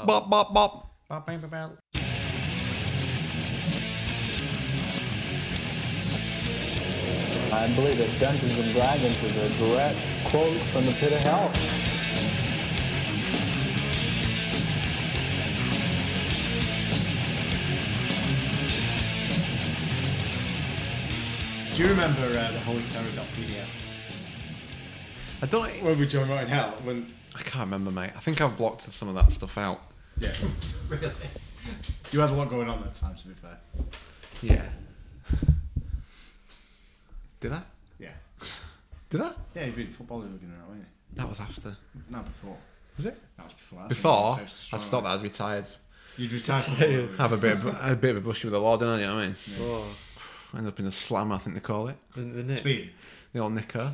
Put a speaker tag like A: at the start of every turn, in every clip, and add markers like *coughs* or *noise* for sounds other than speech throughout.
A: bop, bop, bop.
B: Bop, bang, bang, bang.
C: I believe that Dungeons and Dragons is a direct quote from the pit of hell.
B: Do you remember uh, the Holy Terror PDF?
A: I don't.
B: When we joined right now, when
A: I can't remember, mate. I think I've blocked some of that stuff out.
B: *laughs* yeah, really, you had a lot going on that time. To be fair,
A: Yeah. Did I?
B: yeah,
A: Did I?
B: yeah, you've been footballing looking that, weren't you?
A: That was after.
B: No, before.
A: Was it?
B: That was before. That's
A: Before
B: when you first
A: I
B: joined.
A: stopped, I'd retired.
B: You'd retired. from football.
A: Have a bit, of, a bit of a brush with the law, didn't I? You know what I mean,
D: Oh,
A: end up in a slam, I think they call it.
D: isn't it?
B: Speed.
A: The old nicker,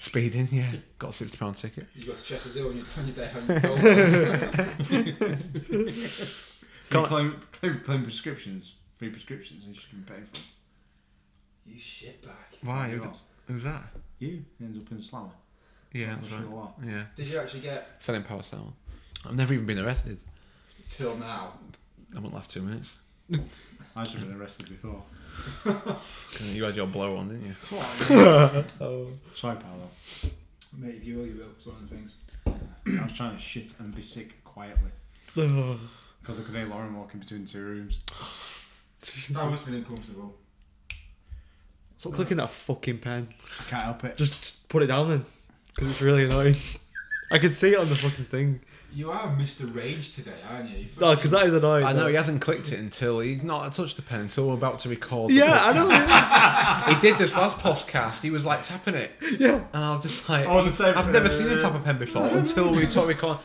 A: speeding. Yeah, got a sixty pound ticket.
E: You got Chester Hill on your, on your day home. in *laughs* Belfast.
B: Can claim, claim, claim prescriptions, free prescriptions, and you should be paying for. them.
E: you shit back.
A: Why?
B: You
A: Who
B: are.
A: th- Who's that?
B: You ends up in a slammer.
A: Yeah,
B: That's
A: that's right.
B: for the law.
A: Yeah,
E: Did you actually get
A: selling power cell. I've never even been arrested.
E: till now?
A: I won't laugh two minutes.
B: I should have been arrested before.
A: 'Cause You had your blow on, didn't you?
E: Come on,
D: *laughs*
B: Sorry, Paolo.
E: mate. If you will, you will. It's one of the things.
B: I was trying to shit and be sick quietly Oh. because I could hear Lauren walking between two rooms.
E: That must have been uncomfortable.
D: *sighs* Stop clicking that fucking pen.
B: I can't help it.
D: Just, just put it down then, because it's really annoying. *laughs* I can see it on the fucking thing.
E: You are Mr. Rage today, aren't you? You
D: No,
E: fucking-
D: because that is annoying.
A: I know
D: though.
A: he hasn't clicked it until he's not touched the pen until we're about to record. the
D: Yeah, I know. yeah.
A: podcast. *laughs* he did this last podcast. He was like tapping it,
D: Yeah.
A: and I was just like,
B: Oh, the tape.
A: I've never seen him tap a pen before until we talk *laughs* record.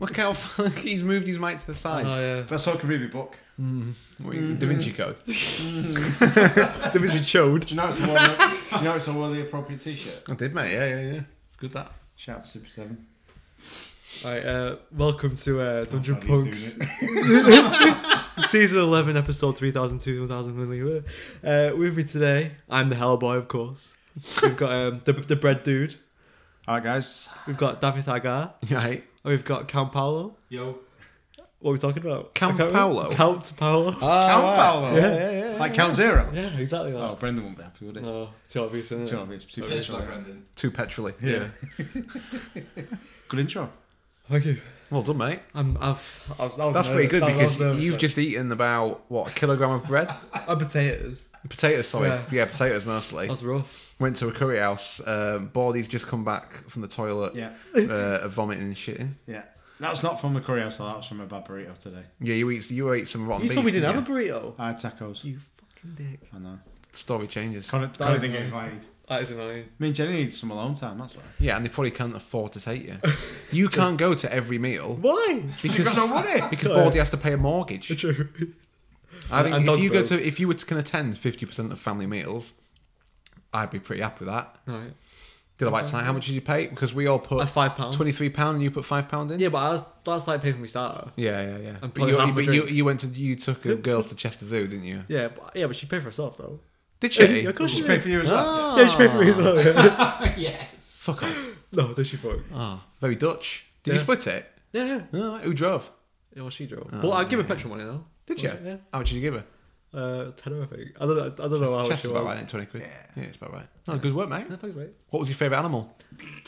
A: Look how far *laughs* he's moved his mic to the side.
D: Oh yeah.
B: That's all I can read my book.
A: What, Da Vinci Code.
D: There was a chode.
B: Do you know it's a worthy,
D: *laughs*
B: do you know it's a worthy appropriate t-shirt?
A: I did, mate. Yeah, yeah, yeah. Good that.
B: Shout out to Super 7.
D: Right, uh, welcome to uh, Dungeon
B: God, he's
D: Punks,
B: doing it.
D: season eleven, episode three thousand two, one thousand million. Uh, with me today, I'm the Hellboy, of course. We've got um, the the bread dude.
B: Alright guys,
D: We've got David Agar,
A: Right.
D: and we've got Count Paolo.
E: Yo,
D: What are we talking about?
A: Count
D: I can't remember.
A: Paolo? Oh.
D: Count Paolo.
B: Count Paolo.
D: Yeah, yeah, yeah.
B: Like Count Zero.
D: Yeah, exactly. That.
B: Oh, Brendan won't be happy, would he?
D: no, too obvious, isn't it?
B: Too obvious, too
E: finish
B: facial.
E: my Brendan. *laughs*
A: Too petrolly.
D: Yeah.
B: Good intro.
D: Thank you.
A: Well done, mate.
D: I'm, I've, I was, I was
A: Oh, That's pretty
D: nervous.
A: good
D: I was
A: because
D: nervous,
A: you've
D: like-
A: just eaten about what a kilogram of bread,
D: Uh, potatoes.
A: *laughs* potatoes. Sorry, yeah,
D: Yeah.
A: potatoes mostly.
D: That was rough.
A: Went to a curry house. Um, Baldy's just come back from the toilet.
B: Yeah.
A: Uh, vomiting and shitting.
B: Yeah. That's not from the curry house, that's from a bad burrito today.
A: Yeah, you eat. You ate some rotten.
D: You told me
A: beef,
D: we didn't
A: didn't
D: have a burrito.
B: I had tacos.
D: You fucking dick.
B: I know.
A: you? Story changes.
B: Can't,
D: That
B: can't
D: is
B: even get
D: annoying.
B: invited.
D: That is annoying.
B: Me and Jenny need some alone time, that's why.
A: Yeah, and they probably can't afford to take
D: *laughs*
A: you. You can't go to every meal *laughs*
D: Why?
A: because
B: no money.
A: because Baldy has to pay a mortgage.
D: True.
A: I think
D: And
A: if
D: dog
A: you go
D: bills.
A: to if you were to can attend fifty percent of family meals, I'd be pretty happy with that.
D: Right.
A: Did I like tonight? How much did you pay? Because we all
D: A
A: put
D: five pound.
A: twenty three pound and you put five pound in.
D: Yeah, but I was, that's like paying for my starter.
A: yeah, yeah. yeah. But,
D: probably
A: you,
D: half a
A: but you,
D: drink.
A: you went to you took a girl to Chester Zoo, didn't you?
D: Yeah, but, yeah, but she paid for herself though.
A: Did she? Ah.
D: Yeah, of course she
B: Just
D: paid.
B: pay for you as
D: *laughs*
B: well.
D: Yeah, she paid for me as well. Yeah.
E: Oh, *laughs* yes.
A: Fuck *gasps* off.
D: *laughs* no, did she fuck?
A: Ah, very Dutch. Did you
D: Yeah.
A: split it?
D: Yeah, yeah.
A: No, who drove?
D: Yeah, well, she drove. but I give her petrol money though.
A: Oh, Did you?
D: Yeah.
A: How much did you give her?
D: Uh, tenner, I think. I don't know. I don't know how much
A: Chester's
D: it
A: about
D: was.
A: right, isn't Oh, it? twenty quid. Yeah. it's about right. No, good work, mate.
D: Yeah, thanks, mate.
A: What was your favourite animal?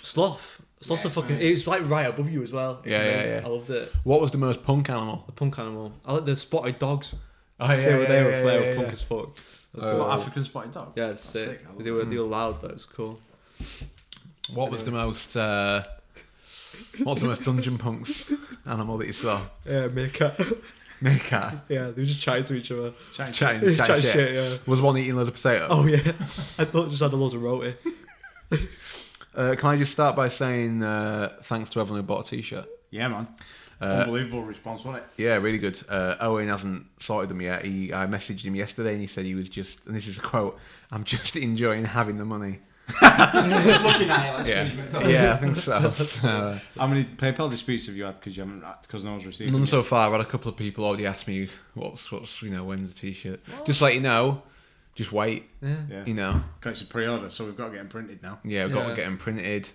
D: Sloth. Sloth's a fucking. It was like right above you as well. It's
A: Yeah, yeah,
D: amazing.
A: yeah.
D: I loved it.
A: What was the most punk animal?
D: The punk animal. I like the spotted dogs.
A: Oh yeah, Oh,
D: they were, they were, they were punk as fuck. That's cool.
B: What, African spotted dog?
D: Oh. yeah, it's
B: That's
D: sick.
B: I love
D: They
B: it.
D: were they were loud. That was cool.
A: What was the most? Uh, what's the most dungeon punks animal that you saw?
D: Yeah, meerkat.
A: Meerkat.
D: *laughs*
A: *laughs*
D: yeah, they were just chatting to each other.
B: Chatting shit.
A: Chatting, chatting,
D: *laughs* Chatting
A: shit.
D: shit, yeah.
A: Was one eating loads of potato?
D: Oh yeah, *laughs* I thought just had a lot of roti.
A: Uh, can I just start by saying uh, thanks to everyone who bought a t-shirt?
B: Yeah, man.
D: Uh,
B: Unbelievable response, wasn't it?
A: Yeah, really good. Uh, Owen hasn't sorted them yet. He, I messaged him yesterday and he said he was just, and this is a quote, I'm just *laughs* enjoying having the money.
E: Looking at it, that's
A: Yeah,
E: judgment.
A: yeah I think
B: *laughs*
A: so. so uh,
B: How many PayPal disputes have you had because you haven't because no one's received?
A: none
B: them
A: so far. I've had a couple of people already ask me what's, what's you know, when's the t-shirt. Just let you know, just wait,
D: Yeah.
B: yet? yeah.
A: you know.
B: Okay, it's a pre-order, so we've got to get them printed now.
A: Yeah, we've got to
D: Yeah.
A: get them printed.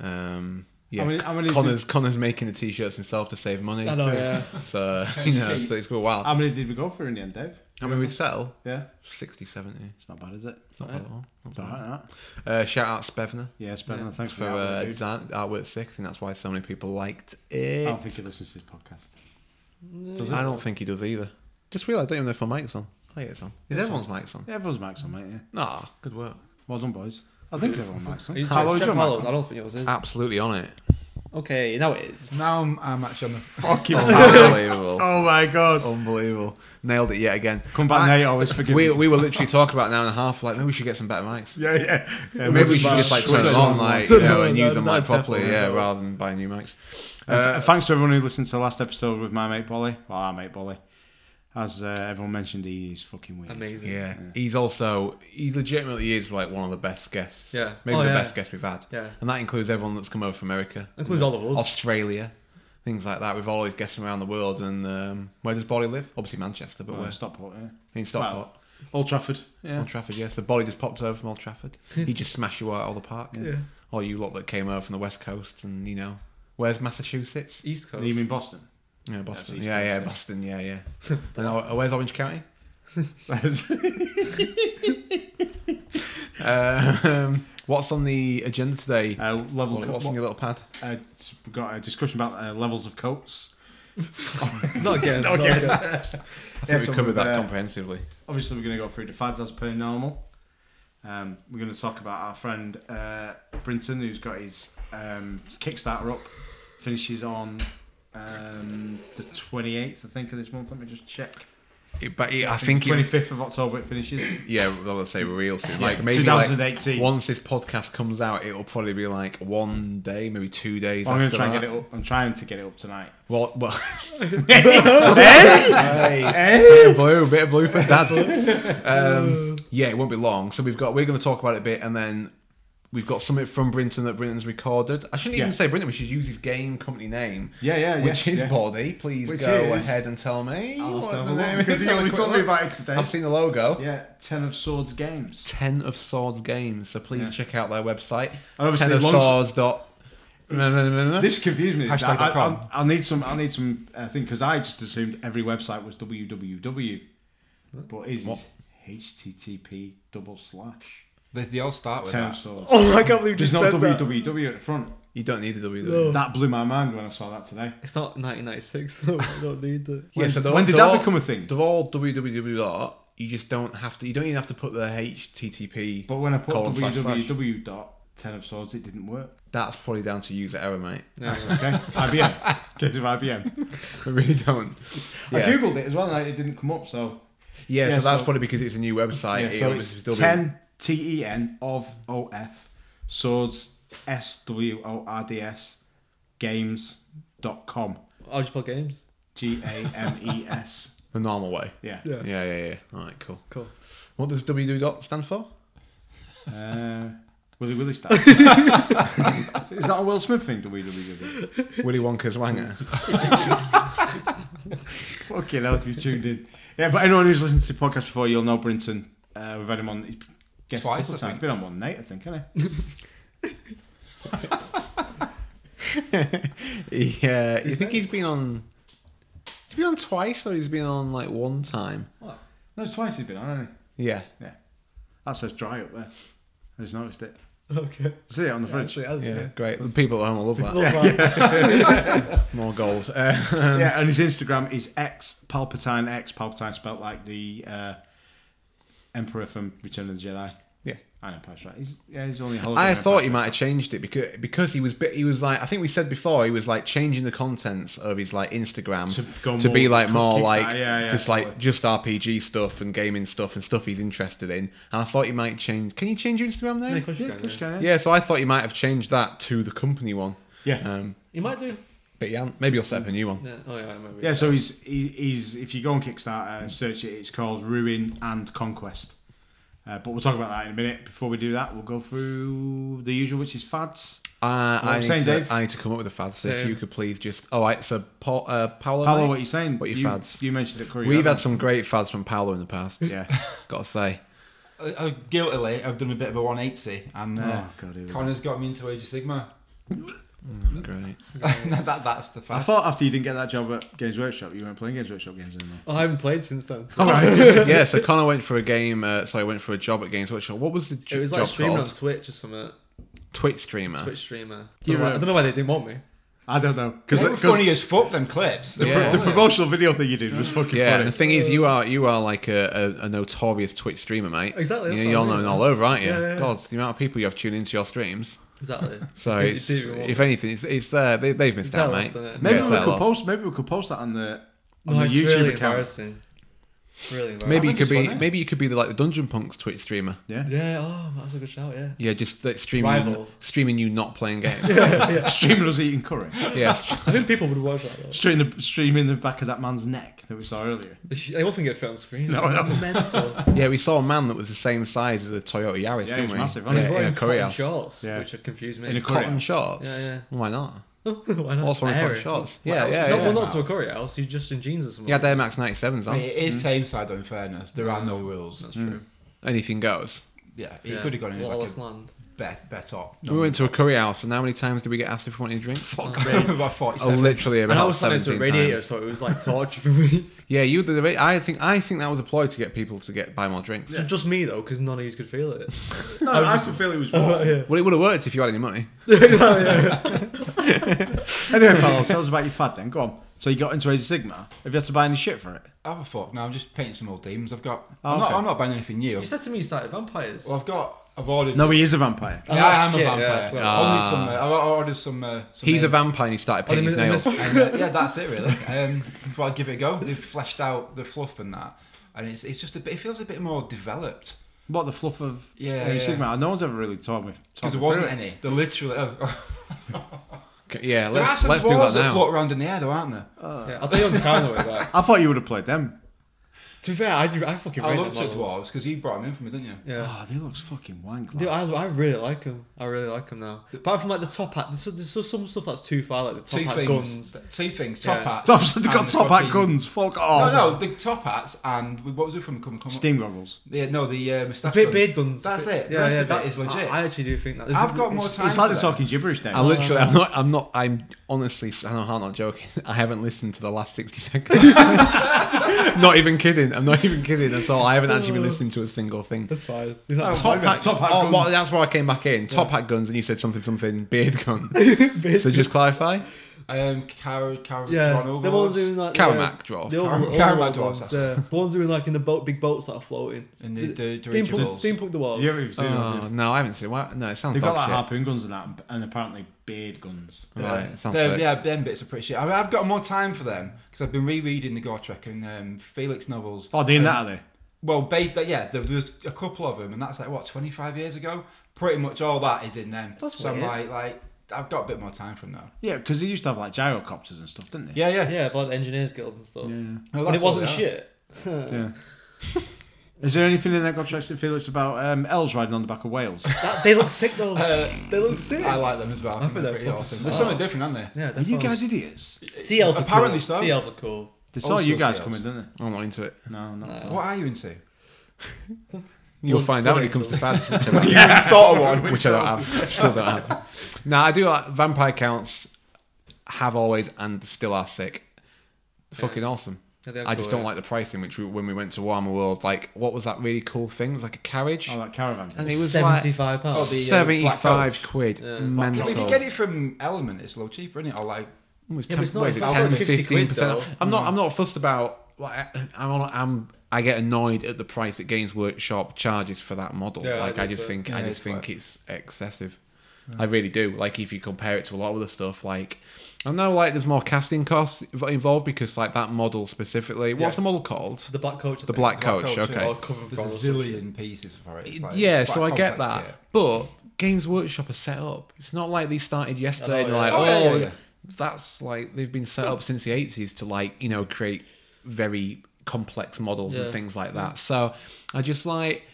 A: Um, Yeah,
B: How many- how many did-
A: Connor's Connor's making the t-shirts himself to save money.
D: I know, *laughs* yeah.
A: *laughs* So you know, so it's going wild.
B: How many did we go for in the end, Dave?
A: I mean, we settle
B: Yeah,
A: 60, 70.
B: it's not bad, is it?
A: It's not bad at all. Not
B: It's all
A: bad.
B: right, that.
A: Uh, shout out Spevner
B: Yeah, Spencer, thanks for,
A: for
B: that.
A: uh,
B: dude.
A: design, artwork six, and that's why so many people liked
B: I
A: it.
B: don't think he listens to this podcast. Does
A: I don't think he does either. Just realised I don't even know if my mic's on. I think it's on. Is everyone's mic's on?
B: Yeah, everyone's mic's on, mate. Yeah.
A: Nah, good work.
B: Well done, boys. I think everyone's mic's on.
D: How
B: Hello,
D: long
B: John.
D: I don't think it was. It.
A: Absolutely on it.
D: Okay, now it is.
E: Now I'm, I'm actually on *laughs* the.
B: Fucking
A: Oh, *laughs* Unbelievable.
B: *laughs* Oh my god.
A: Unbelievable. Nailed it yet again.
B: Come back,
A: I-
B: Nate. Always forgive
A: We,
B: me.
A: we were literally talking about an hour and a half, like, maybe we should get some better mics.
B: Yeah, yeah. yeah
A: *laughs* Maybe we should just like turn it on,
B: *laughs*
A: like you
D: Turn it
A: know,
D: on,
A: and
D: no,
A: use them
D: no,
A: like properly,
D: definitely,
A: yeah,
D: no.
A: rather than buying new mics.
B: And
A: Uh,
B: th- thanks to everyone who listened to the last episode with my mate Bolly. Well, our mate Bolly. As uh, everyone mentioned, he is fucking weird.
D: Amazing.
A: Yeah, he's also he legitimately is like one of the best guests.
D: Yeah.
A: maybe
D: Oh,
A: the
D: yeah.
A: best guest we've had.
D: Yeah.
A: and that includes everyone that's come over from America,
D: Includes all of us.
A: Australia, things like that. We've all these guests from around the world. And um, where does Bolly live? Obviously Manchester, but
B: Well,
A: where?
B: Stockport, yeah.
A: In Stockport,
B: Old Trafford, yeah.
A: Old Trafford. Yeah, so Bolly just popped over from Old
B: *laughs*
A: Trafford. he just smashed you out of the park.
D: Yeah.
A: Or you lot that came over from the West Coast, and you know, where's Massachusetts?
D: East Coast.
B: You mean Boston?
A: Yeah, Boston.
B: East
A: Yeah,
B: Coast,
A: yeah,
B: yeah.
A: Boston. Yeah,
B: *laughs*
A: yeah. and uh, where's Orange County?
B: Uh,
A: *laughs* Um, *laughs* what's on the agenda today?
B: uh, level
A: What's on your little pad?
B: uh, we've got a discussion about uh, levels
A: *laughs*
B: of coats.
D: Not
B: *laughs*
D: again. not again.
A: I
B: Yeah,
A: think
B: so
A: we covered
B: we've,
A: that
B: uh,
A: comprehensively.
B: Obviously, we're going to go through the fads as per normal. Um, we're going to talk about our friend uh, Brinton, who's got his um, Kickstarter up. Finishes on um, the 28th, I think, of this month. Let me just check.
A: but I think, it,
B: 25th of October it finishes.
A: yeah, I'm gonna say real soon. Like maybe like
B: 2018.
A: once this podcast comes out, it'll probably be like one day, maybe two days.
B: I'm going
A: after
B: to try and
A: that.
B: get it up. I'm trying to get it up tonight.
A: *laughs* Well,
B: *laughs*
A: well,
B: Hey!
A: bit of blue, bit of blue for dad. um, yeah, it won't be long. So we've got we're going to talk about it a bit, and then we've got something from Brinton that Brinton's recorded. I shouldn't even
B: Yeah.
A: say Brinton. We should use his game company name.
B: Yeah, yeah, yeah,
A: Which is
B: yeah.
A: Body. Please
B: Which
A: go
B: is-
A: ahead and tell me.
B: I'll have
A: what
B: to have
A: the
B: a look,
A: name
B: because
A: is.
D: *laughs*
B: he
A: Have a
B: only
A: quick
B: told me
A: look.
B: about it today.
A: I've seen the logo.
B: Yeah, Ten of Swords Games.
A: Ten of Swords Games. So please
B: Yeah.
A: check out their website.
B: And obviously
A: Ten of
B: Lons-
A: Swords dot.
B: This confused me.
E: Hashtag
B: I,
E: dot com.
B: I, I need some. I need some uh, thing because I just assumed every website was www, but is
A: What?
B: http double slash
E: They, they all start with
B: Ten of
E: that.
B: Swords.
D: Oh, I can't believe you
B: There's
D: just
B: no
D: said that. Oh.
B: www at the front.
A: you don't need the W.
D: No.
B: That blew my mind when I saw that today.
D: It's not 1996 though. I don't need that.
A: Yeah, so they're-
B: when did
A: they're
B: that
A: all-
B: become a thing?
A: They're all www. dot. You just don't have to. You don't even have to put the HTTP.
B: But when I put
A: Colon slash slash.
B: www dot Ten of Swords, it didn't work.
A: That's probably down to user error, mate. *laughs*
B: That's okay. IBM. Case of IBM.
A: I really don't.
B: I
A: Yeah,
B: googled it as well, and it didn't come up. So
A: yeah,
B: yeah,
A: so that's
B: so-
A: probably because it's a new website.
B: Yeah,
A: It'll
B: so
A: obviously
B: it's
A: still be-
B: 10 T E N of O F swords S W O R D S games dot com
D: I'll Oh, just play games.
B: G A M E S.
A: the normal way.
B: Yeah.
D: Yeah.
A: Yeah, yeah, yeah. All right, cool.
D: Cool.
A: What does www. dot stand
B: *laughs*
A: for?
B: Uh, Willy Willy style. *laughs* Is that a Will Smith thing? E? WWE.
A: Willy Wonka's wanger.
B: Fucking hell, if you tuned in. Yeah, but anyone who's listened to the podcast before, you'll know Brinton. Uh, we've had him on. Guess
E: Twice, I
B: times.
E: think.
B: Been on one night, I think, hasn't he?
A: yeah, uh, you think he's been on? He's been on twice, or he's been on like one time.
B: No, it's twice he's been on, hasn't he?
A: Yeah,
B: That says dry up there. I just noticed it.
D: Okay.
B: See it on the fridge.
D: Actually, as
A: yeah,
D: yeah.
A: great. The people at home will love that.
D: Yeah. Yeah.
A: More goals. Uh,
B: yeah, and his Instagram is X Palpatine X Palpatine spelt like the uh, Emperor from Return of the Jedi.
A: yeah.
B: I know, Patrick. Right. He's, yeah, he's only. hologram
A: I thought he
B: Empire
A: might have changed it because because he was bit, he was like I think we said before he was like changing the contents of his like Instagram
B: To
A: to,
B: go
A: be
B: more
A: like more
B: Kickstarter,
A: like
B: yeah, yeah,
A: just like
B: totally.
A: just RPG stuff and gaming stuff and stuff he's interested in and I thought he might change can you change your Instagram
D: Yeah,
A: name
D: of course
B: Jedi.
D: you
B: Yeah,
D: can,
B: Kush
D: yeah.
B: Khan, yeah.
A: yeah so I thought he might have changed that to the company one
B: Yeah.
A: um,
D: You might do.
A: but yeah maybe I'll set up a new one
D: Yeah. Oh yeah. Maybe.
B: Yeah, so he's he, he's if you go on Kickstarter and search it, it's called Ruin and Conquest. Uh, but we'll talk about that in a minute. Before we do that, we'll go through the usual, which is fads.
A: uh,
B: What
A: I,
B: I'm
A: need
B: saying,
A: to,
B: Dave?
A: I need to come up with a fad so if
D: Same.
A: you could please just alright so Paul, uh, Paolo,
B: Paolo,
A: mate?
B: what are you saying?
A: What are your
B: you,
A: fads?
B: You mentioned it, Corey.
A: we've had
B: haven't
A: some great fads from Paolo in the past
B: you?
A: *laughs*
B: *laughs* Yeah.
A: gotta say
E: I, I, guiltily, I've done a bit of a 180, and uh,
B: oh, God. here we go.
E: Connor's got me into Age of Sigma.
B: Mm-hmm.
A: Mm, great.
E: *laughs* that, that's the
B: I
E: fact.
B: thought after you didn't get that job at Games Workshop, you weren't playing Games Workshop games anymore.
D: Oh, I haven't played since then. so-
B: All right.
A: yeah, so Connor went for a game. Uh, sorry, went for a job at Games Workshop. What was the j-
D: It was like
A: job
D: streaming on
A: called?
D: Twitch or something.
A: Twitch streamer.
D: Twitch streamer.
B: You
D: Don't know why-
B: were-
D: I don't know why they didn't want me.
B: I don't know
E: They
B: because
E: were funny as fuck, them clips. They were
A: Yeah.
B: the
E: brilliant.
B: promotional video thing you did was fucking
A: Yeah, and
B: funny.
A: the thing is, you are you are like a, a, a notorious Twitch streamer, mate.
D: Exactly,
A: You know,
D: that's what
A: you're
D: I mean.
A: known all over, aren't you?
D: Yeah, yeah, yeah.
A: God, the amount of people you have tuned into your streams.
D: Exactly.
A: So it's, if anything, it's, it's there. They, they've missed
D: It's our
A: out,
D: loss,
A: mate.
D: isn't it?
A: Yeah,
B: Maybe
A: it's
B: we
A: our
B: could
A: loss.
B: post. Maybe we could post that on the on
D: no,
B: the
D: it's
B: YouTube
D: really
B: account.
D: embarrassing. It's really embarrassing.
A: Maybe
E: I
A: you
E: think
A: could
E: it's
A: be
E: funny.
A: maybe you could be the, like the Dungeon Punks Twitch streamer.
B: Yeah.
D: Yeah. Oh, that's a good shout.
A: *laughs*
D: Yeah.
A: Yeah, just like, streaming you,
D: Rival.
A: streaming you not playing games.
B: *laughs* Streaming us eating curry.
A: yeah,
D: I think people would watch that. Though.
B: Streaming the, streaming the back of that man's neck that we saw earlier.
D: They sh- They all think it fit on screen.
B: No, no.
D: *laughs* mental.
A: *laughs* yeah. We saw a man that was the same size as a Toyota Yaris,
B: Yeah, he
A: didn't
B: was
A: we?
B: massive,
A: yeah,
B: wasn't he?
A: in a
D: cotton
A: Korea.
D: shorts,
B: Yeah.
D: which have confused me.
B: In a co-
A: Cotton shorts.
D: Yeah, yeah.
A: Why not?
D: Why not?
A: Also in cotton
D: Airy.
A: shorts.
D: Well,
A: Yeah, yeah,
D: no,
A: yeah.
D: Well, not to a Korea house. You're just in jeans or something.
A: Yeah, they're Max 97s
E: I
A: on.
E: mean, it is Tameside, though, in fairness. There are no rules.
D: That's true.
A: Anything goes.
E: Yeah, it
D: Yeah.
E: could have gone in
D: Well,
E: like
D: let's
E: a
D: land.
E: bet, bet up. *laughs*
A: we went to a curry house, and how many times did we get asked if we wanted a drink?
E: *laughs* about 47.
A: Oh, literally
D: And I
A: about
D: was standing to a
A: seventeen
D: radiator,
A: times.
D: so it was
A: *laughs*
D: like torture for me.
A: Yeah, you did. the ra- I think I think that was a ploy to get people to get buy more drinks.
D: Ju- Just me though, because none of you could feel it.
B: No, I, could feel it was
D: *laughs*
B: warm.
D: yeah.
A: Well, it would have worked if you had any money.
B: *laughs*
D: Oh,
B: anyway, Paul, tell us about your fad then. Go on. So you got into Age of Sigma. Have you had to buy any shit for it?
E: Have a fuck. No, I'm just painting some old demons. I've got.
B: Oh,
E: I'm, not,
B: okay.
E: I'm not buying anything new.
D: You said to me you started vampires. Oh,
E: well, I've got. I've ordered.
B: No, he is a vampire.
E: Yeah, I am
D: Shit,
E: a
D: yeah,
E: vampire.
D: well-
A: Ah.
E: Only some. Uh, I I ordered some. Uh, some
A: He's a
E: ale.
A: vampire and he started
D: Oh, they
A: painting his
D: mis- they
A: nails.
D: mis-
E: And, uh, yeah, that's it really. Um, before I give it a go, they've fleshed out the fluff and that, and it's it's just a bit. It feels a bit more developed
B: What the fluff of
E: Yeah,
B: Age of
E: yeah.
B: Sigma? No one's ever really told me. told
E: because there
B: me
E: wasn't
B: through it.
E: any. They're literally. *laughs* Oh, oh.
A: Okay, yeah,
E: there are
A: let's
E: some
A: let's do
E: dwarves
A: that
E: that
A: now.
E: float around in the air, though, aren't there?
D: *laughs* Yeah, I'll tell you on the car on the way back.
B: I thought you would have played them.
D: To be fair, I, I fucking
E: I
D: rate
E: looked
D: them
E: at dwarves because you brought them in for me, didn't you?
D: Yeah.
B: Oh, they looks fucking wank.
D: Dude, I,
B: lads.
D: I really like them. I really like them now. Apart from like the top hat, there's, there's some stuff that's too far, like the top
E: Two
D: hat
E: things.
D: guns.
E: Two things. Top
D: Yeah.
B: *laughs*
E: hats.
B: Tops- They've got
E: and
B: top hat
E: fucking-
B: guns. Fuck
E: No,
B: off.
E: no, the top hats and what was it from? Come, come on.
B: Steam goggles.
E: Yeah, no, the uh, moustache
D: Big
E: guns.
D: beard guns.
E: That's
D: Bit-
E: it. The rest of it is legit.
D: I, I actually do think that.
E: I've got more
B: It's,
E: time.
B: it's like
E: for
B: they're
E: that.
B: talking gibberish, Dave.
A: I literally, I'm not, I'm not, I'm honestly, I'm not, I'm not joking. *laughs* I haven't listened to the last sixty seconds. not even kidding. I'm not even kidding at all. I haven't actually been listening to a single thing.
D: That's fine. Is that
A: Top hat,
B: Top hat
A: oh,
B: guns.
A: well, that's where I came back in. Top hat guns, and you said something, something beard gun. so just clarify.
E: Um, Car, Car,
D: yeah,
E: Ron
D: the ones doing like
A: Caramac
D: the,
A: draw.
D: The over,
E: Caram-
D: overall
E: Caramac draw,
D: ones,
E: that's
D: yeah. the ones doing like in the boat, big boats that are floating.
E: And the- the
D: steampunk,
E: dirigibles.
D: steampunk the
B: Have
D: walls.
B: you ever seen them?
A: Oh, no, I haven't seen. Why? No, it sounds
B: They've
A: dog
B: got like
A: shit.
B: harpoon guns and that, and- and apparently beard guns.
A: Right, it sounds
E: Them-
A: sick.
E: yeah, them bits are pretty shit. I mean, I've got more time for them because I've been rereading the Gore Trek and um, Felix novels.
B: Oh, doing that are they?
E: Well, based that yeah, there was a couple of them, and that's like what twenty five years ago. Pretty much all that is in them.
D: That's
E: so
D: weird.
E: I'm like, like I've got a bit more time from now.
B: Yeah, because they used to have like gyrocopters and stuff, didn't they?
E: Yeah, yeah.
D: Yeah, for, like the engineers guilds and stuff.
B: Yeah.
E: No,
D: and
E: that's
D: it
E: all
D: wasn't
E: they are.
D: shit.
B: yeah. *laughs* Is there anything in that contract that Felix about um, elves riding on the back of whales?
D: That, they look sick though.
E: Uh,
D: they look sick.
E: I like them as well. I think
D: think
E: they're
D: they're
E: pretty
D: fucking
E: awesome. There's
D: smart.
E: something different, aren't
D: yeah,
E: there?
B: Are you
D: definitely.
B: guys idiots?
D: sea elves? Are
E: Apparently
D: cool.
E: so.
D: Sea elves are cool.
B: They
E: Old
B: saw you
E: school
B: guys
E: sales.
B: coming, didn't they?
A: I'm not into it.
B: No, not at all.
E: What are you into?
A: You'll
D: Blood-
A: find out when
D: blood
A: it comes to fads, which, I don't,
E: thought of one.
A: which I don't have. Still don't *laughs* have. Now, I do like vampire counts, have always and still are sick. Fucking awesome.
D: Yeah, they are
A: I just
D: cool,
A: don't
D: yeah.
A: like the pricing, which we, when we went to Warmer World, like, what was that really cool thing? It was like a carriage.
B: Oh, that caravan.
A: and it was like
D: seventy-five pounds.
E: Oh, the, uh, Black
A: 75
E: Ops.
A: quid.
D: Yeah.
A: Mental.
E: If you get it from Element, it's low cheaper, isn't it? Or like
A: Ooh, it's 10,
D: Yeah, but it's not-
A: what is it,
D: it's
A: 10,
D: not 50 quid,
A: 15%.
D: though.
A: I'm not. I'm not fussed about. Like, I'm. on- I'm. I get annoyed at the price that Games Workshop charges for that model.
D: Yeah, I
A: like I,
D: do
A: just
D: too.
A: think. I
E: Yeah,
A: just
E: it's
A: think
E: like-
A: it's excessive. I really do. Like if you compare it to a lot of other stuff, like I know, like there's more casting costs inv- involved because like that model specifically. What's
E: Yeah.
A: the model called?
D: the black coach. I
A: The
D: think.
A: Black,
E: Black
A: Coach.
E: Coach, yeah.
A: Okay.
D: Or cover
E: there's
D: for-
E: a zillion pieces for it. It's like,
A: yeah,
E: it's
A: so I
E: quite
A: get that.
E: complex kit.
A: But Games Workshop are set up. It's not like they started yesterday. and
D: yeah.
A: they're like,
E: Oh,
A: oh,
E: yeah, yeah, yeah.
A: that's like they've been set up since the eighties to like you know create very complex models
D: Yeah.
A: and things like that. So I just like.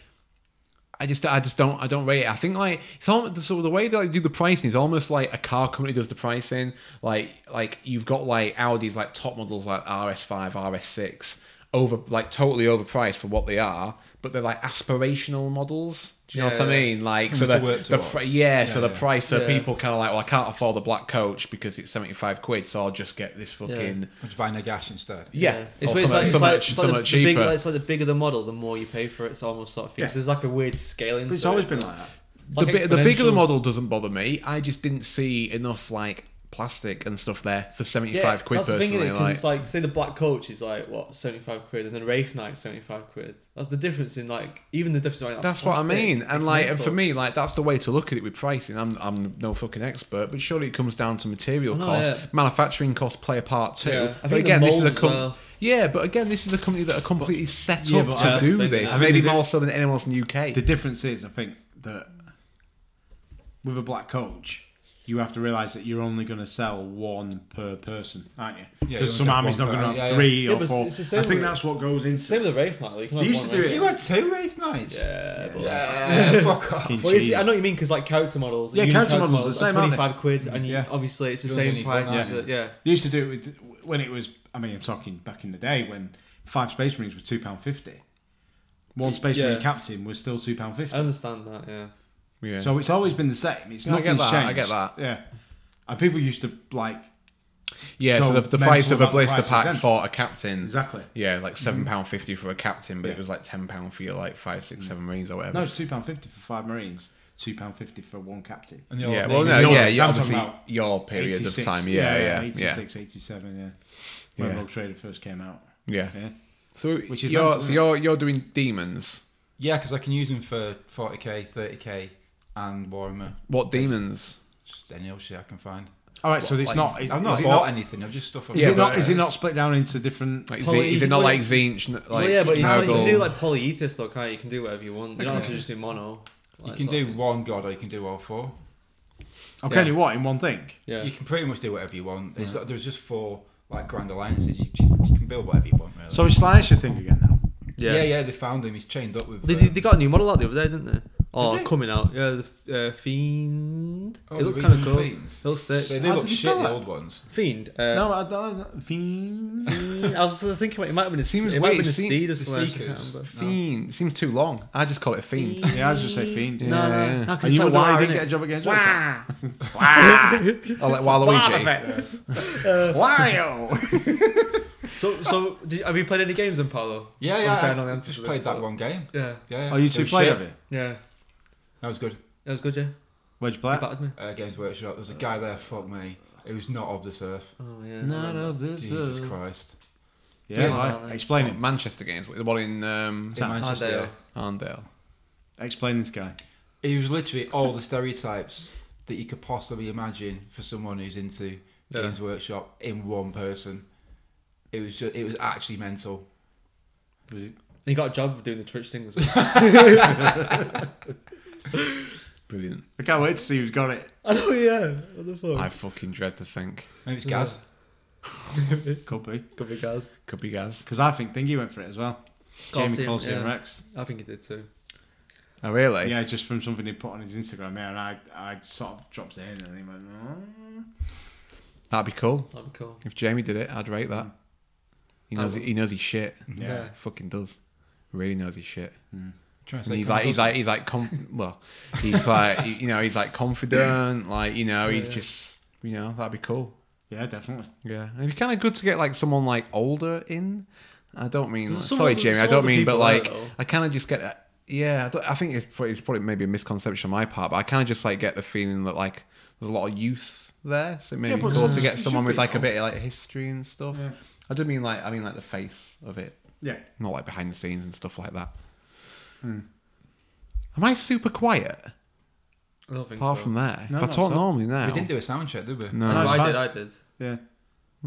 A: I just, I just don't, I don't rate it. I think like it's almost so the way they like do the pricing is almost like a car company does the pricing. Like, like you've got like Audi's like top models like RS5, RS6 over like totally overpriced for what they are, but they're like aspirational models. Do you know what I
D: Yeah.
A: mean? Like, so
E: Something
A: the,
E: to work
A: the
E: towards.
A: pri- yeah, so
E: Yeah,
A: the
E: yeah.
A: price, so
D: Yeah.
A: people kind of like, well, I can't afford the black coach because it's seventy five quid, so I'll just get this fucking
E: I'm just buying a gash instead.
A: yeah,
D: It's,
A: or
D: it's
A: something-
D: like, it's
A: Oh, something-
D: like, it's like
A: something
D: the, the
A: cheaper.
D: bigger, it's like the bigger the model, the more you pay for it. It's almost sort of thing.
B: Yeah.
D: So there's like a weird scaling.
B: But it's
D: to
B: always
D: it.
B: been like that.
D: It's
A: the,
D: like
A: bi- the bigger the
D: exponential.
A: model doesn't bother me. I just didn't see enough like plastic and stuff there for seventy five quid
D: that's the
A: personally.
D: thing, Because
A: like,
D: it's like, say the black coach is like what seventy five quid, and then Wraith Knight's seventy five quid. That's the difference in like even the difference. in, Like,
A: that's what I
D: plastic.
A: mean. And
D: It's
A: like
D: mental.
A: for me, like that's the way to look at it with pricing. I'm I'm no fucking expert, but surely it comes down to material
D: I know,
A: cost,
D: yeah.
A: manufacturing cost play a part too.
D: Yeah. I
A: But
D: think the
A: again, this is a
D: mould as
A: com-
D: well.
A: yeah, but again, this is a company that are completely set
B: Yeah,
A: up
B: but
A: to
B: I-
A: do
D: I think-
A: this.
B: I mean,
A: maybe
B: they do-
A: more so than anyone else in the UK.
B: The difference is, I think that with a black coach, you have to realise that you're only going to sell one per person, aren't you?
E: Yeah,
B: Because
E: you
B: some
E: only
B: armies
E: get one
B: not going
E: per-
B: to have
E: yeah, yeah.
B: three
D: Yeah,
B: or
D: but
B: four.
D: it's the same
B: I think
D: with-
B: that's what goes into.
D: Same with the Wraith Knight. Like, you can
B: They
D: have
B: used
D: one
B: to do
D: Wraith-
B: it.
E: You had two Wraith Knights?
D: Yeah. but- *laughs*
E: Yeah, fuck off.
B: Fucking
D: Well, you see, I
B: cheese.
D: know what you mean because like character models.
B: Yeah,
D: unique
B: character models are the same, aren't
D: Twenty
B: they?
D: five quid, and you,
B: Yeah.
D: obviously it's the
E: You only
D: same
E: need
D: price.
E: one,
D: as
E: aren't
D: it- Yeah.
B: They used to do it with, when it was. I mean, I'm talking back in the day when five Space Marines were two pound fifty. One Space
D: Yeah.
B: Marine captain was still two pound
D: I
B: fifty.
D: understand that. Yeah.
A: yeah.
B: So it's always been the same. It's
A: Yeah, I
B: not
A: get
B: changed.
A: that, I get that.
B: Yeah, and people used to like
A: yeah, so
B: so
A: the, the
B: mental
A: price of a
B: about the
A: blister
B: prices
A: pack
B: then.
A: for a captain.
B: exactly.
A: Yeah, like seven pound fifty for a captain, but it
B: Mm. Yeah. Mm.
A: was like ten pound for your like five, six, seven marines or whatever.
B: No, it's two pound fifty for five Marines. Two pound fifty for one captain.
E: And the
A: yeah,
E: old
A: well,
E: Navy.
A: no,
B: You're-
A: yeah,
B: I'm
A: yeah,
B: talking
A: obviously
B: about
A: your period of
B: 86.
A: time, yeah, yeah, yeah, yeah.
B: 86, 87, yeah. When
A: Yeah.
B: Rogue Trader first came out. Yeah.
A: So
B: Which is
A: you're
B: nice,
A: so
B: isn't it?
A: you're you're doing demons.
E: Yeah, because I can use them for 40k, 30k, and Warhammer.
A: What demons?
E: Just any old shit I can find.
B: All right, so it's
A: like,
B: not. Is,
E: I've
B: is
E: not
B: it
E: bought
B: not,
E: anything. I've just stuff. I've
B: is
A: Yeah,
B: it not?
A: but-
E: uh,
B: Is it not split down into different?
A: Like, is,
D: Poly-
A: it, is it not
D: well,
A: like Zinch? n- Like
D: well, yeah, but you, know, you can
A: Nurgle?
D: do like polyethos though, can't you? You can do whatever you want. You don't have to just do mono.
E: You
D: Like,
E: can
D: it's
E: do
D: like-
E: one god, or you can do all four.
B: I'll
D: Yeah.
B: tell you what, in one thing.
D: Yeah.
E: You can pretty much do whatever you want. It's like- there's just four like grand alliances. You, you can build whatever you want, really.
B: So it's Slash thing again now.
E: yeah, yeah, they found him. He's chained up with.
D: They,
E: uh,
D: they, they got a new model out the other day, didn't they? Oh,
E: they?
D: coming out. Yeah, the uh, Fiend.
E: oh,
D: it looks
E: the
D: kind of
E: Legion
D: cool.
E: Fiends.
D: It looks sick.
E: They, they
B: How
E: look
B: did you
E: shit.
B: spell
E: The
B: that?
E: old ones.
D: Fiend. Uh,
B: no, I don't.
D: *laughs*
B: Fiend.
D: Fiend. I was thinking it might have been a,
A: Seems
D: seems it might have
A: weird,
D: been a
A: see-
D: steed or
E: the
D: something. I can't
E: Seekers.
D: remember.
A: fiend. Seems too long. I just call it fiend.
B: Yeah, I was just say Fiend.
A: Yeah.
D: No, no, no. 'cause
B: And
D: it's
B: you
D: like
B: wonder why
D: wire,
B: I didn't
D: innit?
B: get a job again.
A: Or
D: Wah!
B: *laughs*
A: like Waluigi.
D: *laughs* Uh,
A: *laughs*
D: So, so did, have you played any games in Paolo?
E: Yeah,
D: I'm
E: yeah.
D: saying all the
E: I,
D: answers
E: just
D: to the
E: played that
D: call.
E: one game.
D: Yeah,
E: Yeah, yeah.
B: Oh, you
E: It
B: two
E: was
B: played
E: shit.
B: of it?
D: yeah.
E: That was good.
D: That was good, yeah.
B: Where'd you
D: You
B: play it?
D: battered me.
E: Uh, Games Workshop. There was a guy there. Fuck me. It was not of this earth.
D: Oh yeah.
B: None of this.
E: Jesus
B: uh,
E: Christ.
B: Yeah,
D: Yeah.
B: right. Explain it.
A: Manchester games. The one in um,
E: In
B: Sam.
E: Manchester,
D: Hardale.
E: yeah.
A: Arndale.
B: Explain this guy.
E: It was literally all the stereotypes that you could possibly imagine for someone who's into
D: Yeah.
E: Games Workshop in one person. It was just, it was actually mental.
B: Was it-
D: And you got a job doing the Twitch thing as well. *laughs*
A: Brilliant.
B: I can't wait to see who's got it.
D: I know, yeah. What the
B: Oh.
D: fuck?
A: I fucking dread to think.
E: Maybe it's Gaz.
B: Could be.
D: Could be Gaz.
A: Could be Gaz.
B: Because I think Thingy went for it as well. Jamie
D: Colson,
B: Colson
D: yeah.
B: Rex.
D: I think he did too.
A: Oh really?
B: Yeah, just from something he put on his Instagram. Yeah, and I, I sort of dropped it in and he went, oh.
A: Mm-hmm. That'd be cool.
D: That'd be cool.
A: If Jamie did it, I'd rate that. He
D: I
A: knows.
D: would.
A: He knows his shit.
B: Yeah.
A: Fucking does. Really knows his shit.
E: Trying
A: And he's like, he's like, he's like, com- well, he's like, you know, he's like confident. Like, you know, he's just, you know, that'd be cool.
B: Yeah, definitely.
A: Yeah, and it'd be kind of good to get like someone like older in. I don't mean
D: There's some
A: sorry,
D: older-
A: Jamie. I
D: some
A: don't
D: older
A: mean, but
D: people there,
A: like
D: though.
A: I kind of just get. that- Yeah, I, don't, I think it's probably, it's probably maybe a misconception on my part, but I kind of just like get the feeling that like there's a lot of youth there, so it may
B: Yeah,
A: be
B: but
A: cool to
B: it's-
A: get
B: it
A: someone
B: should
A: with
B: be,
A: like a
B: though.
A: bit of like history and stuff.
B: Yeah.
A: I don't mean like I mean like the face of it,
B: Yeah.
A: not like behind the scenes and stuff like that. Am I super quiet?
D: I don't think
A: Apart
D: so.
A: from there,
B: No,
A: if I
B: no,
A: talk
B: so-
A: normally now,
E: We didn't do a sound check, did we?
A: no,
B: No,
D: I,
B: it's
D: I
B: fine.
D: did. I did.
B: Yeah. You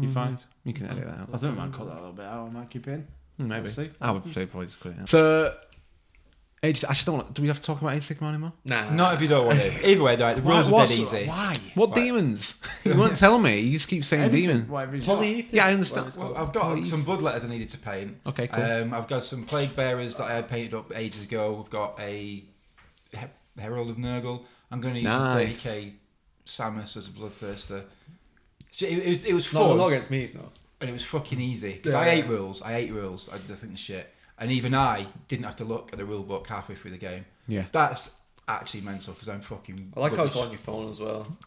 D: Mm-hmm.
B: fine?
A: you can edit that out.
B: I think I might cut that a little bit out. I might keep it in.
A: Maybe.
B: Let's see.
A: I would say probably just cut it out. So, Age, I actually don't want. Do we have to talk about Age Sigma anymore?
D: Nah.
E: Not if you don't want to. *laughs* Either way, though, the rules are
B: what's-
E: dead easy.
B: Why?
A: What
E: Right.
D: *laughs*
A: demons? *laughs* You won't tell me. You just keep saying
B: Anything,
A: demon.
B: whatever he's got.
D: Polyethos.
A: Yeah, I understand.
E: Well, I've got
A: Please.
E: some blood letters I needed to paint.
A: Okay, cool.
D: Uh,
E: Um, I've got some plague bearers that I had painted up ages ago. We've got a he- herald of Nurgle. I'm going to use
A: Nice.
E: the 30k Samus as a bloodthirster. It, it, was- it was
D: No,
E: fun,
D: not against me, it's not.
E: and it was fucking easy because I
D: Yeah.
E: hate rules. I hate rules. I, I think the shit. And even I didn't have to look at the rule book halfway through the game.
A: Yeah.
E: That's actually mental because I'm fucking.
D: I like how it's
E: rubbish.
D: on your phone as well.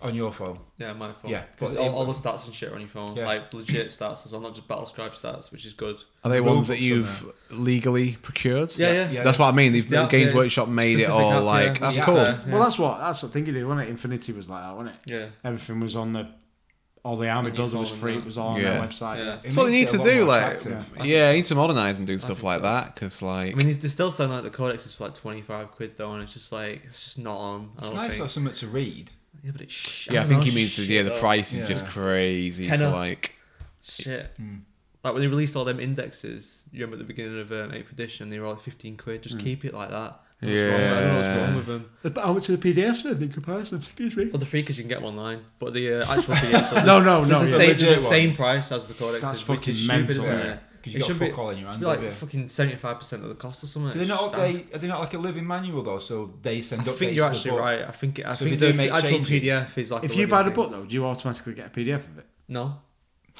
E: on your phone.
D: Yeah, my phone.
E: Yeah,
D: because
E: but
D: all,
E: it-
D: all the stats and shit are on your phone,
E: Yeah.
D: like legit stats as well, not just Battlescribe stats, which is good.
A: Are they
E: Robots
A: ones that you've legally procured?
D: Yeah, yeah.
E: Yeah.
A: That's what I mean. These
D: It's the app,
A: Games
D: yeah,
A: Workshop made it
D: specific
A: all
D: app, yeah.
A: like that's
E: Yeah.
A: cool.
D: Yeah.
B: Well, that's what that's what thinking did, wasn't it? Infinity was like that, wasn't it?
D: Yeah,
B: Everything was on the all the armor
D: On your
B: does was
D: phone,
B: free.
D: yeah.
B: It was all on
A: Yeah.
B: their website.
D: yeah.
E: It
A: That's what they need
E: makes it
A: to
E: a lot
A: do.
E: more
A: Like,
E: attractive.
A: yeah, they need to modernize and do stuff
D: think
A: like
D: so.
A: that because like
D: I mean, they still sound like the codex is for like twenty five quid though, and it's just like it's just not on. I
E: It's
D: don't
E: nice to
D: think.
E: have something to read.
D: Yeah, but it's sh-
A: yeah, I
D: don't
A: think
D: know,
A: he
D: it's
A: means to,
D: shit,
A: yeah, the
D: though.
A: price is
E: Yeah.
A: just crazy. For
D: Tenner.
A: like
D: Shit.
E: Mm.
D: Like when they released all them indexes, you remember at the beginning of um, eighth edition, they were all like fifteen quid. Just keep it like that. I don't know what's wrong- I don't know what's
A: Yeah.
D: wrong with them.
B: But How much are the PDFs then in comparison? Excuse me.
D: *laughs* Well, the free because you can get one line, but the uh, actual PDFs are
B: No, no,
D: the,
B: no.
D: the,
B: yeah.
D: same,
E: legit
D: they're the same
E: ones.
D: price as the codex.
B: That's
D: is, which
B: fucking
D: is stupid,
B: mental,
D: isn't
B: yeah.
D: it?
E: Because
D: It
E: you got
D: should
E: fuck
D: be-
E: all in your
D: It's
E: hands.
D: like
E: have you?
D: fucking seventy five percent of the cost or something.
E: Do they not
D: It's damn-
E: update? Are they not like a living manual though? So they send
D: I
E: updates.
D: think you're
E: to the
D: actually
E: book?
D: right. I think I
E: So
D: think
E: if they do
D: the
E: make
D: actual
E: changes-
D: PDF is like.
B: If
D: a
B: you
D: living
B: buy the
D: thing.
B: book though, do you automatically get a PDF of it?
D: no,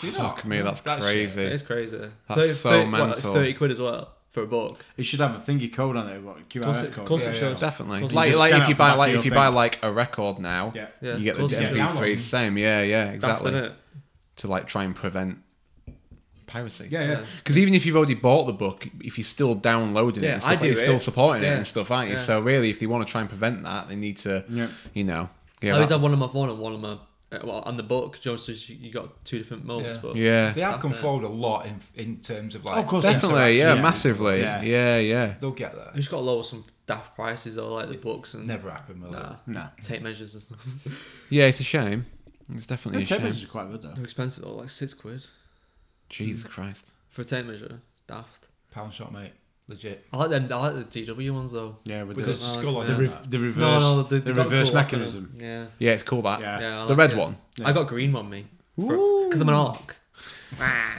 E: Do you
A: fuck
E: not?
A: me, that's
E: That's
A: crazy.
D: it's crazy.
A: That's so
D: what, like
A: mental.
D: Thirty quid as well for a book.
B: It should have a thingy code on it, what QR
D: Course it-
B: code.
D: course
E: it
B: yeah,
E: should.
B: yeah.
A: definitely
D: You
A: like
B: just
A: like
B: scan
A: if
B: it
A: you
B: off
A: buy
B: the
A: like
B: back
A: if
B: of
A: you
B: your
A: buy
B: thing.
A: like a record now,
B: Yeah.
D: Yeah,
A: you get the
D: course it should.
E: Yeah.
A: MP3 same. Yeah, yeah,
D: Daft,
A: exactly.
D: innit?
A: to like try and prevent piracy.
E: Yeah, yeah.
A: Because even if you've already bought the book, if you're still downloading it
D: Yeah,
A: and
D: I
A: stuff, like,
D: do
A: you're still
D: it.
A: supporting it
D: Yeah.
A: and stuff, aren't you?
D: Yeah.
A: So really, if they want to try and prevent that, they need to,
B: Yeah.
A: you know,
D: I
A: yeah,
D: always
A: that-
D: have one on my phone and one on my uh, well, on the book. Just so you, you got two different moments,
E: Yeah.
D: but
A: yeah,
E: They have come
D: Definitely.
E: forward a lot in in terms of like.
D: Oh,
B: of course,
A: definitely, yeah,
B: Yeah.
A: massively,
B: Yeah.
A: yeah, yeah.
E: They'll get there.
D: you just got to lower some daft prices or like the books and
E: Never happen, will
D: nah,
E: it?
B: Nah.
D: take measures and stuff.
A: Yeah, it's a shame. It's definitely
B: The
A: a shame.
B: tape measures are quite good though.
D: They're expensive though, like six quid
A: Jesus Christ.
D: for a tape measure. Daft.
E: Pound shot, mate. Legit.
D: I like them. I like the DW ones though.
B: Yeah, with
E: Because
B: the,
D: I like
E: skull on
D: them.
E: it.
B: the,
E: and
B: re-
E: that.
B: the reverse,
D: No, no,
B: the,
D: they got
B: reverse
D: cool weapon.
B: mechanism.
D: Yeah.
A: Ah, Yeah, it's cool that.
B: Yeah.
D: Yeah, I
A: The
D: like
A: red
D: it.
A: one.
D: I got a green one, me. Because I'm an orc.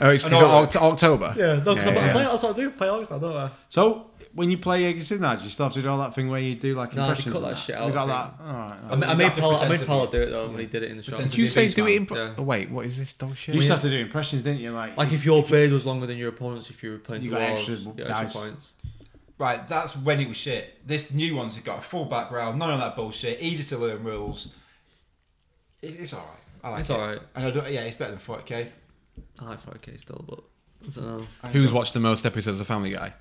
A: Oh, it's,
E: An
A: it's
E: orange.
A: Oct- October.
D: *laughs* Yeah, no, because
A: Yeah,
D: I,
A: yeah.
D: play that's what I do. Play orcs now, don't I?
B: So when you play Aegis Signads, you still have to do all that thing where you do like
D: No, I
B: impressions.
D: cut
B: and
D: that shit out,
B: You got
D: I
B: that. All right.
D: I, ma- I
E: you
D: made
E: have to
D: Paul. I
E: pretend
D: made
E: to
D: Paul
E: be-
D: do it though when he did it in the shop.
E: Pretend
A: Did you
E: It's a
A: say
E: beast
A: do it
E: man.
A: in. Pro-
D: Yeah.
A: oh, wait, what is this dog shit?
B: You used to have to do impressions, didn't you? Like,
D: Like if your blade was longer than your opponent's, if you were playing
B: You got
D: dwarves,
B: extra
D: you got
B: dice.
D: extra points.
E: Right, that's when it was shit. This new one's got a full background, none of that bullshit, easy to learn rules. It, it's alright. I like
D: It's
E: it.
D: alright.
E: And I don't, yeah, it's better than 40k.
D: I like 5k still, but I don't *laughs* know.
E: And
A: Who's watched the most episodes of Family Guy?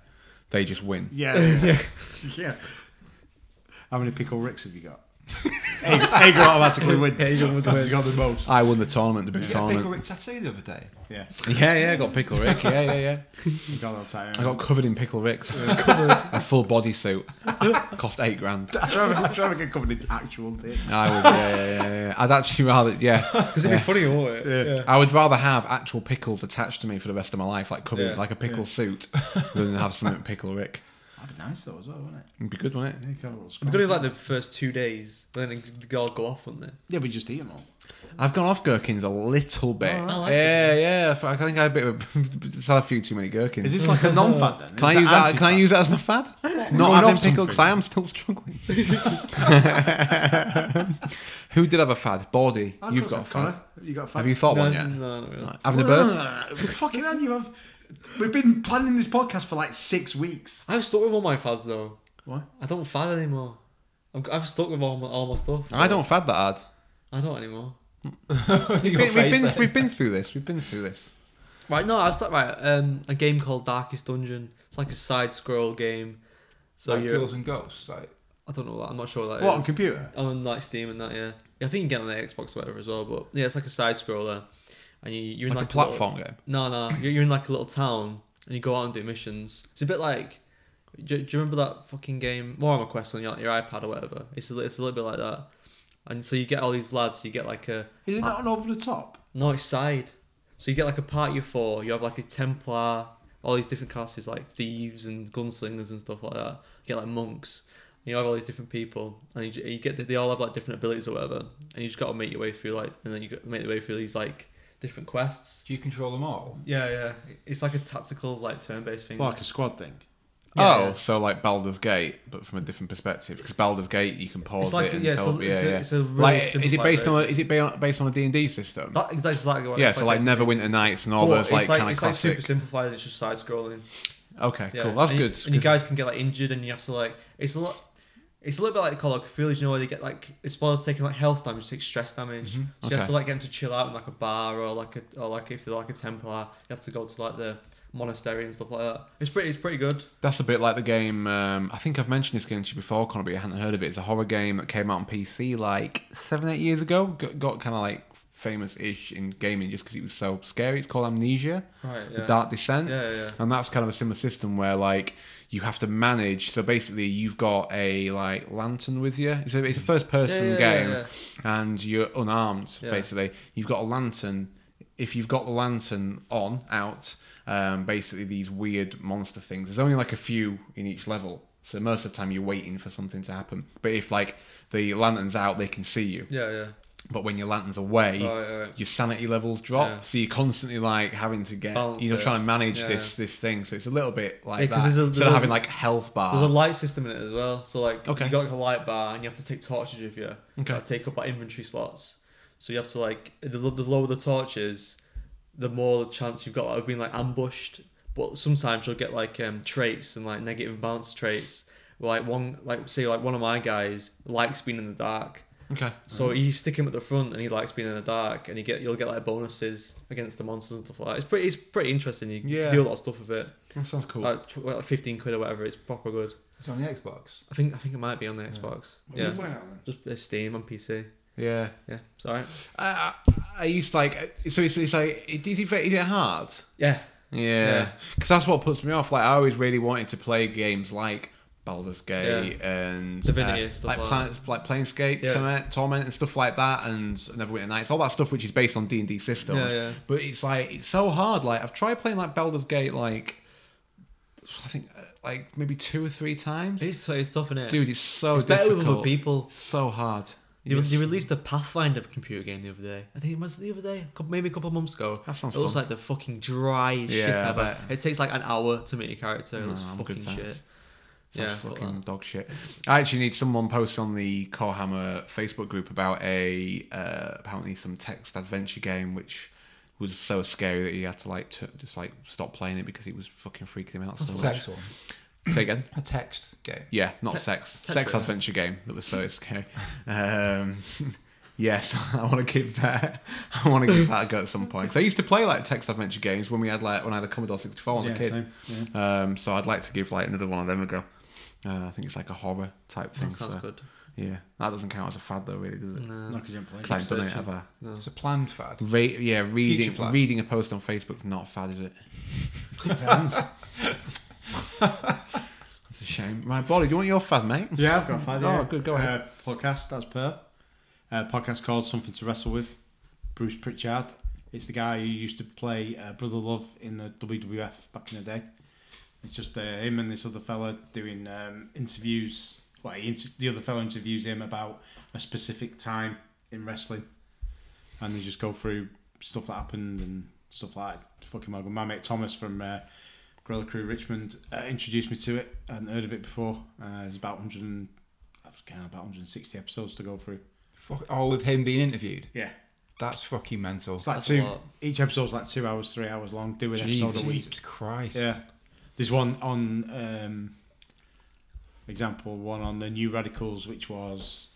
A: They just win.
B: yeah, *laughs* yeah. yeah. How many pickle ricks have you got? Hager automatically wins. Ah.
D: Hager would
B: That's got the most.
A: I won the tournament, the big
E: You got a pickle
A: tournament.
E: Rick tattoo the other
A: *laughs*
E: day.
B: Yeah,
A: Yeah, yeah, I got Pickle Rick. Yeah, yeah, yeah.
B: you got that time.
A: I
B: *laughs*
A: got covered in Pickle
D: *laughs*
A: Ricks. a full bodysuit. Cost eight grand.
D: *laughs*
B: Trevor, Trevor get covered in actual dicks.
A: I would, yeah, yeah, yeah, yeah. I'd actually rather, yeah.
D: Because it'd be funny, wouldn't it?
B: Yeah.
A: I would rather have actual pickles attached to me for the rest of my life, like covered
D: Yeah.
A: like a pickle
D: *laughs*
A: suit, than have something Pickle Rick.
B: That'd be nice though, as well, wouldn't it?
A: It'd be good, wouldn't it?
B: Yeah, you could have a little
D: I'm
B: scone.
D: gonna do like the first two days, but then they all go off, wouldn't they?
B: yeah, we just eat them all.
A: I've gone off gherkins a little bit.
D: Oh, I like
A: yeah, yeah. I think I had a *laughs* bit of, just had a few too many gherkins.
B: Is this like a non-fat then?
A: Can I
B: Is it
A: use that? Can I
B: anti-fat?
A: use that as my fad? Not
B: Going
A: having
B: off
A: pickle because I
B: something.
A: am still struggling. *laughs* Who did have a fad? Body.
B: I've
A: You've got a
B: some
A: fad.
B: colour. You got a fat.
A: Have you thought
D: no,
A: one yet?
D: No, not really.
A: Like, having a bird.
B: Fucking hell, you have. We've been planning this podcast for like six weeks.
D: I've stuck with all my fads though.
B: What?
D: I don't fad anymore. I'm, I've stuck with all my, all my stuff.
A: I don't fad that hard.
D: I don't anymore.
A: We've
E: Your
A: been, we've,
E: face
A: been,
E: there.
A: *laughs* we've been through this. We've been through this.
D: Right, no, I was like, right, um, a game called Darkest Dungeon. It's like a side scroll game. So
E: like
D: you're,
E: girls and ghosts. Like,
D: I don't know, what- I'm not sure what that is.
B: What on computer?
D: on like Steam and that, yeah. yeah I think you can get on the Xbox or whatever as well, but yeah, it's like a side scroller, and you you're in
A: Like, a
D: like,
A: platform game.
D: little- no, no, you're, you're in like a little town, and you go out and do missions. It's a bit like, do, do you remember that fucking game Warhammer Quest on your, your iPad or whatever? It's a, li- it's a little bit like that, and so you get all these lads. You get like a
B: Is it not an over the top?
D: no, it's side. So you get like a party of four. You have like a Templar, all these different classes like thieves and gunslingers and stuff like that. You get like monks. And you have all these different people, and you, you get that they all have like different abilities or whatever. And you just got to make your way through like, and then you got to make your way through these like different quests.
E: do you control them all?
D: Yeah, yeah. It's like a tactical like turn-based thing.
B: Like a squad thing.
D: Yeah,
A: oh,
D: yeah.
A: so like Baldur's Gate, but from a different perspective. Because Baldur's Gate, you can pause
D: like-
A: it and
D: yeah,
A: tell.
D: so
A: yeah,
D: it's a-
A: yeah.
D: it's a really
A: like, is it
D: simplified
A: based on? A, is it ba- based on a D and D system?
D: That- that's exactly what.
A: yeah,
D: it's
A: so like Neverwinter Nights and all
D: But
A: those like, kind of
D: it's like
A: classic.
D: super simplified. and It's just side scrolling.
A: okay,
D: Yeah.
A: cool. That's
D: and
A: good.
D: You, and you
A: 'cause-
D: guys can get like injured, and you have to like it's a lot. It's a little bit like Call of Cthulhu, you know, where they get like it's more taking like health damage, take stress damage. So you
A: Mm-hmm. Okay.
D: have to like get them to chill out in like a bar or like a or like if they're like a Templar, you have to go to like the monastery and stuff like that. It's pretty, it's pretty good.
A: That's a bit like the game. Um, I think I've mentioned this game to you before, Connor, but you hadn't heard of it. It's a horror game that came out on PC like seven, eight years ago. Got, got kind of like famous ish in gaming just because it was so scary. It's called Amnesia,
D: Right,
A: The
D: yeah.
A: Dark Descent.
D: Yeah, yeah, yeah.
A: And that's kind of a similar system where like you have to manage. So basically, you've got a like lantern with you. It's a, it's a first person
D: Mm. Yeah, yeah, yeah,
A: game,
D: yeah.
A: and you're unarmed.
D: Yeah.
A: Basically, you've got a lantern. If you've got the lantern on out, um, basically these weird monster things. There's only like a few in each level, so most of the time you're waiting for something to happen. But if like the lantern's out, they can see you.
D: Yeah, yeah.
A: But when your lantern's away,
D: Right, right.
A: your sanity levels drop.
D: Yeah.
A: So you're constantly like having to get,
D: Balance
A: you know,
D: it.
A: trying to manage
D: Yeah.
A: this this thing. So it's a little bit like
D: Yeah, 'cause
A: that.
D: there's a-
A: Instead
D: there's
A: of
D: a-
A: having like health bar.
D: There's a light system in it as well. So like
A: Ah. Okay.
D: you got like a light bar and you have to take torches with you.
A: Okay.
D: That take up like inventory slots. So you have to like the, lo- the lower the torches, the more the chance you've got of being like ambushed. But sometimes you'll get like um, traits and like negative balance traits. Where, like one like say like one of my guys likes being in the dark.
A: okay.
D: So
A: Mm.
D: you stick him at the front, and he likes being in the dark, and you get you'll get like bonuses against the monsters and stuff like that. It's pretty it's pretty interesting. You can
A: Yeah.
D: do a lot of stuff with it.
A: That sounds cool.
D: Like, tw- like fifteen quid or whatever. It's proper good.
E: It's on the Xbox.
D: I think I think it might be on the Xbox.
B: Well,
D: Yeah,
B: you went out then.
D: just uh, Steam on PC.
A: yeah.
D: Yeah, it's alright.
A: I, I used to like. So it's, it's like, it- is it, is it hard?
D: Yeah,
A: Yeah, because that's what puts me off. Like I always really wanted to play games like Baldur's Gate and
D: Divinity
A: uh,
D: and stuff
A: like
D: like
A: Planets, like Planescape,
D: Yeah.
A: Torment, Torment, and stuff like that, and Neverwinter Nights, all that stuff which is based on D and D systems.
D: Yeah, yeah.
A: But it's like it's so hard. Like I've tried playing like Baldur's Gate, like I think uh, like maybe two or three times.
D: it's it's tough in it.
A: Dude, it's so
D: it's better
A: difficult.
D: with other people.
A: So hard.
D: They,
A: Yes.
D: they released a Pathfinder computer game the other day. I think it was the other day, cou- maybe a couple of months ago.
A: That sounds
D: It looks
A: fun.
D: like the fucking dry shit
A: Yeah, I
D: ever.
A: bet.
D: It takes like an hour to make your character. It
A: No,
D: looks
A: I'm good,
D: fucking
A: thanks.
D: shit.
A: Sounds
D: Yeah, fuck
A: fucking
D: that.
A: dog shit. I actually need someone post on the Core Hammer Facebook group about a uh, apparently some text adventure game which was so scary that he had to like t- just like stop playing it because it was fucking freaking him out so much.
E: Text one.
A: Say again.
E: A text game.
A: Yeah, not sex. Sex
D: Tetris.
A: adventure game that was so scary. Um, *laughs* yes, *laughs* I want to give that. *laughs* I want to give that a go at some point. 'Cause I used to play like text adventure games when we had like when I had a Commodore sixty four as a
B: Yeah,
A: kid.
B: same,
A: Um, so I'd like to give like another one of them a go. Uh, I think it's like a horror type thing.
D: That sounds
A: so,
D: good. Mm,
A: Yeah, that doesn't count as a fad though, really, does it?
D: No.
B: No, 'cause you didn't play.
A: 'Cause I haven't done it
D: searching.
A: ever.
D: No.
E: It's a planned fad.
A: Ra- yeah, reading
E: Future plan.
A: reading a post on Facebook's not a fad, is it?
B: Depends.
A: It's a shame. Right, Bolly, do you want your fad, mate?
B: yeah, I've got a five.
A: Oh,
B: Yeah.
A: good, go ahead.
B: Uh, podcast, that's per. Uh, podcast called Something to Wrestle With. Bruce Pritchard. It's the guy who used to play uh, Brother Love in the WWF back in the day. It's just uh, him and this other fella doing um, interviews. Well, he inter- the other fella interviews him about a specific time in wrestling, and they just go through stuff that happened and stuff like that. fucking mogul. My mate Thomas from uh, Gorilla Crew Richmond uh, introduced me to it. I hadn't heard of it before. Uh, There's about 100, and, I was counting about 160 episodes to go through.
E: Fuck, all of him being interviewed.
B: Yeah,
E: That's fucking mental.
B: it's like
D: That's a
B: two.
D: lot.
B: Each episode's like two hours, three hours long. Do an episode a week.
E: Jesus Christ.
B: Yeah. There's one on um, example one on the New Radicals, which was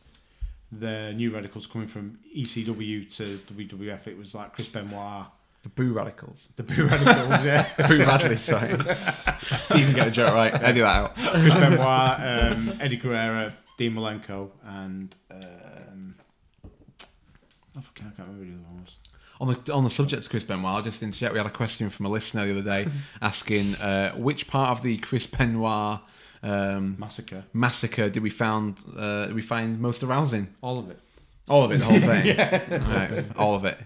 B: the New Radicals coming from ECW to WWF. It was like Chris Benoit,
A: The Boo Radicals.
B: the Boo
D: *laughs*
B: Radicals, yeah.
A: *laughs* Boo Radicals, sorry. *laughs* you can get a joke right. Edit that out.
B: Chris Benoit, um, Eddie Guerrero, Dean Malenko, and um, oh, I fucking I can't remember who the other one was.
A: On the on the subject of Chris Benoit, I'll just interject. We had a question from a listener the other day asking uh, which part of the Chris Benoit um,
B: Massacre.
A: massacre did we found uh, did we find most arousing?
B: All of it.
A: All of it, the
B: *laughs*
A: whole thing. All, right, all of it.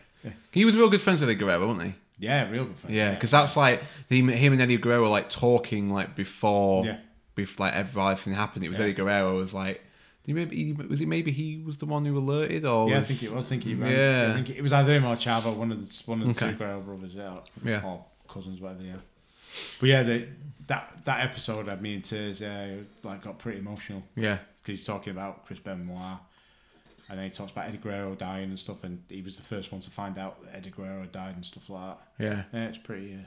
A: He was real good friends with Eddie Guerrero, wasn't
B: Yeah, real good friends.
A: he? Yeah, because that's like him, him and Eddie Guerrero were like talking like before,
B: Yeah.
A: before like everything happened. It was
B: Yeah.
A: Eddie Guerrero was like, do you maybe he- was it maybe he was the one who alerted or
B: Yeah, I
A: was-
B: think it was. I think he ran.
A: Yeah.
B: I think it was either him or Chavo, one of the one of the
A: Okay.
B: two Guerrero brothers, yeah, or,
A: Yeah.
B: or cousins, whatever. Yeah, but yeah, the, that that episode had me in tears. Yeah, it, like got pretty emotional
A: Yeah,
B: because he's talking about Chris Benoit, and then he talks about Eddie Guerrero dying and stuff, and he was the first one to find out that Eddie Guerrero died and stuff like that.
A: yeah.
B: Yeah, it's pretty, uh,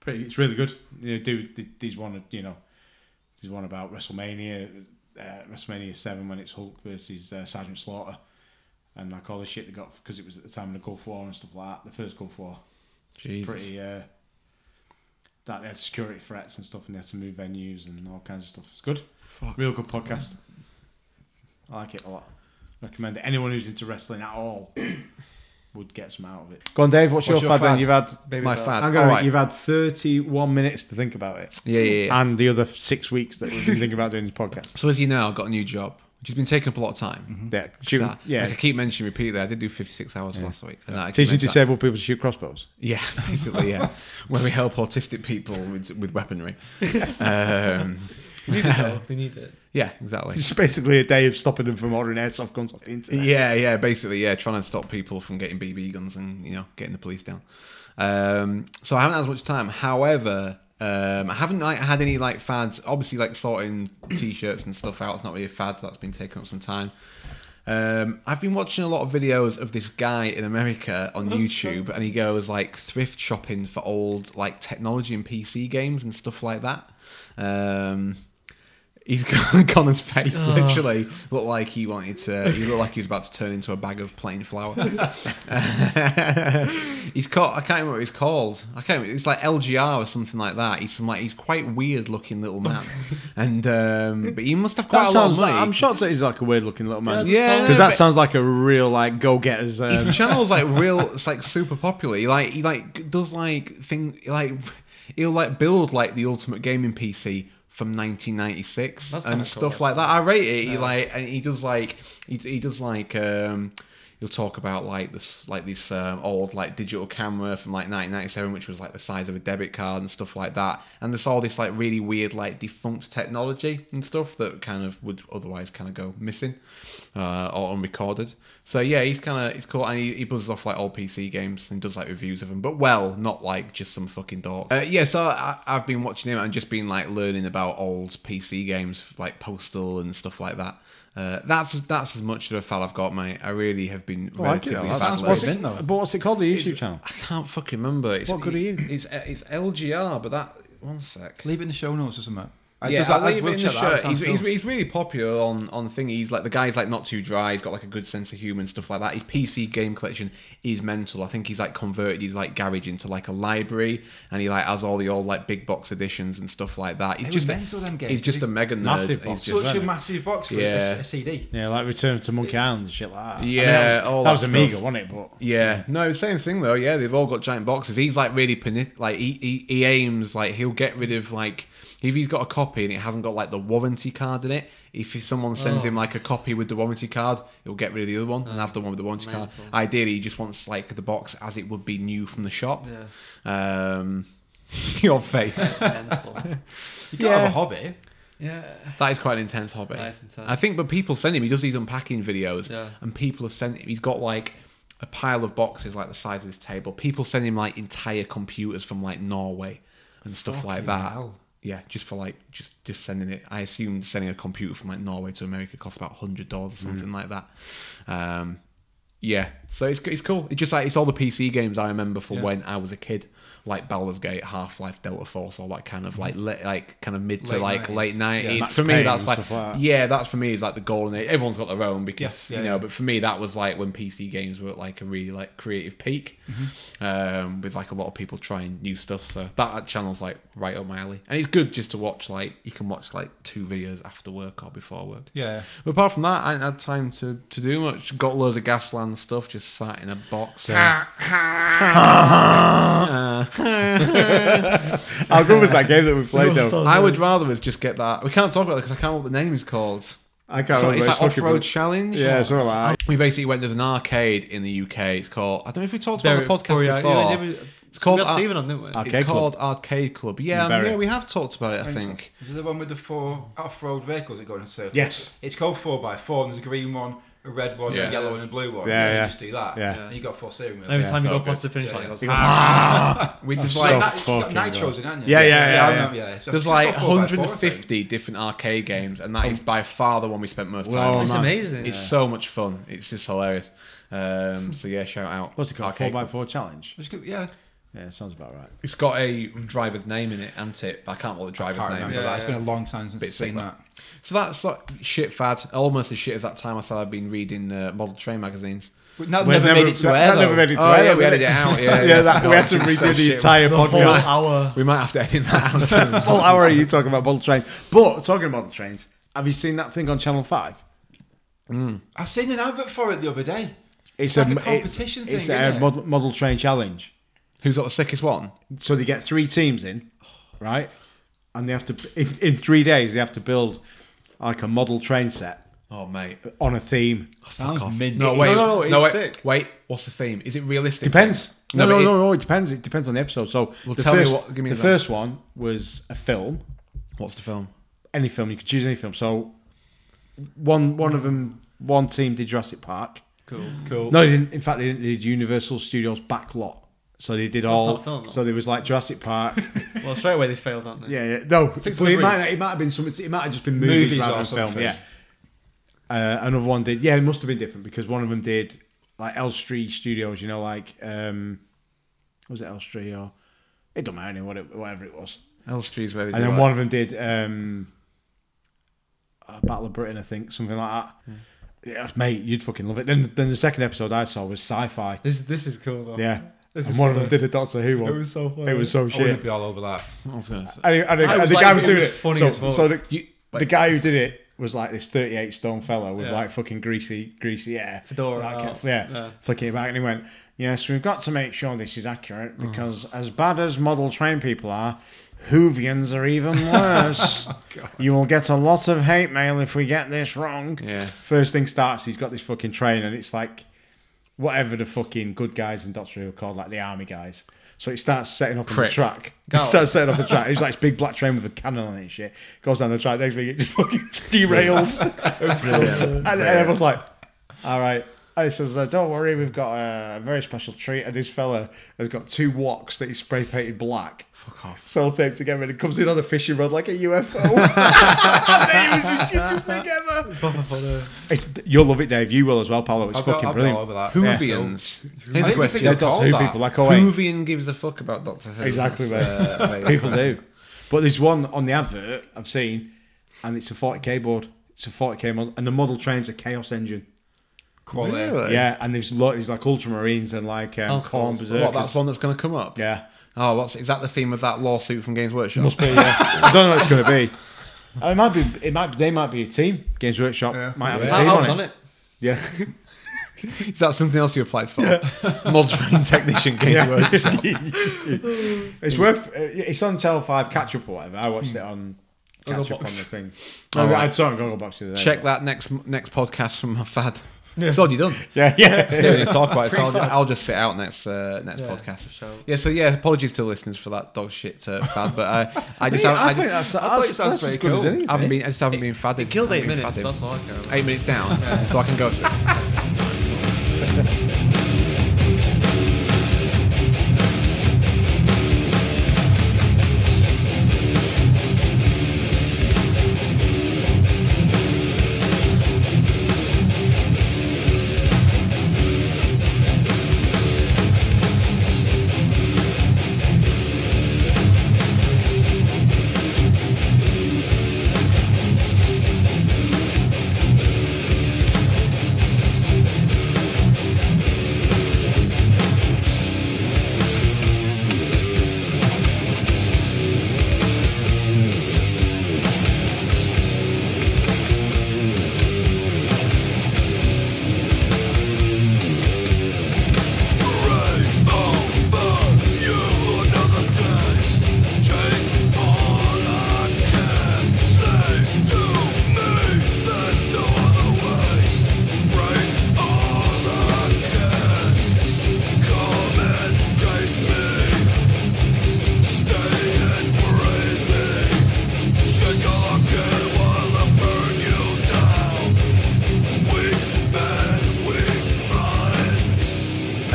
B: pretty. It's really good. You know, do there's one, you know, there's one about WrestleMania uh, WrestleMania Seven when it's Hulk versus uh, Sergeant Slaughter, and like all the shit they got because it was at the time of the Gulf War and stuff like that. The first Gulf War,
A: Jesus.
B: pretty uh, that they had security threats and stuff, and they had to move venues and all kinds of stuff. It's good,
A: Fuck.
B: real good podcast. I like it a lot. Recommend it. Anyone who's into wrestling at all *coughs* would get some out of it. Go on, Dave. What's,
A: What's
B: your,
A: your
B: fad? Then
A: fad?
B: you've had.
D: Baby
A: My
D: Bell.
A: fad.
B: I'm gonna-
A: All right.
B: You've had 31 minutes to think about it
A: Yeah, yeah, yeah.
B: and the other six weeks that we've been thinking about doing
A: *laughs*
B: this podcast.
A: So as you know, I got a new job, which has been taking up a lot of time.
B: Yeah,
A: So,
B: shooting,
A: like I
B: Mm-hmm. yeah.
A: keep mentioning repeatedly, I did do 56 hours last week. And I keep
B: Teaching
A: mentioning that.
B: disabled people to shoot crossbows. *laughs*
A: Yeah, *laughs* basically, yeah. Where we help autistic people with, with weaponry. Um,
D: They need it.
A: *laughs*
D: though. They need it.
A: yeah, exactly.
B: It's basically a day of stopping them from ordering airsoft guns off the internet.
A: Yeah, yeah, basically, yeah, trying to stop people from getting BB guns and you know getting the police down. Um, so I haven't had as much time. However, um, I haven't like had any like fads. Obviously, like sorting t-shirts and stuff out. It's not really a fad. That's been taking up some time. Um, I've been watching a lot of videos of this guy in America on
B: Oh,
A: YouTube, and he goes like thrift shopping for old like technology and PC games and stuff like that. Um, He's *laughs* got Connor's face literally looked like he wanted to. He looked like he was about to turn into a bag of plain flour. *laughs* he's called. I can't remember what he's called. I can't. Remember, it's like LGR or something like that. He's some like he's quite weird looking little man, and um, but he must have quite
B: That
A: a lot of
B: sounds
A: money.
B: like, I'm shocked that he's like a weird looking little man.
A: Yeah,
B: Because
A: but-
B: that sounds like a real like
A: *laughs*
B: go getters.
D: *laughs*
B: Um,
A: his uh, channel's like real it's like super popular he like he like does like thing like he'll like build like the ultimate gaming pc from 1996
D: That's
A: and
D: kinda
A: stuff
D: cool.
A: like that i rate it he like and he does like he, he does like um He'll talk about like this, like this um, old like digital camera from like 1997, which was like the size of a debit card and stuff like that. And there's all this like really weird like defunct technology and stuff that kind of would otherwise kind of go missing uh, or unrecorded. So yeah, he's kind of he's cool, and he, he buzzes off like old PC games and does like reviews of them, but well, not like just some fucking dork. Uh, yeah, so I, I've been watching him and just been like learning about old PC games like Postal and stuff like that. Uh, that's that's as much of a fad I've got, mate. I really have been
B: Oh, I like it.
A: relatively
B: That
E: sounds
A: fadless.
E: positive. been, though.
B: but what's it called? The YouTube channel.
A: I can't fucking remember. It's,
B: What good are you?
A: It's it's LGR, but that one sec.
E: Leave it in the show notes or something.
A: Yeah,
E: just-
A: I'll leave
E: will
A: it in the
E: check that out,
A: shirt.
E: sounds
A: He's, he's,
E: cool.
A: he's really popular on on thing. He's like the guy's like not too dry. He's got like a good sense of humour and stuff like that. His PC game collection is mental. I think he's like converted his like garage into like a library, and he like has all the old like big box editions and stuff like that. He's
E: They were
A: just
E: mental, them games.
A: He's just a mega nerd.
B: Massive
A: He's
B: boxes,
A: just-
E: Such
B: isn't
E: a
B: it?
E: massive box for a-
A: Yeah.
E: a, CD.
B: Yeah, like Return to Monkey Island and shit like that.
A: Yeah,
B: that was,
A: all
B: that
A: that
B: was
A: stuff.
B: Amiga, wasn't it? But
A: Yeah, no, same thing though. Yeah, they've all got giant boxes. He's like really peni- like he, he he aims like he'll get rid of like if he's got a copy and it hasn't got like the warranty card in it. If someone sends him like a copy with the warranty card, he'll get rid of the other one and have the one with the warranty
D: mental.
A: card. Ideally, he just wants like the box as it would be new from the shop.
D: *laughs* Yeah.
A: Um, *laughs* your face.
D: Mental.
E: You gotta
A: Yeah.
E: have a hobby.
D: yeah.
A: That is quite an intense hobby.
D: That is intense.
A: I think, but people send him. He does these unpacking videos,
D: Yeah.
A: and people have sent him. He's got like a pile of boxes, like the size of this table. People send him like entire computers from like Norway and stuff like
E: Fucking
A: that.
E: hell.
A: Yeah, just for like just just sending it. I assume sending a computer from like Norway to America costs about hundred dollars or
E: Hmm.
A: something like that. Um, yeah, so it's it's cool. It's just like it's all the PC games I remember from when I was a kid, like Baldur's Gate, Half Life, Delta Force, all that kind of like le- like kind of mid to
E: Late
A: like
E: 90s.
A: late
E: Yeah,
A: nineties.
B: Max
A: for me,
B: Payne
A: that's
B: and
A: like,
B: stuff like that.
A: yeah, that's for me is like the golden age. Everyone's got their own because
E: Yeah, yeah,
A: you know,
E: yeah.
A: but for me that was like when PC games were at like a really like creative peak, um, with like a lot of people trying new stuff. So that channel's like right up my alley, and it's good just to watch. Like you can watch like two videos after work or before work.
E: Yeah.
A: But apart from that, I ain't had time to, to do much. Got loads of Gasland stuff, just sat in a box. Uh,
B: how good was that game that we
A: *laughs*
B: played
D: Love
B: though?
D: song.
A: *laughs* I would rather us just get that. We can't talk about it because I can't remember what the name is called.
B: I can't
A: So
B: remember.
A: it's like
B: fucking-
A: off-road challenge.
B: Yeah, it's
A: *laughs*
B: all like
A: We basically went. There's an arcade in the UK. It's called. I don't know if we talked about
D: Very-
A: it on the podcast
B: oh,
D: Boreal-
A: before.
D: yeah, we-
A: it's called.
D: We got
A: Ar-
D: Stephen on, didn't we?
A: it's
B: Arcade Club.
A: called Arcade Club. Yeah,
B: In
A: um,
B: Bury.
A: yeah, we have talked about it. I think.
E: Is it the one with the four off-road vehicles that go in a circle?
B: Yes.
E: It's called four by four. And there's a green one, a red one,
A: Yeah.
E: a yellow one, and a blue one.
B: Yeah,
E: You
B: yeah.
E: just do that.
B: Yeah.
E: And you got four steering wheels.
D: Every
E: Yeah.
D: time you
A: so
D: go
A: good.
D: past the finish
E: Yeah,
D: line,
E: yeah.
D: it goes,
B: It
D: "Ah."
B: goes,
A: We just
B: so
A: like
E: That- it's got
B: fucking good.
E: nitros in, hasn't it?
B: Yeah, yeah, yeah,
E: I
B: yeah.
E: remember, yeah. So
A: There's
E: it's
A: like
E: got four by four, I think.
A: 150 different arcade games, and that is by far the one we spent most time.
B: Oh. Well,
A: on.
D: It's
B: man.
D: amazing.
A: It's so much fun. It's just hilarious. Um, so yeah, shout out.
B: what's it called? Four
A: Arcade
B: by
A: Club.
B: four challenge.
E: It's good, Yeah.
B: Yeah, sounds about right.
A: It's got a driver's name in it, and tip. I can't remember the driver's
E: Can't
A: name.
E: remember
A: is.
E: that.
D: Yeah,
E: It's been a long time since
A: Bit
E: I've seen
A: similar.
E: that.
A: So that's like shit fad, almost as shit as that time I said I've been reading uh, model train magazines.
E: But That
B: Well,
E: never, made it to
B: that-
E: air.
B: that
E: though.
B: never made it to
A: Oh, yeah,
B: air. though,
A: we
B: did
A: edited
B: it?
A: it out,
B: *laughs*
A: yeah,
B: yeah,
A: yeah.
B: that, we had to
A: It's so
B: redo the
A: shit.
B: entire
D: The
B: *laughs*
D: whole
B: podcast.
D: hour.
A: We might have to edit that
B: *laughs*
A: out. *laughs*
B: Whole hour are you talking about model trains? But talking about model trains, have you seen that thing on Channel Five?
E: I seen an advert for it the other day. It's like a competition
B: it's, It's
E: thing,
B: a
E: isn't it?
B: model, model train challenge.
A: Who's got the sickest one?
B: So they get three teams in, right? And they have to in, in three days they have to build like a model train set
A: Oh mate.
B: on a theme.
E: Sounds mint.
A: No
E: It
A: wait.
E: is-
B: no, it's
A: wait,
B: sick.
A: Wait, what's the theme? Is it realistic?
B: Depends. No,
A: No,
B: no,
A: but
B: no,
A: it-
B: no, It depends. It depends on the episode. So
A: Well,
B: the
A: tell me
B: first,
A: what- give me
B: the
A: the-
B: first one was a film.
A: What's the film?
B: Any film you could choose. Any film. So one one of them. One team did Jurassic Park.
D: Cool.
E: Cool.
B: No, they didn't. In fact, they, didn't, they did Universal Studios Backlot. So they did all.
D: not a film, though.
B: so there was like Jurassic Park.
D: Well, straight away they failed, aren't they?
B: yeah, yeah. No,
D: Six
B: but it
D: degrees.
B: might it might have been some. It might have just been movies,
E: Movies
B: rather
E: or
B: than film.
E: something.
B: Yeah. Uh, another one did. Yeah, it must have been different because one of them did like Elstree Studios. You know, like um, was it Elstree or it don't matter anyway, what it- whatever it was.
A: Elstree where they
B: And
A: do
B: then
A: that.
D: uh,
B: one of them did um, uh, Battle of Britain, I think, something like that.
D: Hmm.
B: Yeah, mate, you'd fucking love it. Then, then the second episode I saw
D: *laughs*
B: was sci-fi.
D: This this is cool though.
B: Yeah.
D: This
B: and
D: is
B: one of them
D: funny.
B: did a Doctor Who one.
D: It was so funny.
B: It was so
E: I wouldn't
B: shit.
E: be all over that.
A: I was gonna say-
B: And, and,
D: I
B: and
D: was
B: the
D: like,
B: guy was
D: it
B: doing
D: was
B: it.
D: funny
B: so,
D: as well.
B: so the,
A: You-
B: the
A: wait.
B: guy who did it was like this 38 stone fella with
D: Yeah.
B: like fucking greasy, greasy hair.
D: Fedora
B: Like,
D: out.
B: yeah,
D: Yeah.
B: Flicking it back. And he went, Yes, we've got to make sure this is accurate because as bad as model train people are, Hoovians are even worse. you will get a lot of hate mail if we get this wrong.
A: Yeah.
B: First thing starts, he's got this fucking train and it's like whatever the fucking good guys in Doctor Who are called, like the army guys. So it starts setting up on the
A: Pricks.
B: track. It
D: Gallop.
B: starts setting up a track. It's like this big black train with a cannon on it and shit. Goes down the track. Next week it just fucking *laughs* derails. and, and everyone's like, all right. And he says, uh, don't worry, we've got a very special treat. And this fella has got two woks that he spray painted black. Fuck off. Sellotape together and it comes in on a fishing rod like a UFO. *laughs* and it was the shittest thing ever.
D: Proper funny.
B: It's, you'll love it, Dave. You will as well, Paolo. It's
E: I've got-
B: fucking
E: I've got
B: brilliant.
E: all over that.
A: Hoovians. Here's
E: I
A: a
E: think
A: question.
E: they're
B: Yeah, Doctor
E: called
B: Who
E: that.
B: people like, oh, wait.
A: Hoovian gives a fuck about Doctor Who.
B: Exactly, mate.
A: That's, uh, amazing.
B: *laughs* People do. But there's one on the advert I've seen, and it's a 40k board. It's a 40k model, and the model train's a chaos engine.
E: Quality.
B: Yeah, and there's lo- there's like ultramarines and like um,
D: Sounds
B: corn
D: cool.
B: berserkers.
A: What, that's one that's going to come up?
B: yeah,
A: Oh, what's, is that the theme of that lawsuit from Games Workshop?
B: must be. Yeah. I don't know what it's going to be. *laughs* Uh, It might be. It might. Be, they might be a team. Games Workshop might have a
D: I,
B: team
D: I was on
B: on, it.
D: it.
B: Yeah,
A: Is that something else you applied for? *laughs* Mod train technician Games *laughs*
B: Yeah.
A: Workshop.
B: *laughs* it's worth. uh, It's on Tele Five catch up or whatever. I watched it on catch up on the
D: Box.
B: thing.
A: All
B: I-
A: right.
B: I saw it on Google Box the other day.
A: Check that next next podcast from my fad. It's already done.
B: Yeah, yeah.
A: Don't need to talk about it. So I'll, I'll just sit out next uh, next
D: Yeah,
A: podcast.
D: sure.
A: Yeah. So yeah, apologies to the listeners for that dog shit uh, fad, but I I just haven't,
B: *laughs* I,
A: I,
B: think that's,
E: thought
B: that's,
E: it sounds
B: that's as
E: pretty
B: good as
E: cool.
B: anything.
A: haven't been I just haven't been fadded.
D: It killed
A: I
D: eight
A: haven't been
D: minutes.
A: fadded.
D: That's all I care about.
A: Eight minutes down, so I can go soon.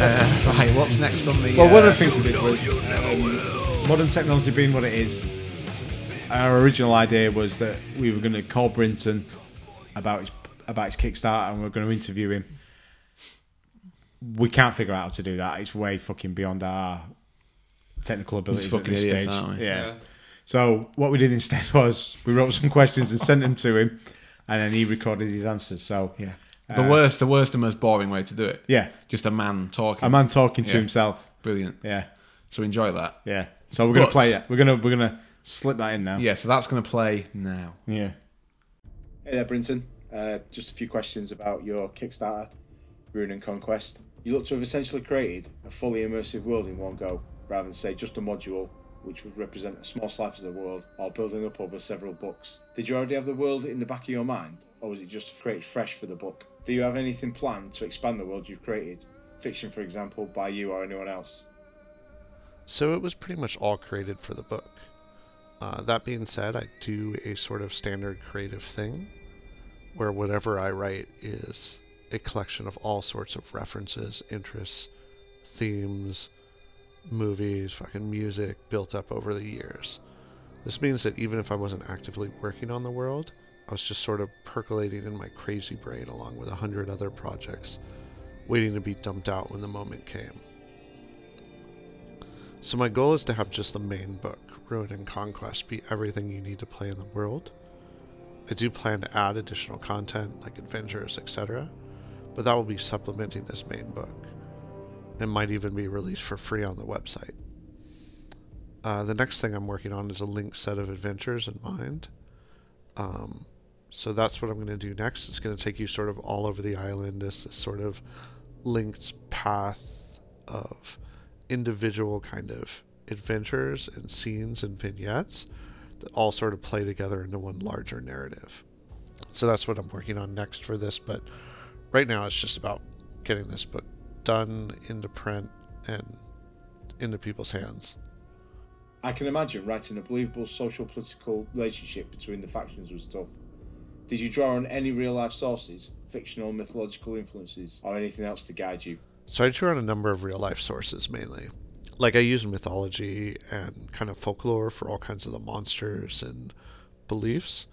A: Uh, right. What's next on the?
B: Well, one
A: uh,
B: of the things we did was um, modern technology being what it is. Our original idea was that we were going to call Brinton about his about his Kickstarter and we are going to interview him. We can't figure out how to do that. It's way fucking beyond our technical abilities at
A: fucking
B: this
A: idiots,
B: stage.
A: aren't we?
B: Yeah. So what we did instead *laughs* was we wrote some questions and sent them to him, and then he recorded his answers. So
A: Yeah.
B: Uh,
A: The worst, the worst and most boring way to do it.
B: yeah,
A: Just a man talking.
B: a man talking to
A: Yeah.
B: himself.
A: Brilliant.
B: Yeah,
A: So enjoy that.
B: yeah. So we're gonna
A: But-
B: play it. We're gonna we're gonna slip that in now.
A: Yeah, so that's going to play now.
B: Yeah. Hey there, Brinton. Uh, just a few questions about your Kickstarter, Rune and Conquest. You look to have essentially created a fully immersive world in one go, rather than say just a module, which would represent a small slice of the world, or building up over several books. Did you already have the world in the back of your mind, or was it just to create fresh for the book? Do you have anything planned to expand the world you've created? Fiction, for example, by you or anyone else?
F: So it was pretty much all created for the book. Uh, that being said, I do a sort of standard creative thing where whatever I write is a collection of all sorts of references, interests, themes, movies, fucking music built up over the years. This means that even if I wasn't actively working on the world, I was just sort of percolating in my crazy brain along with a hundred other projects, waiting to be dumped out when the moment came. So my goal is to have just the main book, Ruin and Conquest, be everything you need to play in the world. I do plan to add additional content like adventures, etc., but that will be supplementing this main book. It might even be released for free on the website. Uh, the next thing I'm working on is a linked set of adventures in mind. Um, so that's what I'm going to do next. It's going to take you sort of all over the island as this sort of linked path of individual kind of adventures and scenes and vignettes that all sort of play together into one larger narrative. So that's what I'm working on next for this, but right now it's just about getting this book done into print and into people's hands.
G: I can imagine writing a believable social political relationship between the factions was tough. Did you draw on any real life sources, fictional, mythological influences, or anything else to guide you?
F: So I drew on a number of real life sources mainly. Like I used mythology and kind of folklore for all kinds of the monsters and beliefs,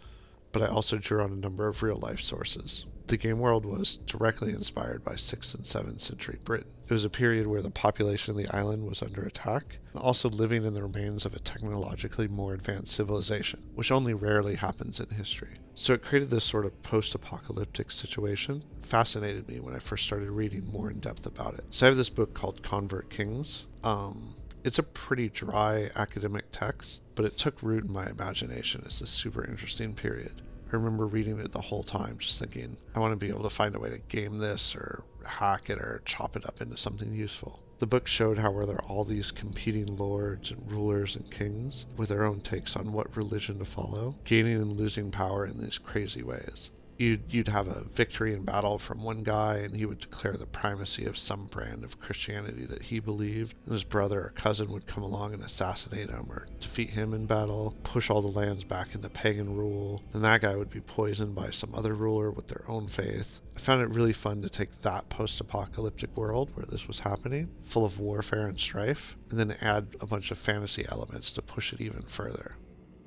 F: but I also drew on a number of real life sources. The game world was directly inspired by 6th and 7th century Britain. It was a period where the population of the island was under attack, and also living in the remains of a technologically more advanced civilization, which only rarely happens in history. So it created this sort of post apocalyptic situation. Fascinated me when I first started reading more in depth about it. So I have this book called Convert Kings. Um, it's a pretty dry academic text, but it took root in my imagination as a super interesting period. I remember reading it the whole time, just thinking, I want to be able to find a way to game this or hack it or chop it up into something useful. The book showed how where there are all these competing lords and rulers and kings with their own takes on what religion to follow, gaining and losing power in these crazy ways you'd, you'd have a victory in battle from one guy, and he would declare the primacy of some brand of Christianity that he believed. And his brother or cousin would come along and assassinate him or defeat him in battle, push all the lands back into pagan rule. Then that guy would be poisoned by some other ruler with their own faith. I found it really fun to take that post apocalyptic world where this was happening, full of warfare and strife, and then add a bunch of fantasy elements to push it even further.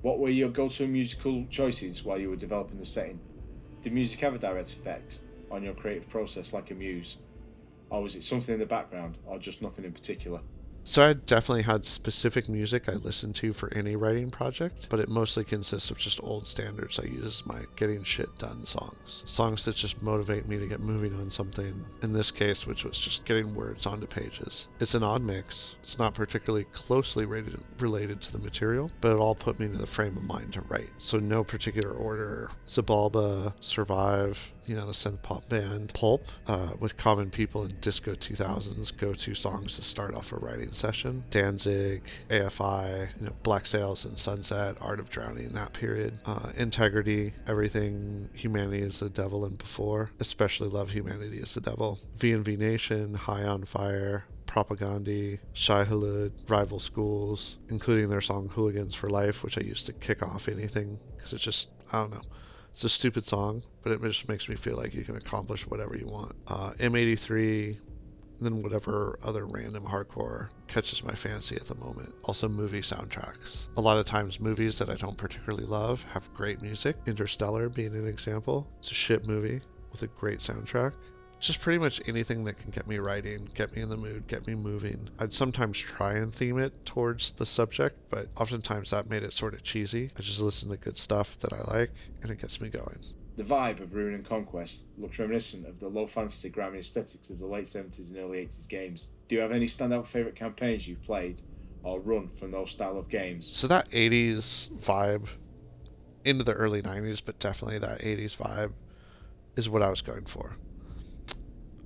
G: What were your go to musical choices while you were developing the setting? Did music have a direct effect on your creative process like a muse? Or was it something in the background, or just nothing in particular?
F: So I definitely had specific music I listened to for any writing project, but it mostly consists of just old standards I use as my getting shit done songs. Songs that just motivate me to get moving on something, in this case, which was just getting words onto pages. It's an odd mix. It's not particularly closely rated, related to the material, but it all put me into the frame of mind to write. So no particular order. Zabalba, Survive, you know, the synth pop band Pulp, uh, with Common People and Disco 2000s go to songs to start off a writing session. Danzig, AFI, you know, Black Sails and Sunset, Art of Drowning, that period. Uh, Integrity, Everything Humanity is the Devil and Before, especially Love Humanity is the Devil. V&V Nation, High on Fire, propaganda, Shai Hulud, rival schools, including their song Hooligans for Life, which I used to kick off anything because it's just, I don't know. It's a stupid song, but it just makes me feel like you can accomplish whatever you want. Uh, M83, then whatever other random hardcore catches my fancy at the moment. Also, movie soundtracks. A lot of times, movies that I don't particularly love have great music. Interstellar being an example. It's a shit movie with a great soundtrack. just pretty much anything that can get me writing, get me in the mood, get me moving. I'd sometimes try and theme it towards the subject, but oftentimes that made it sort of cheesy. I just listen to good stuff that I like, and it gets me going.
G: The vibe of Ruin and Conquest looks reminiscent of the low fantasy grammar aesthetics of the late 70s and early 80s games. Do you have any standout favourite campaigns you've played or run from those style of games?
F: So that 80s vibe into the early 90s, but definitely that 80s vibe is what I was going for.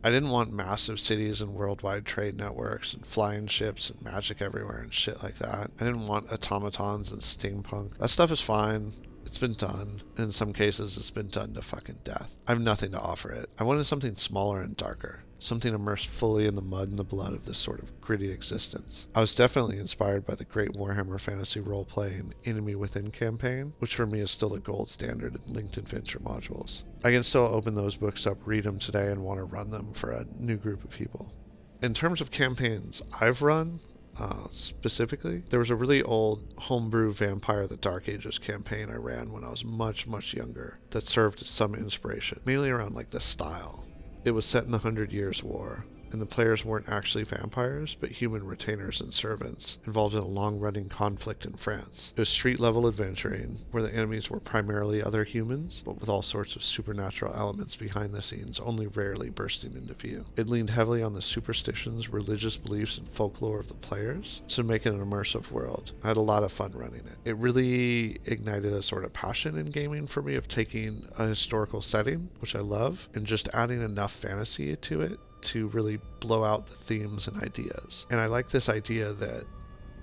F: I didn't want massive cities and worldwide trade networks and flying ships and magic everywhere and shit like that. I didn't want automatons and steampunk. That stuff is fine. It's been done. In some cases, it's been done to fucking death. I have nothing to offer it. I wanted something smaller and darker, something immersed fully in the mud and the blood of this sort of gritty existence. I was definitely inspired by the great Warhammer Fantasy role playing Enemy Within campaign, which for me is still the gold standard in linked adventure modules. I can still open those books up, read them today, and want to run them for a new group of people in terms of campaigns I've run, uh, specifically, there was a really old homebrew Vampire the Dark Ages campaign I ran when I was much, much younger that served as some inspiration, mainly around like the style. It was set in the Hundred Years' War, and the players weren't actually vampires, but human retainers and servants involved in a long running conflict in France. It was street level adventuring, where the enemies were primarily other humans, but with all sorts of supernatural elements behind the scenes, only rarely bursting into view. It leaned heavily on the superstitions, religious beliefs, and folklore of the players to make it an immersive world. I had a lot of fun running it. It really ignited a sort of passion in gaming for me of taking a historical setting, which I love, and just adding enough fantasy to it to really blow out the themes and ideas. And I like this idea that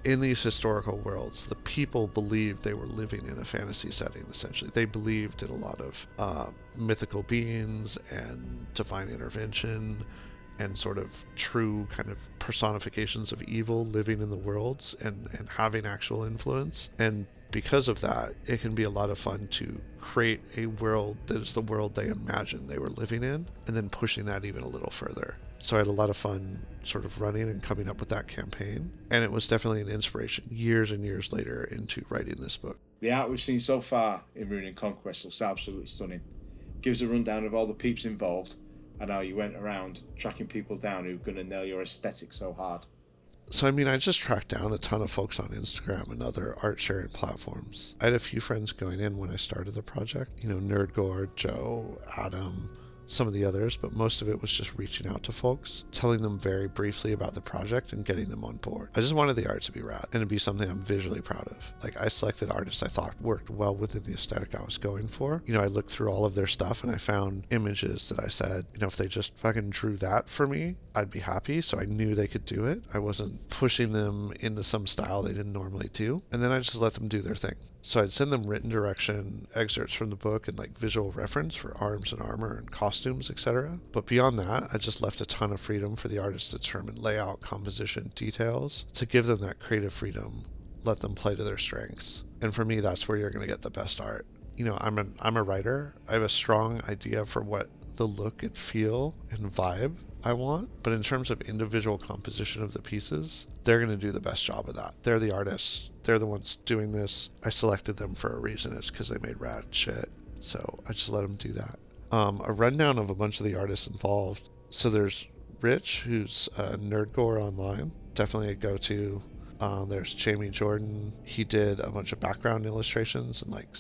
F: in these historical worlds, the people believed they were living in a fantasy setting, essentially. They believed in a lot of uh, mythical beings and divine intervention and sort of true kind of personifications of evil living in the worlds and, and having actual influence. And because of that, it can be a lot of fun to create a world that is the world they imagined they were living in and then pushing that even a little further. So I had a lot of fun sort of running and coming up with that campaign. And it was definitely an inspiration years and years later into writing this book.
G: The art we've seen so far in Ruin and Conquest looks absolutely stunning. Gives a rundown of all the peeps involved and how you went around tracking people down who are going to nail your aesthetic so hard.
F: So, I mean, I just tracked down a ton of folks on Instagram and other art sharing platforms. I had a few friends going in when I started the project, you know, Nerdgore, Joe, Adam, some of the others, but most of it was just reaching out to folks, telling them very briefly about the project and getting them on board. I just wanted the art to be rad and to be something I'm visually proud of. Like, I selected artists I thought worked well within the aesthetic I was going for. You know, I looked through all of their stuff and I found images that I said, you know, if they just fucking drew that for me, I'd be happy. So I knew they could do it. I wasn't pushing them into some style they didn't normally do. And then I just let them do their thing. So I'd send them written direction, excerpts from the book, and like visual reference for arms and armor and costumes, etc. But beyond that, I just left a ton of freedom for the artist to determine layout, composition, details, to give them that creative freedom, let them play to their strengths. And for me, that's where you're going to get the best art. You know, I'm an I'm a writer. I have a strong idea for what the look and feel and vibe I want, but in terms of individual composition of the pieces, they're going to do the best job of that. They're the artists, they're the ones doing this. I selected them for a reason, it's because they made rad shit. So I just let them do that. Um, a rundown of a bunch of the artists involved. So there's Rich, who's a nerdcore online, definitely a go to. Um, there's Jamie Jordan. He did a bunch of background illustrations and like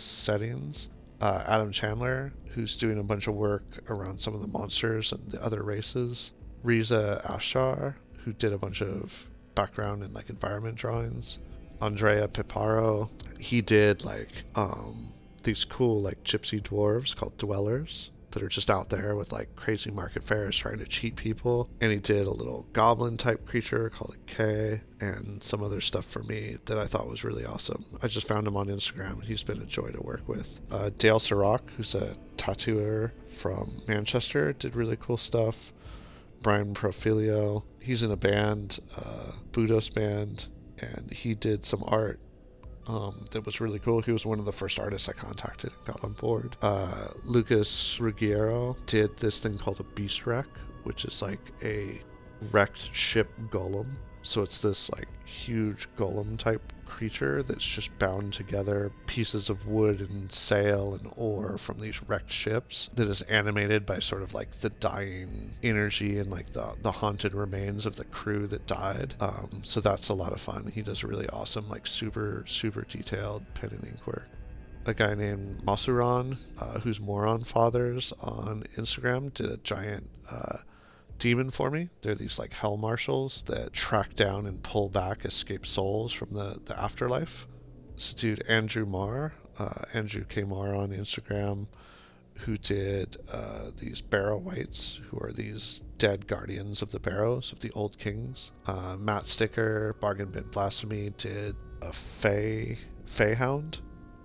F: settings uh, Adam Chandler, who's doing a bunch of work around some of the monsters and the other races. Riza Ashar, who did a bunch of background and like environment drawings. Andrea Piparo, he did like um, these cool like gypsy dwarves called dwellers that are just out there with like crazy market fairs trying to cheat people. And he did a little goblin type creature called a K and some other stuff for me that I thought was really awesome. I just found him on Instagram and he's been a joy to work with. Uh, Dale Sirach, who's a tattooer from Manchester, did really cool stuff. Brian Profilio, he's in a band, uh, Budos Band, and he did some art um, that was really cool. He was one of the first artists I contacted and got on board. Uh, Lucas Ruggiero did this thing called a beast wreck, which is like a wrecked ship golem. So it's this like huge golem type creature that's just bound together pieces of wood and sail and ore from these wrecked ships that is animated by sort of like the dying energy and like the, the haunted remains of the crew that died. Um, so that's a lot of fun. He does really awesome, like super, super detailed pen and ink work a guy named Masuran, uh, who's Moron Fathers on Instagram, did a giant uh, demon for me. They're these like hell marshals that track down and pull back escaped souls from the, the afterlife. This dude, Andrew Marr, uh, Andrew K. Marr on Instagram, who did uh, these barrow whites, who are these dead guardians of the barrows of the old kings. Uh, Matt Sticker, Bargain Bin Blasphemy, did a fey, feyhound,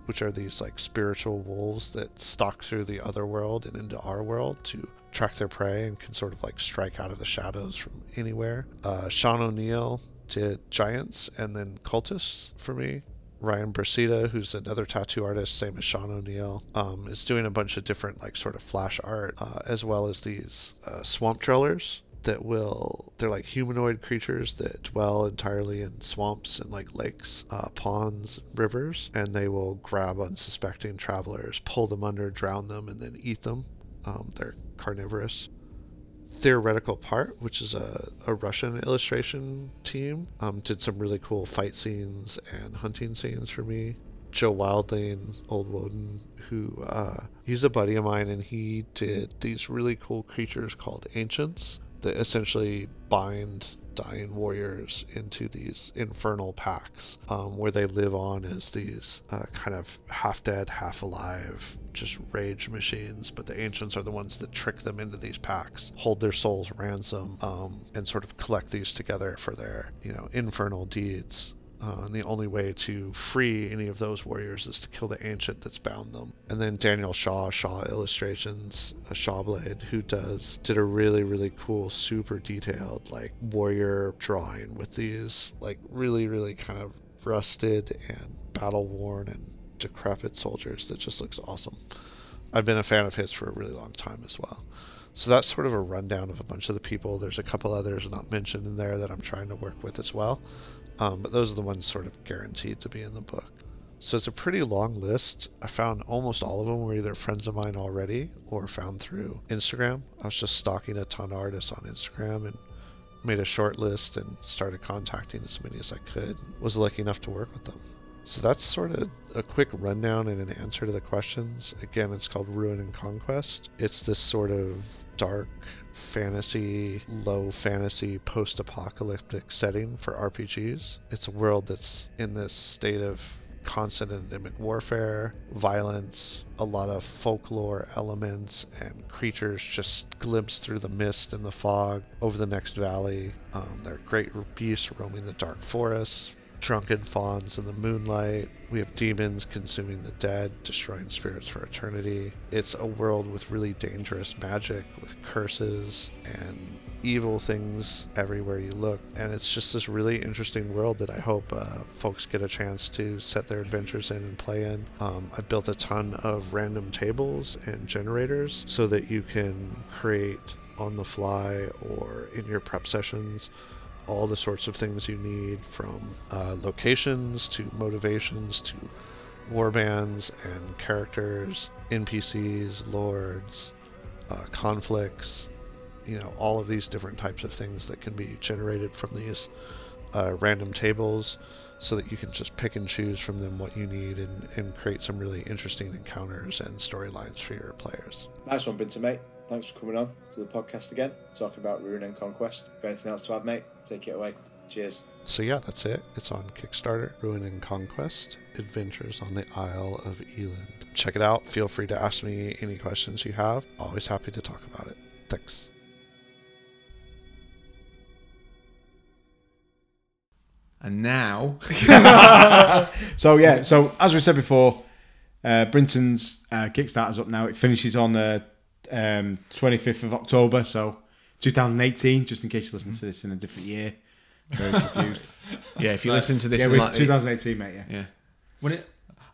F: which are these like spiritual wolves that stalk through the other world and into our world to track their prey and can sort of like strike out of the shadows from anywhere. Uh, Sean O'Neill did giants and then cultists for me. Ryan Brasita, who's another tattoo artist, same as Sean O'Neill, um, is doing a bunch of different like sort of flash art, uh, as well as these uh, swamp drillers that will they're like humanoid creatures that dwell entirely in swamps and like lakes uh, ponds rivers and they will grab unsuspecting travelers pull them under drown them and then eat them um, they're carnivorous theoretical part which is a, a russian illustration team um, did some really cool fight scenes and hunting scenes for me joe wildling old woden who uh, he's a buddy of mine and he did these really cool creatures called ancients that essentially bind dying warriors into these infernal packs um, where they live on as these uh, kind of half dead, half alive, just rage machines. But the ancients are the ones that trick them into these packs, hold their souls ransom, um, and sort of collect these together for their, you know, infernal deeds. Uh, and the only way to free any of those warriors is to kill the ancient that's bound them. And then Daniel Shaw, Shaw Illustrations, a Shawblade, who does did a really really cool, super detailed like warrior drawing with these like really really kind of rusted and battle worn and decrepit soldiers that just looks awesome. I've been a fan of his for a really long time as well. So that's sort of a rundown of a bunch of the people. There's a couple others not mentioned in there that I'm trying to work with as well. Um, but those are the ones sort of guaranteed to be in the book. So it's a pretty long list. I found almost all of them were either friends of mine already or found through Instagram. I was just stalking a ton of artists on Instagram and made a short list and started contacting as many as I could. Was lucky enough to work with them. So that's sort of a quick rundown and an answer to the questions. Again, it's called Ruin and Conquest. It's this sort of dark fantasy, low fantasy, post apocalyptic setting for RPGs. It's a world that's in this state of constant endemic warfare, violence, a lot of folklore elements, and creatures just glimpsed through the mist and the fog over the next valley. Um, there are great beasts roaming the dark forests, drunken fawns in the moonlight. We have demons consuming the dead, destroying spirits for eternity. It's a world with really dangerous magic, with curses and evil things everywhere you look. And it's just this really interesting world that I hope uh, folks get a chance to set their adventures in and play in. Um, I built a ton of random tables and generators so that you can create on the fly or in your prep sessions all the sorts of things you need from uh, locations to motivations to war bands and characters, NPCs, lords, uh, conflicts, you know, all of these different types of things that can be generated from these uh, random tables so that you can just pick and choose from them what you need and, and create some really interesting encounters and storylines for your players.
G: Nice one, Binta, mate. Thanks for coming on to the podcast again, talking about Ruin and Conquest. Got anything else to add, mate? Take it away. Cheers.
F: So yeah, that's it. It's on Kickstarter. Ruin and Conquest: Adventures on the Isle of Eland. Check it out. Feel free to ask me any questions you have. Always happy to talk about it. Thanks.
A: And now,
B: So yeah, so as we said before, uh, Brinton's uh, Kickstarter's up now. It finishes on the um, 25th of October, so 2018. Just in case you listen to this in a different year,
A: *laughs*
B: very confused.
A: yeah, if you listen to this,
B: *laughs* yeah,
A: in
B: we're
A: like the-
B: 2018, mate. Yeah.
A: yeah,
D: When it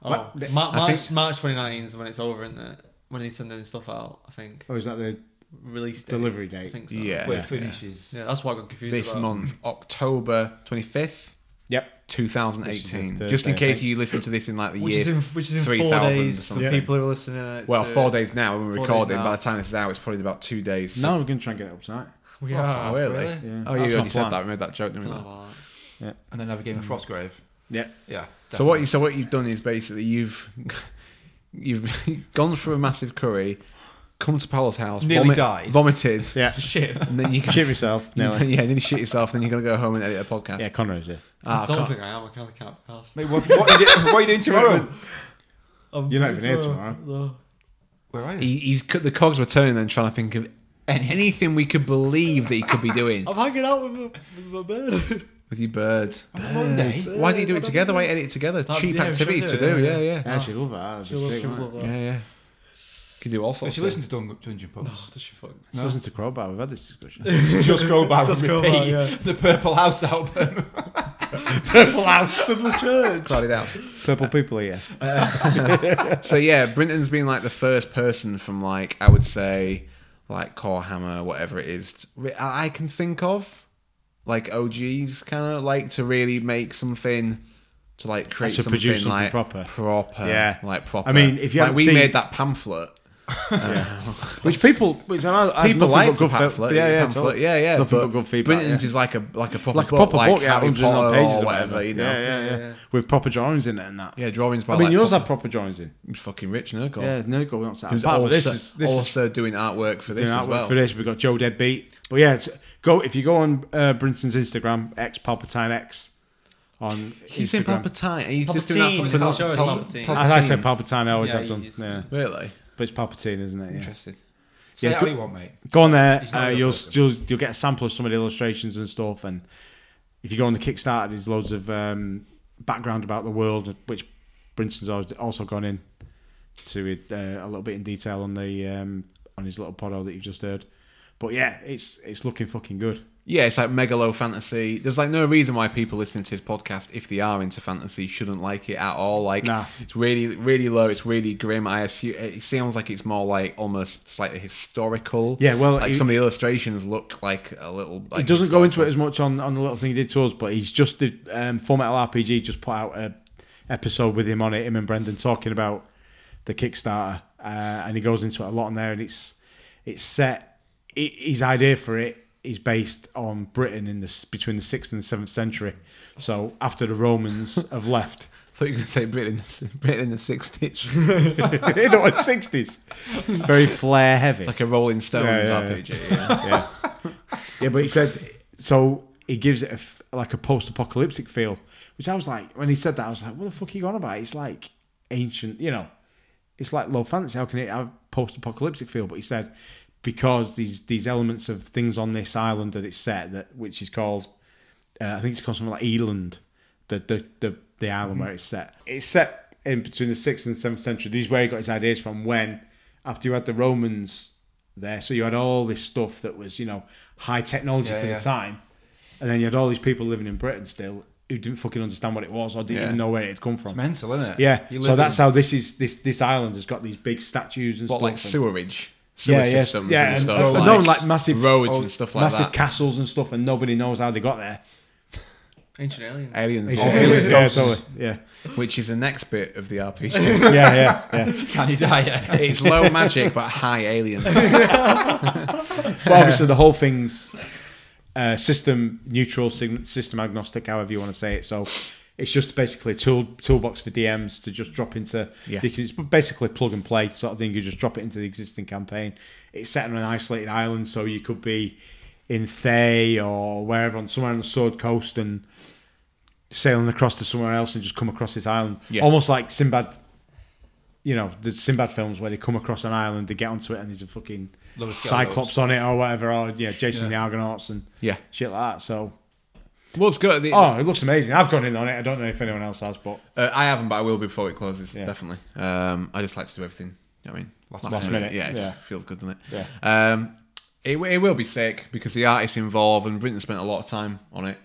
D: oh,
B: What?
D: Ma-
A: I
D: March
A: think-
D: March 2019 is when it's over, isn't it? When they send their stuff out, I think.
B: Oh, is that the
D: release date.
B: Delivery date.
D: I think so.
A: Yeah.
E: where it finishes.
D: Yeah, that's why I got confused.
A: This
D: about.
A: month, October 25th,
B: Yep. This
A: 2018.
B: is the
A: Just in
B: Thursday, I
A: case you listen to this in like the
D: Which
A: year
D: is in which is in four
A: 3000 or
D: days for
A: something.
D: people who are listening. uh,
A: Well,
D: to-
A: four days now when we're
D: four days
A: recording.
D: now.
A: By the time this is out, it's probably about two days.
B: No, we're going to try and get it up tonight.
D: We
E: Oh,
D: are
A: Oh, really?
E: Really?
A: Oh,
B: Yeah.
A: you
B: That's my
A: already said
B: plan.
A: that. We made that joke, didn't
D: Don't
A: we?
D: know about that.
E: And then have a game of Frostgrave.
B: Yeah.
E: Yeah.
A: So what? You, so what you've done is basically you've *laughs* you've *laughs* gone through a massive curry, come to Paolo's house,
E: Nearly
A: vomit-
E: died.
A: vomited,
B: Yeah. *laughs*
D: *laughs* Shit.
A: and then you can,
B: Shit yourself.
A: yeah, *laughs*
B: Nearly.
A: then you shit yourself. Then you're gonna go home and edit a podcast.
B: yeah, Connor's here.
A: Ah,
D: I don't
A: can't-
D: think I am. I can't count past.
E: Mate, what, what, are you do- what are you doing tomorrow?
D: I'm
B: You're not
D: busy
B: even here tomorrow.
D: No.
E: Where are you?
A: he, he's cut- the cogs were turning, then trying to think of anything we could believe that he could be doing
D: I'm hanging out with my, with my *laughs* bird.
A: with your birds.
E: Monday.
A: Why do you do it together? Why edit it together?
D: That'd-
A: Cheap
D: yeah, we should
A: activities
D: do
A: to
D: it,
A: do.
D: yeah,
A: Yeah, yeah, yeah,
B: Yeah, she love that. She
D: She'll-
B: love,
D: she'll love that.
A: yeah. Can do all sorts.
E: Does she
A: of
E: listen
A: things.
E: to Dun- Dungeon Pups?
D: Oh, Does she fuck?
B: Listen to Crowbar. We've had this discussion.
A: *laughs*
E: Just scroll back
D: Just
E: and
D: go
E: repeat
D: back, yeah.
E: the Purple House album.
B: Purple House of the Church.
A: Crowded out.
B: Purple people here.
A: So yeah, Brinton's been like the first person from like I would say like Core Hammer, whatever it is, t- I I can think of like OGs kind of like to really make something to like create
B: to
A: something,
B: produce something
A: like
B: proper.
A: proper,
B: Yeah.
A: like proper.
B: I mean, if you
A: like
B: haven't
A: we
B: seen-
A: made that
B: *laughs*
A: pamphlet. Uh,
B: Which people, which I know, I
A: People
B: like
A: like the pamphlet,
B: Yeah, yeah,
A: pamphlet,
B: totally.
A: yeah, yeah.
B: Nothing
A: but
B: but good feedback.
A: Brinton's
B: yeah.
A: is like a like a proper
B: like a
A: book,
B: proper
A: like
B: book, yeah,
A: Harry
B: 100 odd
A: Potter
B: pages
A: or
B: or
A: whatever, you know.
B: Yeah, yeah, yeah, With proper drawings in it and that.
A: Yeah, drawings by
B: I mean,
A: like
B: yours
A: fucking,
B: have proper drawings in.
A: fucking rich, no? God.
B: Yeah, no go on
A: Who's
B: But
A: also,
B: this is this is
A: also doing artwork for this
B: doing
A: as
B: artwork
A: well.
B: for this. We've got Joe Deadbeat. But yeah, it's- go if you go on uh, Brinson's Instagram, X Palpatine X on
A: Keep saying
B: Instagram.
A: Palpatine. Are you just doing that
D: Palpatine,
A: for
D: it's
A: Pal-
D: sure it's
A: Pal-
D: Palpatine.
B: As I said Palpatine, I always
D: Yeah,
B: have
D: you
B: done.
D: just-
B: Yeah.
A: Really?
B: But it's Palpatine, isn't it? Yeah.
A: Interested.
E: Say
B: Yeah,
E: that
B: go-
E: what you want, mate.
B: Go on there.
E: He's not a
B: Uh,
E: real
B: you'll,
E: person.
B: you'll you'll get a sample of some of the illustrations and stuff. And if you go on the Kickstarter, there's loads of um, background about the world, which Brinson's al- also gone in to it, uh, a little bit in detail on the um, on his little podo that you've just heard. But yeah, it's it's looking fucking good.
A: Yeah, it's like megalo fantasy. There's like no reason why people listening to this podcast, if they are into fantasy, shouldn't like it at all. Like
B: Nah.
A: it's really, really low. It's really grim. I assume it sounds like it's more like almost slightly historical.
B: Yeah, well,
A: like
B: it-
A: some of the illustrations look like a little. Like,
B: He doesn't go into it as much on, on the little thing he did to us, but he's just did um, Full Metal RPG just put out a episode with him on it, him and Brendan talking about the Kickstarter, uh, and he goes into it a lot on there, and it's it's set. i his idea for it is based on Britain in this between the sixth and seventh century, so after the Romans have left *laughs*
A: I thought you were going to say Britain, *laughs* in the- Britain in the sixties,
B: in the sixties, very flair heavy.
A: like a Rolling Stones
B: Yeah, yeah, yeah.
A: RPG. Yeah.
B: yeah. yeah, but he said so he gives it a f like a post-apocalyptic feel, which I was like when he said that I was like, what the fuck are you on about? It's like ancient, you know, it's like low fantasy. How can it have post-apocalyptic feel? But he said because these these elements of things on this island that it's set that which is called uh, I think it's called something like Eland, the the the, the island
A: Mm-hmm.
B: where it's set. It's set in between the sixth and seventh century. These is where he got his ideas from. When after you had the Romans there, so you had all this stuff that was you know high technology
E: Yeah,
B: for
E: yeah.
B: the time, and then you had all these people living in Britain still who didn't fucking understand what it was or didn't
A: Yeah.
B: even know where it had come
E: It's
B: from.
E: mental, isn't it?
B: Yeah,
E: You
B: so
E: live
B: that's
E: in-
B: how this is this this island has got these big statues and
A: What
B: stuff.
A: like
B: and-
A: sewerage, sewer
B: yeah,
A: systems,
B: yeah,
A: and,
B: and,
A: stuff.
B: and
A: like,
B: no, like massive
A: roads
B: oh,
A: and stuff like
B: massive
A: that.
B: castles and stuff, and nobody knows how they got there.
D: Ancient aliens.
A: Aliens,
B: Oh, yeah, totally. yeah,
A: *laughs* which is the next bit of the RPG.
B: yeah, yeah, yeah.
E: *laughs* Can you die? Yeah.
A: It's low magic but high
B: *laughs*
A: alien.
B: But obviously, the whole thing's uh, system neutral, sig- system agnostic, however you want to say it. So it's just basically a tool toolbox for DMs to just drop into.
A: Yeah.
B: You can, it's basically plug and play sort of thing. You just drop it into the existing campaign. It's set on an isolated island, so you could be in Thay or wherever on somewhere on the Sword Coast and sailing across to somewhere else and just come across this island,
A: Yeah.
B: almost like Sinbad. You know the Sinbad films where they come across an island, they get onto it, and there's a fucking
E: Load of
B: Cyclops on it or whatever, or yeah, Jason
E: Yeah.
B: the Argonauts and
A: Yeah.
B: shit like that. So,
A: What's good? The,
B: oh, it looks amazing. I've gone in on it. I don't know if anyone else has, but
A: uh, I haven't, but I will before it closes.
B: Yeah.
A: Definitely. Um, I just like to do everything. you know what I mean,
E: Last
B: minute.
A: Yeah, it
B: Yeah.
A: just feels good, doesn't it? Yeah. Um, it, w- it will be sick because the artists involved and Brinton spent a lot of time on it.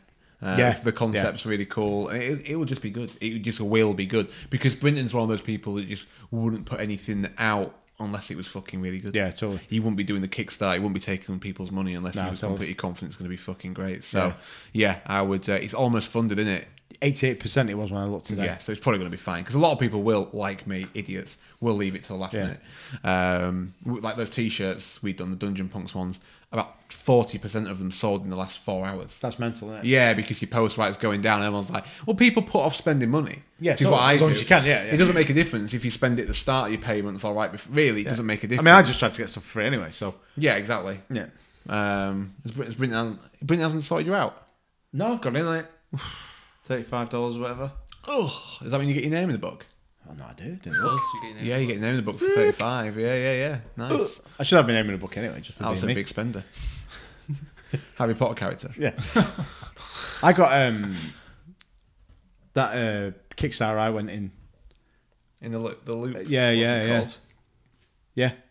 A: Uh,
B: Yeah.
A: the concept's really cool, and it, it will just be good. It just will be good because Brinton's one of those people that just wouldn't put anything out unless it was fucking really good.
B: Yeah, totally.
A: He wouldn't be doing the Kickstarter. He wouldn't be taking people's money unless
B: No,
A: he was
B: totally.
A: completely confident it's going to be fucking great. So yeah, I would. Uh, it's almost funded, isn't it?
B: 88% it was when I looked today.
A: Yeah, so it's probably going to be fine because a lot of people will, like me, idiots, will leave it till the last
B: Yeah.
A: minute. Um, w- like those T-shirts we've done, the Dungeon Punks ones. About forty percent of them sold in the last four hours.
B: That's mental, isn't it?
A: Yeah, because your post rate's going down. and Everyone's like, well, people put off spending money.
B: Yeah,
A: which is
B: totally,
A: what I
B: as long
A: do.
B: as you can, yeah, yeah.
A: It doesn't make a difference if you spend it at the start of your payments or right before. Really, it doesn't make a
B: I
A: difference.
B: mean, I just tried to get stuff free anyway, so.
A: yeah, exactly.
B: Yeah.
A: Um, has Brit- has Brittany, hasn't- Brittany hasn't sorted you out.
B: No, I've got in like
A: *sighs*
B: $35 or whatever.
A: Oh, does that mean you get your name in the book?
B: Oh, no, I do. Didn't
D: Those
B: look.
D: you get your name
A: Yeah,
D: for.
A: you get your name in the book for thirty-five. Yeah, yeah, yeah. Nice.
B: I should have been aiming a book anyway, just for
A: I was
B: being
A: a
B: me.
A: big spender. *laughs* Harry Potter character.
B: Yeah. I got um that uh Kickstarter I went in.
A: In the loop. The loop.
B: Uh, yeah,
A: what's
B: yeah,
A: it
B: yeah.
A: called?
B: Yeah. *laughs*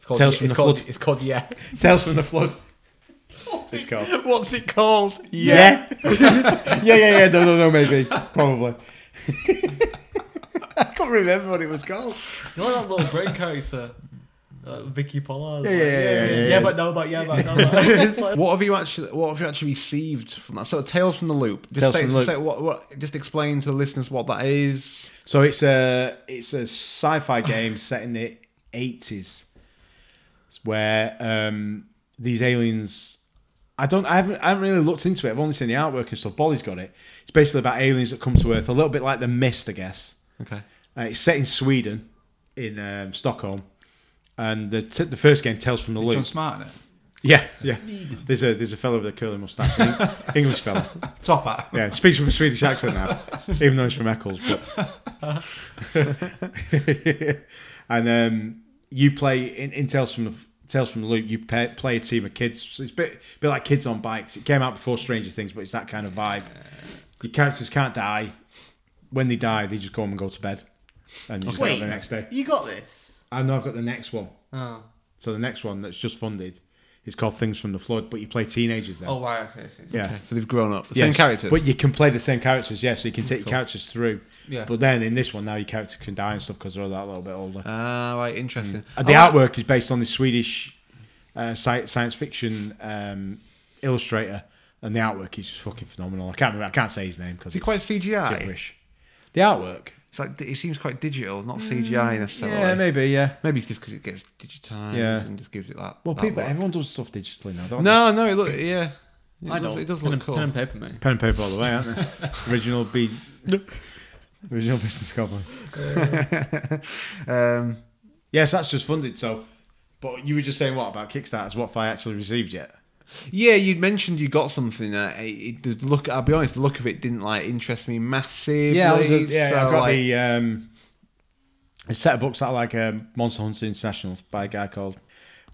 A: It's called,
B: Tales
A: Ye-
B: from
A: it's
B: the
A: called,
B: Flood.
A: It's called Yeah.
B: *laughs* Tales from the Flood. It's called.
A: What's it called?
B: Yeah. *laughs* yeah, yeah, yeah. No, no, no, maybe. Probably. *laughs* I can't remember what it was called.
D: You know that little Brit character? Uh, Vicky Pollard.
B: Yeah, yeah, yeah, yeah, yeah, yeah.
D: but no, but yeah, but no. But.
B: *laughs*
D: It's
A: *laughs*
D: like-
A: What have you actually What have you actually received from that? So Tales from the Loop. Just
B: Tales
A: say,
B: from the Loop.
A: Say what, what, just explain to the listeners what that is.
B: So it's a it's a sci-fi game set in the eighties, where um, these aliens. I don't. I haven't. I haven't really looked into it. I've only seen the artwork and stuff. Bolly's got it. It's basically about aliens that come to Earth, a little bit like the Mist, I guess.
A: Okay.
B: Uh, it's set in Sweden, in um, Stockholm, and the t- the first game tells from the
E: John
B: loop.
E: Smart in it.
B: Yeah, yeah. There's a there's a fellow with a curly mustache, an Eng- English fellow.
E: Top hat.
B: Yeah, speaks with a Swedish accent now, even though he's from Eccles. But *laughs* and um, you play in, in Tales from the Tales from the Loop. You pay, play a team of kids. So it's a bit a bit like Kids on Bikes. It came out before Stranger Things, but it's that kind of vibe. Your characters can't die. When they die, they just go home and go to bed, and you just get up the next day.
D: You got this?
B: I know I've got the next one.
D: Oh,
B: So the next one that's just funded is called Things from the Flood, but you play teenagers then.
D: oh right, I see, I see.
B: yeah.
A: Okay. So they've grown up. The
B: Yes,
A: Same characters.
B: But you can play the same characters, yeah. So you can take your characters through.
E: Yeah.
B: But then in this one, now your character can die and stuff because they're all that little bit older.
A: Ah, right. Interesting.
B: and Uh, the
A: I like-
B: artwork is based on the Swedish uh, sci- science fiction um, illustrator, and the artwork is just fucking phenomenal. I can't remember. I can't say his name because
A: Is it quite CGI?
B: gibberish. The artwork.
A: It's like it seems quite digital, not CGI necessarily.
B: Mm, Yeah, maybe. Yeah.
A: Maybe it's just because it gets digitized
B: Yeah.
A: and just gives it that.
B: Well,
A: that
B: people,
A: look.
B: everyone does stuff digitally now, don't
A: No, no, it look, yeah. It
D: I
A: does,
D: know.
A: it does
D: pen *laughs*
A: look
D: and,
A: cool.
D: Pen and paper, mate.
B: Pen and paper all the way, aren't they?
A: *laughs*
B: original B. original business goblin.
A: Um,
B: Yes, that's just funded. So, but you were just saying what about Kickstarters? What have I actually received yet?
A: yeah, you mentioned you got something. Uh, it, it, the look, I'll be honest, the look of it didn't like interest me massively.
B: Yeah, I was a, yeah,
A: so,
B: I got
A: like,
B: the um, a set of books that I like um, Monster Hunter International by a guy called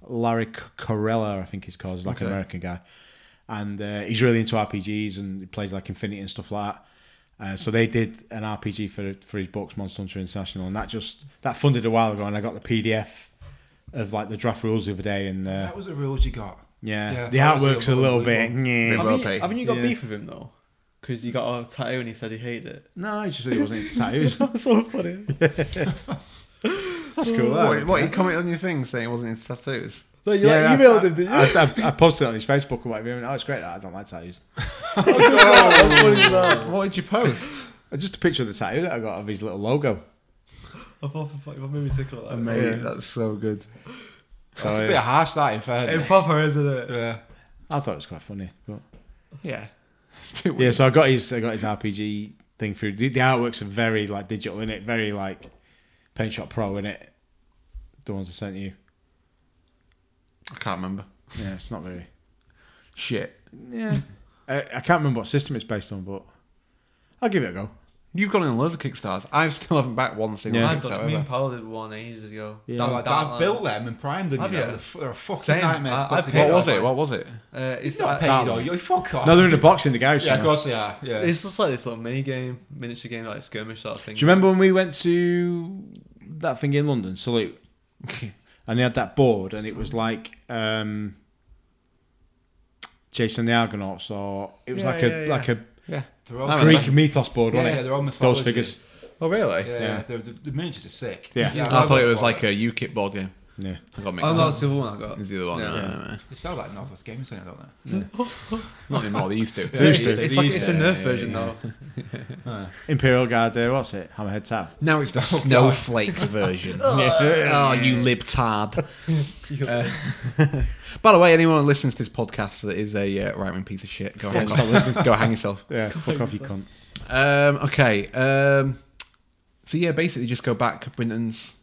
B: Larry C- Corella, I think he's called, he's like an
A: Okay.
B: American guy, and uh, he's really into RPGs and he plays like Infinity and stuff like that. Uh, so they did an RPG for for his books, Monster Hunter International, and that just that funded a while ago, and I got the PDF of like the draft rules the other day, and uh,
E: That was the rules you got.
B: yeah,
E: yeah,
B: the
E: that was
B: artwork's a
E: the
B: little bit.
E: unbelievable.
B: nyeh.
A: Well
D: Haven't you,
A: paid.
D: haven't you got
B: Yeah.
D: beef with him though? Because you got a tattoo and he said he hated it. *laughs*
B: No, he just said he wasn't into tattoos.
D: That's so funny.
B: That's cool. that.
A: What, what, he commented on your thing saying it wasn't into tattoos?
D: No, you
B: Yeah,
D: like,
B: I-
D: emailed
B: I,
D: him, did you?
B: I, I, I posted it on his Facebook and whatever. and, Oh, it's great that I don't like tattoos.
E: *laughs*
D: Oh.
A: What did you
D: *laughs*
A: post?
B: Uh, Just a picture of the tattoo that I got of his little logo.
D: I thought for fuck, what made me tickle that?
A: yeah, that's so good.
E: That's a bit harsh, that, in fairness.
D: It's proper, isn't it?
E: Yeah.
B: I thought it was quite funny. But.
A: Yeah. *laughs*
B: Yeah, so I got his I got his RPG thing through. The, the artworks are very like digital in it, very like Paint Shop Pro in it. The ones I sent you.
A: I can't remember.
B: Yeah, it's not very.
A: Shit.
D: *laughs*
B: Yeah, I, I can't remember what system it's based on, but I'll give it a go.
A: You've gone in loads of Kickstarters. I still haven't backed one single
B: Yeah.
D: I've
A: Kickstarter.
D: done, me and
A: ever.
D: Paolo did one ages ago.
B: Yeah.
E: That,
D: Dark-
E: that,
D: Dark
E: I built
D: Lands.
E: them and primed them.
D: Have
E: you know,
D: you?
E: They're, f- they're a fucking
D: Same.
E: nightmare
D: I-
E: to
D: I
E: put
D: paid
E: together.
A: What was
D: Yeah.
A: it? What was it?
D: Uh, it's
E: It's not
D: like-
E: paid,
B: That
E: though.
B: one.
E: You fuck off.
B: No, they're in a box in the garage.
E: Yeah, of
B: somewhere.
E: course they are. Yeah.
D: It's just like this little mini game, miniature game, like skirmish sort of thing.
B: Do you remember when we went to that thing in London, Salute? *laughs* and they had that board, and it was like um, Jason the Argonauts, or it was
A: Yeah,
B: like a
A: yeah, yeah.
B: like a
A: Yeah.
E: They're all
A: I
E: yeah,
A: remember.
B: Greek mythos board,
E: yeah,
B: wasn't it?
E: they're all
B: Those
E: mythology.
B: figures.
A: Oh, really?
E: Yeah,
B: Yeah.
E: The, the, the miniatures are sick.
B: Yeah.
A: I thought it was like a UKIP board game.
B: Yeah.
A: I got mixed
D: Oh, no,
A: up.
D: that's the other one I got.
A: It's the other one.
D: Yeah.
A: right, right, right.
E: They sell like Northwest Games, don't they? don't they?
A: Not anymore. They used to.
D: So it's,
B: Used to.
D: it's like
E: Used
D: it's
E: to.
D: a Nerf
A: Yeah,
D: version
A: yeah,
D: though.
B: Imperial Guard. Uh, what's it? Hammerhead Tower.
A: Now it's the snowflaked version. Oh, you libtard. Uh, *laughs* by the way, anyone who listens to this podcast that is a uh, right wing piece of shit, go hang, yourself. go hang yourself.
B: Yeah. Fuck off, you cunt.
A: Um, okay. Um, so, yeah, basically just go back, Brinton's.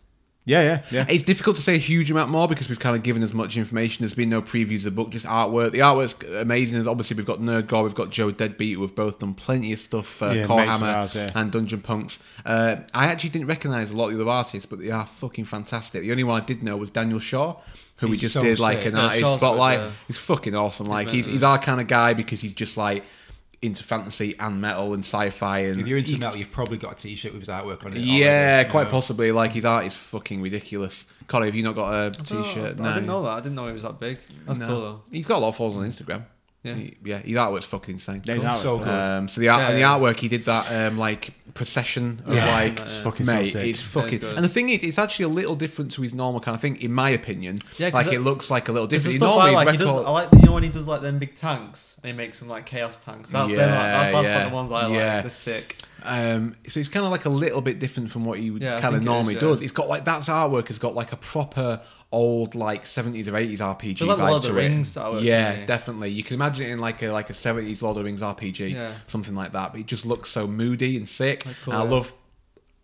B: Yeah, yeah, yeah.
A: It's difficult to say a huge amount more because we've kind of given as much information. There's been no previews of the book, just artwork. The artwork's amazing. There's obviously we've got Nerd Gore, we've got Joe Deadbeat, who have both done plenty of stuff for
B: Yeah,
A: Core
B: mates of
A: Hammer
B: ours, yeah.
A: and Dungeon Punks. Uh, I actually didn't recognise a lot of the other artists, but they are fucking fantastic. The only one I did know was Daniel Shaw, who we
E: He's
A: just
E: so
A: did like
E: sick.
A: an
D: Yeah,
A: artist
D: Shaw's good,
A: spotlight.
D: yeah.
A: He's fucking awesome. Like he's, he's our kind of guy because he's just like into fantasy and metal and sci-fi and
E: If you're into
A: he-
E: metal, you've probably got a T-shirt with his artwork on it.
A: yeah,
E: already,
A: quite
E: you know.
A: possibly. Like his art is fucking ridiculous. Connie, have you not got a t-shirt?
D: Oh, I didn't know that. I didn't know it was that big. That's
A: No.
D: cool though.
A: He's got a lot of followers on Instagram.
D: Yeah.
A: He- yeah. His artwork's fucking insane.
B: Yeah, that
E: So
B: was-
E: good.
A: Um, so the art
D: Yeah,
A: and the
D: yeah.
A: artwork he did that um, like procession of
B: Yeah.
A: like
B: It's fucking so
A: mate
B: sick.
A: it's fucking
D: Yeah, it's good.
A: and the thing is it's actually a little different to his normal kind of thing in my opinion
D: Yeah, 'cause
A: like
D: that-
A: it looks like a little
D: It's
A: different
D: the
A: He
D: stuff I
A: normally
D: like. He
A: his
D: does,
A: record-
D: I like you know when he does like them big tanks and he makes them like chaos tanks. That's them, like, that's, that's
A: Yeah,
D: like the ones I
A: yeah.
D: like. They're sick.
A: Um, so it's kind of like a little bit different from what he would
D: Yeah, I
A: kind of
D: think it is,
A: normally
D: yeah.
A: does. It's got like that's artwork has got like a proper old like seventies or eighties RPG
D: Just like
A: vibe
D: Lord of
A: to
D: the
A: it.
D: Rings artwork,
A: yeah,
D: isn't it?
A: definitely. You can imagine it in like a like a seventies Lord of the Rings RPG,
D: Yeah.
A: something like that. But it just looks so moody and sick.
D: That's cool,
A: And I
D: yeah.
A: love,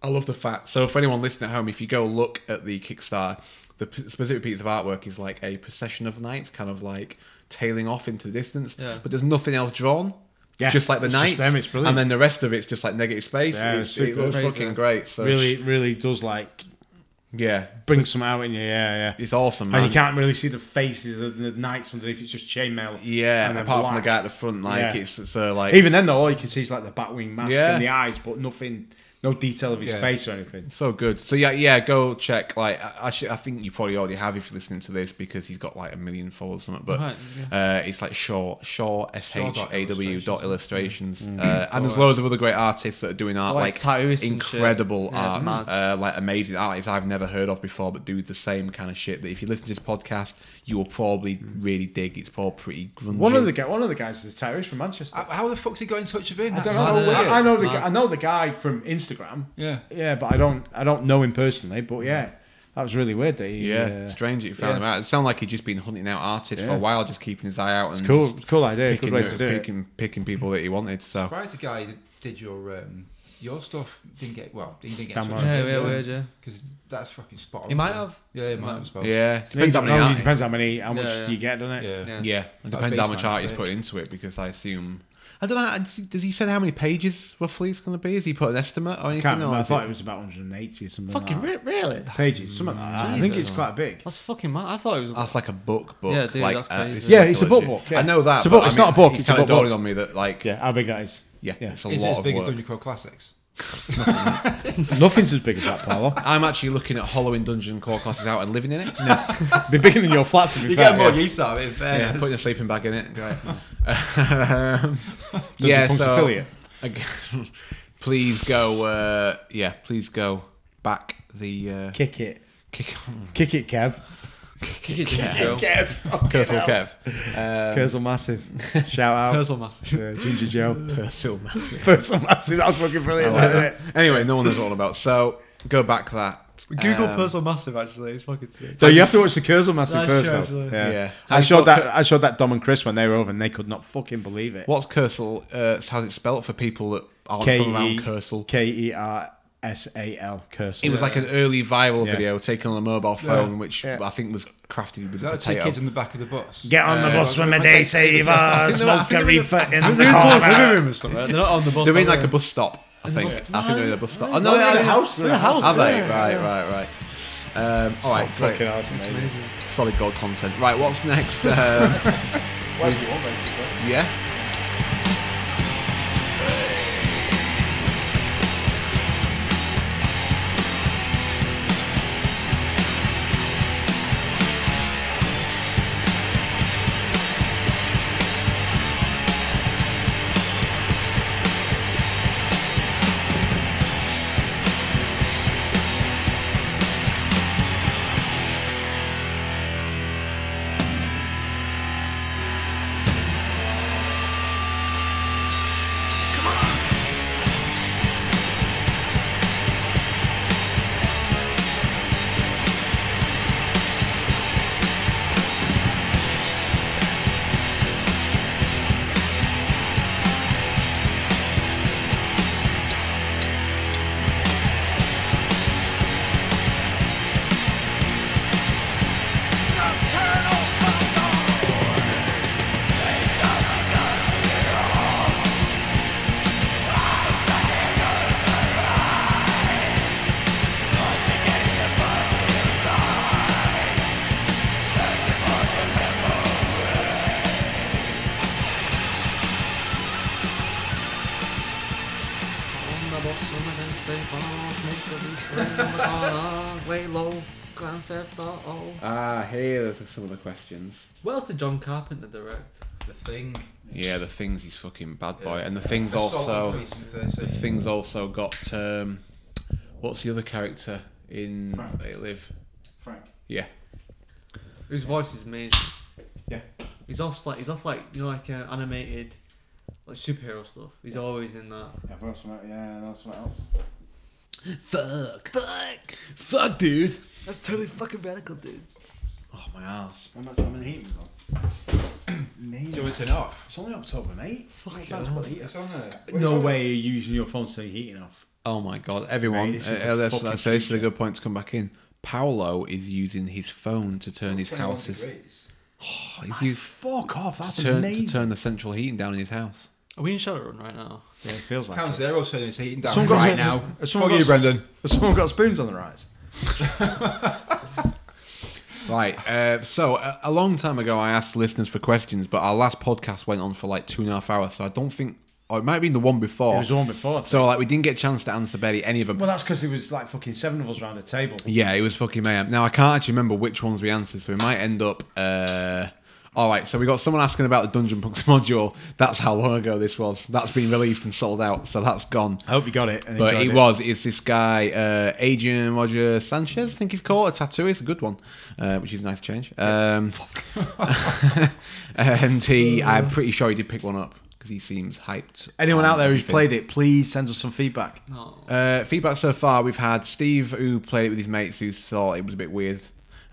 A: I love the fact. So for anyone listening at home, if you go look at the Kickstarter, the p- specific piece of artwork is like a procession of knights, kind of like tailing off into the distance.
D: Yeah.
A: But there's nothing else drawn.
B: Yeah,
A: It's just like the
B: it's
A: knights,
B: just them, it's brilliant.
A: and then the rest of it's just like negative space.
B: Yeah,
A: It's-
B: it's
A: it
B: super.
A: looks
D: Crazy.
A: fucking great. So
B: really, really does like
A: yeah,
B: bring some out in you. Yeah, yeah.
A: it's awesome. Man.
B: And you can't really see the faces of the knights underneath. It's just chainmail.
A: yeah,
B: and then
A: apart from the
B: black.
A: guy at the front, like
B: Yeah.
A: it's it's uh, like
B: Even then, though, all you can see is like the batwing mask
A: Yeah.
B: and the eyes, but nothing, no detail of his
E: Yeah.
B: face or anything.
A: so good. So yeah, yeah, go check. Like I, I, should, I think you probably already have if you're listening to this because he's got like a million followers or something. But
D: Right,
A: uh, it's like Shaw Shaw S H A W dot illustrations,
B: Mm.
A: uh, and there's
E: Alright.
A: loads of other great artists that are doing art
D: Like
A: like,
D: tattooists and shit.
A: incredible
D: Yeah, it's
A: art,
D: mad.
A: uh, like amazing artists I've never heard of before, but do the same kind of shit. That if you listen to this podcast, you will probably really dig. It's all pretty grungy.
B: Mm. One of the gu- one of the guys is a terrorist from Manchester.
E: How- How the fuck's he got in touch with him?
B: I
E: That's
B: don't
E: so
B: know.
E: weird.
B: I, I know the
D: Mad.
B: guy, I know the guy from Instagram.
E: Yeah.
B: Yeah, but I don't I don't know him personally. But yeah, that was really weird. That he,
A: yeah,
B: uh,
A: strange that you found
B: yeah.
A: him out. It sounded like he'd just been hunting out artists for
B: Yeah.
A: a while, just keeping his eye out and
B: cool,
A: just
B: cool idea.
A: picking,
B: Good way to do it.
A: picking, picking people that he wanted. So
E: Surprised the guy that did your um, your stuff didn't get well. He didn't get
B: Damn
E: in touch
B: right.
D: Yeah,
E: with
D: yeah,
E: him,
D: weird, yeah.
E: Because that's fucking spot on.
D: He might
E: yeah.
D: have.
E: Yeah, he might
D: Might-
E: have. I suppose.
A: yeah,
B: Yeah, you
A: depends on
B: don't know,
A: how
B: it depends how many how much
D: Yeah, yeah.
B: you get, doesn't it?
E: Yeah.
D: Yeah.
A: yeah, it
E: That
A: depends how much
E: baseline
A: art he's
E: sick.
A: put into it because I assume I don't know. I- Does he said how many pages roughly it's going to be? Has he put an estimate or
B: I
A: anything?
B: can't remember.
A: or
B: I
A: is
B: thought it was about 180 or something.
D: Fucking
B: like that.
D: re- really?
B: pages, something like that. I think it's quite big.
D: That's fucking mad. I thought it was.
A: That's like a book book.
D: Yeah, dude,
A: like,
D: that's
A: uh,
D: crazy.
A: is
B: Yeah, it's a book
A: anthology.
B: book, yeah.
A: I know that.
B: It's a
A: but
B: book,
A: I
B: it's
A: mean,
B: not a book,
A: He's
B: it's a
A: kind of
B: book book.
A: dawning on me that like yeah,
B: Yeah, how big that is?
A: it's a
E: Is it
A: lot
E: as
A: of
E: big as
A: work.
E: Dungeon Crawl Classics?
B: Nothing's as big as that, Paolo.
A: I'm actually looking at hollowing dungeon core classes out and living in
B: *laughs*
A: it.
B: Be bigger than your flat, to be
E: You
B: fair.
E: get more
B: yeah.
E: use out of it, in
A: Yeah,
E: fairness.
A: putting a sleeping bag in
B: *laughs*
A: it. Great. um, yeah,
B: Punk's
A: so
B: affiliate.
A: Again, *laughs* please go. Uh, yeah, please go back the uh,
B: Kick it,
A: kick on
B: kick it, Kev.
D: Kick it, Joe.
B: Kev,
A: Kersal
B: *laughs*
A: Kev. Um,
B: Kersal massive.
A: *laughs*
B: Shout out,
D: Puzzle master.
B: yeah, Ginger Joe.
A: Kersal Massive.
B: *laughs* Kersal massive. That was fucking brilliant. wasn't it?
A: Anyway, no one knows what I'm about. So go back that.
D: Google
A: um,
D: Puzzle Massive actually, it's fucking sick.
B: No, you have to watch the Kersal massive
D: That's
B: first,
D: true,
B: though.
D: actually.
B: Yeah,
A: Yeah.
B: I
A: I've
B: showed
A: got
B: that. I showed that Dom and Chris when they were over, and they could not fucking believe it.
A: What's Kersal? Uh, how's it spelled for people that aren't
B: K
A: from around
B: E
A: Kersal?
B: K E R S A L Kersal.
A: It was like an early viral
B: Yeah.
A: video taken on a mobile phone, which
B: Yeah.
A: I think was crafted with
E: Is that the two
A: potato.
E: kids on the back of the bus?
B: Get on the bus from
A: *laughs*
B: a day saver,
A: think they were- I
B: smoke
A: think
B: a
A: they were-
B: reefer in the
D: They're
B: corner.
D: not on the bus.
A: They're in
D: are
A: like a
D: they?
A: bus stop, I think.
D: bus-
A: I think they're in a bus stop. Oh, no,
B: Oh,
A: they're
B: they're
A: in
B: in
A: a
B: the house, they're in the house.
A: Are they?
B: Yeah,
A: right, right, right, Um, all right, great.
B: Fucking awesome, mate.
A: Solid gold content. Right, what's next? Um, yeah. Ah, here's some of the questions.
D: What else did John Carpenter direct?
E: The thing.
A: Yeah, the things he's fucking bad boy, and the
E: Yeah.
A: things
E: Assault on
A: also.
E: Precinct 13.
A: The things also got. Um, what's the other character in
B: Frank.
A: They Live?
B: Frank.
A: Yeah,
D: Whose voice is amazing.
B: Yeah.
D: He's off like he's off like you know like uh, animated, like superhero stuff. He's always in that.
B: Yeah, I've got something. Yeah, I know something else.
A: Fuck. Fuck. Fuck, dude.
D: That's totally fucking radical, dude.
A: Oh, my ass.
B: When that's how many heat was on. Name.
E: Do you want to turn it off?
B: It's only October, mate. Fucking time to
D: hell.
B: put the heat
E: It's on there.
B: No way you're using your phone to turn heating off.
A: Oh, my God. Everyone,
B: Mate, this is
A: uh,
B: the
A: that's,
B: fucking
A: that's, this is a
B: future.
A: good point to come back in. Paolo is using his phone to turn his
E: 21
A: houses.
E: degrees.
A: Oh, he's used
B: Fuck off.
A: to turn to turn the central heating down in his house.
D: Are we in Shadowrun right now?
B: Yeah, it feels like.
E: Count
B: it.
E: zero turning his heating down
B: Someone got
E: right
B: some-
E: now.
B: has
E: Fuck
B: someone
E: you,
B: got some-
E: Brendan.
B: Has someone got spoons on the rise?
A: Right. Uh, so a, a long time ago, I asked listeners for questions, but our last podcast went on for like two and a half hours, so I don't think. Or it might have been the one before.
B: It was the one before.
A: So like we didn't get a chance to answer barely any of them.
B: Well, Oh. that's because there was like fucking seven of us around the table.
A: yeah, it was fucking mayhem. Now I can't actually remember which ones we answered, so we might end up. Uh, all right, so we got someone asking about the Dungeon Punks *laughs* module. That's how long ago this was. That's been released and sold out, so that's gone.
B: I hope you got it. and
A: But
B: enjoyed
A: it was. It's this guy, uh, Adrian Roger Sanchez, I think he's called. A tattoo is a good one, uh, which is a nice change. Um, *laughs* and
B: *laughs*
A: he, I'm pretty sure he did pick one up because he seems hyped.
B: Anyone
A: on
B: out there who's
A: everything.
B: played it, please send us some feedback.
D: No.
A: Uh, feedback so far we've had Steve who played it with his mates who thought it was a bit weird. Uh,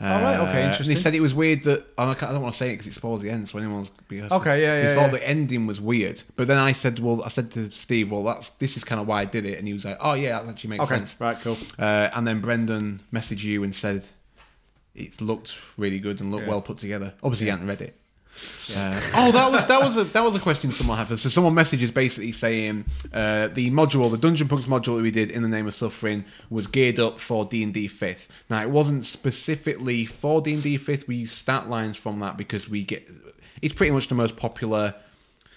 B: Oh, right, okay,
A: They
B: interesting.
A: said it was weird that oh, I, can't, I don't want to say it because it spoils the end, so anyone's because
B: Okay, yeah,
A: He
B: yeah,
A: thought
B: yeah.
A: the ending was weird, but then I said, well, I said to Steve, well, that's this is kind of why I did it, and he was like, oh yeah, that actually makes
B: Okay,
A: sense.
B: right, cool.
A: Uh, and then Brendan messaged you and said it looked really good and looked
B: Yeah.
A: well put together. Obviously, you hadn't read it. Uh, oh, that was that was a that was a question someone had. So someone messages basically saying uh, the module, the Dungeon Punks module that we did in the name of suffering, was geared up for D and D fifth. Now it wasn't specifically for D and D fifth. We used stat lines from that because we get it's pretty much the most popular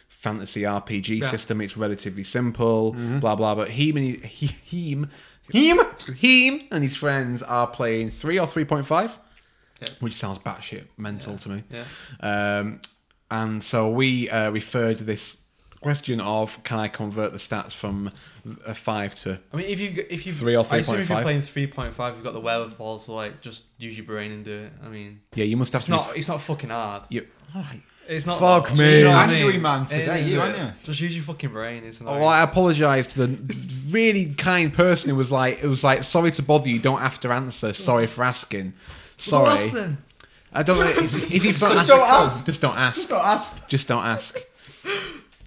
A: fantasy RPG system. It's relatively simple,
D: Mm-hmm.
A: blah blah. But he and he, he him him him and his friends are playing three or three point five
D: Yeah.
A: which sounds batshit mental to me.
D: Yeah.
A: Um, and so we uh, referred to this question of can I convert the stats from a five to
D: I mean, if you if you
A: Three or
D: I assume if you're
A: 3.5.
D: playing three point five, you've got the wherewithal to like just use your brain and do it. I mean,
A: yeah you must have
D: it's
A: to be-
D: not it's not fucking hard.
A: you, all right.
D: It's not.
B: Fuck
D: you
B: me.
D: know what I
E: Angry
D: mean?
E: man today,
D: It is,
E: you,
D: uh,
E: aren't you?
D: Just use your fucking brain. It's not.
B: Oh,
A: Well, Oh, I apologise to the really kind person who was like, "It was like, sorry to bother you. Don't have to answer. Sorry for asking. Sorry,
D: then?
A: I don't know. Is, is he from
B: Just don't ask.
A: Just don't ask.
B: Don't ask.
A: Just don't ask.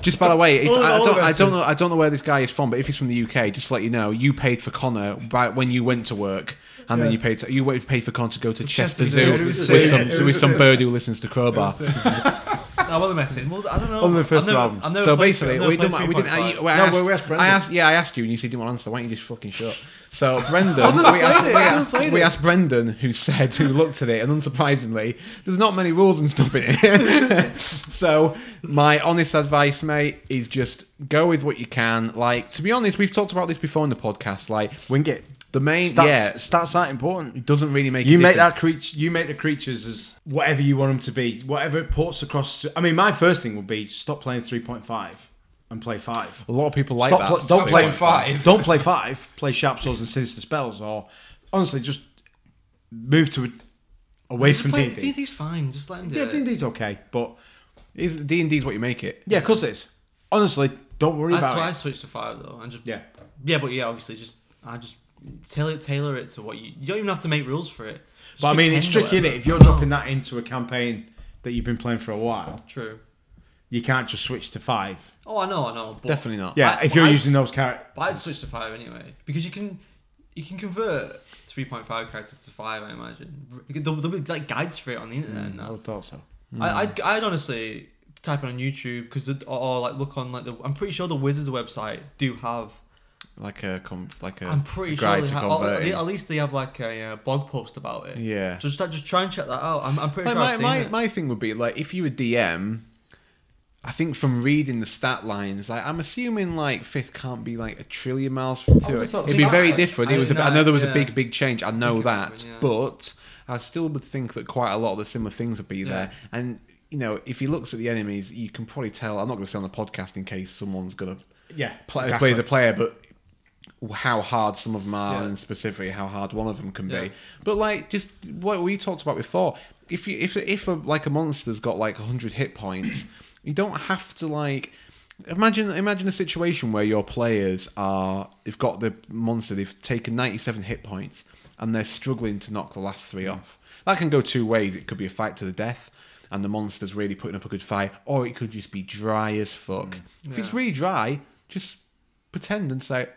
A: Just by the way, if,
D: All-
A: I, I
D: all
A: don't,
D: of us
A: I don't
D: do.
A: know. I don't know where this guy is from, but if he's from the UK, just to let you know, you paid for Connor by, when you went to work, and then you paid to, you went- paid for Connor to go to Chester
D: Chester
A: Zoo
D: Zoo. It
A: with
D: was
B: a zoo.
A: some
B: It
A: with
B: was a
D: *laughs*
A: some
B: zoo.
A: bird who listens to Crowbar.
D: I want the message. Well, I don't know.
B: On the fifth
D: I've never,
B: album.
D: I've never
A: So
D: played-
A: basically,
D: I've never
A: we
D: played
A: didn't. We didn't. I,
D: 3.5.
A: well, I
B: No,
A: asked,
B: well, we asked
A: I
B: Brendan.
A: asked. Yeah, I asked you, and you said you didn't want to answer. Why don't you just fucking shut? up? So Brendan, we, asked, we, asked, we asked Brendan, who said, who looked at it, and unsurprisingly, there's not many rules and stuff in it. *laughs* so my honest advice, mate, is just go with what you can. Like to be honest, we've talked about this before in the podcast. Like
B: Wing it.
A: the main,
B: Stats,
A: yeah,
B: stats aren't important.
A: it doesn't really make. a
B: You make
A: difference.
B: that creature. You make the creatures as whatever you want them to be, whatever it puts across. To, I mean, my first thing would be stop playing three point five and play five.
A: A lot of people like
B: Stop
A: that.
B: pl- don't
A: They
B: play
A: want-
E: five.
B: Don't play five. *laughs* Play sharp swords and sinister spells, or honestly, just move to a, away
D: Just
B: from
D: play-
B: D and D.
D: D&D's fine. Just let him do
B: Yeah,
D: it.
B: D and D's okay, but
A: Is D and D's what you make it?
B: yeah, of course it is. Honestly, don't worry
D: That's
B: about
D: why I
B: it.
D: switched to five though. And just
B: Yeah.
D: yeah, but yeah, obviously, just I just tailor tailor it to what you. You don't even have to make rules for it. Just
B: But I mean,
D: pretend
B: it's
D: or
B: tricky, is
D: whatever. Oh,
B: If you're
D: I know.
B: dropping that into a campaign that you've been playing for a while,
D: True.
B: you can't just switch to five.
D: Oh, I know, I know. But
A: Definitely not.
B: Yeah,
D: I-
B: if you're
D: I-
B: using those characters.
D: But I'd switch to five anyway because you can you can convert three point five characters to five. I imagine You can- there'll, there'll be like guides for it on the internet.
A: Mm.
D: and
B: I
D: that.
B: would thought so.
D: I, I'd, I'd honestly type it on YouTube because or, or like look on like the. I'm pretty sure the Wizards website do have.
A: Like a com- like a
D: I'm pretty
A: a
D: sure
A: guide
D: they
A: to
D: have. Or,
A: converting.
D: at least they have like a uh, blog post about it.
A: Yeah.
D: Just just try and check that out. I'm, I'm pretty
A: Like,
D: sure I've
A: my
D: seen
A: my,
D: it.
A: my thing would be like if you were DM I think from reading the stat lines, like, I'm assuming like fifth can't be like a trillion miles
D: Oh,
A: from through
B: I
A: it.
B: thought
A: It'd be
B: six-
A: very
B: I-
A: different.
D: I
A: It was, a,
D: didn't
A: I know there was
D: know,
A: a
D: yeah.
A: big, big change. I know
D: think it
A: that,
D: would've been, yeah.
A: but I still would think that quite a lot of the similar things would be there. And you know, if he looks at the enemies, you can probably tell. I'm not going to say on the podcast in case someone's going to
B: Yeah,
A: play,
B: exactly.
A: play the player, but how hard some of them are,
D: Yeah.
A: and specifically how hard one of them can
D: Yeah.
A: be. But like, just what we talked about before, if you if if a, like a monster's got like hundred hit points, *clears throat* you don't have to like. Imagine imagine a situation where your players are they've got the monster they've taken ninety seven hit points and they're struggling to knock the last three off. That can go two ways. It could be a fight to the death, and the monster's really putting up a good fight, or it could just be dry as fuck. If it's really dry, just pretend and say,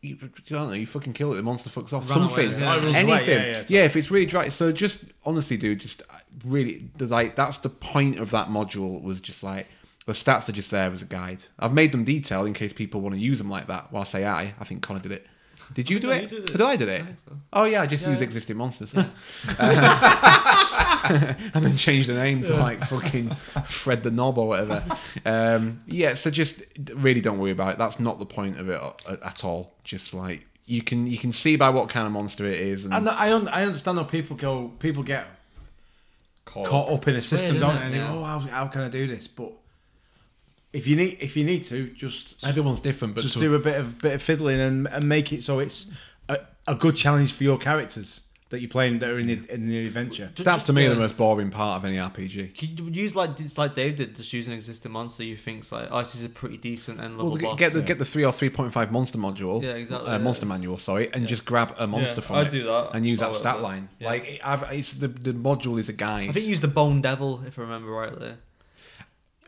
A: you, you don't know, you fucking kill it, the monster fucks off.
D: Run away,
A: Something,
D: yeah. Oh, it runs away,
A: anything.
B: yeah, yeah,
A: yeah, if it's really dry. So just honestly, dude, just uh, really like that's the point of that module was just like the stats are just there as a guide. I've made them detailed in case people want to use them like that. Well, I say I, I think Connor did it. Did you do
D: Yeah,
A: it?
D: you did it.
A: Did I did it?
D: I think so.
A: Oh yeah, I just
D: Yeah,
A: used
D: yeah.
A: existing monsters. *laughs* and then change the name to like fucking Fred the Knob or whatever. Um, yeah, so just really don't worry about it. That's not the point of it a- at all. Just like you can you can see by what kind of monster it is, and,
B: And I un- I understand how people go people get
E: Caught.
B: caught up in a system,
D: Weird,
B: don't
D: isn't
B: they?
D: it?
B: And they go,
D: Yeah.
B: oh, how, how can I do this? But if you need if you need to, just
A: everyone's different. But
B: just
A: to-
B: do a bit of bit of fiddling and, and make it so it's a, a good challenge for your characters that you're playing that are in the, in the adventure.
A: that's to me the most boring part of any RPG.
D: Can you use like it's like Dave did, just use an existing monster you think's like, oh, this is a pretty decent end level
A: Well, get,
D: boss.
A: get the get the three or three point five monster module.
D: Yeah, exactly,
A: Uh,
D: yeah.
A: Monster manual, sorry, and just grab a monster
D: Yeah,
A: from
D: I'd
A: it
D: do that.
A: and use
D: I
A: that
D: would,
A: stat
D: yeah.
A: line.
D: Yeah.
A: Like it- I've, it's the the module is a guide.
D: I think you used the Bone Devil, if I remember rightly.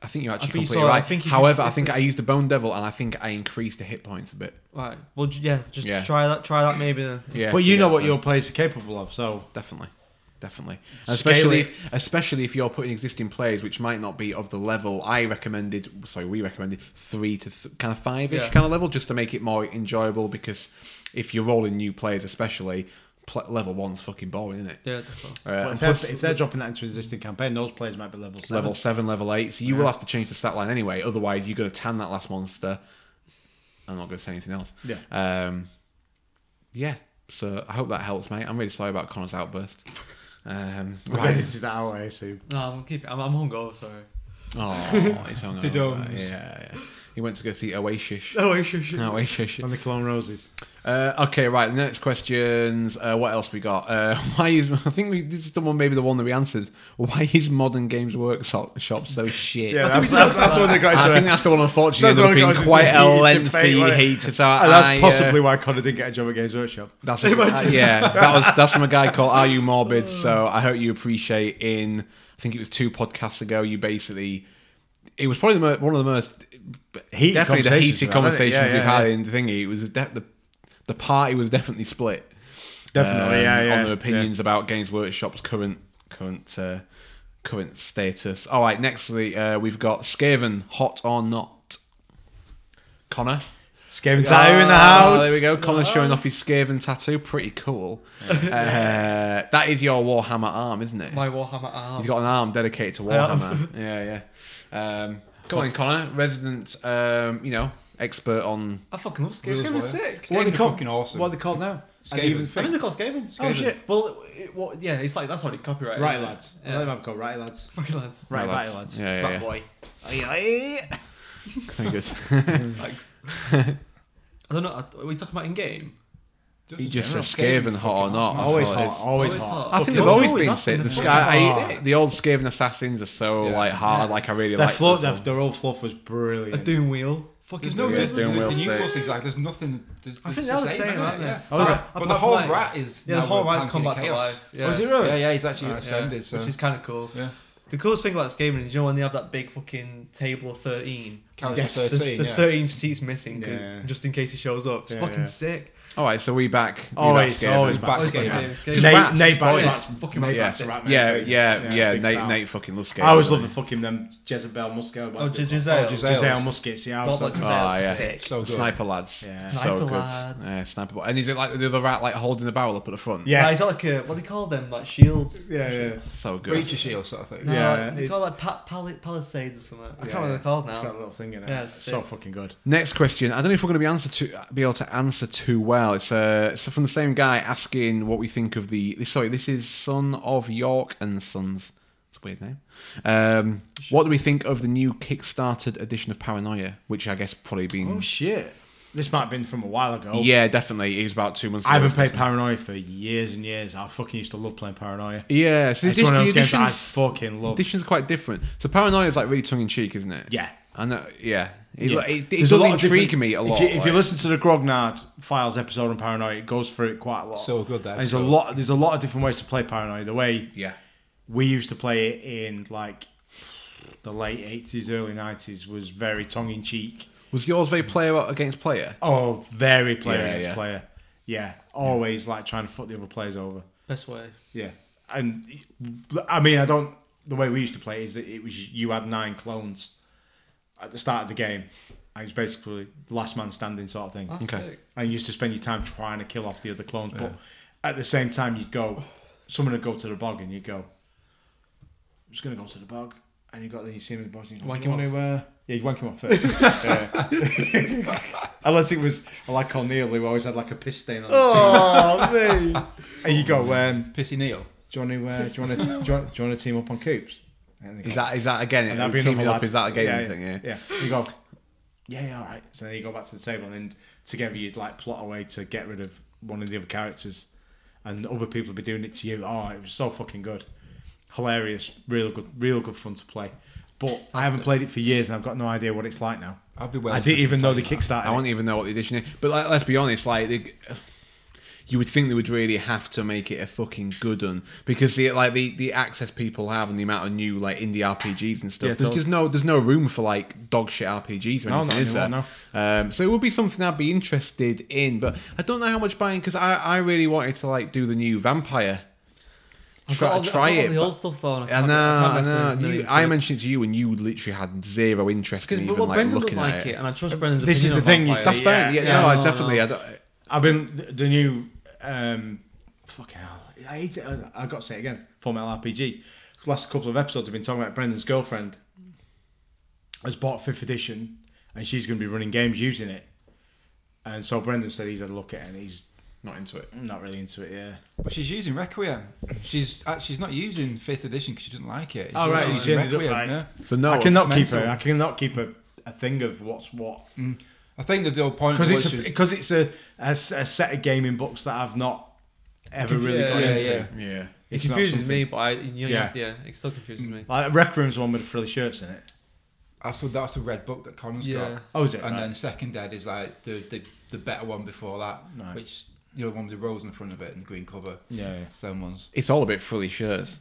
A: I think you're
D: I
A: actually
D: think you
A: completely
D: saw- I
A: right.
D: think you should-
A: However, I think I used the Bone Devil and I think I increased the hit points a bit.
D: Right. Well, j- yeah, just
A: Yeah.
D: try that. Try that maybe. Then.
A: Yeah,
B: but
A: to
B: you know
A: get
B: what
A: some-
B: your players are capable of, so
A: definitely, definitely,
B: Scale
A: especially
B: it.
A: if, especially if you're putting existing players which might not be of the level I recommended. Sorry, we recommended three to th- kind of five ish
D: Yeah.
A: kind of level just to make it more enjoyable. Because if you're rolling new players, especially pl- level one's fucking boring, isn't it?
D: Yeah. definitely.
A: Uh, and
B: if,
A: plus-
B: they're, if they're dropping that into an existing campaign, those players might be level seven.
A: level seven, level eight. So you will have to change the stat line anyway. Otherwise, you're going to tan that last monster. I'm not going to say anything else.
B: Yeah.
A: Um, yeah. So I hope that helps, mate. I'm really sorry about Connor's outburst. Um,
B: Right,
A: right.
B: *laughs* this is that how I assume.
D: No, I'm keep. I'm, I'm hungover. Sorry.
A: oh, it's on.
B: *laughs*
A: Yeah,
E: Didums.
A: yeah. He went to go see Oasis.
D: Oh, sure,
A: *laughs* Oasis.
B: On the Clone Roses.
A: Uh, okay, right. Next questions. Uh, what else we got? Uh, *laughs* why is I think we, this is the one, maybe the one that we answered. Why is modern games workshop shop so shit? *laughs*
B: Yeah, that's, that's, that's what they got
A: I
B: into.
A: think that's the one, unfortunately,
B: That's
A: that's
B: what
A: been
B: got into
A: quite a
B: heated
A: lengthy
B: debate, wasn't it?
A: heat. So I,
B: and that's
A: uh,
B: possibly why Connor didn't get a job at Games Workshop.
A: that's a, uh,
B: *laughs*
A: yeah, that was that's from a guy called Are You Morbid? So I hope you appreciate. In I think it was two podcasts ago, you basically it was probably the mo- one of the most
B: Heated
A: definitely the heated
B: conversations about it, wasn't it?
A: conversations
B: Yeah,
A: we've
B: yeah,
A: had
B: yeah.
A: in the thingy. It was a de- the the party was definitely split.
B: Definitely,
A: um,
B: yeah, yeah.
A: on their
B: yeah.
A: opinions about Games Workshop's current current uh, current status. All right, nextly uh, we've got Skaven, hot or not? Connor.
B: Skaven Tattoo in the house.
A: Oh, there we go. Colin's showing off his Skaven tattoo. Pretty cool. Uh, that is your Warhammer arm, isn't it?
D: My Warhammer arm.
A: He's got an arm dedicated to
D: am.
A: Warhammer. yeah, yeah. Um, go on, Connor, resident, um, you know, expert on.
D: I fucking love Skaven.
E: Really?
D: Skaven's sick.
E: What are
B: Skaven
E: they
B: are
E: fucking awesome.
B: What are they called now?
E: Skaven.
D: I think they're called Skaven.
B: Oh, shit.
D: Well, it, what, yeah, it's like that's already copyrighted.
B: Right,
D: isn't *laughs* it?
B: lads. I
D: Yeah.
B: think I'm called Right, lads.
D: Fucking lads.
B: Right,
A: lads.
B: right, lads.
A: Yeah, yeah,
D: Rat
A: yeah.
D: boy.
A: Very good.
D: Thanks.
A: *laughs*
D: I don't know. Are we talking about in game?
A: he just says Skaven hot or not. I
B: Always
A: thought
B: hot.
A: it's-
D: Always
B: Always hot.
D: hot.
A: I think
D: Fucking
A: they've always
D: always
A: been
D: hot.
A: sick. The,
D: They're
A: sky,
D: fucking
A: I-
D: sick.
A: the old Skaven assassins are so like hard. Like I really
B: Their
A: like
B: fluff,
A: them.
B: their, their old fluff was
D: A
B: brilliant.
D: Doom wheel. Fucking
E: There's no
A: Yeah,
E: difference.
A: doing
E: in
A: well
E: the new
A: said.
E: force exact. There's nothing. There's,
D: I think
E: it's
D: they're the same,
E: isn't it?
D: aren't they?
E: Yeah.
B: Oh, is it?
E: But
D: Apart
E: the
D: from,
E: whole
D: like-
E: rat is
D: Yeah,
E: now
D: the whole
E: a
D: rat's
E: Pantheon
D: come back
E: of
D: to
E: Chaos.
D: life. Yeah.
B: Oh, is it really?
E: Yeah, yeah, he's actually
D: Yeah,
E: ascended. So.
D: Which is kind of cool.
E: yeah.
D: The coolest thing about Skaven is you know when they have that big fucking table of thirteen.
E: Council
B: Yes,
D: The,
E: 13.
D: the
E: yeah.
D: 13 seats missing 'cause-
B: Yeah.
D: just in case he shows up. It's
B: Yeah,
D: fucking
B: yeah.
D: sick.
A: All Oh, right, so we back. we
B: Always,
A: back
B: always
A: together.
B: back.
D: Okay,
B: together.
D: Dave,
B: Just
D: Dave.
A: Nate-
B: rats,
A: Nate
B: just boys.
A: Bates.
B: Rats, Fucking
A: Nate-
B: rats, rats, rats,
A: Yeah,
B: rats,
A: yeah, yeah.
B: rats, big
A: Nate,
B: style.
A: Nate fucking loves
B: I always love the fucking them Jezebel Musco.
D: Oh, Gi- Giselle.
E: Oh, Giselle.
B: Giselle Muskets. Yeah, I was
D: Not like
B: like, "Ah."
A: Oh, yeah.
D: Sick.
E: So good.
A: Sniper lads.
B: Yeah.
A: so
D: Sniper
A: good.
D: lads.
A: Yeah, sniper. bo- And is it like the other rat like holding the barrel up at the front?
D: Yeah,
B: yeah,
D: he's got like a, what do they call them? Like shields.
B: yeah, yeah.
A: So good.
E: Breacher shield sort of thing.
D: No,
B: Yeah,
D: like, they
B: it-
D: call like pa- pal- palisades or something. I can't
B: Yeah,
D: remember what they're called now.
B: It's got a little thing in it.
D: Yeah, it's
B: so
D: sick.
B: fucking good.
A: Next question. I don't know if we're going to be answer to be able to answer too well. It's uh, it's from the same guy asking what we think of the. Sorry, this is Son of York and Sons. It's a weird name. Um, what do we think of the new kickstarted edition of Paranoia, which I guess probably been.
B: Oh shit! This might have been from a while ago.
A: Mm. yeah, definitely. It was about two months.
B: Oh, I haven't
A: ago.
B: played Paranoia for years and years. I fucking used to love playing Paranoia.
A: Yeah, so
B: It's one of
A: the
B: those games that I
A: edition's-
B: fucking love.
A: Edition's quite different. So Paranoia is like really tongue in cheek, isn't it?
B: Yeah.
A: I know. Yeah, it,
B: Yeah.
A: like, it, it
B: There's
A: does
B: lot of
A: intrigue
B: different-
A: me a lot.
B: If you, if you
A: like-
B: listen to the Grognard Files episode on Paranoia, it goes through it quite a lot.
E: So good, that
B: And There's a
E: episode.
B: lot. There's a lot of different ways to play Paranoia. The way
A: yeah,
B: we used to play it in like the late '80s, early '90s was very tongue in cheek.
A: was yours very player against player?
B: Oh, very player
A: Yeah,
B: against
A: yeah.
B: player. Yeah, always like trying to fuck the other players over.
D: Best way.
B: Yeah, and I mean, I don't. The way we used to play is that it was you had nine clones at the start of the game, and it's basically last man standing sort of thing.
D: That's
A: Okay.
D: sick.
B: And you used to spend your time trying to kill off the other clones, but at the same time, you'd go, someone would go to the bog, and you'd go, I'm just gonna go to the bog, and you got then you see him in the bog, and you go,
D: Wank
B: "Do you
D: him
B: want to, uh, yeah, you'd wank him
D: *laughs*
B: off first. Yeah. *laughs* Unless it was like O'Neill, who always had like a piss stain on. his
D: Oh, me.
B: thing. *laughs* And you go, um,
E: Pissy Neil.
B: do you want to, uh, do you want to, do you want, do you want to team up on Coops? And they go,
A: Is that is that again?
B: and
A: it
B: that'd
A: would
B: be
A: team
B: another
A: it up,
B: lad.
A: is that a game
B: yeah,
A: thing? Yeah.
B: Yeah. You go, yeah, yeah, all right. So then you go back to the table, and then together you'd like plot a way to get rid of one of the other characters, and other people would be doing it to you. Oh, it was so fucking good, hilarious, real good, real good fun to play. But I haven't played it for years, and I've got no idea what it's like now.
E: I'll be well
B: I didn't
E: interested
B: even
E: in
B: know the
E: playing
B: Kickstarter.
A: I won't even know what the edition is. But like, let's be honest, like they, you would think they would really have to make it a fucking good one because the like the, the access people have and the amount of new like indie RPGs and stuff.
B: Yeah,
A: there's
B: totally.
A: just no there's no room for like dog shit RPGs or
B: No,
A: anything,
B: not
A: is there?
B: anymore,
A: Um, so it would be something I'd be interested in, but I don't know how much buying because I I really wanted to like do the new vampire.
D: I've
A: Try,
D: got all the-
A: try
D: I've got all
A: it.
D: the
A: but-
D: old stuff though. and I
A: I
D: can't-
A: know,
D: I
A: I
D: can't mess with
A: know.
D: it.
A: You, I mentioned to you, and you literally had zero interest in
D: Because
A: even
D: well,
A: like
D: Brendan looked
A: looking
D: like
A: at
D: it. and I trust Brendan's
B: This is
D: opinion
B: the thing,
D: on
B: you-
A: That's
D: vampires.
B: Yeah,
A: fair. Yeah,
B: yeah,
A: no,
D: no,
A: I definitely.
D: no.
A: I don't,
B: I've been the, the new um, fucking hell. I hate it. I, I got to say it again. Full Metal RPG. Last couple of episodes, I've been talking about Brendan's girlfriend has bought fifth edition, and she's going to be running games using it. And so Brendan said he's had a look at it, and he's
A: not into it.
B: not really into it. Yeah.
E: But she's using Requiem. She's uh, she's not using fifth edition because she doesn't like it.
B: Oh, right,
E: She's
B: she
E: using
B: ended up like-
A: So no,
B: I cannot keep
E: mental.
B: a, I cannot keep a, a thing of what's what
E: I think the whole point
B: because
E: was
B: it's because it's a, a s- a set of gaming books that I've not ever really
D: Yeah,
B: got
E: yeah,
B: into.
E: yeah.
A: Yeah.
D: It
B: It's not
D: confuses
B: something-
D: me, but I, you know, yeah.
B: Yeah.
D: yeah, it still confuses me.
B: Like Requiem's one with the frilly shirts in it.
E: That's the, that's the red book that Connor's
D: Yeah.
E: got.
B: Oh, is it?
E: And
B: Right.
E: then Second Dead is like the, the, the better one before that,
B: Right.
E: which you know, the one with the rose in front of it and green cover.
B: Yeah, yeah.
E: Same ones.
A: It's all a bit frilly shirts.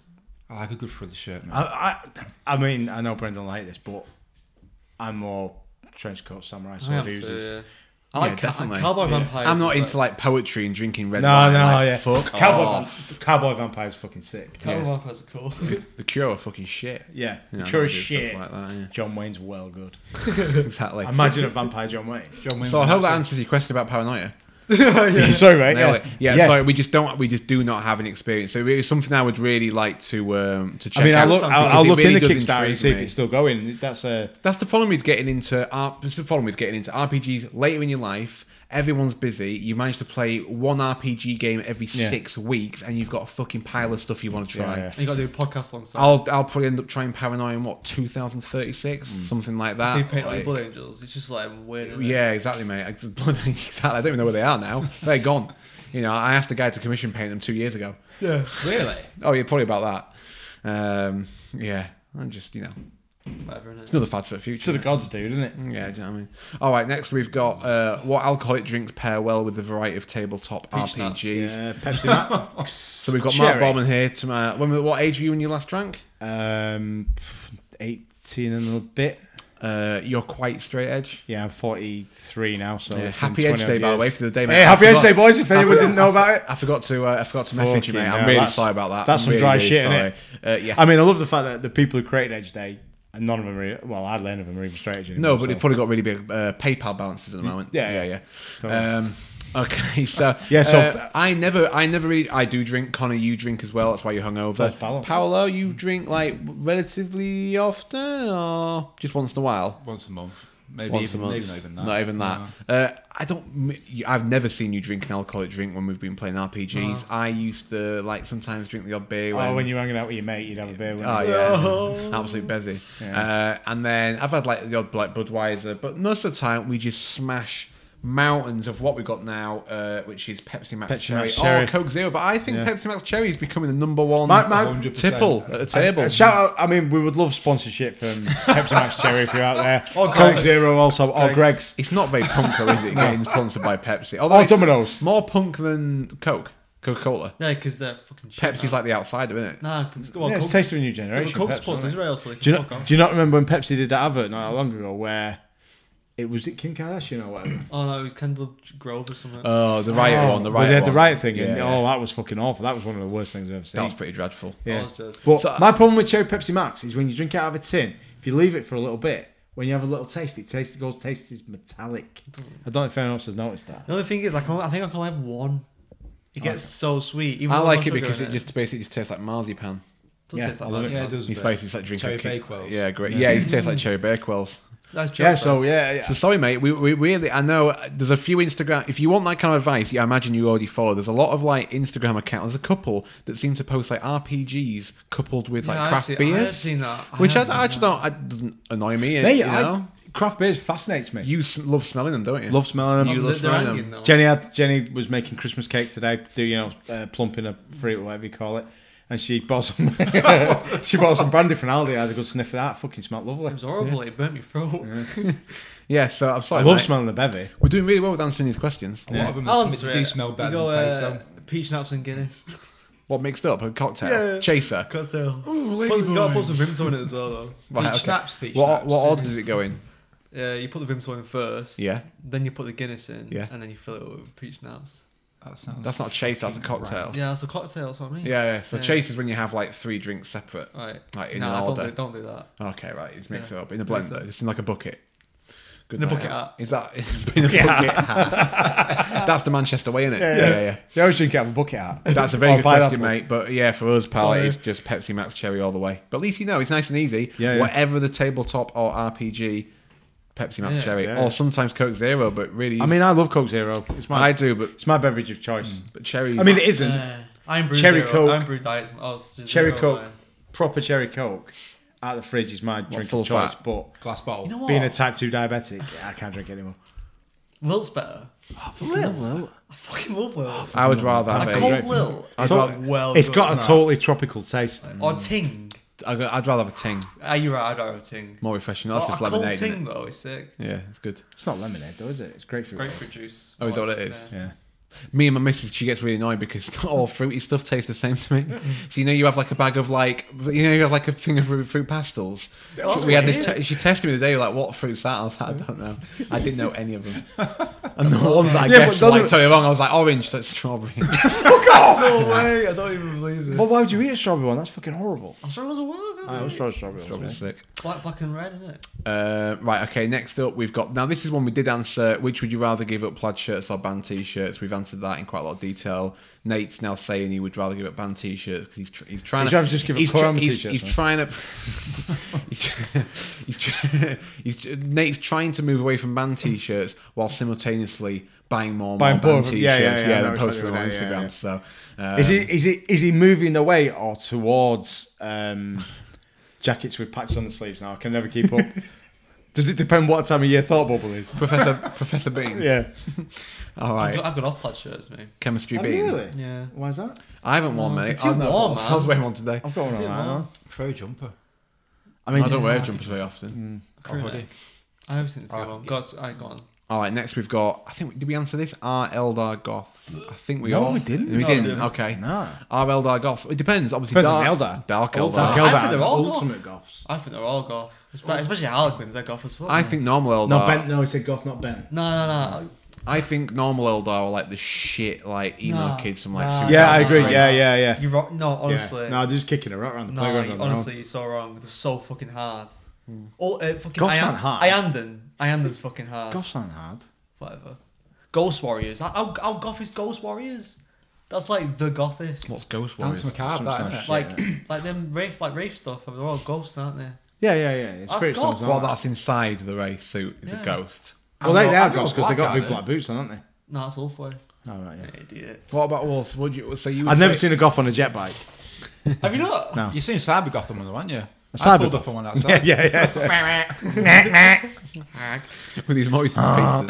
E: I like a good frilly shirt, man.
B: I, I, I mean, I know Brendan like this, but I'm more trench coat samurai
D: I, am
B: sword
D: too,
B: users.
D: yeah. I like
A: Yeah,
D: ca-
A: definitely.
D: cowboy vampires.
A: I'm not
D: but-
A: into like poetry and drinking red
B: No,
A: wine.
B: no,
A: like,
B: yeah.
A: Fuck
B: cowboy,
A: off.
B: vamp- cowboy vampire's fucking sick.
D: Cowboy
B: Yeah,
D: vampires are cool. *laughs*
A: The Cure are fucking shit.
B: yeah.
A: You know, I
B: Cure
A: don't
B: is
A: do stuff
B: shit.
A: like that,
B: *laughs*
A: yeah.
B: John Wayne's well good.
A: Exactly.
B: Imagine
A: *laughs*
B: a vampire John Wayne.
E: John Wayne's
A: so I hope that
E: massive-
A: answers your question about paranoia.
B: *laughs* Sorry, mate.
A: Nailed
B: Yeah.
A: it. Yeah, sorry, we just don't, we just do not have an experience. So it's something I would really like to um to check.
B: I mean, I'll
A: out
B: look, I'll,
A: because
B: I'll
A: it
B: look
A: really
B: in the
A: does
B: Kickstarter and
A: intrigue
B: see if
A: me.
B: it's still going. That's uh, a
A: That's the problem with getting into art. That's the problem with getting into RPGs later in your life. Everyone's busy. You manage to play one RPG game every
B: Yeah.
A: six weeks, and you've got a fucking pile of stuff you want to try.
B: Yeah, yeah.
D: you got to do a podcast alongside.
A: I'll I'll probably end up trying Paranoia in what 2036, something like that.
D: Mm. do paint like,
A: Like,
D: blood angels. It's just like weird. isn't it?
A: yeah, exactly, mate. I just- *laughs* blood- exactly. I don't even know where they are now. They're gone. You know, I asked a guy to commission paint them two years ago.
E: Really?
A: Oh yeah, probably about that. Um, yeah, I'm just you know
D: Whatever, innit?
A: another fad for the future.
B: it's to the gods, dude, isn't it?
A: Yeah, do you know what I mean? All right, next we've got uh, what alcoholic drinks pair well with the variety of tabletop
D: Peach nuts,
A: RPGs.
B: Yeah, Uh, Pepsi
A: *laughs*
B: Max.
A: So we've got Mark
B: Cherry.
A: Bowman here. To uh, my, when, what age were you when you last drank?
B: Um, pff, eighteen and a bit.
A: Uh, you're quite straight edge.
B: Yeah, I'm 43 now, so
A: Yeah,
B: it's been
A: happy Edge
B: 20
A: Day,
B: odd
A: by the way,
B: years.
A: for the day, mate.
B: Hey,
A: I
B: happy Edge
A: forgot-
B: Day, boys! If
A: I
B: anyone
A: forgot-
B: didn't know about it,
A: *laughs* I forgot to. Uh, I forgot to
B: Fucking
A: message you, mate.
B: hell,
A: I'm really
B: that's-
A: sorry about that.
B: that's
A: I'm
B: some
A: really,
B: dry
A: really
B: shit,
A: sorry.
B: innit?
A: Uh, yeah.
B: I mean, I love the fact that the people who created Edge Day, and none of them, are e- well, hardly any of them are even straight edge anymore.
A: no, but
B: so.
A: they've probably got really big uh, PayPal balances at the moment. yeah,
B: yeah,
A: yeah.
B: yeah.
A: Um, okay, *laughs* so
B: Yeah, so-
A: uh, I never, I never really, I do drink. Connor, you drink as well. That's why you're hungover.
B: That's balance.
A: Paolo, you drink like relatively often, or just once in a while.
E: Once a month. Maybe
A: Once
E: even,
A: a month,
E: maybe not even that.
A: Not even that. Uh, I don't. I've never seen you drink an alcoholic drink when we've been playing RPGs. I used to like sometimes drink the odd beer.
B: Oh, when you were hanging out with your mate, you'd have a beer. wouldn't
A: Oh
B: you?
A: um, yeah, *laughs* absolute busy. Uh, and then I've had like the odd like Budweiser, but most of the time we just smash mountains of what we've got now, uh, which is Pepsi Max
B: Pepsi
A: Cherry
B: Max
A: or
B: Cherry.
A: Coke Zero. But I think
B: Yeah.
A: Pepsi Max Cherry is becoming the number one
B: My- my-
E: 100%.
A: tipple at the
B: I-
A: table.
B: I shout out! I mean, we would love sponsorship from Pepsi Max Cherry if you're out there.
A: Oh,
E: Or
B: Coke
E: Greggs.
B: Zero also, or Greg's.
A: it's not very punko, is it?
B: *laughs*
A: Getting sponsored by Pepsi. Although
B: Or
A: it's
B: Domino's.
A: More punk than Coke, Coca Cola.
D: No, because they're fucking shit.
A: Pepsi's like the outsider, isn't it?
D: Nah, go on,
B: Yeah, it's
D: Coke.
B: a taste of a new
D: They were
B: generation.
D: Coke
B: Pepsi,
D: sports
B: wasn't it?
D: Israel, so they
B: Do
D: can
B: you,
D: fuck
B: not,
D: off.
B: do you not remember when Pepsi did that advert not that long ago where it was it Kim Kardashian or whatever?
D: Oh no, it was Kendall Grove or something.
A: Oh, the riot one, the
B: Well,
A: riot
B: they had the
A: one.
B: riot thing, and
A: Yeah.
B: oh, that was fucking awful. That was one of the worst things I've ever seen.
A: That was pretty dreadful.
D: That
B: Yeah.
D: was dreadful.
B: But
A: So-
B: my problem with cherry Pepsi Max is when you drink it out of a tin, if you leave it for a little bit, when you have a little taste, it tastes it goes taste is metallic. I don't know if anyone else has noticed that.
D: The only thing is, I, can't, I think I can only have one. It gets so sweet. even
A: I
D: though there's
A: like
D: no
A: it
D: sugar
A: because
D: in
A: it just basically just tastes like marzipan.
D: doesn't
B: Yeah,
D: taste
B: I
D: that
B: love
D: bad.
E: Yeah, it does.
A: He's
E: a bit.
A: basically just like drinking.
E: Cherry
A: King-
E: Bakewells.
A: Yeah, great. Yeah, he tastes like cherry Bakewells.
D: That's joke,
B: Yeah, so yeah, yeah.
A: So sorry, mate. We, we really, I know uh, there's a few Instagram. If you want that kind of advice, yeah, I imagine you already follow. There's a lot of like Instagram accounts. There's a couple that seem to post like RPGs coupled with like
D: Yeah, I've
A: craft
D: seen- I have
A: beers,
D: seen that. I
A: which I,
D: have seen
A: I just don't. It doesn't annoy me.
B: Mate,
A: you
B: I-
A: know,
B: craft beers fascinates me.
A: you s- love smelling them, don't you?
B: love smelling them.
A: You
D: They're-
A: love
D: they're
A: smelling
D: hanging,
A: them.
D: though.
B: Jenny had Jenny was making Christmas cake today, do you know, uh, plumping a fruit or whatever you call it. And she bought some *laughs* she bought some brandy from Aldi, I had a good sniff of that, fucking smelled lovely.
D: It was horrible. It burnt my throat.
A: Yeah. So I'm
B: I
A: sorry.
B: love
A: mate.
B: smelling the bevy.
A: We're doing really well with answering these questions.
E: A lot of them
D: I'll
E: are something
D: answer
E: do
D: it.
E: smell
D: You
E: better
D: go,
E: than taste
D: uh,
E: them.
D: Peach schnapps and Guinness.
A: What mixed up? A cocktail
D: Yeah.
A: chaser.
D: Cocktail.
A: Ooh,
D: Put- you gotta put
A: ladyboys.
D: some Vimto in it as well, though.
A: Right,
E: peach
A: okay.
E: snaps, peach
A: What
E: snaps.
A: what order does it go in?
D: Yeah, you put the Vimto in first.
A: Yeah.
D: Then you put the Guinness in.
A: Yeah.
D: And then you fill it with peach schnapps.
E: That sounds
A: That's not a chase. That's a cocktail.
D: Yeah, that's a cocktail. That's what I mean.
A: Yeah, yeah. So
D: Oh. Yeah.
A: chase is when you have like three drinks separate.
D: Right.
A: Like, in
D: nah,
A: an
D: don't
A: order.
D: do, don't do that.
A: Okay, right. You just mix
D: Yeah.
A: it up in a blender, just in like a bucket. Good
D: In a
A: night
D: bucket
A: out.
D: hat.
A: Is that *laughs* in a bucket hat. *laughs* That's the Manchester way, isn't it? Yeah, yeah.
B: You always drink it out of a bucket hat.
A: That's
B: *laughs*
A: a very
B: Or
A: good
B: Oh, pineapple.
A: question, mate. But yeah, for us, pal,
D: Sorry.
A: it's just Pepsi Max Cherry all the way. But at least you know it's nice and easy.
B: Yeah, yeah.
A: Whatever the tabletop or RPG, Pepsi Max
D: Yeah,
A: Cherry,
B: yeah.
A: or sometimes Coke Zero. But really,
B: I mean, I love Coke Zero. It's my
A: I do, but,
B: it's my beverage of choice. Uh,
A: but cherry.
B: Mm. I mean, it isn't
D: Yeah. I'm brewed
B: Cherry
D: zero.
B: Coke.
D: I'm brewed diet. Oh, it's just
B: cherry
D: zero,
B: Coke.
D: man.
B: Proper cherry Coke out of the fridge is my drink
A: full
B: of choice.
A: fat?
B: But
E: glass bottle.
D: You know what?
B: being a type two diabetic, I can't drink it anymore.
D: Lilt's better.
B: Lil, Lil.
D: I fucking love Lilt.
A: I would rather have
D: Oh, I
A: a.
D: call Lilt.
A: I'd,
B: So-
A: rather,
D: It's well
B: it's
D: good.
B: got a totally tropical taste.
D: Or Ting.
A: I'd I'd rather have a ting,
D: Ah, you're right. I'd rather Ting.
A: more refreshing. That's
D: Oh,
A: just
D: a cold
A: lemonade. isn't
D: Ting though is sick.
A: it? Yeah, it's good.
B: It's not lemonade though, is it? It's grapefruit.
D: Grapefruit juice.
A: Oh, is that what it is?
D: Yeah.
B: Yeah.
A: me and my missus, she gets really annoyed because *laughs* not all fruity stuff tastes the same to me. So you know, you have like a bag of like, you know, you have like a thing of fruit, fruit pastels.
B: Oh,
D: That's
A: we had
D: weird.
A: this. Te- she tested me the day like, what fruit's that? I was like, I don't know. I didn't know any of them.
B: *laughs*
A: And the ones that I
B: Yeah,
A: guessed
B: but
A: were
B: none
A: like
B: of-
A: totally wrong. I was like, orange, that's
B: *laughs*
A: strawberry.
D: No way! I don't even believe this.
B: Well, why would you eat a strawberry one? That's fucking horrible.
D: I'm sure it was a while ago.
B: I
D: mate.
B: always tried strawberry.
A: Strawberry
B: strawberries.
A: sick.
D: Black, black and red, isn't it?
A: Uh, right, okay. Next up, we've got now. This is one we did answer. Which would you rather give up, plaid shirts or band t-shirts? We've answered that in quite a lot of detail. Nate's now saying he would rather give up band t-shirts because he's tr- he's trying
B: He'd
A: to
B: rather just give up
A: he's, tr-
B: Quorum
A: he's,
B: t-shirts,
A: he's
B: huh?
A: trying to *laughs* he's, tr- he's, tr- he's tr- Nate's trying to move away from
B: *laughs*
A: band t-shirts while simultaneously buying more and
B: Buying
A: more
B: more
A: band
B: of them.
A: t-shirts.
B: Yeah,
A: Yeah,
B: yeah, yeah, I know
A: and
B: exactly
A: posting them
B: what
A: on
B: that- yeah,
A: Instagram. So
B: yeah.
A: uh,
B: Is he is he is he moving away or towards *laughs* um, jackets with patches on the sleeves now? I can never keep up. *laughs* Does it depend what time of year thought bubble is?
A: Professor *laughs* Professor Bean?
B: Yeah.
A: All
D: I've,
A: right,
D: got, I've got off plaid shirts, mate.
A: chemistry
B: Oh,
A: Bean.
B: Really?
D: Yeah.
B: Why is that?
A: I haven't worn many.
D: It's too
A: Oh, no,
D: warm,
A: *laughs* I was
D: man.
A: wearing one today.
B: I've got one on
D: it
B: right
D: warm?
B: now.
E: Throw a jumper.
A: I don't wear jumpers very often.
E: Or
B: Mm.
D: Crew
E: hoodie.
D: neck. I have seen this
E: Oh,
D: one. God, I go on.
A: All right, next we've got. I think did we answer this? R. Eldar Goth. I think we
B: No,
A: all.
B: we didn't.
A: We
B: No,
A: didn't.
B: we didn't.
A: Okay.
B: No.
A: R. Eldar Goth. It depends. Obviously,
B: Depends on
A: dark
B: Eldar.
A: Dark Eldar.
B: Dark
D: I think they're all
B: ultimate goths.
D: I think they're all goth, especially, especially Harlequins. They're goth as well.
A: I think normal Eldar.
B: No, Ben. No, he said goth, not Ben.
D: No, no, no.
A: I think normal Eldar were like the shit, like emo
D: Nah.
A: kids from like.
D: Nah.
A: 2000.
B: Yeah, I
D: No,
B: agree.
D: no,
B: Yeah,
D: no.
B: yeah, yeah.
D: You're wrong. No, honestly.
B: Yeah. No, they're just kicking a rock around the
D: No,
B: playground. on their own.
D: honestly, you're so wrong. They're so fucking hard.
A: Hmm.
D: All uh, fucking
B: Goths
D: Ian-
B: aren't hard.
D: Iandan. Iandan's fucking hard.
B: Goths aren't hard.
D: Whatever. Ghost Warriors. How, how, how goth is Ghost Warriors? That's like the gothest.
A: What's Ghost
E: Dance
A: Warriors?
E: macabre,
B: Some
E: that,
B: sort of
E: innit?
B: shit.
D: Like, *clears throat* like them rave, like rave stuff. They're all ghosts, aren't they?
B: Yeah, yeah, yeah. It's
D: That's
B: pretty
D: goth.
B: something,
A: Well,
B: isn't it?
A: that's inside the race suit. Is
D: Yeah.
A: a ghost.
B: Well,
E: I
B: they,
E: know-
B: they
E: I
B: are
E: know
B: goths because they
E: black
B: got big
E: guy,
B: black boots, on, aren't they?
D: No, that's Wolfway.
B: Oh, right, yeah.
D: Idiot.
A: What about Wolves? Would you so you? would
B: I've never
A: say-
B: seen a goth on a jet bike. *laughs*
D: Have you not?
B: No.
E: You've seen Cyber Gotham one, haven't you? I
B: Cyber
E: pulled up
B: Gotham.
E: on one
B: *laughs* yeah,
E: outside.
B: yeah, yeah.
A: with these moist pizzas.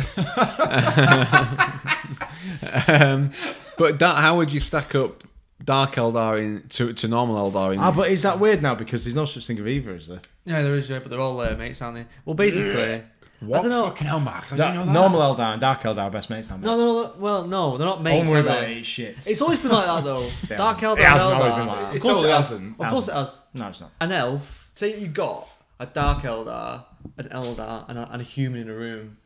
A: *laughs* um, but that, how would you stack up Dark Eldar in to, to normal Eldar in?
B: Ah, but is that weird now? Because there's no such thing of either, is there?
D: Yeah, there is, yeah, but they're all uh, mates, aren't they? Well, basically,
E: What?
D: I don't know.
E: Fucking hell, Mark. I
B: Da-
E: didn't know that.
B: normal Eldar and Dark Eldar are best mates now.
D: No, no, no, well, no, they're not
B: mate.
D: mates.
B: Don't worry
D: are
B: about
D: they?
B: it. It's shit.
D: It's always been like that though. Dark Eldar.
B: It hasn't
D: and
B: always
D: Eldar.
B: been like that.
D: Of course
E: It totally
D: it has.
E: hasn't.
D: Of course it has.
B: No, it's not.
D: An elf. Say you got a Dark Eldar, an Eldar, and a, and a human in a room,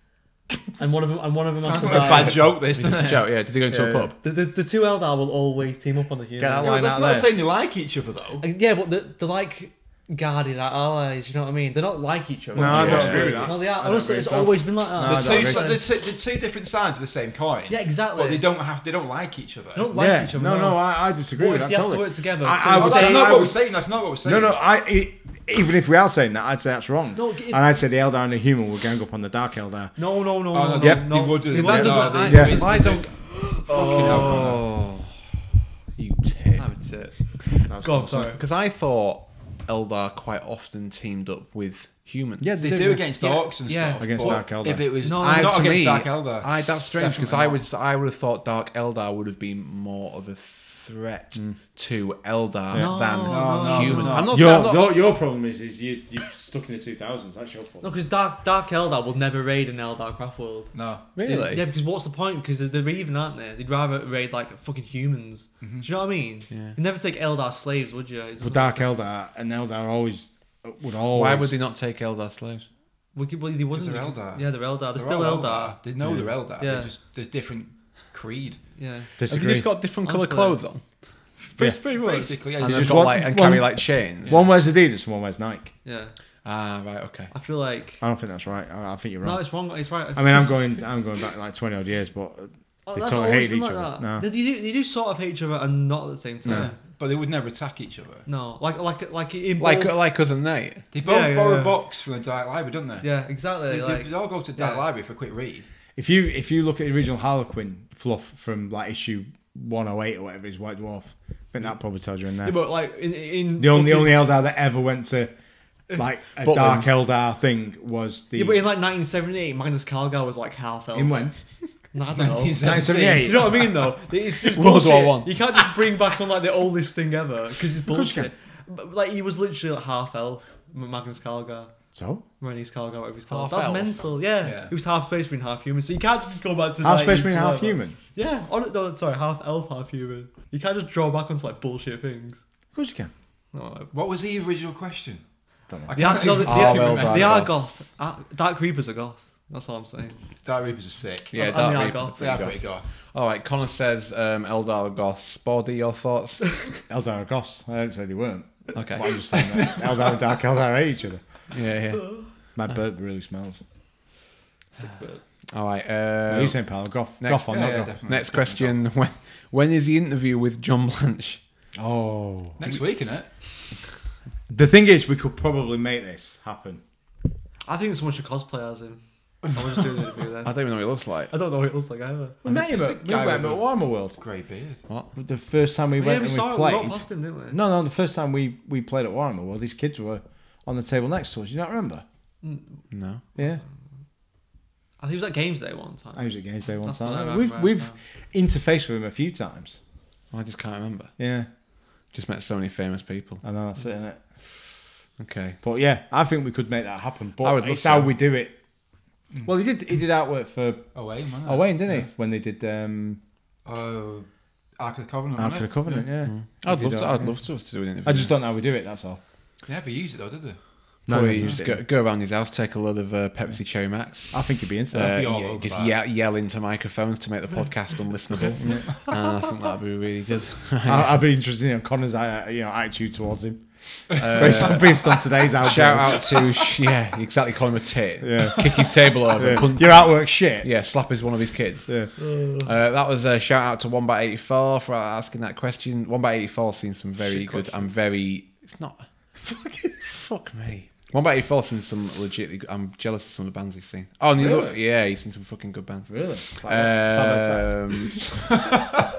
D: and one of them and one of them has
E: Sounds
D: to
E: like a bad
D: die.
E: joke, this,
A: It's
E: doesn't
A: a
E: it?
A: joke, yeah. Did they go into a
B: Yeah.
A: pub?
D: The, the, the two Eldar will always team up on the human.
B: Get that
E: No,
B: line
E: that's
B: out
E: not
B: there.
E: saying they like each other, though.
D: Like, Uh, Yeah, but they're, they're like guarded allies. You know what I mean? They're not like each other.
B: No, I don't
A: Yeah.
B: agree with that.
D: No, they
B: I
D: are.
B: don't
D: Honestly,
B: agree
D: it's
B: at all.
D: always been like that.
B: No, I
E: They're two,
B: don't
E: si-
B: agree.
E: they're, two, they're two different sides of the same coin.
D: Yeah, exactly.
E: But they don't have. They don't like each other.
D: They don't like
B: yeah.
D: each other.
B: no, no, I, I disagree
D: What
B: with
D: if
B: that.
D: they have to
B: totally.
D: work together?
B: I,
D: So you
B: I
E: Oh,
B: would
D: say-
E: that's
B: say,
E: not
B: I
E: what we're
B: would-
E: saying. That's not what we're saying.
B: no, no. I e- even if we are saying that, I'd say that's wrong.
D: No, get-
B: and I'd say the Eldar and the human will gang up on the Dark Eldar.
D: No, no, no, no,
E: Oh, no,
D: no,
E: they-
D: no.
E: they wouldn't.
D: They
E: That
D: wouldn't.
E: doesn't-
A: I,
B: Yeah.
A: I don't.
E: Fucking hell,
A: Oh, you tit.
D: I'm a tit.
B: That's
D: Go on, sorry.
A: Because I thought Eldar quite often teamed up with humans.
B: Yeah,
E: They do against
D: Yeah.
E: orcs and
D: Yeah.
E: stuff.
B: Against
E: but
B: Dark Eldar.
E: If it was
D: No,
A: I,
E: Oh, not
A: to
E: against
A: me,
E: Dark Eldar.
A: I, that's strange because
E: Definitely
A: I
E: not.
A: would I would have thought Dark Eldar would have been more of a threat to Eldar
D: No,
A: than
D: no,
E: no,
A: human.
E: no.
A: I'm not saying I'm
B: Your,
A: not-
B: your, your problem is, is you, you're stuck in the 2000s. That's your
D: No,
B: problem.
D: because Dark Dark Eldar will never raid an Eldar craft world.
E: No.
A: really.
D: Yeah, because what's the point? Because they're, they're even, aren't they? They'd rather raid like fucking humans. Do you know what I mean?
A: Yeah.
D: You'd never take Eldar slaves, would you? It
B: Well,
D: doesn't
B: Dark
D: make sense.
B: Eldar and Eldar always would always.
A: Why would they not take Eldar slaves?
D: We could, well, they wouldn't.
E: they're
D: because-
E: Eldar.
D: Yeah, they're Eldar. They're,
E: They're
D: still
E: all
D: Eldar.
E: They know they're Eldar.
D: Yeah.
E: They're just they're different creed.
D: Yeah.
A: Have
B: disagree?
A: you just got different colour
D: Honestly.
A: clothes on?
B: Yeah.
D: pretty
E: Basically, yeah,
A: And
E: it's
A: they've
E: just-
A: got
B: one-
A: like and
B: one-
A: carry like chains.
B: One wears Adidas and one wears Nike.
D: Yeah.
A: Ah, right, okay.
D: I feel like.
B: I don't think that's right. I, I think you're
D: No,
B: wrong.
D: it's wrong. It's right.
B: I mean, I'm going, I'm going back like 20 odd years, but uh,
D: Oh,
B: they
D: that's
B: sort
D: always
B: of hated
D: been
B: each
D: like
B: other.
D: that.
B: No.
D: They, do, they do sort of hate each other and not at the same time.
E: but they would never attack each other.
D: No, like like like in
A: Like uh,
D: both-
A: like us and Nate.
E: They both
D: Yeah, yeah,
E: borrow
D: yeah.
E: books from the Dark Library, don't they?
D: yeah,
E: They,
D: exactly.
E: they-
D: like
E: they all go to Dark
D: yeah.
E: Library for a quick read.
B: If you if you look at the original Harlequin fluff from like issue 108 or whatever is White Dwarf, I think that probably tells you in there.
D: Yeah, but like in, in
B: the only the
D: fucking-
B: only Eldar that ever went to
D: *laughs*
B: like a dark
A: Butlins.
B: Eldar thing was the
D: yeah, but in like 1978, Magnus Carlgar was like half elf.
B: in when
D: No, I don't know.
E: 1978.
D: You know what I mean, though. It's just
A: World War
D: bullshit.
A: One.
D: You can't just bring back on like the oldest thing ever because it's
B: course you
D: bullshit. But, like he was literally like half elf, M- Magnus Carlgar,
B: So
D: Rennie's Carlgar, whatever he's
A: Half
D: called. That's
A: elf?
D: mental. Yeah.
E: Yeah.
D: he was half space marine, half human. So you can't just go back to
B: half space
D: 90s
B: marine, half
D: whatever.
B: human.
D: Yeah, on, no, sorry, half elf, half human. You can't just draw back onto like bullshit things.
B: Of course you can.
D: No,
E: What was the original question?
B: Don't know.
E: I
D: They are,
E: can't
D: no,
E: even
D: they, they
A: Ah,
D: are,
A: well done,
D: they are
A: goths.
D: goth. Uh, Dark Creepers are goth. That's all I'm saying.
E: Dark Reapers are sick.
A: Yeah,
D: And
A: Dark
D: they are
A: Reapers are
D: goth.
E: They
A: pretty
E: are
A: goth.
E: pretty goth.
A: All right, Connor says um, Eldar are goths. Body, your thoughts?
B: Eldar are goths. I didn't say they weren't. But I'm
A: Okay.
B: just
D: *laughs*
B: saying that Eldar and dark Eldar hate each other.
A: yeah, yeah.
B: My
D: Uh.
B: bird really smells.
D: Sick bird.
A: All right.
B: Are
A: Uh,
B: you saying pal? Goth,
A: next-
B: goth or
E: Yeah,
B: not
E: yeah,
B: goth?
E: definitely.
A: next question: *laughs* When when is the interview with John Blanche?
B: Oh.
E: Next week, innit?
B: The thing is, we could probably make this happen.
D: I think someone should cosplay as him. I was just doing it for
A: *laughs*
D: you then.
A: I don't even know what he looks like.
D: I don't know what it looks like either.
B: We met him at,
E: it's a
B: we
E: guy
B: went
E: with
B: at Warmer World.
E: Grey beard.
B: The first time we
D: yeah,
B: went
D: we
B: and
D: saw
B: we
D: it. We walked
B: played.
D: past him, didn't we?
B: No, no, the first time we, we played at Warmer World, these kids were on the table next to us. You don't remember?
A: No.
B: Yeah.
D: I think it was at Games Day one time.
B: I was at Games Day one
D: That's not
B: time.
D: right,
B: We've,
D: right,
B: we've
D: no.
B: interfaced with him a few times.
A: I just can't remember.
B: Yeah.
A: Just met so many famous people.
B: I know, that's it, innit?
A: Okay.
B: But yeah, I think we could make that happen. But
A: I would love
B: it's how
A: so.
B: we do it. Well, he did. He did artwork for
E: Oh, wait, man.
B: Owain, didn't he? When they did um,
E: Oh, Ark of the Covenant.
B: Ark of
E: wasn't
B: the
E: it?
B: Covenant, yeah.
A: Hmm. I'd
B: He
A: love
B: did
A: to.
B: art-
A: I'd love to, to do it.
B: I just don't know how we do it. That's all.
E: They never used it though, did they?
A: Probably
B: No, no,
A: just
B: no.
A: go, go around his house, take a lot of uh, Pepsi Cherry Max.
B: I think you'd be into
A: Uh,
B: that.
E: be all
A: yeah,
E: over
A: just
E: that.
A: yell, yell into microphones to make the
B: *laughs*
A: podcast unlistenable. And I think that'd be really good.
B: I, *laughs* I'd be interested in Connor's uh, you know attitude towards him based, on, based on today's outburst.
A: Uh, *laughs* Shout out to sh- yeah, exactly. Call him a tit.
B: Yeah.
A: Kick his table over.
B: Yeah.
A: Yeah. Punch,
B: Your artwork shit.
A: yeah, slap his one of his kids.
B: Yeah.
A: Uh, that was a shout out to One by Eighty Four for asking that question. One by Eighty Four seems some very good and very. It's not. *laughs* Fuck me. One by Eighty Four seems some legit. I'm jealous of some of the bands he's seen. Oh, and the other- yeah, he's seen some fucking good bands.
B: Really? Like that. Side by side.
A: Um,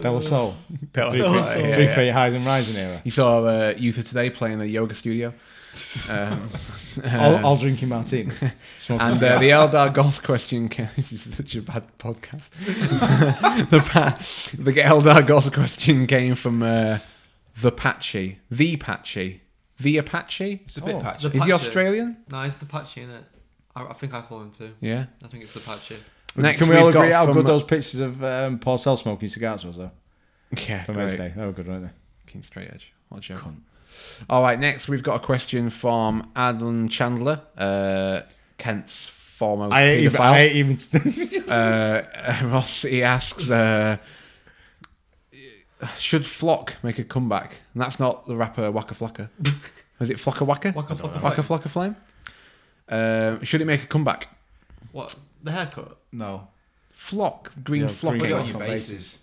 B: Devil Soul.
A: Devil
B: three
A: Soul.
B: feet,
A: Yeah,
B: three
A: yeah.
B: feet highs and rising era.
A: you saw uh, Youth of Today playing the yoga
B: *laughs*
A: studio. Um,
B: All, all
A: *laughs*
B: drinking martinis. Smoking
A: And uh,
B: cigarettes.
A: the Eldar Goth question *laughs* came. This is such a bad podcast. *laughs* the, pa- the Eldar Goth question came from uh, the Patchy, the Patchy, the Apache.
E: It's a bit
B: Oh,
E: patchy.
A: Is he
D: Patchy.
A: Australian?
D: No, it's the patchy in it. I, I think I follow him too.
A: Yeah.
D: I think it's the patchy.
A: Next
B: Can we all
A: we've got
B: agree how
A: from- uh,
B: good those pictures of um, Paul Cell smoking cigars was though?
A: uh, Yeah.
B: From
A: great.
B: Wednesday. They were good, weren't they?
A: Fucking straight edge. What a joke. All right. Next, we've got a question from Adam Chandler, uh, Kent's foremost
B: I ain't even,
A: paedophile.
B: I ain't even
A: uh, *laughs* Ross, he asks, uh, should Flock make a comeback? And that's not the rapper Waka
E: *laughs*
A: Flocka. Was it Flocka Waka?
D: Waka Flocka
A: Waka
D: Flame.
A: Flocka Flame? Um, should it make a comeback?
D: What? The haircut?
E: No.
A: Flock, Green
B: Yeah,
A: Flock.
B: Green
E: Look
B: Okay.
E: at
B: Flock.
E: your bases.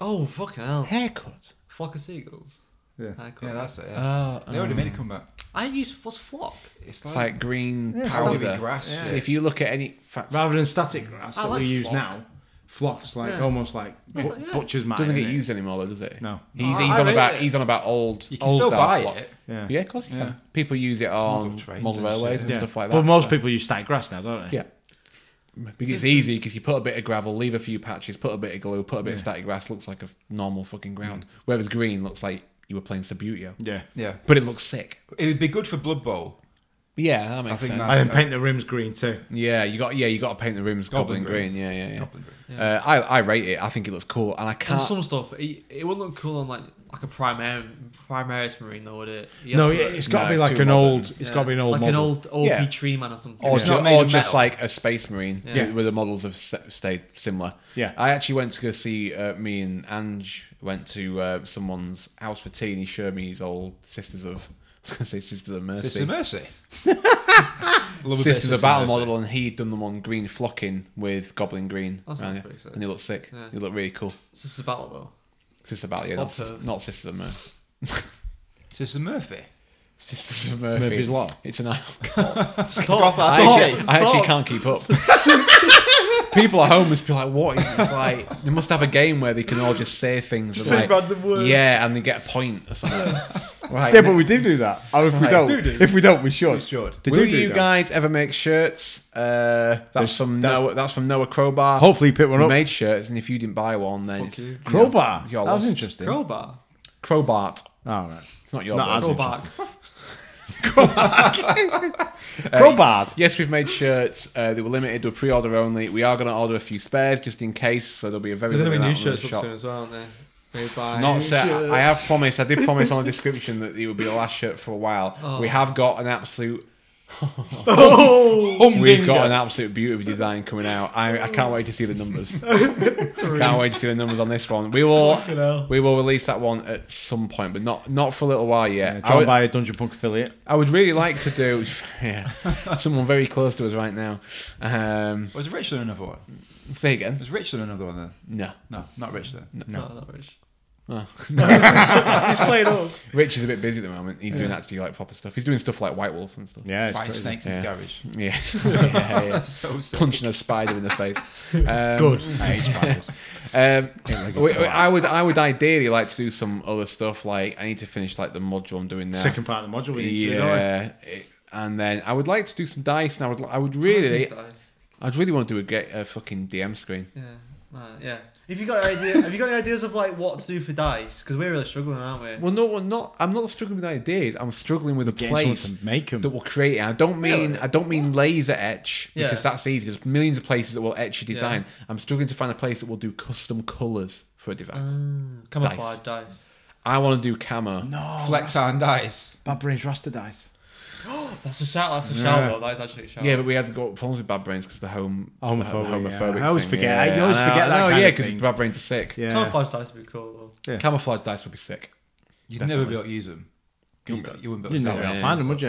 D: Oh, fucking hell.
A: Haircut?
D: Flock of seagulls.
B: Yeah.
D: Haircut.
E: Yeah, that's it. Yeah.
B: Uh,
A: Oh,
E: they already
A: oh.
E: made
B: um,
E: a comeback.
D: I use what's flock.
A: It's
E: It's like,
A: like green
B: Yeah, it's
A: powder.
E: like grass, yeah.
A: So if you look at any... Fact,
B: *laughs* Rather than static grass
D: I
B: that
D: like
B: we use
D: flock.
B: now, flock's like
D: Yeah.
B: almost like
D: It's
B: bu-
D: like- yeah.
B: butcher's mat.
A: doesn't get
B: innit?
A: used anymore, though, does it?
B: No.
A: He's,
D: Oh,
A: he's
D: I
A: on
D: read
A: about
D: it.
A: he's on about old.
E: you can
A: old
E: still
A: style
E: buy
A: flock.
E: it.
B: Yeah.
A: Yeah, of course you
E: Yeah.
A: can. People use it on
E: model trains
A: model
E: and
A: railways
E: shit.
A: and stuff like that.
B: But most
A: for-
B: people use static grass now, don't they?
A: Yeah. Because it's easy because you put a bit of gravel, leave a few patches, put a bit of glue, put a bit of static grass, looks like a f- normal fucking ground. Whereas green looks like you were playing Subutio.
B: Yeah.
E: Yeah.
A: But it looks sick.
E: It would be good for Blood Bowl.
A: Yeah, that makes
E: think
A: sense.
E: that's-
B: I then paint the rims green too.
A: Yeah, you got yeah, you got to paint the rims goblin,
E: Goblin
A: green.
E: green.
A: Yeah, yeah, yeah.
E: Goblin green.
A: Uh, I I rate it. I think it looks cool, and I
D: And
A: can't.
D: some stuff, it, it wouldn't look cool on like like a primary primaris marine though, would it? You
B: No,
D: have to
B: yeah,
D: look-
B: it's got to
A: No,
B: be
A: it's
B: like
A: too
B: an
A: modern.
B: old. It's
D: yeah,
B: got to be an old
D: like
B: model. Oh,
D: an old OP
A: Yeah.
D: tree man or something.
A: or,
E: It's
A: ju-
E: not made
A: or
E: of
A: just
E: metal.
A: like a space marine
D: Yeah.
A: where the models have se- stayed similar
B: Yeah.
A: i actually went to go see uh, me and ange went to uh, someone's house for tea and he showed me his old sisters of *laughs* i was going to say sisters of mercy
B: *laughs*
E: Sister Mercy. Love a bit
A: sisters of battle
E: Mercy.
A: model and he'd done them on green flocking with goblin green
D: That sounds
A: around here.
D: pretty sick.
A: and they look sick
D: Yeah.
A: they look really cool
D: It's just a battle though.
A: sister battle yeah, not,
D: Also-
A: sis- not sisters of mercy
E: Sister Murphy.
A: sisters of mercy
B: Murphy's Law.
A: it's an
B: *laughs*
E: Goth
A: I
E: Stop.
A: actually, I actually can't keep up. *laughs* People at home must be like, "What?" It's like they must have a game where they can all just say things. and
E: say
A: like,
E: random words.
A: Yeah, and they get a point or something. *laughs* right.
B: Yeah, but we do do that. Or if we
A: Right.
B: don't,
E: Do do.
B: if we don't, we should.
E: We should.
B: They
A: Will
B: do do
A: you
B: that.
A: guys ever make shirts? Uh, that's
B: There's-
A: from
B: that's-
A: Noah. That's from Noah Crowbar.
B: Hopefully, you pick
A: we
B: one up.
A: made shirts, and if you didn't buy one, then it's,
D: you.
A: you know,
B: Crowbar.
A: you're
B: that was
A: lost.
B: interesting. All
D: Crowbar.
A: Crowbart.
B: right.
A: It's not your
B: Not
A: word.
B: as
A: Crowbar.
D: Crowbar.
B: Crowbar.
A: Yes, we've made shirts. Uh, they were limited to a pre-order only. We are going to order a few spares just in case, so there'll be a very
D: There's gonna be
A: limited
D: new
A: amount in the
D: shirts up
A: shop.
D: soon as well, aren't there? Made by
A: Not set. I have promised. I
D: *laughs*
A: did promise on the description that it would be the last shirt for a while.
D: Oh.
A: We have got an absolute. We've got an absolute beauty of design coming out. I, I can't wait to see the
D: *laughs*
A: numbers. can't wait to see the numbers on this one. We will we will release that one at some point, but not not for a little while yet.
B: Yeah,
A: I,
B: Drawn
A: would,
B: by a Dungeon Punk affiliate.
A: I would really like to do *laughs*
D: *laughs*
A: yeah, someone very close to us right now. Um,
E: Was Richland another one?
A: say again.
E: Was Richland another one then?
A: No.
E: No, not Richland.
D: No, not rich.
A: Oh.
D: *laughs*
A: *laughs* Rich is a bit busy at the moment. He's doing actually like proper stuff. He's doing stuff like White Wolf and stuff.
B: Yeah, it's
E: Fighting
B: crazy.
E: snakes in the garage.
A: Yeah.
E: *laughs*
A: *laughs* yeah, yeah.
E: So sick.
A: Punching a spider in the
E: *laughs*
A: face. Um, *laughs*
B: Good. I hate *laughs* spiders.
A: Um,
B: Eight-legged
A: we- we-
B: twice.
A: I would, I would ideally like to do some other stuff. Like I need to finish like the module I'm doing now.
B: Second uh, part of the module. We need to do, don't we?
A: yeah. It- and then I would like to do some dice, and I would, I would really,
D: Dice.
A: I'd really want to do a, get, a fucking DM screen.
D: Yeah. Man, yeah. If you got any idea, have you got any ideas of like what to do for dice? Because we're really struggling, aren't we?
A: Well, no, well, not. I'm not struggling with ideas. I'm struggling with a
B: Getting someone
A: place
B: to make them.
A: that will create it. I don't mean
D: Really?
A: I don't mean laser etch because
D: Yeah.
A: that's easy. There's millions of places that will etch your design. I'm struggling to find a place that will do custom colors for a device.
D: Mm, camouflage dice.
A: I want to do camo.
B: No,
E: Flex
B: that's-
E: iron dice.
B: Bad brains raster dice.
D: That's a shout. That's a
B: Yeah.
D: shout. Though that is actually a shout.
A: Yeah, but we had got problems with bad brains because the home the
B: Homophobic,
A: homophobic
B: yeah. I always
A: thing,
B: forget- I always
A: know,
B: forget that
A: know,
B: kind
A: yeah,
B: of
A: because
B: thing.
A: bad brains are sick.
B: Yeah.
D: camouflage dice would be cool though.
B: Yeah.
A: Camouflage dice would be sick.
E: You'd never be able to use them. You wouldn't be- you wouldn't be
B: You'd not
E: able to sell
B: be
E: them.
B: able to find them, would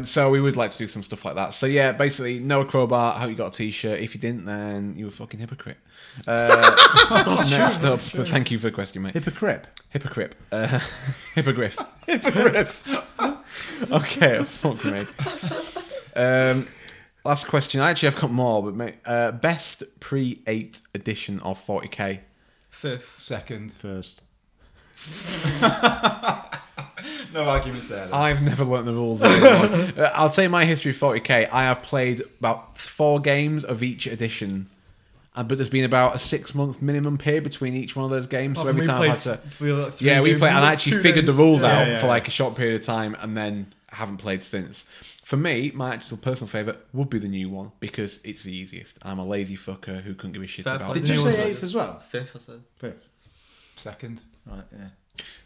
B: you?
A: Um, so we would like to do some stuff like that. So yeah, basically, Noah Crowbar. I hope you got a T-shirt. If you didn't, then you were a fucking hypocrite.
D: *laughs*
A: Uh, next up, but thank you for the question, mate. *laughs*
B: Hypocrite.
A: Hippocrypt. Uh, *laughs* hippogriff. hippogriff. okay, *laughs* fuck me. Um, last question. I actually have got more, but mate, uh, best pre-eight edition of 40k.
D: Fifth.
E: Second.
B: First.
E: No arguments there. then.
A: I've never learnt the rules. anymore. Uh, I'll tell you my history of 40k. I have played about four games of each edition, uh, but there's been about a six-month minimum period between each one of those games. so
D: Apart
A: every
D: from
A: time
D: we
A: I
D: played
A: had to,
D: f- we were like three
A: yeah, we
D: games
A: played.
D: in
A: and
D: like
A: I actually
D: two
A: figured the
D: days.
A: rules
B: Yeah,
A: out
B: yeah,
A: for
B: yeah.
A: like a short period of time, and then haven't played since. For me, my actual personal favourite would be the new one because it's the easiest. I'm a lazy fucker who couldn't give a shit
D: Fair
A: about
D: play.
A: it.
B: Did
D: New
B: you
D: one.
B: say eighth as well?
D: *laughs* Fifth, I said.
B: Fifth.
E: Second.
B: Right, yeah.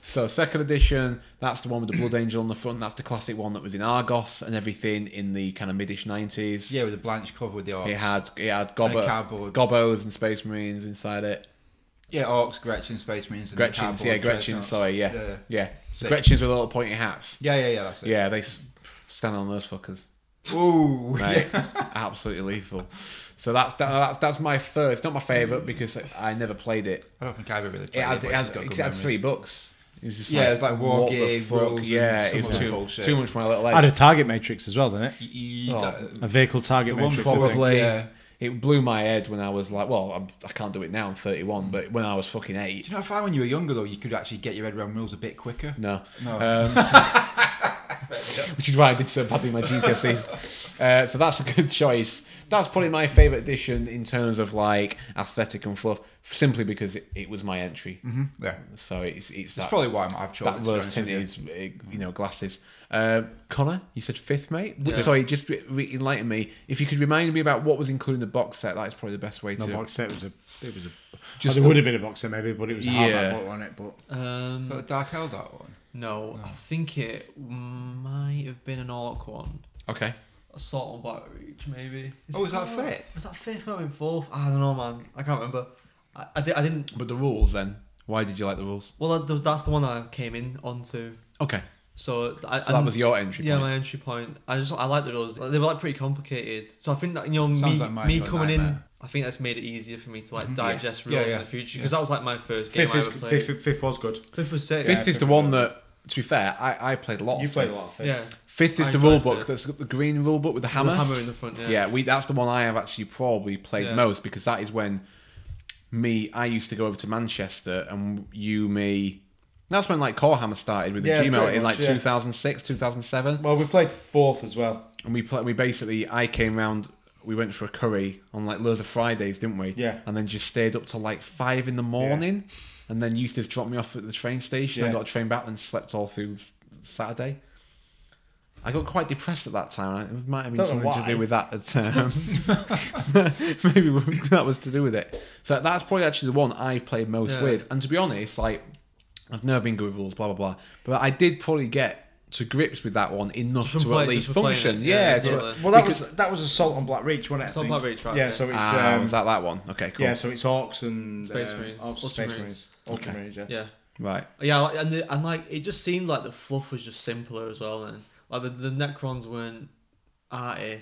A: So second edition, that's the one with the blood angel on the front. That's the classic one that was in Argos and everything in the kind of midish nineties.
E: Yeah, with the blanched cover with the orcs.
A: It had it had
E: And a
A: gobbo,
E: cardboard.
A: gobbos and space marines inside it.
E: Yeah, orcs, Gretchen, Space Marines, and
A: Gretchens, yeah, Gretchens. Sorry, yeah, yeah.
E: yeah, Sick.
A: Gretchens with little pointy hats.
E: yeah, yeah, yeah. That's it.
A: Yeah, they s- stand on those fuckers. *laughs*
E: Ooh,
A: Right, absolutely lethal. So that's that, that's that's my first. It's Not my favorite because I never played it.
E: I don't think I've ever really
A: It
E: Mm. played
A: had, it
E: it. but it's
A: had,
E: got
A: it
E: good
A: had
E: memories.
A: three books. It was just
E: Yeah,
A: like,
E: it was like war
A: what the
E: game,
A: fuck?
E: rules and
A: Yeah, it
E: some
A: was
E: other
A: too
E: bullshit.
A: too much for my little age.
B: I had a target matrix as well, didn't it?
E: You- you-
A: Oh.
E: that-
B: A vehicle target
E: The one
B: matrix. I
E: before-
B: think.
A: probably
E: Yeah.
A: it blew my head when I was like, well, I'm, I can't do it now. I'm 31, but when I was fucking
E: Do
A: eight,
E: you know, I found when you were younger though, you could actually get your head around rules a bit quicker.
A: no.
E: No.
A: Um, which is why I did so badly in my
E: *laughs*
A: GCSEs. Uh, so that's a good choice. That's probably my favourite edition in terms of like aesthetic and fluff, simply because it, it was my entry.
E: hmm Yeah, that's
A: So it's it's that
E: probably why I'm- I've chosen.
A: that
E: to be
A: rose
E: honest with
A: tinted uh, you know glasses. Um, Connor, you said fifth mate. W-
D: Yeah.
A: Sorry, just re- re- enlighten me. If you could remind me about what was included in the box set, that's probably the best way
B: No,
A: to.
B: box set was a. It was a.
A: Just
B: Just it
A: a-
B: Oh, would have been a box set maybe, but it was a
A: Yeah.
B: hardback book on it. But
D: Um,
E: you. Is that the Dark Hell that one?
D: no, I think it might have been an orc one.
A: Okay.
D: Assault on Black Reach, maybe.
E: Oh,
D: it
E: was that
D: fourth?
E: fifth?
D: Was that fifth? Might have been fourth. I don't know, man. I can't remember. I, I, di- I didn't.
A: But the rules then. Why did you like the rules?
D: Well, that- that's the one I came in onto.
A: Okay.
D: So, I,
A: So that was your entry
D: yeah,
A: point.
D: my entry point. I just I liked the rules. Like, they were like pretty complicated. So I think that you know
E: Sounds
D: me,
E: like mine,
D: me
E: your
D: coming in,
E: nightmare.
D: I think that's made it easier for me to like
E: Yeah.
D: digest
E: Yeah,
D: rules
E: yeah.
D: in the future
E: Yeah.
D: because that was like my first game
B: fifth,
D: I
B: is,
D: ever played.
B: fifth, fifth was good.
D: Fifth was sick.
A: fifth is the one that, to be fair, I, I played a lot.
B: You
A: of
B: played a
A: fifth.
B: lot of fifth.
D: yeah.
A: Fifth is
D: I
A: the
D: played
A: rule book
D: fifth.
A: that's got the green rule book with the
D: With
A: hammer.
D: The hammer in the front. Yeah.
A: yeah. we that's the one I have actually probably played
D: Yeah.
A: most because that is when me I used to go over to Manchester and you me. That's when like Core Hammer started with the
B: Yeah,
A: Gmail
B: pretty
A: in
B: much,
A: like
B: yeah.
A: 2006, 2007.
B: Well, we played fourth as well.
A: and we play, we basically I came round we went for a curry on like loads of Fridays, didn't we?
B: Yeah.
A: And then just stayed up till like five in the morning and then used to drop me off at the train station. I
B: Yeah.
A: got a train back and slept all through Saturday. I got quite depressed at that time. and It might have been
B: Don't know
A: something to do
B: why.
A: with that at um, *laughs*
B: *laughs*
A: maybe that was to do with it. So that's probably actually the one I've played most
D: Yeah.
A: with. And to be honest, like I've never been good with rules, blah blah blah. But I did probably get to grips with that one enough
D: Just
A: to
D: from
A: at
D: play-
A: least
D: just from playing
A: function.
D: it,
A: Yeah,
D: yeah,
A: to-
D: totally.
B: Well, that
A: because-
B: was that was assault on Black Reach, wasn't it? I
D: Assault on
B: think?
D: Black Reach, right,
B: Yeah,
D: yeah.
B: so it's
A: Ah,
B: um,
A: was that that one? Okay, cool.
B: yeah, so it's orcs and
D: Space
B: uh,
D: Marines.
B: orcs,
D: Ultramarines.
B: Space Marines,
A: Okay.
B: Ultramarines. Yeah.
D: Yeah.
A: Right.
D: Yeah, like, and the, and like it just seemed like the fluff was just simpler as well. Then like the, the Necrons weren't arty.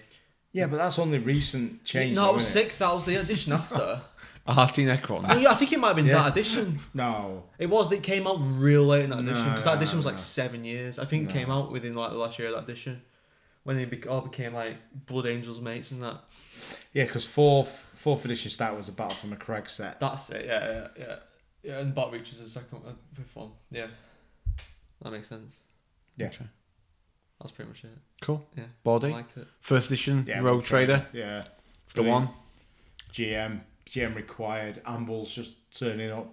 B: yeah, but that's only recent change.
D: no,
B: though,
D: I was
B: isn't it?
D: sick. That was the
B: *laughs*
D: edition after.
A: RT Necron.
D: Well, yeah, I think it might have been
B: Yeah.
D: that edition.
B: No,
D: It was that it came out real late in that
B: No,
D: edition because that
B: no,
D: edition was
B: no.
D: like seven years. I think it came out within like the last year of that edition when they be- all became like Blood Angels mates and that.
B: yeah, because fourth fourth edition start was the Battle for McCrag set.
D: That's it. Yeah, yeah, yeah. yeah and Bot Reach is the second, uh, fifth one. Yeah, that makes sense.
B: Yeah.
A: Okay.
D: That's pretty much it.
A: Cool.
D: Yeah, I
A: Body.
D: liked it.
A: First edition.
B: Yeah,
A: Rogue Trader.
B: Yeah,
A: It's the one.
B: GM GM required. Ambles just turning up,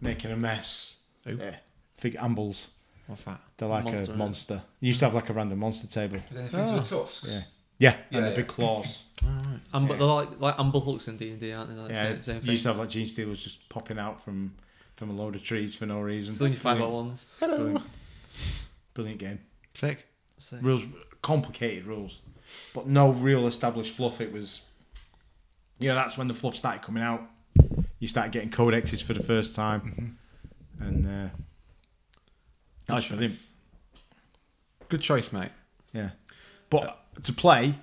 B: making a mess.
A: Who?
B: Yeah. Fig Ambles.
A: What's that?
B: They're like
D: Monster,
B: a
D: yeah.
B: monster. You used to have like a random monster table.
E: And then
A: Ah.
E: things with tusks.
B: Yeah. Yeah, and
E: Yeah,
B: the big
E: yeah.
B: claws.
D: *laughs* Amber, They're like, like Amber Hulks in D&D, aren't they? Like,
B: yeah,
D: same, same
B: you
D: thing.
B: used to have like gene stealers just popping out from from a load of trees for no reason.
D: Still in your
B: Brilliant.
D: 501s.
B: Brilliant. Brilliant game.
A: Sick.
D: So,
B: rules complicated rules but no real established fluff it was yeah that's when the fluff started coming out you started getting codexes for the first time and uh that's brilliant
A: Good choice, mate.
B: yeah but to play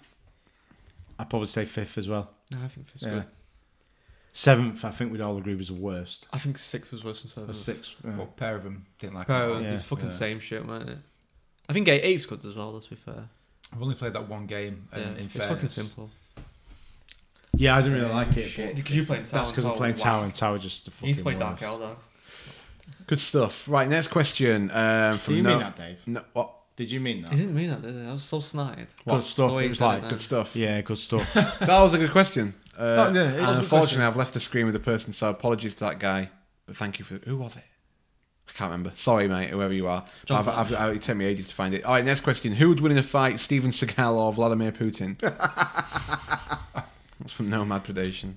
B: I'd probably say fifth as well
D: no, I think it's
B: yeah
D: good.
B: seventh I think we'd all agree was the worst
D: I think six was worse than seven.
B: or sixth yeah.
E: Well, a pair of them didn't like
D: Oh,
E: it.
B: Yeah,
D: it's fucking
E: yeah.
D: same shit, weren't it? I think eight, eight's good as well. Let's be fair.
E: I've only played that one game, and
D: Yeah,
E: in
D: it's
E: fairness,
D: fucking simple.
B: yeah I didn't really like it but
D: Because you played
B: that's because I'm playing Tower and Tower just the
D: You
B: fucking
D: need to play Dark
B: worst.
D: Elder.
A: Good stuff. Right, next question. Um,
B: Did
A: from
B: you
A: no,
B: mean that Dave?
A: No, what?
B: Did you mean
D: He
B: that?
D: didn't mean that, did he? I was so snotted.
B: Good stuff.
D: The way
B: It
D: he
B: was
D: said it
B: like
D: then.
A: Good stuff.
B: Yeah, good stuff.
A: That was a good question. Uh,
B: Oh, yeah, it was a
A: and
B: good
A: unfortunately,
B: question.
A: I've left the screen with the person, so apologies to that guy. But thank you for who was it? I can't remember. Sorry, mate. Whoever you are,
D: John
A: I've, I've, I- it took me ages to find it. All right, next question: Who would win in a fight, Steven Seagal or Vladimir
B: *laughs*
A: Putin? That's from Nomad Predation.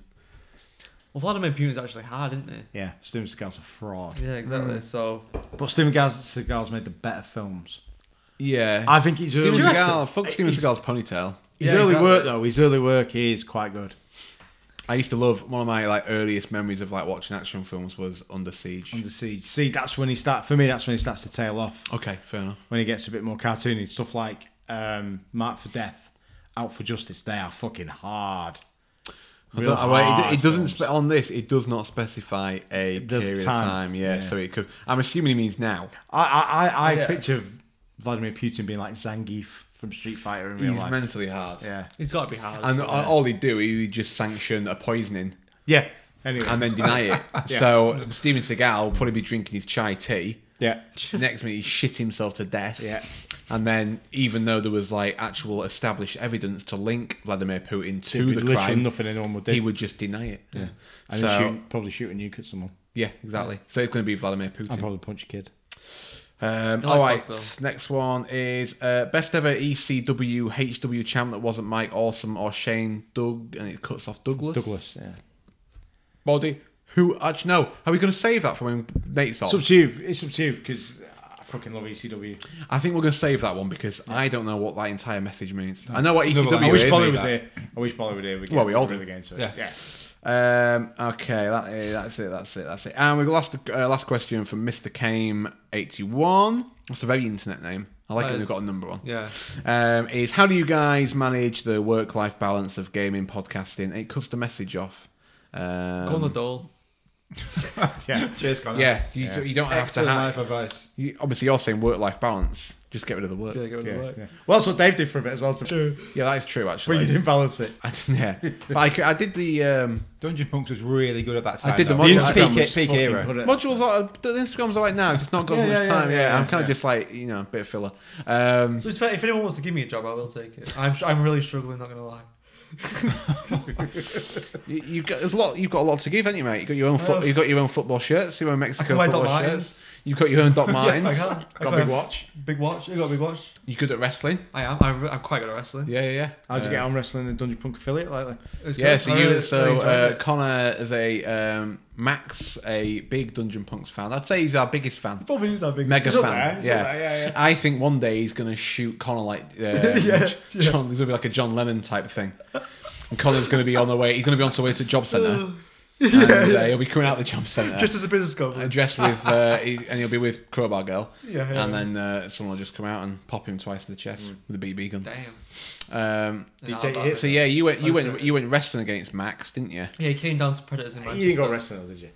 D: Well, Vladimir Putin's actually hard, isn't he?
B: Yeah, Steven Seagal's a fraud.
D: Yeah, exactly.
B: Mm.
D: So
B: But Steven Gaz- Seagal's made the better films.
A: Yeah,
B: I think his
A: Steven
B: early
A: Seagal. Fuck Steven
B: His-
A: Seagal's ponytail.
B: His
D: Yeah,
B: early
D: exactly.
B: work though, his early work is quite good.
A: I used to love one of my like earliest memories of like watching action films was Under Siege.
B: Under Siege. See, that's when he start for me. That's when he starts to tail off.
A: okay, fair enough.
B: When he gets a bit more cartoony, stuff like um, Mark for Death, Out for Justice. They are fucking hard.
A: I
B: Real
A: don't- oh, wait,
B: hard
A: it, it doesn't
B: films.
A: spe- on this. It does not specify a
B: The
A: period
B: time,
A: of time. Yeah,
B: yeah.
A: so it could. I'm assuming he means now.
B: I I I, I
E: Yeah.
B: picture Vladimir Putin being like Zangief from Street Fighter in real
A: He's
B: life.
A: mentally hard.
B: yeah,
D: he's got to be hard.
A: And a- all he'd do, he would just sanction a poisoning
B: yeah. Anyway,
A: and then deny
B: *laughs*
A: it. So Steven Seagal will probably be drinking his chai
B: *laughs*
A: tea.
B: yeah,
A: Next minute, he shit himself to death.
B: Yeah.
A: And then, even though there was like actual established evidence to link Vladimir Putin to
B: It'd be
A: the
B: literally
A: crime,
B: nothing anyone would do.
A: he would just deny it. Yeah.
B: and
A: so
B: then shoot, probably shoot a nuke at someone.
A: yeah, exactly. So it's going to be Vladimir Putin.
B: I'd probably punch a kid.
A: Um,
D: He likes
A: all right,
D: dogs,
A: next one is uh, best ever ECW HW champ that wasn't Mike Awesome or Shane Doug, and it cuts off Douglas.
B: Douglas, yeah.
A: Body. Who? Actually, no. Are we going to save that for when Nate's
B: It's
A: on?
B: up to you. It's up to you because I fucking love E ECW.
A: I think we're going to save that one because I don't know what that entire message means. I know what
E: It's another
A: ECW
B: I wish
A: E is.
B: Bolly
E: Bollywood-
B: was
E: that.
B: here. I wish Bolly were here. We
A: Well, we all
B: do.
A: do.
B: Again, so
E: Yeah.
B: yeah.
A: Um, okay, that, eh, that's it. That's it. That's it. And we last uh, last question from Mister Came eighty one. That's a very internet name. I like
D: That
A: it when
D: is-
A: they've got a number on.
D: yeah.
A: um, is how do you guys manage the work life balance of gaming podcasting? It cuts the message off. Um,
D: Go on the dole.
B: yeah.
E: Cheers, Connor.
A: yeah, you, you don't have
E: Excellent
A: to
E: life
A: have.
E: advice.
A: You, obviously, you're saying work life balance. Just get rid of the work.
D: Yeah,
A: Yeah,
D: go on the
B: Yeah,
D: work.
B: yeah. Well, that's what Dave did for a bit as well. So
A: that is true
B: But you
A: actually.
B: didn't balance it.
A: *laughs* I, yeah, but I, c- I did the um,
E: Dungeon Punks was really good at that time.
A: I did the
E: though.
A: mod-
E: Peak-
A: Instagram
E: peak, peak era.
A: modules. Are, the Instagrams all right now. Just not got
B: Yeah,
A: as much
B: yeah,
A: time.
B: yeah,
A: Yeah,
B: yeah,
A: I'm kind
B: yeah.
A: of just like you know a bit of filler. Um,
D: So it's fair, if anyone wants to give me a job, I will take it. I'm I'm really struggling. Not gonna lie.
A: you, you've got there's a lot. You've got a lot to give, haven't you, mate? You got your own. Fo-
D: Well-
A: you got your own football shirts. Your own Mexico
D: can wear Doc
A: football
D: Martens.
A: shirts. You've got your own Doc Martens.
D: I can. I
A: got a
D: can.
A: big watch.
D: Big watch. You got a big watch.
A: You good at wrestling?
D: I am. I'm, re- I'm quite good at wrestling.
A: Yeah, yeah, yeah. Um,
B: How'd you get on wrestling the Dungeon Punk affiliate lately?
D: It was
A: Yeah,
D: good.
A: so
D: I
A: you,
D: really- really
A: so
D: enjoyed
A: uh,
D: it.
A: Connor is a um, Max, a big Dungeon Punks fan. I'd say he's our biggest fan,
D: probably is our biggest.
A: mega
B: He's up
A: fan.
B: there, he's
A: yeah.
B: up there, yeah, yeah.
A: I think one day he's gonna shoot Connor like um,
B: *laughs*
A: John. He's gonna be like a John Lennon type thing. And Connor's gonna be on the way. He's gonna be on his way to job
B: *laughs*
A: centre, and uh, he'll be coming out the job centre.
D: Just as a business goal.
A: uh, dressed with, uh, he, and he'll be with Crowbar Girl.
D: Yeah, yeah,
A: and
D: yeah.
A: then uh, someone will just come out and pop him twice in the chest
B: Mm.
A: with a BB gun.
D: Damn.
A: Um,
D: Nah,
B: take
D: I'm
B: hits?
D: not-
A: so yeah, you went, you went,
D: Okay.
A: you went wrestling against Max, didn't you?
D: Yeah, he came down to predators in
B: You
D: Manchester.
B: didn't go wrestling, though, did you?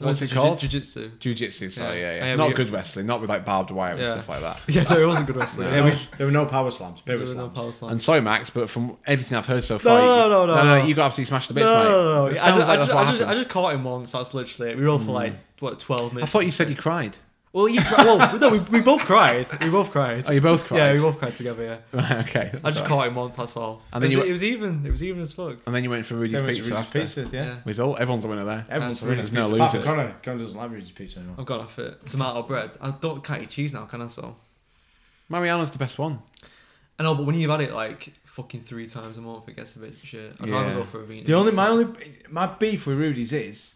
D: No,
A: What's
D: it's
A: it
D: jiu-
A: called?
D: Jiu-jitsu.
A: Jiu-jitsu, sorry,
D: Yeah.
A: yeah, yeah.
D: Yeah,
A: not
D: we-
A: good wrestling, not with like barbed wire
D: Yeah.
A: and stuff like that.
D: *laughs* Yeah, no, it wasn't good wrestling.
B: No,
D: Yeah, we-
B: there were no power slams.
D: there
B: Power
D: was no
B: slams.
D: power slam.
A: And sorry, Max, but from everything I've heard so far,
D: no,
A: you,
D: no, no, no.
A: you got absolutely smashed to bits,
D: No,
A: mate.
D: no, no.
A: It
D: I,
A: sounds like
D: just, I,
A: that's
D: just,
A: what
D: I, just, I
A: happened.
D: just caught him once. That's literally it. We were all for like what twelve
A: I
D: minutes.
A: thought you said you cried.
D: Well, you cried. well, *laughs* no, we, we both cried. We both cried.
A: Oh, you both cried?
D: Yeah, we both cried together. Yeah.
A: Right, *laughs* okay.
D: I just caught him once. That's all.
A: And
D: And
A: then
D: then
A: you
D: it,
A: went-
D: was even. It was even as fuck.
A: And then you went for Rudy's
B: Everyone's
A: Pizza
B: Rudy's
A: after.
B: Pizza, yeah.
D: Yeah.
A: With all, everyone's a winner there.
B: Everyone's
D: There's
B: Rudy's
A: no
B: Pizza. Apart from
A: losers.
B: Connor. Connor doesn't like Rudy's Pizza anymore.
D: I've gone off it. Tomato bread. I don't can't eat cheese now, can I? So.
A: Mariano's the best one.
D: I know, but when you've had it like fucking three times a month, it gets a bit shit. I'd rather
A: Yeah.
D: go for a Venus.
B: The only my only my beef with Rudy's is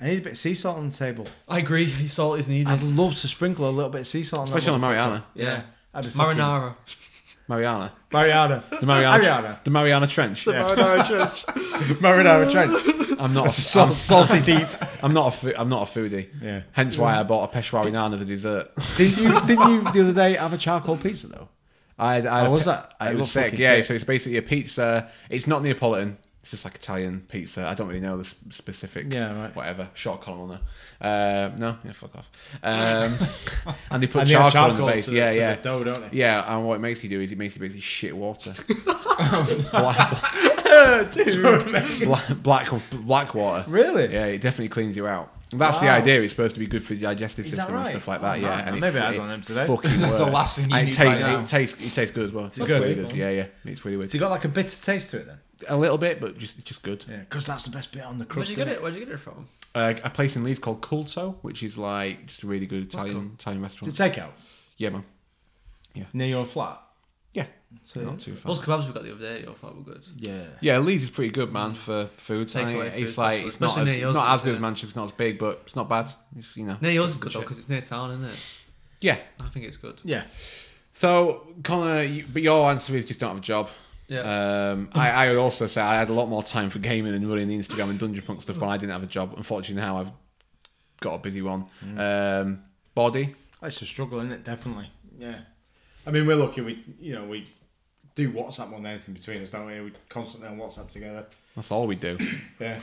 B: I need a bit of sea salt on the table.
D: I agree. Salt is needed.
B: I'd love to sprinkle a little bit of sea salt on
A: Especially on
B: that.
A: the Mariana.
B: motherfucker. Yeah. I'd be fucking-
D: Marinara.
A: Mariana.
B: Mariana.
A: The Mariana.
B: Mariana.
A: The Mariana Trench.
B: *laughs* Marinara Trench.
A: *laughs* I'm
D: *laughs*
A: not. A,
B: Salt, salty deep.
A: *laughs* I'm, I'm not a. Fo- I'm not a foodie.
B: Yeah.
A: Hence why I bought a Peshwari naan as a dessert.
B: Didn't you, didn't you the other day have a charcoal pizza though?
A: I had, I had
B: How
A: a
B: was
A: pi-
B: that? I
A: It
B: love
A: was sick.
B: fucking
A: Yeah,
B: sick.
A: so it's basically a pizza. It's not Neapolitan. It's just like Italian pizza. I don't really know the s- specific.
B: Yeah, right.
A: Whatever. Short column on there. Um, no, yeah, fuck off.
B: *laughs*
A: Um, and they put
B: And they
A: charcoal,
B: add
A: on the base.
B: to
A: yeah,
B: to
A: yeah.
B: The dough, don't they?
A: Yeah, and what it makes you do is it makes you basically shit
B: *laughs*
A: water.
B: Oh,
A: black, *laughs* black, black, black water.
B: Really?
A: Yeah, it definitely cleans you out. And That's the
B: Wow.
A: idea. It's supposed to be good for your digestive
B: that
A: system and
B: right?
A: stuff like that.
B: Oh,
A: yeah,
B: man.
A: and
B: Maybe
A: it,
B: I had
A: it
B: one of them today.
A: Fucking
E: That's the
A: works.
E: last thing you
A: And it
E: need
A: tastes,
E: right now.
A: It tastes, it tastes good as well. It's
B: good.
A: really good. Yeah, yeah, it's really weird.
B: So you got like a bitter taste to it then?
A: A little bit, but just it's just good.
B: Yeah, because that's the best bit on the
D: Where'd
B: crust.
D: you get
B: innit?
D: it? Where'd you get it from?
A: Uh, a place in Leeds called Culto, which is like just a really good Italian Italian restaurant.
B: It's a takeout
A: yeah, man.
B: near your flat.
A: Yeah,
B: So
A: not too far.
D: Those kebabs we got the other day, I thought were good.
B: Yeah.
A: Yeah, Leeds is pretty good, man, for food. I mean,
D: Takeaway
A: it's
D: food,
A: like
D: especially-
A: it's not
D: especially
A: as,
D: near yours,
A: not as
D: isn't
A: good as
D: it?
A: Manchester. It's not as big, but it's not bad. It's you know.
D: Near yours is good
A: shit.
D: though because it's near town, isn't it?
A: Yeah.
D: I think it's good.
B: Yeah.
A: So Connor, you, but your answer is just don't have a job.
D: Yeah.
A: Um, I, I would also say I had a lot more time for gaming and running the Instagram and Dungeon Punk stuff when I didn't have a job. Unfortunately, now I've got a busy one. Um, body.
B: It's a struggle, isn't it? Definitely. Yeah. I mean, we're lucky. We, you know, we do WhatsApp more than anything between us, don't we? We constantly on WhatsApp together.
A: That's all we do. *laughs*
B: Yeah.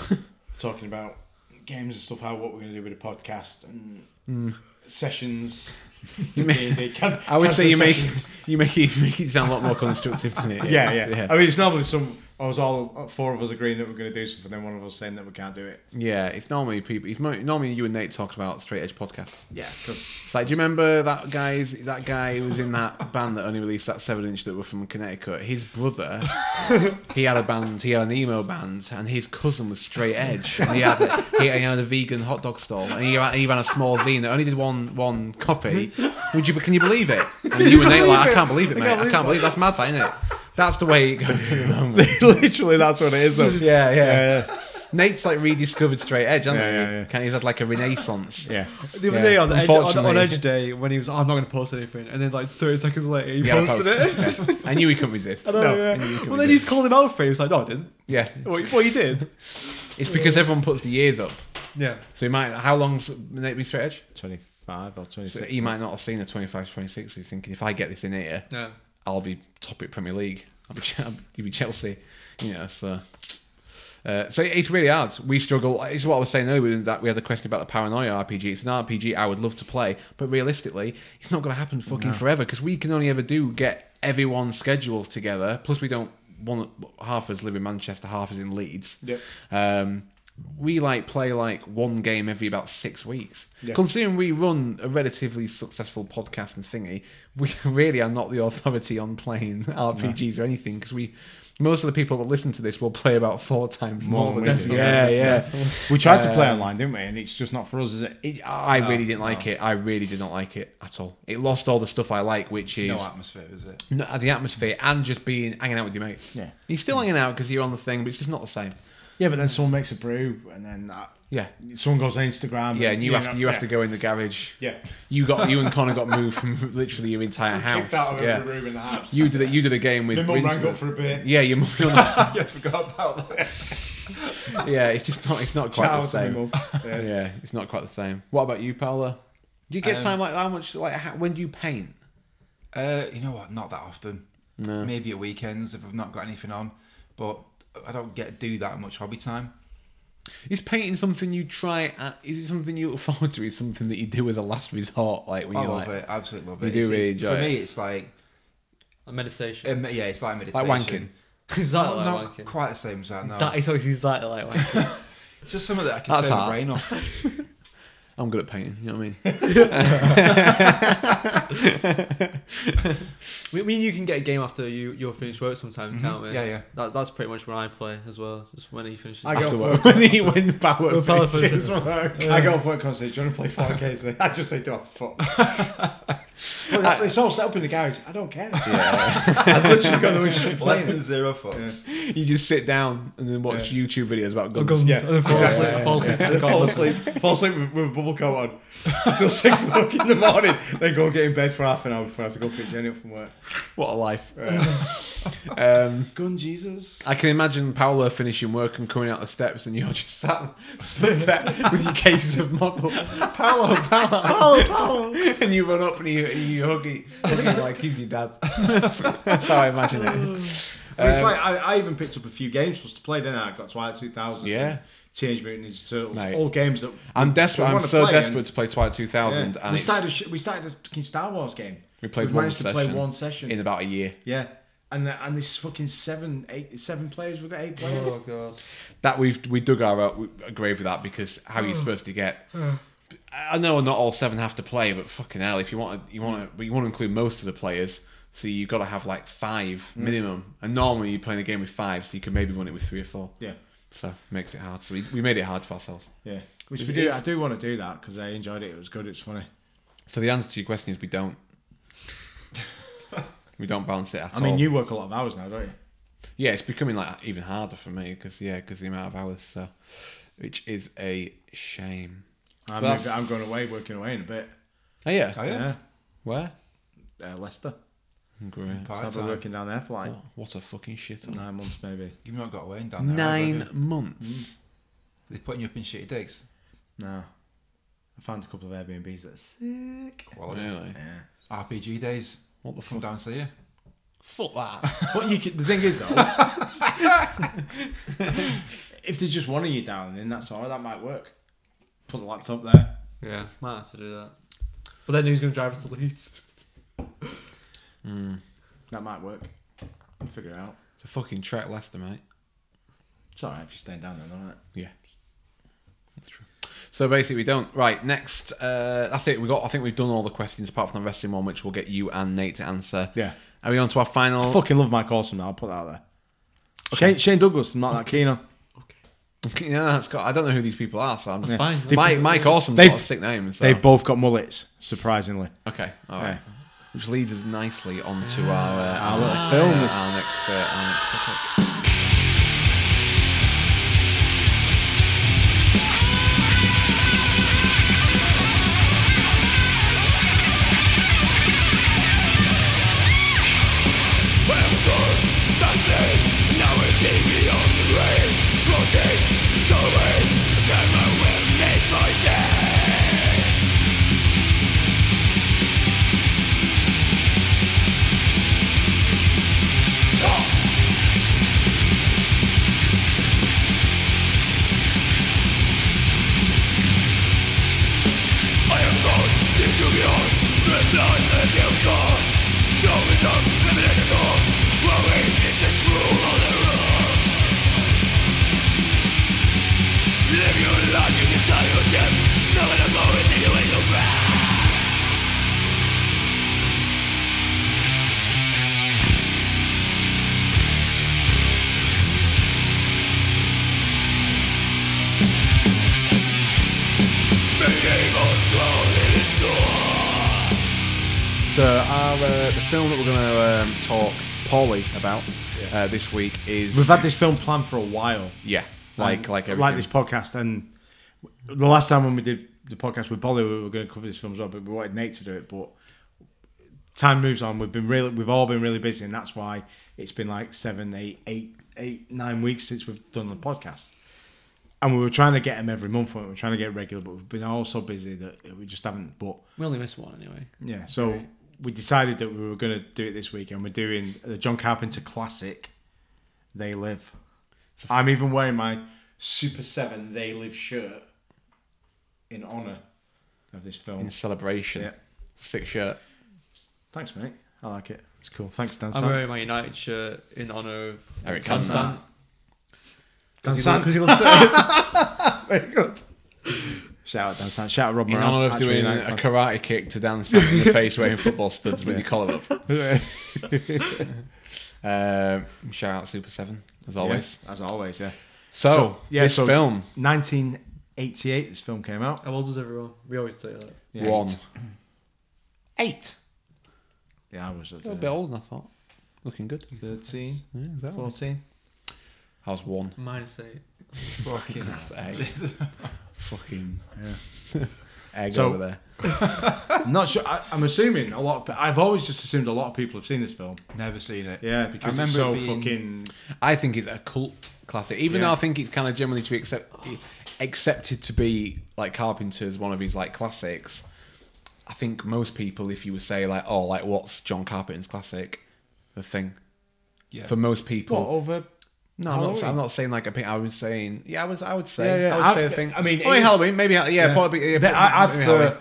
B: Talking about games and stuff. How what we're going to do with the podcast and sessions.
A: Hmm. *laughs* You may-
B: *laughs* D&D, can-
A: I would say you
B: cancel
A: make
B: sessions.
A: *laughs* you make it, you make it sound a lot more constructive than *laughs* it is.
B: Yeah, yeah, I mean, it's normally some. I was all four of us agreeing that we're going to do something, then one of us saying that we can't do it.
A: Yeah, It's normally people. It's mo- normally you and Nate talked about straight edge podcasts.
B: Yeah, because
A: It's like, do you remember that guy's that guy who was in that band that only released that seven inch that were from Connecticut? His brother, he had a band, he had an emo band, and his cousin was straight edge, and he had a, he, he had a vegan hot dog stall, and he ran, he ran a small zine that only did one one copy. Would you? Can you believe it? And you and Nate like, I can't believe it, mate. I can't believe that's mad, that, isn't it? That's the way it goes at the moment.
B: *laughs* literally that's what it is.
A: *laughs*
B: Though.
A: Yeah, yeah.
B: yeah.
A: Nate's like rediscovered straight edge, hasn't
B: Yeah,
A: he?
B: yeah, yeah.
A: Can he's had like a renaissance?
B: Yeah.
D: The other
A: Yeah.
D: day on edge, on, on
A: Unfortunately.
D: edge day when he was, oh, I'm not going to post anything, and then like 30 seconds later he
A: Yeah, I
D: posted
A: posted
D: it.
A: it. Yeah. I knew he couldn't resist.
D: *laughs* I know,
B: No.
D: yeah.
A: I knew he couldn't
D: Well, then you
A: resist.
D: just called him out for it. He was like, no, I didn't.
A: Yeah,
D: Well, you- well, you did.
A: it's because everyone puts the years up.
D: Yeah.
A: So he might. How long's Nate been straight edge?
B: 25 or
A: So
B: 26.
A: he might not have seen a 25 26. He's thinking, if I get this in here,
D: Yeah.
A: I'll be top at Premier League. I'll be, Ch- you'll be Chelsea. You know, so. Uh, so it's really hard. We struggle. uh, It's what I was saying earlier. with That we had the question about the paranoia RPG. It's an RPG I would love to play, but realistically, it's not going to happen fucking forever because we can only ever do get everyone's schedules together. Plus, we don't. One half of us live in Manchester, half is in Leeds.
B: Yep.
A: Um, we like play like one game every about six weeks.
B: Yeah.
A: Considering we run a relatively successful podcast and thingy, we *laughs* really are not the authority on playing *laughs* RPGs or anything because we. Most of the people that listen to this will play about four times more,
B: than
A: than
B: we
A: us.
B: do.
A: Yeah, yeah.
B: We tried to
A: Um,
B: play online, didn't we? And it's just not for us, is it?
A: It, I really didn't like it. I really did not like it at all. It lost all the stuff I like, which is
E: No atmosphere, is it?
A: n- the atmosphere and just being hanging out with your mates.
B: Yeah.
A: you're still hanging out because you're on the thing, but it's just not the same.
B: Yeah, but then someone makes a brew, and then that,
A: Yeah,
B: someone goes on Instagram.
A: yeah. And you have
B: know,
A: to you have
B: yeah.
A: to go in the garage.
B: Yeah.
A: You got you and Connor got moved from *laughs* literally your entire house.
B: Kicked out of
A: yeah.
B: every room in the house.
A: You did it. You did a game with.
B: My mum
A: Brinson.
B: rang up for a *laughs* bit.
A: Yeah, your mum. you're not-
B: yeah, forgot about that.
A: yeah, it's just not. It's not quite
B: Shout out
A: the
B: to
A: *laughs*
B: my
A: same.
B: mum. Yeah.
A: Yeah, it's not quite the same. What about you, Paula? Do you get time like how much like how, when do you paint?
E: Uh, you know what? Not that often. Maybe at weekends if I've not got anything on, but I don't get to do that much hobby time.
A: Is painting something you try? At, is it something you look forward to? Is something that you do as a last resort? Like when
E: I
A: you
E: love
A: like
E: it. Absolutely love it.
A: You do
E: It's- it's-
A: really enjoy
E: For
A: it.
E: me, it's like
D: meditation. *laughs*
E: um, yeah, it's like meditation.
A: wanking.
D: exactly
E: not
D: like wanking.
E: quite the same as that. No.
D: Exactly, it's always exactly like wanking.
E: Just some of that I can
A: That's
E: turn
A: hard.
E: my brain off.
A: I'm good at painting. You know what I mean?
D: I mean, you can get a game after you you're finished work sometime, can't we?
E: Yeah, yeah.
D: That, that's pretty much when I play as well. Just when he finishes.
B: I go
A: After
B: for
A: work.
B: when he when power
D: When Bauer finishes.
B: finishes work. I go off work constantly. Do you want to play five K? So *laughs* I just say, "Do
A: *laughs*
B: oh, fuck." well, it's- it's all set up in the garage. I don't care. *laughs*
E: *laughs*
B: I've literally got no interest in
E: Less
B: playing.
E: than
B: it.
E: zero fucks.
A: *laughs* You just sit down and then watch YouTube videos about guns.
D: guns.
B: Yeah,
D: And then fall
B: exactly.
D: asleep.
B: Yeah,
D: fall asleep
B: yeah.
D: to the
B: fall
D: call.
B: asleep, fall asleep with, with a bubble coat on until six o'clock in the morning. Then go and get in bed for half an hour before I have to go pick Jenny up from work.
A: What a life. um,
B: *sighs* Gun Jesus.
A: I can imagine Paolo finishing work and coming out the steps, and you're just sat stood there with your cases of models. Paolo, Paolo, Paolo, Paolo. And you run up and you, you hug him, hug him like he's your dad. *laughs* That's how I imagine it.
B: Well, it's
A: Um,
B: like I, I even picked up a few games for us to play, didn't I? I got Twilight 2000.
A: Yeah.
B: and Teenage Mutant Ninja Turtles.
A: Mate.
B: All games that
A: I'm
B: we-
A: desperate.
B: we
A: I'm
B: wanna
A: so
B: play
A: desperate
B: and-
A: to play Twilight 2000.
B: yeah.
A: And
B: we
A: it's-
B: started. A, sh- we started a fucking Star Wars game.
A: we played
B: We've
A: one
B: managed
A: session
B: to play one session.
A: in about a year.
B: yeah, and the, and this fucking seven, eight, seven players. We've got eight
D: *laughs*
B: players.
D: Oh god.
A: that we've we dug our own a grave with that because how
B: Hmm.
A: are you supposed to get? I know not all seven have to play, but fucking hell, if you want to, you want to, but you want to include most of the players, so you've got to have like five
B: Hmm.
A: minimum. And normally you're playing a game with five, so you can maybe run it with three or four.
B: yeah,
A: So makes it hard. So we, we made it hard for ourselves.
B: yeah. Which
A: If
B: we
A: it
B: do.
A: is-
B: I do want to do that because I enjoyed it. It was good. It's funny.
A: So the answer to your question is we
B: *laughs*
A: don't. we don't balance it at
B: I
A: all.
B: mean, you work a lot of hours now, don't you?
A: yeah, it's becoming like even harder for me because yeah, because the amount of hours, so which is a shame.
B: I'm,
A: So that's-
B: I'm going away, working away in a bit.
A: Oh yeah,
E: Oh yeah.
A: where?
B: Uh, Leicester.
A: Great.
B: So I've been working down there for like
A: What a fucking shit.
B: nine months, maybe.
E: You've not got away in down there. have you?
A: Nine months.
E: They're putting you up in shitty digs.
B: No, I found a couple of Airbnbs that are sick.
E: Quality.
A: Oh, Really?
B: Yeah.
E: RPG days.
A: What the
E: From
A: fuck?
E: down to
A: *laughs*
E: you.
A: Fuck *laughs* that.
B: But you could, the thing is though, *laughs* if there's just one of you down, then that's all. That might work. Put the laptop there.
D: Yeah, might have to do that. But then who's going to drive us to Leeds?
B: That might work. We'll figure it out.
A: It's a fucking track Leicester, mate.
B: It's all right if you're staying down there, all right.
A: Yeah. That's true. So basically, we don't. Right, next. Uh, that's it. We got. I think we've done all the questions apart from the wrestling one, which we'll get you and Nate to answer.
B: Yeah.
A: Are we on to our
B: I
A: final?
B: fucking love Mike Awesome now. I'll put that out there. Shane, Shane Douglas, I'm not that keen on.
A: *laughs* yeah, that's got. I don't know who these people are, so I'm just
D: Yeah. fine.
A: Mike, Mike Awesome's
B: They've-
A: got a sick name. So.
B: They've both got mullets, surprisingly.
A: Okay. All right.
B: Yeah.
A: Which leads us nicely onto our uh,
B: Our
A: our,
B: little
A: next,
B: films.
A: uh, our next uh, our next topic. So our uh, the film that we're going to um, talk poorly about uh, this week is
B: We've had this film planned for a while.
A: yeah like
B: And
A: like everything
B: like this podcast. And the last time when we did the podcast with Bolly, we were going to cover this film as well, but we wanted Nate to do it. But time moves on. We've been really, we've all been really busy, and that's why it's been like seven, eight, eight, eight, nine weeks since we've done the podcast. And we were trying to get them every month. weren't We were trying to get regular, but we've been all so busy that we just haven't. But
D: We only missed one anyway.
B: yeah, so we decided that we were going to do it this week, and we're doing the John Carpenter classic, They Live. I'm even wearing my Super 7 They Live shirt in honour of this film.
A: in celebration
B: Yeah.
A: sick shirt
B: Thanks, mate. I like it. It's cool. Thanks, Dan
D: I'm
B: Sant.
D: wearing my United shirt in honour of
A: Eric
D: Can
A: Cantona.
D: Sant.
B: Dan
D: Because
B: Sant.
D: he loves it.
B: Very good. Shout out Dan Sand. Shout out Rob
A: In
B: Moran.
A: honor of
B: actually
A: doing
B: United
A: a
B: fan.
A: karate kick to Dan Sam in the face wearing football studs with your collar up.
B: *laughs*
A: Um, shout out Super 7, as always.
B: Yeah, as always, yeah.
A: So,
B: So, yeah,
A: this
B: so-
A: film,
B: 1988, this film came
D: *laughs*
B: out.
D: How old was everyone? We always say that.
B: Yeah.
A: one.
B: Eight. Yeah, I was
A: A
B: at
A: little
B: uh,
A: bit older than I thought. Looking good.
B: 13,
A: Yeah, exactly.
B: 14.
A: I was one.
D: Minus eight.
E: Fucking
A: That's
B: *laughs*
A: eight. Fucking egg
B: So-
A: over there.
B: I'm not sure. I, I'm assuming a lot. Of, I've always just assumed a lot of people have seen this film.
E: Never seen it.
B: Yeah, because
E: I
B: it's so
E: remember it being-
B: fucking.
A: I think it's a cult classic. Even
B: Yeah.
A: though I think it's kind of generally to be accept, accepted to be like Carpenter's one of his like classics. I think most people, if you would say like, oh, like what's John Carpenter's classic, the thing.
E: Yeah.
A: For most people,
B: What, over?
A: no, I'm not, I'm
B: Halloween?
A: not saying like a pink. I was saying, yeah, I was, I would say,
B: Yeah, yeah.
A: I would
B: I-
A: say a thing.
B: I mean,
A: oh,
B: it is-
A: Halloween, maybe, yeah, yeah. probably, yeah,
B: They- I, I'd
A: maybe
B: prefer
A: Halloween.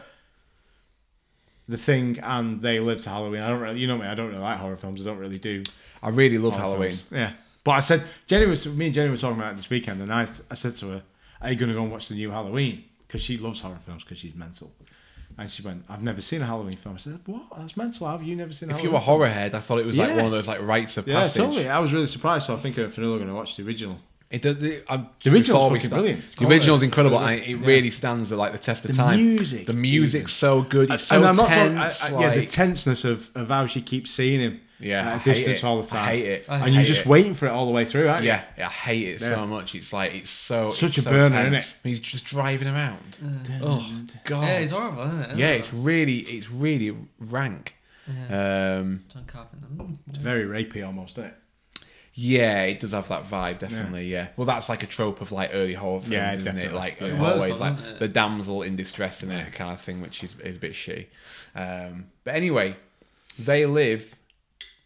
B: the thing and they live to Halloween. I don't really, you know me. I don't really like horror films. I don't really do
A: I really love
B: horror
A: Halloween.
B: films. Yeah, but I said Jenny was me and Jenny were talking about it this weekend, and I I said to her, "Are you going to go and watch the new Halloween?" Because she loves horror films because she's mental. And she went, "I've never seen a Halloween film." I said, "What? That's mental. Have you never seen?" A
A: If
B: Halloween
A: you were a
B: film?"
A: horror head, I thought it was like
B: Yeah.
A: one of those like rites of
B: yeah,
A: passage.
B: totally. I was really surprised. So I think her and Finola are going to watch the original.
A: It does. The, I'm,
B: The original's
A: before we
B: fucking
A: start-
B: brilliant.
A: The original's incredible, and it really stands the, like the test of
B: The
A: time.
B: music,
A: the music's so good. It's so
B: and I'm not
A: tense.
B: talking, I- I-
A: like,
B: yeah, the tenseness of, of how she keeps seeing him
A: Yeah, I
B: at a
A: hate
B: distance
A: it.
B: all the time.
A: I hate it. I
B: and you're
A: hate
B: just
A: it.
B: waiting for it all the way through, aren't you?
A: yeah, I hate it
B: Yeah.
A: so much. It's like it's so
B: Such
A: it's
B: a
A: so
B: burner,
A: tense.
B: innit?
A: And He's just driving around. oh God.
D: Yeah, it's horrible, isn't it?
A: Yeah, it's really, it's really rank. Um,
D: John Carpenter. Mm.
B: It's very rapey almost, isn't it?
A: yeah, it does have that vibe, definitely. Yeah. Well, that's like a trope of like early horror films,
B: Yeah,
A: isn't it?
B: definitely.
A: Like
B: Yeah.
A: it
B: It
D: works
A: always
D: on,
A: like
D: doesn't it?
A: the damsel in distress and that kind of thing, which is, is a bit shitty. Um, but anyway, they live.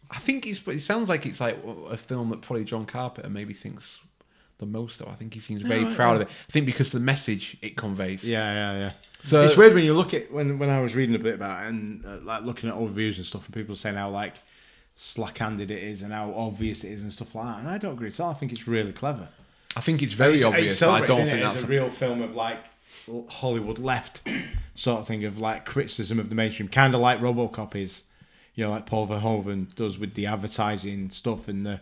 A: I think it's. It sounds like it's like a film that probably John Carpenter maybe thinks the most of. I think he seems very proud of it. I think because of the message it conveys.
B: Yeah, yeah, yeah.
A: So-
B: So it's weird when you look at when when I was reading a bit about it and uh, like looking at overviews and stuff, and people saying how like slack-handed it is and how obvious it is and stuff like that. And I don't agree at all. I think it's really clever.
A: I think it's very
B: It's- it's
A: obvious. but I
B: celebrated,
A: don't
B: innit?
A: think that's
B: it's a
A: a-
B: real film of like l- Hollywood left sort of thing of like criticism of the mainstream, kind of like RoboCop is, you know, like Paul Verhoeven does with the advertising stuff and the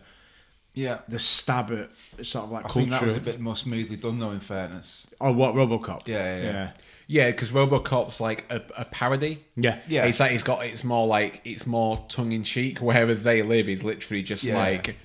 E: Yeah.
B: the stab at sort of like
E: I think that was
B: culture
E: a bit more smoothly done, though. In fairness,
B: or what RoboCop.
E: Yeah, yeah, yeah.
A: Yeah, because RoboCop's like a, a parody.
B: Yeah.
E: Yeah.
A: it's like it's got it's more like it's more tongue in cheek. Whereas they live is literally just
E: Yeah.
A: like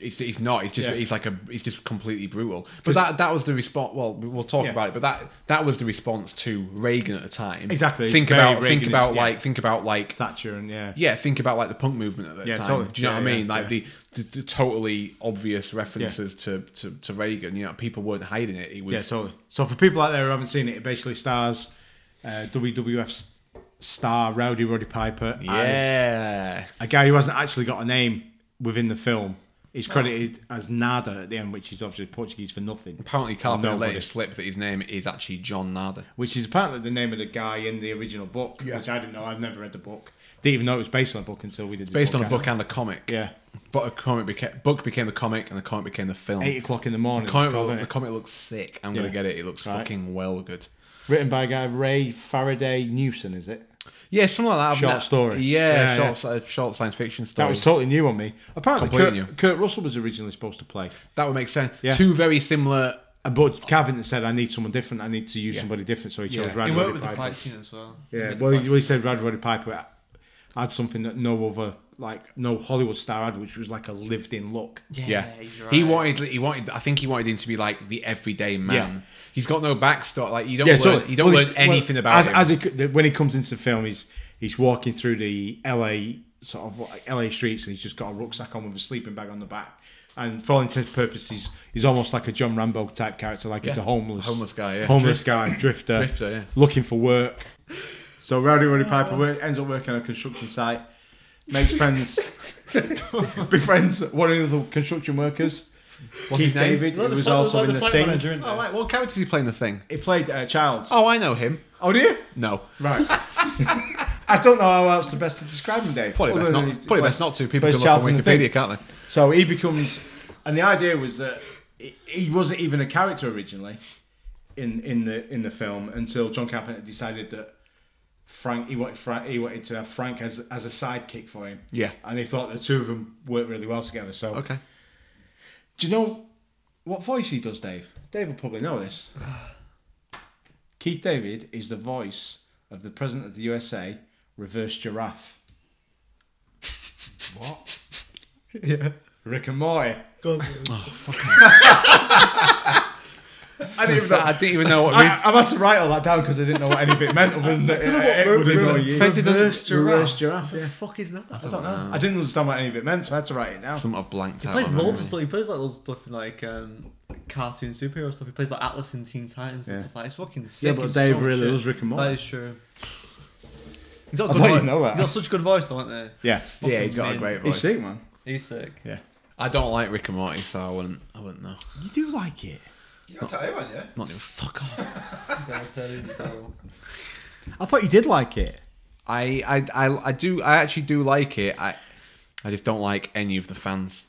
A: it's it's not. It's just
B: Yeah.
A: it's like a it's just completely brutal. But that that was the response. Well, we'll talk
B: Yeah.
A: about it. But that that was the response to Reagan at the time.
B: Exactly, it's
A: Think
B: very
A: about think
B: Reaganist,
A: about
B: yeah.
A: like think about like
B: Thatcher and yeah.
A: yeah, think about like the punk movement at that
B: Yeah,
A: time.
B: totally.
A: Do you know
B: Yeah,
A: what I
B: yeah,
A: mean? Like
B: yeah.
A: the, the, the totally obvious references to, to to Reagan. You know, people weren't hiding it. It was
B: Yeah, totally. So for people out there who haven't seen it, it basically stars uh, WWF s- star Rowdy Roddy Piper as
A: yeah.
B: a guy who hasn't actually got a name within the film. He's credited as Nada at the end, which is obviously Portuguese for nothing.
A: Apparently, Carpenter
B: Nobody.
A: later slipped that his name is actually John Nada.
B: Which is apparently the name of the guy in the original book, which I didn't know. I've never read the book. Didn't even know it was based on a book until we did the
A: Based on a
B: podcast.
A: book and a comic.
B: Yeah.
A: But a comic became book became the comic, and the comic became the film.
B: Eight o'clock in the morning.
A: The
B: it's
A: comic,
B: called,
A: look-
B: isn't
A: the
B: it?
A: comic looks sick. I'm
B: Yeah.
A: gonna get it. It looks
B: Right.
A: fucking well good.
B: Written by a guy Ray Faraday Newson, is it?
A: Yeah, something like that. I've
B: Short
A: not-
B: story.
A: Yeah,
B: Yeah,
A: short, Uh, short science fiction story.
B: That was totally new on me. Apparently, Kurt,
A: Completely new.
B: Kurt Russell was originally supposed to play.
A: that would make sense.
B: Yeah.
A: Two very similar.
B: And but Carpenter said, "I need someone different. I need to use somebody different." So he chose
E: Yeah.
B: Randy
D: He
B: Roddy
D: worked with the
B: Piper.
D: fight scene as well.
B: Yeah,
D: With the
B: well,
D: fight
B: he, well, he said Randy Roddy Piper had something that no other, like no Hollywood star had, which was like a lived-in look.
D: scene.
A: Yeah,
D: he's
A: he
D: right.
A: wanted. He wanted. I think he wanted him to be like the everyday man.
B: Yeah.
A: He's got no backstory. Like you don't.
B: Yeah,
A: learn,
B: so
A: you don't
B: well,
A: learn
B: he's-
A: anything
B: well,
A: about
B: as,
A: him.
B: as he, co- the- when he comes into the film. He's he's walking through the LA sort of like LA streets, and he's just got a rucksack on with a sleeping bag on the back. And for all intents and purposes, he's, he's almost like a John Rambo type character, like he's
A: Yeah.
B: a homeless
A: Homeless guy, yeah.
B: homeless guy, drifter,
A: Drifter, yeah.
B: looking for work. So Rowdy Roddy Piper work, ends up working on a construction site, makes friends, *laughs* befriends one of the construction workers.
A: What's
B: Keith
A: his name?
B: David, who
D: Like the
B: was
D: site-
B: also
D: like
B: in
D: the
B: the
D: site
B: thing.
D: manager, isn't
A: oh,
D: it?
A: right. What character is he playing the thing?
B: He played uh, Childs.
A: Oh, I know him.
B: oh dear.
A: No,
B: Right. *laughs* I don't know how else the best to describe him, Dave.
A: probably best
B: Other
A: not.
B: than
A: Probably
B: he's-
A: best not to. People
B: plays
A: can look on
B: Charles in the
A: Wikipedia,
B: thing.
A: can't they?
B: So he becomes, and the idea was that he- he wasn't even a character originally. in in the in the film until John Carpenter decided that Frank he wanted Frank he wanted to have Frank as as a sidekick for him.
A: Yeah.
B: and they thought the two of them worked really well together. So
A: Okay.
B: do you know what voice he does, Dave? Dave will probably know this. *sighs* Keith David is the voice of the president of the USA, reverse giraffe. *laughs* What?
D: Yeah.
B: Rick and Morty.
A: I didn't, even, I didn't even know what.
B: I, I've had to write all that down because I didn't know what any bit meant other than that it, it, would annoy you.
A: President-
B: Reverse giraffe.
D: The
B: Yeah.
D: fuck is that?
B: I don't know. I didn't understand what any of it meant, so I had to write it *laughs* down.
A: some sort of blanked
D: He
A: out.
D: plays
A: on
D: loads of
A: it.
D: stuff. He plays like loads of stuff in like um, cartoon superhero stuff. He plays like Atlas and Teen Titans and
B: Yeah.
D: stuff like that. It's fucking sick.
B: Yeah, but
D: It's
B: Dave
D: so
B: really
D: shit.
B: loves Rick and Morty.
D: That is true. He's got,
B: I
D: a good
B: thought you
D: voice.
B: know that.
D: He's got such a good voice, though, aren't he?
B: Yeah,
A: Yeah, he's got a
D: Fucking
A: great
B: he's
A: voice.
B: sick, man.
D: He's
B: *laughs*
D: sick.
A: I don't like Rick and Morty, so I wouldn't. I wouldn't know.
B: You do like it.
E: You got to tell everyone, yeah.
A: Not even fuck off.
D: Gotta tell you, though.
B: *laughs* I thought you did like it.
A: I, I, I, I do. I actually do like it. I, I just don't like any of the fans.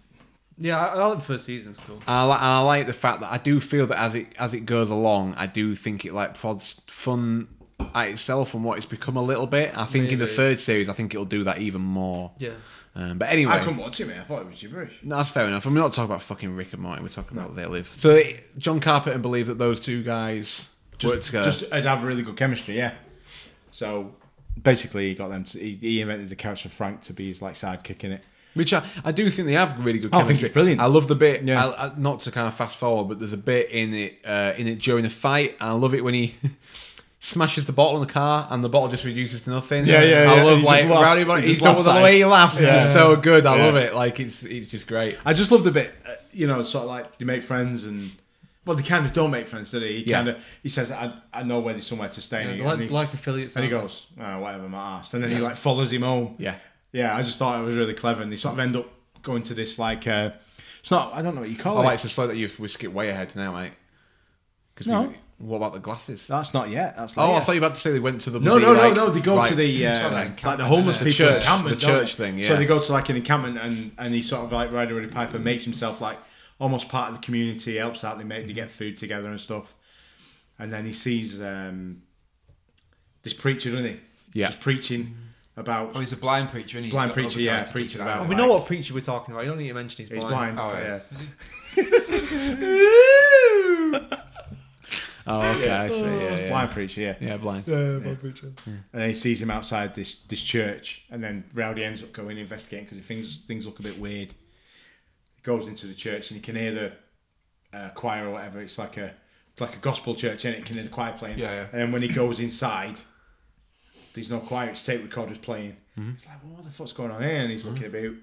D: yeah, I, I like the first season. It's cool.
A: And I, li- and I like the fact that I do feel that as it as it goes along, I do think it like prods fun at itself and what it's become a little bit. I think in the
D: Maybe.
A: third series, I think it'll do that even more.
D: Yeah.
A: Um, but anyway,
B: I couldn't watch it, mate. I thought it was gibberish.
A: No, that's fair enough. And we're not talking about fucking Rick and Morty. We're talking about They Live. So it- John Carpenter believed that those two guys worked
B: Just,
A: together.
B: just I'd have really good chemistry, yeah. So basically, he got them. To, he, he invented the character Frank to be his like sidekick in it.
A: Which I, I do think they have really good
B: Oh, I think
A: chemistry.
B: it's brilliant.
A: I love the bit.
B: Yeah.
A: I, I, not to kind of fast forward, but there's a bit in it uh, in it during a fight. And I love it when he *laughs* smashes the bottle in the car and the bottle just reduces to nothing.
B: Yeah, yeah,
A: I
B: yeah.
A: love
B: He
A: like
B: just laughs.
A: Rowdy Roddy-
B: He
A: He's
B: just
A: done
B: laughs
A: with the
B: at
A: way
B: it.
A: he laughs. It's
B: Yeah.
A: just so good. I
B: Yeah.
A: love it. Like it's it's just great.
B: I just love the bit, uh, you know, sort of like they make friends and. Well, they kind of don't make friends, do they? He
A: Yeah.
B: kind of he says, "I, I know where there's somewhere to stay." and
D: Yeah,
B: he-
D: like,
B: and he-
D: like affiliates.
B: And he
D: aren't
B: goes, oh, whatever, my ass. And then he like follows him home.
A: Yeah.
B: Yeah, I just thought it was really clever. And they sort of end up going to this like, uh, it's not, I don't know what you
A: I
B: call it.
A: like to slow that you we skip way ahead now, mate. 'Cause we-
B: No.
A: what about the glasses?
B: That's not yet. That's
A: Oh,
B: later.
A: I thought you were about to say they went to the.
B: No,
A: bloody,
B: no, no,
A: like-
B: no. They go
A: Right.
B: to the
E: It's
B: uh,
E: not like
B: like,
E: encampment,
B: the homeless
E: uh,
B: people
A: church,
B: encampment,
A: the
B: don't
A: church
B: they?
A: thing, yeah.
B: So they go to like an encampment, and and he sort of like Ryder Roddy Piper makes himself like almost part of the community, helps out. They make they get food together and stuff, and then he sees um, this preacher, doesn't he?
A: Yeah.
B: just preaching about
E: Oh, he's a blind preacher, isn't he?
B: Blind
E: He's got
B: preacher,
E: other
B: yeah,
E: guys to
B: preacher
E: keep it
B: about
E: out.
D: We know what preacher we're talking about. You don't need to mention he's
B: he's
D: blind.
B: blind.
E: Oh, yeah.
B: yeah.
A: Oh, okay, I see. Yeah, yeah.
B: blind preacher, yeah.
A: Yeah, blind.
B: And then he sees him outside this this church, and then Rowdy ends up going investigating because things things look a bit weird. He goes into the church and he can hear the uh, choir or whatever. It's like a like a gospel church, and it can hear the choir playing.
E: Yeah, yeah.
B: And then when he goes inside, there's no choir. It's tape recorders playing.
E: Mm-hmm.
B: It's like, well, what the fuck's going on here? And he's looking about,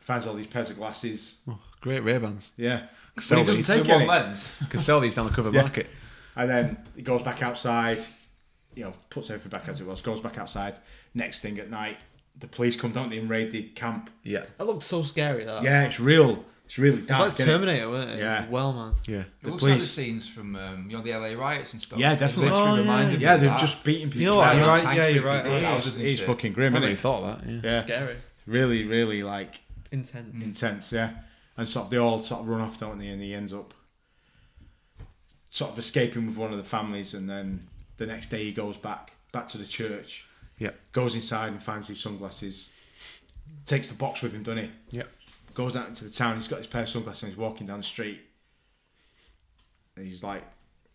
B: finds all these pairs of glasses.
A: Oh, great Ray-Bans.
B: Yeah,
A: Sell
B: but he doesn't
A: these.
B: take
E: With one
B: any.
E: lens.
A: Can sell these down the cover
B: Yeah.
A: market.
B: And then he goes back outside, you know, puts everything back as it was, goes back outside. Next thing at night, the police come, don't they, and raid the camp.
A: Yeah.
D: That looked so scary. That.
B: Yeah, it's real. It's really
D: Oh. It's
B: dark.
D: like
B: innit?
D: Terminator, weren't it?
B: Yeah.
D: Well, man.
A: Yeah.
E: It looks like the
B: police.
E: scenes from um, you know the LA riots and stuff.
B: Yeah,
E: It
B: definitely.
E: literally
D: Oh, yeah.
E: reminded me
B: Yeah,
E: of
B: they've
E: that.
B: just beaten people.
D: You know what?
B: down.
D: You're
E: Tanks
D: right. Yeah,
E: with
D: you're right.
E: people.
B: It
E: Yeah.
D: It's
B: is,
E: Yeah.
B: it's
E: Yeah.
B: fucking grim,
A: I never even
B: isn't it?
A: thought of that. Yeah.
B: Yeah,
D: Scary.
B: really, really like
D: Intense.
B: intense. Yeah, and sort of they all sort of run off, don't they? And he ends up sort of escaping with one of the families, and then the next day he goes back back to the church.
A: Yeah.
B: goes inside and finds his sunglasses. Takes the box with him, doesn't he?
A: Yeah.
B: Goes out into the town. He's got his pair of sunglasses. and He's walking down the street. And he's like,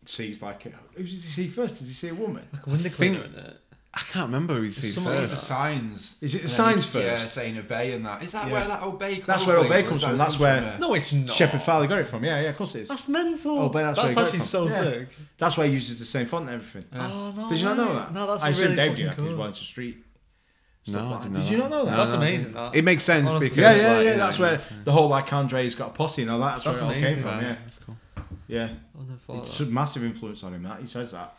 B: sees like, a, who does he see first? Does he see a woman?
D: Like a window
A: Think-
D: cleaner, isn't it?
A: I can't remember who sees
E: Some of the
A: first.
E: signs.
B: Is it the
E: And
B: signs
E: then, Yeah,
B: first?
E: saying obey and that. Is that
B: Yeah.
E: where that obey comes
B: That's where
E: from?
B: obey
E: Or
B: comes
E: does
B: from,
E: that
B: that's
E: come
B: where-
E: from, uh,
D: No, it's not.
B: Shepherd Farley got it from. Yeah, yeah, of course it is.
D: That's mental.
B: Oh, but that's where it got
D: actually
B: from.
D: so
B: Yeah.
D: sick.
B: That's why he uses the same font and everything.
D: Oh no!
B: Did you not know
D: way.
B: that?
D: No, that's
B: I assume
D: really
B: Dave did.
D: fucking
B: that 'cause He's
D: cool.
B: well into street.
A: No, I didn't know.
B: Did
A: that.
B: you not know that?
A: No,
D: That's
A: no, I didn't.
D: amazing. That.
A: It makes sense
D: Honestly.
A: because
B: Yeah, yeah,
A: like,
B: yeah.
A: you know,
B: That's where the whole like Andre's got a posse and all that. That's,
D: That's
B: where it all
D: amazing.
B: came from.
A: yeah,
B: Yeah,
A: that's cool.
B: yeah.
D: I never thought of
B: It's
D: that.
B: a massive influence on him. That he says that.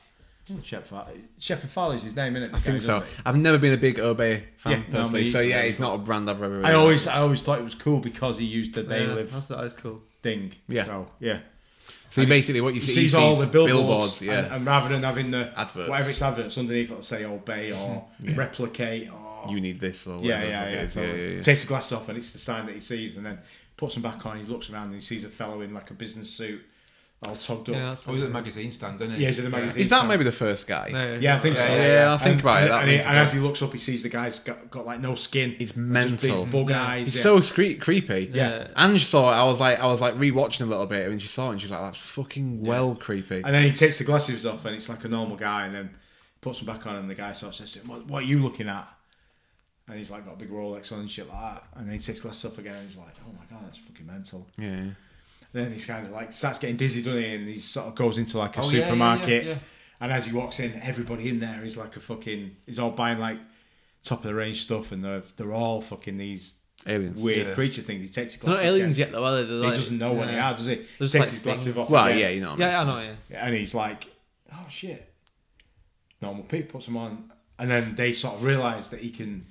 B: Shep Far- Shepard Farley's his name, isn't it?
A: I think so. I've never been a big Obey fan
B: Yeah, no,
A: personally,
B: me
A: so yeah,
B: neither.
A: it's not a brand I've ever.
B: I always, I always thought it was cool because he used the they
D: yeah,
B: live Oh,
D: That's, that is cool.
B: thing.
A: Yeah.
B: So yeah,
A: So you basically what you
B: he
A: see
B: sees,
A: he
B: all the billboards,
A: yeah.
B: and, and rather than having the
A: Adverts.
B: whatever it's adverts underneath, it'll say obey or replicate or
A: you need this or
B: yeah,
A: whatever the
B: yeah,
A: fuck it
B: yeah,
A: is. yeah,
B: totally.
A: yeah, yeah.
B: Takes the glasses off and it's the sign that he sees, and then puts them back on. He looks around and he sees a fellow in like a business suit all tugged
D: Yeah,
B: up. Yeah,
D: that's
E: Oh, he's at the magazine stand, doesn't he?
B: he's in the magazine.
A: Is that
B: stand.
A: maybe the first guy?
D: No,
B: Yeah, I think so.
E: Yeah,
A: yeah, yeah, I think
B: and,
A: about it,
B: and,
A: that
B: And, he-
A: rings a
B: and as he looks up, he sees the guy's got, got like no skin. He's
A: mental.
B: big bug
D: Yeah.
B: eyes.
A: He's
B: yeah.
A: so scree- creepy.
D: Yeah.
A: Ange saw it. I was like, I was like rewatching a little bit, and she saw it, and she was like, "That's fucking well creepy."
B: And then he takes the glasses off, and it's like a normal guy, and then puts them back on, and the guy sort of says to him, "What, what are you looking at?" And he's like got a big Rolex on and shit like that. And then he takes the glasses off again, and he's like, "Oh my god, that's fucking mental."
A: Yeah.
B: then he's kind of like starts getting dizzy, doesn't he? And he sort of goes into like a
E: Oh, yeah, yeah,
B: supermarket.
E: yeah, yeah.
B: And as he walks in, everybody in there is like a fucking. He's all buying like top of the range stuff, and they're they're all fucking these
A: Aliens.
B: weird
E: Yeah.
B: creature things. He takes his
D: They're
B: glasses.
D: not aliens
B: again.
D: yet, though, are they? They're
B: He
D: like-
B: doesn't know what they
D: yeah.
B: are, does he? He
D: They're
B: takes
D: just like
B: his glasses
D: things.
B: off.
A: Well,
B: again,
A: yeah, you know. What I mean.
D: Yeah, I know, yeah.
B: And he's like, "Oh shit!" Normal Pete puts them on, and then they sort of realise that he can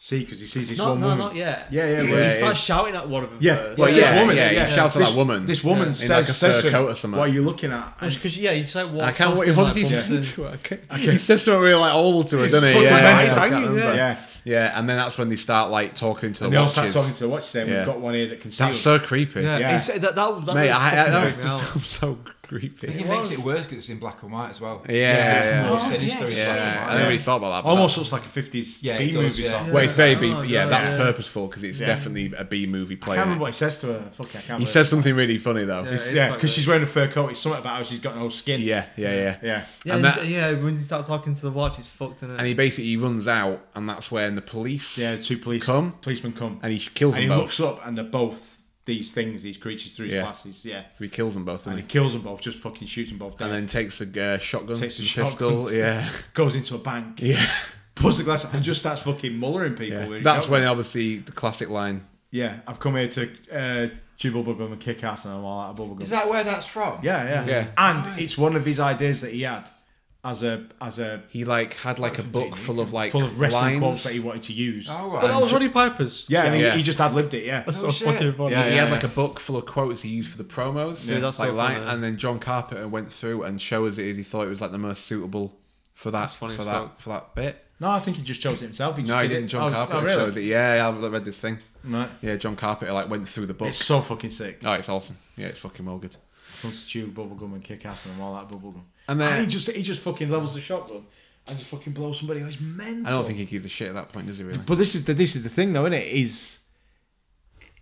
B: see because he sees this
D: No,
B: one
D: no,
B: woman.
D: not yet.
B: Yeah, yeah,
D: He
B: well,
A: Yeah,
D: starts
A: yeah.
D: shouting at one of them
B: Yeah,
D: first.
A: Well,
B: it's
A: Uh, yeah,
B: this woman,
A: yeah, he shouts at
B: this,
A: that woman.
B: This woman
A: Yeah. In
B: says,
A: like a
B: says
A: fur
B: to him,
A: coat or something.
B: What are you looking at? And
D: Because, yeah, you say what?
A: I can't wait. What does he say to her? He says something really like horrible to her,
B: He's
A: doesn't he?
B: fucking
A: Yeah,
B: mental.
A: I can't remember.
B: Yeah.
A: yeah, And then that's when they start like talking to
B: And
A: the
B: they all start
A: watches.
B: talking to the watch saying,
A: Yeah.
B: We've got one here that can see
A: That's
B: us."
A: so creepy,
D: Yeah,
B: Yeah.
D: He said that, that, that
A: mate.
D: really
A: I, I, that
D: freaked me out. *laughs*
A: film's so creepy.
E: I think
A: Yeah,
E: it makes it worse because it's in black and white as well.
A: yeah,
E: It's
A: yeah.
E: more sinister in black and
A: Yeah,
E: white.
A: I never really thought about that. but
B: Almost
A: that-
B: looks like a 50s
E: Yeah, it
B: B
E: does,
B: movie
E: yeah.
B: song.
A: well, it's very B.
D: Oh,
A: yeah,
D: God,
A: that's
D: yeah.
A: purposeful because it's
B: Yeah.
A: definitely a B movie
B: I can't
A: playing.
B: remember
A: it.
B: what he says to her. Fuck, I can't
A: He
B: remember.
A: says something really funny though.
D: Yeah.
B: It's- Yeah, because she's wearing a fur coat. It's something about how she's got no skin.
A: Yeah, yeah, yeah.
B: Yeah.
D: Yeah,
A: And
D: and
A: that-
D: yeah, when you start talking to the watch, it's fucked, isn't it?
A: And he basically runs out, and that's when the police
B: Yeah, the two police
A: Come.
B: policemen come.
A: and he kills
B: And he
A: them both.
B: looks up and they're both these things, these creatures through his
A: Yeah.
B: glasses. Yeah.
A: So he kills them both,
B: And
A: and,
B: he kills them both, just fucking shoots them both
A: and
B: down.
A: then takes a uh, shotgun,
B: Takes a
A: and
B: shotgun. *laughs*
A: pistol. *laughs* Yeah,
B: goes into a bank,
A: yeah.
B: pulls the glass out, and just starts fucking mullering people.
A: Yeah.
B: with his
A: That's
B: shotgun.
A: when obviously the classic line.
B: Yeah, I've come here to uh, chew bubblegum and kick ass, and I'm all out of bubblegum.
E: Is that where that's from?
B: yeah, yeah,
A: Yeah.
B: And it's one of his ideas that he had as a as a
A: He like had like a book full of like
B: full of wrestling
A: lines.
B: quotes that he wanted to use.
E: All
D: but that
E: right.
D: was Roddy Piper's.
B: Yeah, and he,
A: Yeah.
B: he just ad libbed it. Yeah,
D: That's
E: Oh,
D: so
E: shit.
D: fucking funny.
A: he
B: Yeah,
A: had
B: yeah.
A: like a book full of quotes he used for the promos.
D: Yeah, that's
A: like,
D: so
A: line-
D: funny.
A: And then John Carpenter went through and chose it as he thought it was like the most suitable for that
D: That's funny
A: for
D: as
A: that
D: fuck.
A: for that bit.
B: No, I think he just chose it himself. He just
A: No, he
B: did
A: didn't.
B: It.
A: John
B: oh,
A: Carpenter
B: oh, really?
A: chose it. Yeah, yeah, I read this thing.
B: Right.
A: Yeah, John Carpenter like went through the book.
B: It's so fucking sick.
A: Oh, it's awesome. Yeah, it's fucking well good.
B: Comes to chew bubblegum and kick ass, and I'm all out of bubblegum.
A: And then-
B: and he just he just fucking levels the shotgun and just fucking blows somebody. He's mental.
A: I don't think he gives a shit at that point, does he? Really?
B: But this is the this is the thing though, isn't it? Is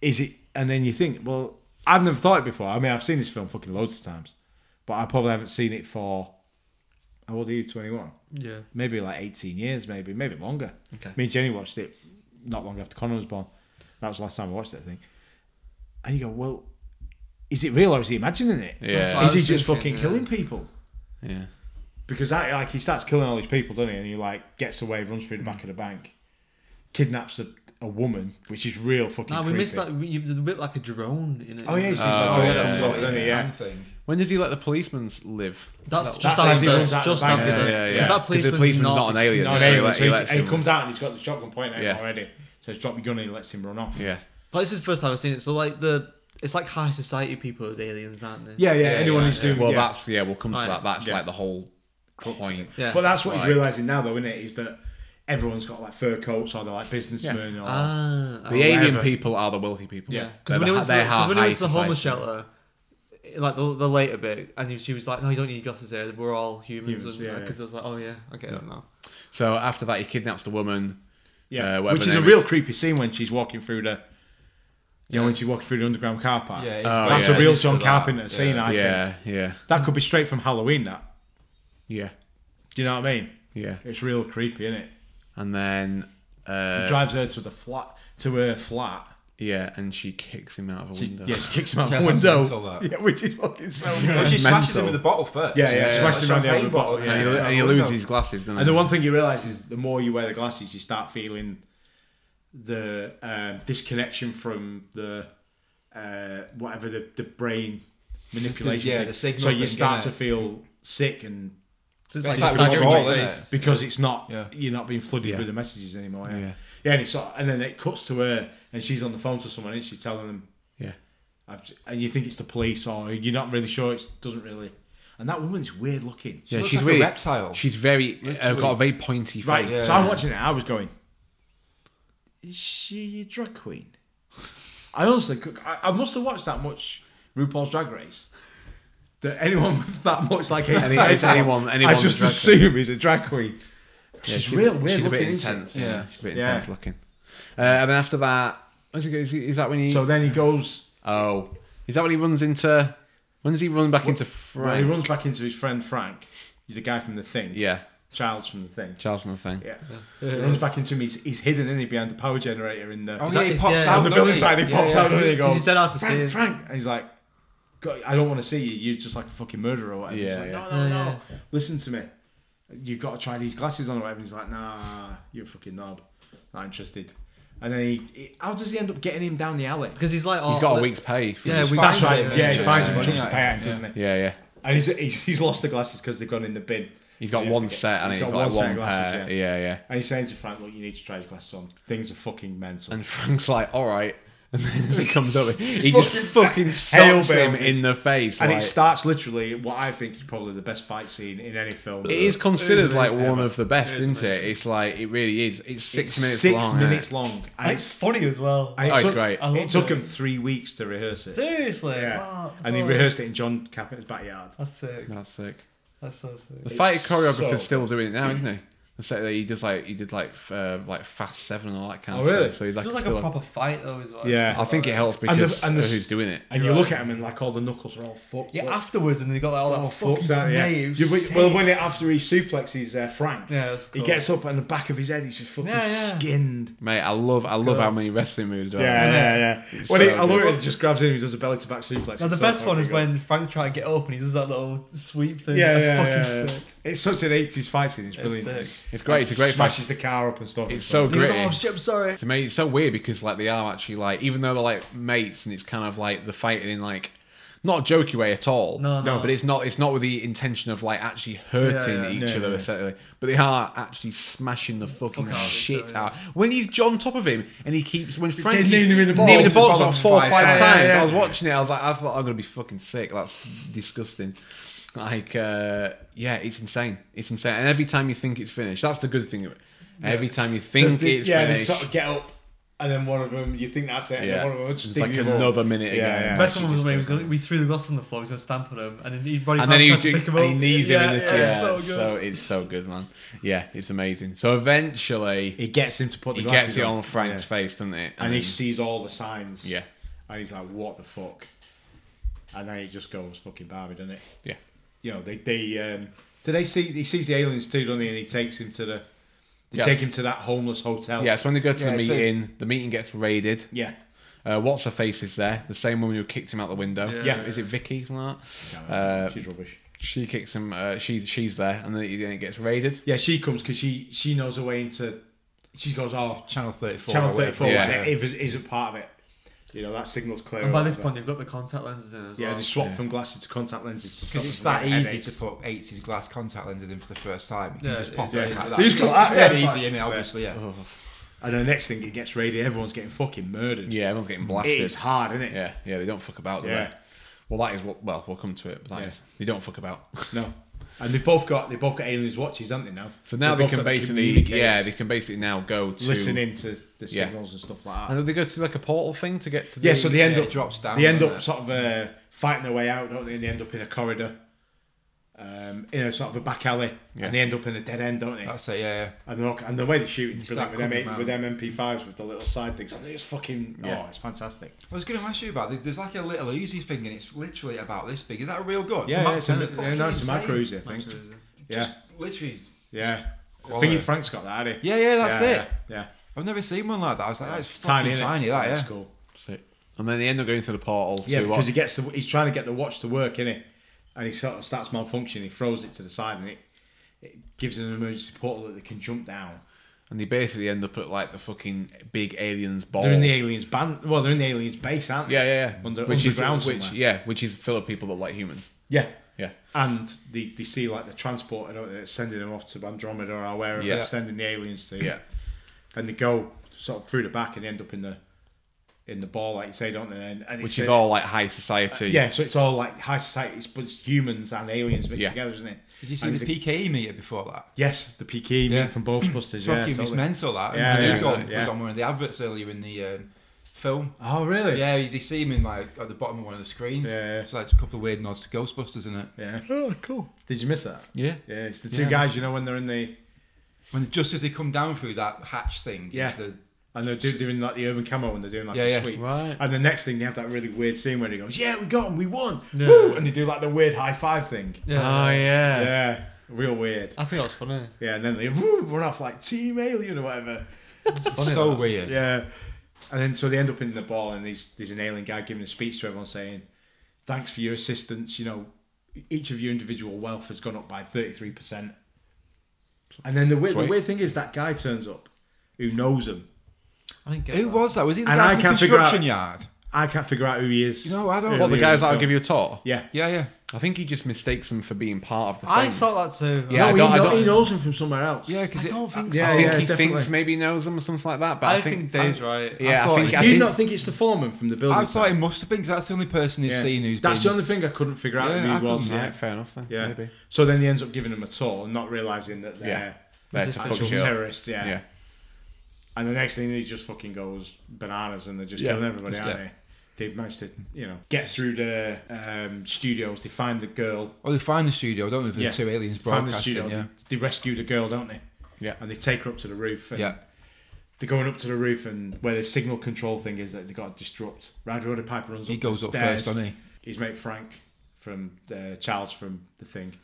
B: is it? And then you think, well, I've never thought it before. I mean, I've seen this film fucking loads of times, but I probably haven't seen it for how old are you? Twenty one?
D: Yeah.
B: Maybe like eighteen years, maybe maybe longer.
A: Okay.
B: Me and Jenny watched it not long after Connor was born. That was the last time I watched that thing. And you go, well, is it real or is he imagining it?
A: Yeah. That's what
D: I
B: Is he
D: was
B: just
D: thinking,
B: fucking
D: yeah.
B: killing people?
A: Yeah.
B: because that like he starts killing all these people, doesn't he? And he like gets away, runs through the back of the bank, kidnaps a, a woman, which is real fucking.
D: No, we
B: creepy.
D: missed that. We, you did a bit like a drone Uh, in it.
B: Oh yeah, he's
A: Oh,
B: oh,
A: yeah,
B: yeah,
A: yeah,
B: yeah, yeah,
E: Hand thing.
A: When does he let the policemen live?
D: that's just
B: that's as he
D: after.
B: runs out the
D: Just
B: bank,
D: after.
B: yeah,
D: the-
A: yeah, yeah. 'Cause
D: Because that
A: the
D: policeman's,
A: policeman's
D: not,
A: not an alien.
B: No,
A: Yeah,
B: no,
A: so he
B: no,
A: let-
B: so
A: he
B: he,
A: lets
B: he
A: him-
B: comes out and he's got the shotgun pointed at him
A: Yeah.
B: already. So he's dropped your gun and he lets him run off.
A: Yeah.
D: But this is the first time I've seen it. So like the, it's like high society people with aliens, aren't they?
B: yeah, yeah.
E: Yeah,
B: anyone
E: yeah,
B: who's doing
A: Well,
B: yeah.
A: that's yeah. We'll come to
D: Right.
A: that. That's
B: Yeah.
A: like the whole point.
D: Yeah.
B: But that's what
A: like-
B: he's realizing now, though, isn't it? Is that everyone's got like fur coats or they're like businessmen or.
D: Ah.
A: The alien
B: whatever.
A: people are the wealthy people.
B: Yeah.
A: They're
D: Because when
A: the-
D: he went to
A: they're
D: the, 'cause when he
A: high
D: went to the homeless
A: society.
D: shelter, like the, the later bit, and he- she was like, "No, you don't need glasses here. We're all humans."
B: Humans,
D: Because
B: yeah, yeah.
D: I was like, "Oh yeah, I get it now."
A: So after that, he kidnaps the woman.
B: Yeah,
A: uh, whatever
B: which is
A: her
B: a
A: name
B: real
A: is.
B: creepy scene when she's walking through the. Yeah, when she's walking through the underground car park.
E: Yeah, it's
A: Oh,
E: very
B: that's a real
E: sinister,
B: John
E: that.
B: Carpenter
E: Yeah.
B: scene, I think.
A: Yeah, yeah,
B: That could be straight from Halloween. That
A: yeah,
B: do you know what I mean?
A: yeah.
B: It's real creepy, isn't it?
A: And then,
B: He
A: uh,
B: drives her to the flat to her flat.
A: yeah, and she kicks him out of a
B: She,
A: window.
B: yeah, she kicks him out
E: *laughs* Yeah,
B: the
E: that's
B: window.
E: mental,
B: *laughs*
E: that.
B: Yeah, which is fucking so
E: Well, *laughs*
B: good.
E: she smashes
A: Mental.
E: him with a bottle first.
B: Yeah, yeah, she smashes him
E: like
B: around the head with a
E: champagne
B: bottle,
A: *laughs*
B: yeah.
A: and
E: it's
A: he,
E: out
A: and he
E: the
A: loses
E: window.
A: his glasses.
E: Mm.
A: Doesn't
B: And the
A: he?
B: one thing you realise is the more you wear the glasses, you start feeling the um, disconnection from the uh, whatever the, the brain manipulation.
E: yeah,
B: thing.
E: the signal
B: So you
E: thing,
B: start to
E: yeah.
B: feel sick and
D: So it's
E: It's
D: like
E: like Roger
B: discovery
E: Moore,
B: phase,
E: isn't it?
B: because it's not
E: Yeah.
B: you're not being flooded
A: Yeah.
B: with the messages anymore. Yeah,
A: Yeah.
B: yeah. and it's sort of- and then it cuts to her and she's on the phone to someone and she telling them,
A: Yeah,
B: I've, j- and you think it's the police or you're not really sure. It doesn't really. And that woman's weird looking.
A: yeah.
E: looks
A: She's
E: like a
A: really
E: reptile.
A: She's very uh,
E: Literally.
A: got a very pointy face.
B: Right,
E: Yeah.
B: so I'm watching it. I was going, is she a drag queen? I honestly, could- I, I must have watched that much RuPaul's Drag Race. that anyone with that much like hates
A: Any-
B: Santa
A: anyone-
B: Claus,
A: anyone's
B: I
A: a
B: just
A: drag
B: assume he's a drag queen.
A: Yeah,
B: she's, real weird
A: She's a bit
B: looking, isn't
A: intense.
B: she?
A: Yeah.
E: Yeah.
A: she's a bit
B: Yeah.
A: intense looking. Uh, and then after that, where's he go- is, he- is that when he?
B: So then he goes.
A: oh, is that when he runs into? When does he run back into Frank?
B: Well, he runs back into his friend Frank. He's the guy from the thing.
A: Yeah,
B: Charles from the thing.
A: Charles from the thing.
B: Yeah. He runs back into him. He's, he's hidden in behind the power generator in the.
E: Oh
B: Is
E: yeah,
B: that-
E: he
D: it's-
E: pops
D: yeah,
E: out
B: on the
E: don't
B: building
E: he?
B: side, he
E: Yeah,
B: pops
E: yeah.
B: out and he
D: Because
B: goes.
D: he's dead hard to
B: Frank,
D: see.
B: Frank, and he's like, "God, I don't want to see you. You're just like a fucking murderer or whatever. he's
A: Yeah,
B: like,
A: yeah.
B: no, no,
D: Yeah,
B: no.
D: yeah.
B: Listen to me. You've got to try these glasses on or whatever. And he's like, nah, you're a fucking knob. Not interested. And then he, he- how does he end up getting him down the alley?
D: Because he's like, oh,
A: He's got a
D: look-
A: week's pay. For
D: Yeah,
A: just-
D: we-
B: That's
D: finds
B: right.
D: him,
B: yeah, he
E: yeah.
B: finds him
E: Yeah.
B: and chucks
E: Yeah.
B: the pay at him, doesn't he?
A: yeah, yeah.
B: And he's, he's, he's lost the glasses because they've gone in the bin.
A: He's got
B: He has
A: one
B: to get-
A: set and
B: he's
A: he's,
B: got
A: like
B: one set
A: one
B: of glasses,
A: pair. Yeah, yeah.
B: And he's saying to Frank, look, you need to try his glasses on. Things are fucking mental.
A: And Frank's like, all right. *laughs* And then as he comes up, he just
B: *laughs*
A: fucking
B: hail
A: sucks him
B: bells him.
A: in the face.
B: And
A: like-
B: it starts literally what I think is probably the best fight scene in any film.
A: It is considered like
B: amazing.
A: one of the best,
D: It is
A: isn't it?
D: amazing.
A: It's like it really is. It's six
B: It's
A: minutes
B: six
A: long. isn't it?
B: minutes long, and
D: It's
B: it's
D: funny as well.
B: and it
A: Oh, it's
B: took,
A: great.
D: I
B: It
D: love
B: took
D: it.
B: him three weeks to rehearse it.
D: Seriously?
B: Yeah,
D: Wow,
B: and he
D: wow.
B: rehearsed it in John Carpenter's backyard.
D: That's sick.
A: That's sick.
D: That's so
A: The
D: sick.
A: fight choreographer's
B: so
A: still doing it now, isn't
B: *clears throat*
A: he? The set that he does like he did like f- uh, like fast seven and all that kind
B: Oh,
A: of
B: really?
A: stuff. So he's
D: It
A: like,
D: feels like
A: still
D: a proper fight though as well.
B: Yeah.
A: I think it helps
B: the-
A: because
B: and the
A: of
B: s-
A: who's doing it.
B: And you
D: Right.
B: look at him, and like all the knuckles are all fucked.
D: Yeah,
B: up.
D: afterwards, and then you got that all
B: Oh,
D: that
B: fucked
D: fucking
B: out, yeah.
D: nails.
B: You- well, when it after he suplexes uh, Frank,
D: Yeah, that's
B: he
D: cool.
B: gets up and the back of his head is just fucking
D: Yeah, yeah.
B: skinned.
A: Mate, I love I love how many wrestling moves are.
B: Yeah,
A: out there.
B: yeah, yeah. When he,
A: so
B: I love
A: good.
B: it, he just grabs him, he does a belly to back suplex.
D: Now the
B: It's
D: best
B: so
D: one
B: fucking
D: is
B: good.
D: when Frank tried to get up and he does that little sweep thing.
B: Yeah,
D: That's
B: yeah,
D: fucking
B: yeah, yeah.
D: sick.
B: It's such an 80s fight scene, it's brilliant.
D: sick.
A: It's great. It's a great fight.
B: Smashes the car up and stuff.
A: It's so
D: And he goes,
A: gritty.
D: oh, shit, I'm sorry.
A: It's amazing. It's so weird because like they are actually like even though they're like mates and it's kind of like the fighting in like not a jokey way at all.
D: No, no.
A: But it's not. It's not with the intention of like actually hurting
D: Yeah, yeah.
A: each
B: Yeah,
A: other.
B: yeah.
A: essentially. But they are actually smashing the fucking
D: Fuck out of each
A: shit
D: other,
A: out. When he's on top of him and he keeps when Frank
B: did
A: keeps
B: name him in the
A: naming
B: balls.
A: balls about four or
E: Twice.
A: five
E: Yeah,
A: times.
B: yeah, yeah.
A: I was watching it. I was like, I thought I'm gonna be fucking sick. That's disgusting. Like, uh, yeah, it's insane. It's insane. And every time you think it's finished, that's the good thing. of it. Every time you think
B: The- the-
A: it's
B: yeah, they
A: finished,
B: sort of get up, and then one of them, you think that's it, and
A: Yeah.
B: then one of them will just
A: It's
B: dig
A: like
B: you up.
A: another minute
B: Yeah,
A: again.
B: yeah.
D: The best one was when he was gonna, we threw the glass on the floor, he was going to stamp on him, and then he
A: and then he,
D: tried to pick him
A: and he
D: up.
A: knees
D: yeah,
A: him in the
D: yeah,
A: chair.
D: it's
A: so,
D: so good.
A: it's so good, man. Yeah, it's amazing. So eventually,
B: He gets him to put the
A: he
B: glasses
A: gets it on Frank's
B: Yeah.
A: face, doesn't it?
B: And he sees all the signs.
A: Yeah.
B: And he's like, what the fuck? And then he just goes fucking Barbie, doesn't it?
A: yeah,
B: You know, they, they, um, do they see, he sees the aliens too, doesn't he? And he takes him to the, they
A: Yes.
B: take him to that homeless hotel.
A: yeah. It's when they go to
E: Yeah,
A: the
E: so-
A: meeting. the meeting gets raided.
B: Yeah.
A: Uh, What's her face is there? The same woman who kicked him out the window.
D: Yeah.
A: is it Vicky? Something like that? Uh,
B: She's rubbish.
A: she kicks him. Uh, she she's there, and then it, then it gets raided.
B: Yeah, she comes because she, she knows her way into, she goes, oh,
E: Channel 34.
B: Channel 34
A: Yeah.
B: and it is- isn't part of it. You know, that signal's clear.
D: And by
B: or
D: this
B: whatever.
D: point, they've got the contact lenses in as well.
B: Yeah, they swap from glasses to contact lenses. to stop
E: Because it's
B: them from
E: that easy
B: getting headaches.
E: to put 80s glass contact lenses in for the first time. You can
D: Yeah,
E: just
D: it
E: pop
D: is.
E: it in
B: Yeah.
E: like that.
B: They just
E: It's,
B: go like
E: it's dead
B: that.
E: easy, is
B: Yeah.
E: Obviously, yeah.
B: Oh. And then the next thing, it gets raided. Everyone's getting fucking murdered.
A: Yeah, everyone's getting blasted.
B: it is hard, isn't it?
A: Yeah, yeah. They don't fuck about. Do
B: Yeah.
A: They? Well, that is what. Well, we'll come to it. But that
B: Yeah.
A: is- they don't fuck about. *laughs*
B: No, and they both got they both got aliens watches, haven't they? Now,
A: So now they
B: both
A: can
B: got the
A: basically,
B: communicators
A: yeah, they can basically now go to
B: listening to the
A: Yeah.
B: signals and stuff like that.
A: And they go through like a portal thing to get to the.
B: Yeah, so they end
E: yeah,
B: up
E: it drops down,
B: They end
E: doesn't
B: up
E: it?
B: sort of uh, fighting their way out, don't they? And they end up in a corridor, um, in a sort of a back alley,
A: Yeah.
B: and they end up in a dead end, don't they?
E: That's it, yeah, yeah.
B: and they're all, and the way they're shooting is
E: You start
B: brilliant with them
E: coming
B: with them MP5s with the little side things. It's fucking
A: Yeah.
B: oh, it's fantastic.
E: I was going to ask you about it. There's like a little Uzi thing, and it's literally about this big. Is that a real gun?
B: Yeah, yeah, it's a,
E: Mac-
B: yeah, no, it's a
E: fucking
B: Mac
E: insane.
B: Cruiser, I think. Yeah,
E: Just literally.
B: yeah. I
E: Quality.
B: think Frank's got that. Hasn't he?
E: Yeah, yeah, that's
B: yeah,
E: it.
B: Yeah, yeah.
E: I've never seen one like that. I was like, that's
B: It's
E: tiny,
B: tiny,
E: fucking
B: innit?
E: tiny, that, yeah.
B: That's cool.
A: Sick. And then they end up going through the portal
B: Yeah,
A: to
B: because
A: what?
B: he gets the, he's trying to get the watch to work, innit? And he sort of starts malfunctioning. He throws it to the side, and it, it gives him an emergency portal that they can jump down.
A: and they basically end up at like the fucking big aliens ball.
B: They're in the aliens' band. Well, they're in the aliens' base, aren't they?
A: Oh. yeah, yeah, yeah.
B: Under,
A: which is
B: underground
A: which,
B: somewhere.
A: yeah, which is full of people that like humans.
B: yeah.
A: Yeah,
B: And they, they see like the transporter don't they, that's sending them off to Andromeda or wherever
A: Yeah.
B: they're sending the aliens to.
A: yeah.
B: And they go sort of through the back and end up in the in the ball, like you say, don't they? And, and
A: Which
B: it's
A: is
B: a-
A: all like high society.
B: Yeah, so it's all like high society, it's- but it's humans and aliens mixed
A: Yeah.
B: together, isn't it?
E: Did you see
B: And it's
E: the
B: a-
E: PKE meter before that?
B: Yes, the PK meat
E: Yeah.
B: from Ghostbusters.
E: It's
B: yeah,
E: fucking it's
B: totally.
E: mental, that.
B: Yeah,
E: Yeah,
A: yeah,
E: you got
B: yeah.
E: was on one of the adverts earlier in the um, film.
B: Oh, really?
E: Yeah, you, you see him in like at the bottom of one of the screens.
B: Yeah.
E: It's like a couple of weird nods to Ghostbusters in it.
B: Yeah.
F: Oh, cool.
B: Did you miss that?
A: Yeah.
B: Yeah, it's the two
A: Yeah.
B: guys, you know, when they're in the.
E: When just as they come down through that hatch thing,
B: Yeah.
E: into the-
B: And they're do, doing like the urban camo and they're doing like
E: Yeah,
B: the
E: yeah.
B: sweep.
A: Right.
B: And the next thing, they have that really weird scene where he goes, Yeah, we got him, we won.
D: Yeah.
B: Woo! And they do like the weird high five thing.
A: Oh yeah.
B: Yeah, real weird.
D: I think that was funny.
B: Yeah, and then they woo, run off like Team Alien or whatever.
E: so weird.
B: Yeah. And then so they end up in the ball, and there's, there's an alien guy giving a speech to everyone saying, Thanks for your assistance. You know, each of your individual wealth has gone up by 33%. And then the weird, the
A: Sweet.
B: weird thing is that guy turns up who knows him.
D: I didn't get
E: Who
D: that.
E: was that? Was he the
B: And
E: guy
B: I
E: from the
B: can't figure out-
E: construction yard?
B: I can't figure out who he is.
E: You know, I don't-
A: What the
B: earlier
A: guys
B: in
A: that'll
B: film.
A: give you a tour?
B: Yeah.
E: Yeah, yeah.
A: I think he just mistakes them for being part of the thing.
D: I thought that too.
A: Yeah,
B: no,
A: I
B: he,
A: don't- I
B: kno-
A: don't-
B: he knows him from somewhere else.
E: Yeah, because
D: I don't think
B: Yeah,
A: I think
B: yeah,
A: he
B: definitely.
A: thinks maybe he knows them or something like that. But I,
D: I think Dave's right.
A: Yeah, I,
E: thought-
A: think.
B: Do
A: I
B: you
A: think
B: not think it's the foreman from the building?
E: I thought
B: site?
E: it must have been because that's the only person he's
B: Yeah.
E: seen who's
B: That's
E: been.
B: the only thing I couldn't figure out
E: Yeah, I
B: who he was.
E: couldn't-
B: Yeah.
A: Right, fair enough then.
B: Yeah.
A: Maybe.
B: So then he ends up giving them a tour and not realizing that they're
A: Yeah. That's
D: Is it
B: actual
A: fucking
D: actual-
A: shit.
B: terrorists. Yeah.
A: Yeah.
B: And the next thing he just fucking goes bananas and they're just
A: Yeah.
B: killing everybody, aren't
E: Yeah.
B: they? They managed to, you know, get through the um, studios. They find the girl.
E: Oh, they find the studio. I don't know if the
B: Yeah.
E: two aliens
B: Find the
E: broadcasting.
B: studio.
E: yeah.
B: They, they rescue the girl, don't they?
A: Yeah.
B: And they take her up to the roof. And
E: Yeah.
B: They're going up to the roof and where the signal control thing is that they got to disrupt. Roger Roddy Piper runs
E: He
B: up the
E: goes up
B: stairs.
E: first, doesn't he?
B: His mate Frank from uh, Charles from the thing.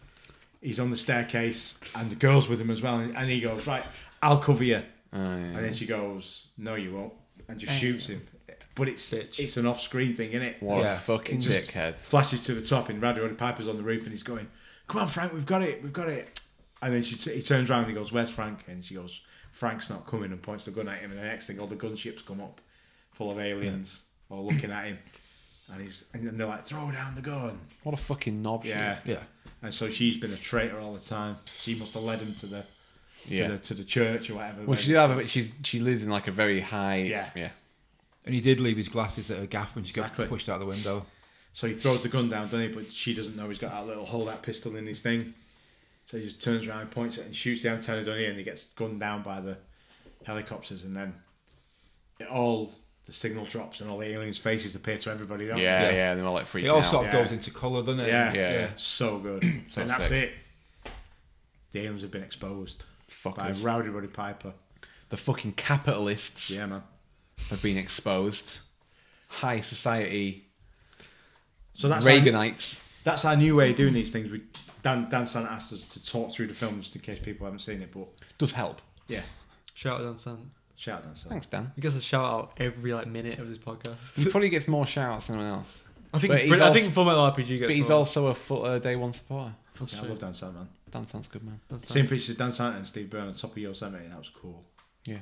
B: He's on the staircase and the girl's with him as well. And, and he goes, Right, I'll cover you. And then she goes, No, you won't. And just shoots him. But it's it's an off screen thing, isn't it?
A: What
E: Yeah.
A: a fucking
B: just
A: dickhead.
B: Flashes to the top, and Radio Roddy Piper's on the roof, and he's going, "Come on, Frank, we've got it, we've got it." And then she t- he turns around and he goes, "Where's Frank?" And she goes, "Frank's not coming," and points the gun at him. And the next thing, all the gunships come up, full of aliens, all looking at him, and he's and then they're like, "Throw down the gun."
A: What a fucking knob. she
B: Yeah,
E: Yeah.
B: And so she's been a traitor all the time. She must have led him to the
A: is.
B: to,
A: Yeah.
B: the, to the church or whatever.
A: well, she did have. A, she's she lives in like a very high.
B: Yeah.
A: Yeah.
E: And he did leave his glasses at a gaff when she
B: Exactly.
E: got pushed out the window.
B: So he throws the gun down, doesn't he? But she doesn't know he's got that little hole, that pistol in his thing. So he just turns around, points it, and shoots the antenna, doesn't he? And he gets gunned down by the helicopters, and then it all the signal drops, and all the aliens' faces appear to everybody.
A: Yeah.
B: Don't
A: Yeah.
E: Yeah.
A: And they're all like freaking
E: It all
A: out.
E: sort of
B: Yeah.
E: goes into colour, doesn't
B: They?
E: it?
B: Yeah.
A: Yeah.
B: So good.
A: *clears throat* So
B: and that's
A: sick.
B: it. The aliens have been exposed by
A: Fuckers.
B: Rowdy Roddy Piper.
A: the fucking capitalists
B: Yeah, man.
A: have been exposed. High society
B: So that's our-
A: Reaganites.
B: that's our new way of doing these things. We Dan Dan Sant asked us to talk through the film just in case people haven't seen it, but
A: Does help.
B: yeah,
D: Shout out, Dan Sant.
B: shout out Dan Sant.
A: Thanks, Dan.
D: He gets a shout out every like minute of this podcast.
A: He probably gets more shout-outs than anyone else.
D: I think.
A: But he's
D: Brit- I
A: also-
D: think Full Metal RPG gets.
A: But he's
D: more.
A: also a full, uh, day one supporter.
D: That's
B: Yeah, I
D: true.
B: love Dan Sant, man.
A: Dan sounds good, man.
D: That's
B: Same pictures of Dan Sant and Steve Byrne on top of Yosemite. That was cool.
A: Yeah.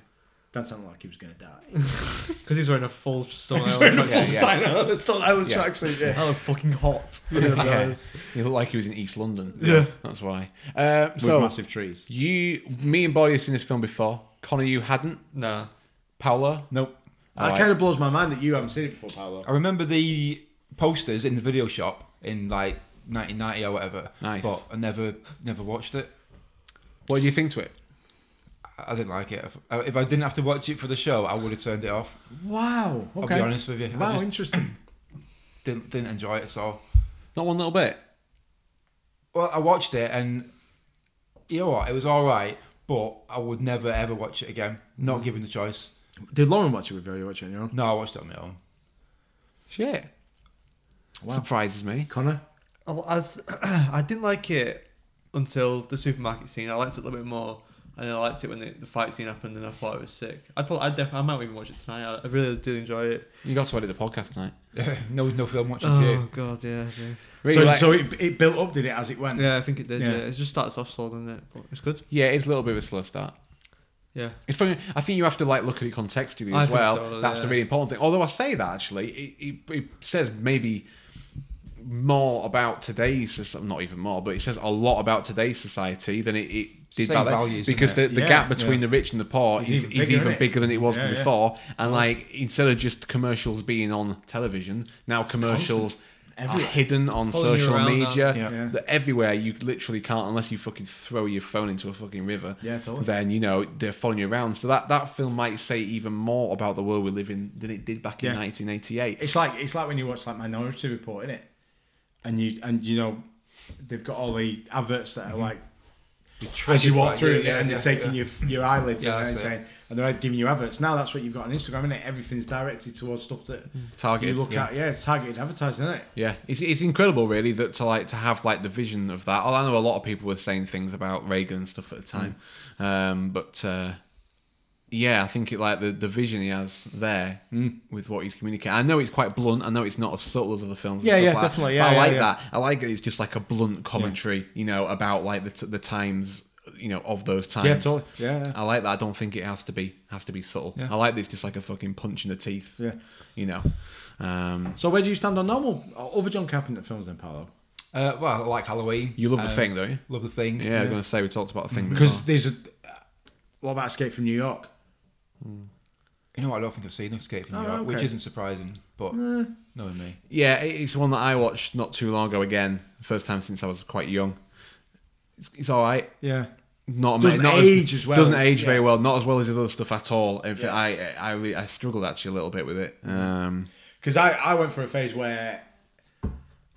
B: Dan Sant looked like he was going to die.
D: Because he's wearing a *laughs* full Stone
B: Wearing
D: Island
B: a full
D: tracksuit.
A: yeah.
B: Staten Island- Staten Island
A: Yeah.
B: tracksuit, yeah.
D: That looked fucking *laughs* hot.
A: yeah. He looked like he was in East London. Yeah. That's why. Uh,
B: With
A: so,
B: massive trees.
A: you, me and Body have seen this film before. Connor, you hadn't.
D: Nah.
A: Paola?
E: Nope.
B: That
A: Alright.
B: kind of blows my mind that you haven't seen it before, Paolo.
E: I remember the posters in the video shop in like 1990 or whatever.
A: Nice.
E: But I never, never watched it.
A: What do you think to it?
E: I- I didn't like it. If- uh, If I didn't have to watch it for the show, I would have turned it off.
B: Wow.
E: I'll
B: Okay.
E: be honest with you. I
B: wow,
E: just
B: interesting.
E: didn't, didn't enjoy it at all.
A: Not one little bit.
E: Well, I watched it and you know what? It was all right, but I would never ever watch it again.
A: Mm.
E: Not given the choice.
B: *clears throat* Did Lauren watch it with you? or You watch it on your own?
E: No, I watched it on my own. *laughs*
A: Shit.
B: Wow.
A: Surprises me.
B: Connor?
D: Oh, As *clears throat* I didn't like it until the supermarket scene. I liked it a little bit more, and then I liked it when the, the fight scene happened, and I thought it was sick. I'd probably, I'd def- I might even watch it tonight. I, I really do enjoy it.
A: You got to edit the podcast tonight.
E: no, no film watching
D: Oh
E: you.
D: god, yeah, yeah.
A: Really
B: so
A: like-
B: so it, it built up, did it, as it went?
D: Yeah, I think it did.
B: Yeah.
D: Yeah, it just starts off slow, doesn't it? But it's good.
A: yeah, it's a little bit of a slow start.
D: Yeah,
A: It's funny. I think you have to like look at it contextually
D: I
A: as
D: think
A: well.
D: so,
A: That's the
D: yeah.
A: really important thing. Although I say that actually, it, it, it says maybe more about today's society. Not even more, but it says a lot about today's society than it, it did
E: Same
A: back then.
E: values, isn't
A: because the,
E: it?
A: the
B: Yeah,
A: gap between
B: yeah.
A: the rich and the poor
B: It's
A: is,
B: even
A: is
B: bigger,
A: even
B: isn't it?
A: bigger than it was
B: Yeah, yeah.
A: before. And like instead of just commercials being on television, now commercials are hidden on
D: Following you
A: social
D: around now.
A: media.
E: Yeah.
B: Yeah.
A: That everywhere you literally can't unless you fucking throw your phone into a fucking river.
B: Yeah, totally.
A: Then you know they're following you around. So that that film might say even more about the world we live in than it did back in
B: Yeah.
A: 1988.
B: It's like it's like when you watch like Minority Report, innit? And you and you know they've got all the adverts that are like as you walk
E: by
B: through
E: you,
B: it,
E: yeah,
B: and
E: yeah,
B: they're taking
E: yeah.
B: your your eyelids
E: Yeah,
B: out and
E: that's it.
B: saying and they're giving you adverts. Now that's what you've got on Instagram, innit? Everything's directed towards stuff that
A: Targeted,
B: You look
A: yeah.
B: at yeah, it's targeted advertising, isn't it?
A: Yeah, it's, it's incredible, really, that to like to have like the vision of that. I know a lot of people were saying things about Reagan and stuff at the time, um, but uh, yeah, I think it like the, the vision he has there
B: Hmm.
A: with what he's communicating. I know it's quite blunt. I know it's not as subtle as other films. and
B: Yeah,
A: stuff
B: yeah,
A: like that,
B: definitely,
A: but
B: yeah,
A: I
B: yeah,
A: like
B: yeah.
A: that. I like that it's just like a blunt commentary, you know, about like the t- the times, you know, of those times.
B: totally. Yeah, yeah.
A: I like that. I don't think it has to be has to be subtle. I like this just like a fucking punch in the teeth.
B: Yeah.
A: you know. Um,
B: So where do you stand on normal other John Carpenter films then, Paolo?
E: Uh, well, I like Halloween.
A: you love the
B: Uh,
E: Um,
A: thing, don't you?
E: Love the thing.
A: Yeah, I was going to say we talked about the thing before.
B: Because there's a what about Escape from New York?
E: You know what? I don't think I've seen Escape from New
B: Oh,
E: York, which
B: okay.
E: isn't surprising, but knowing me.
A: yeah, it- it's one that I watched not too long ago again. First time since I was quite young. It's, it's all right.
B: Yeah.
A: Not ama-
B: Doesn't
A: not
B: age as well.
A: Doesn't age very
B: Yeah.
A: well. Not as well as his other stuff at all. In fact, I, I re- I struggled actually a little bit with it. Um,
B: Because I, I went for a phase where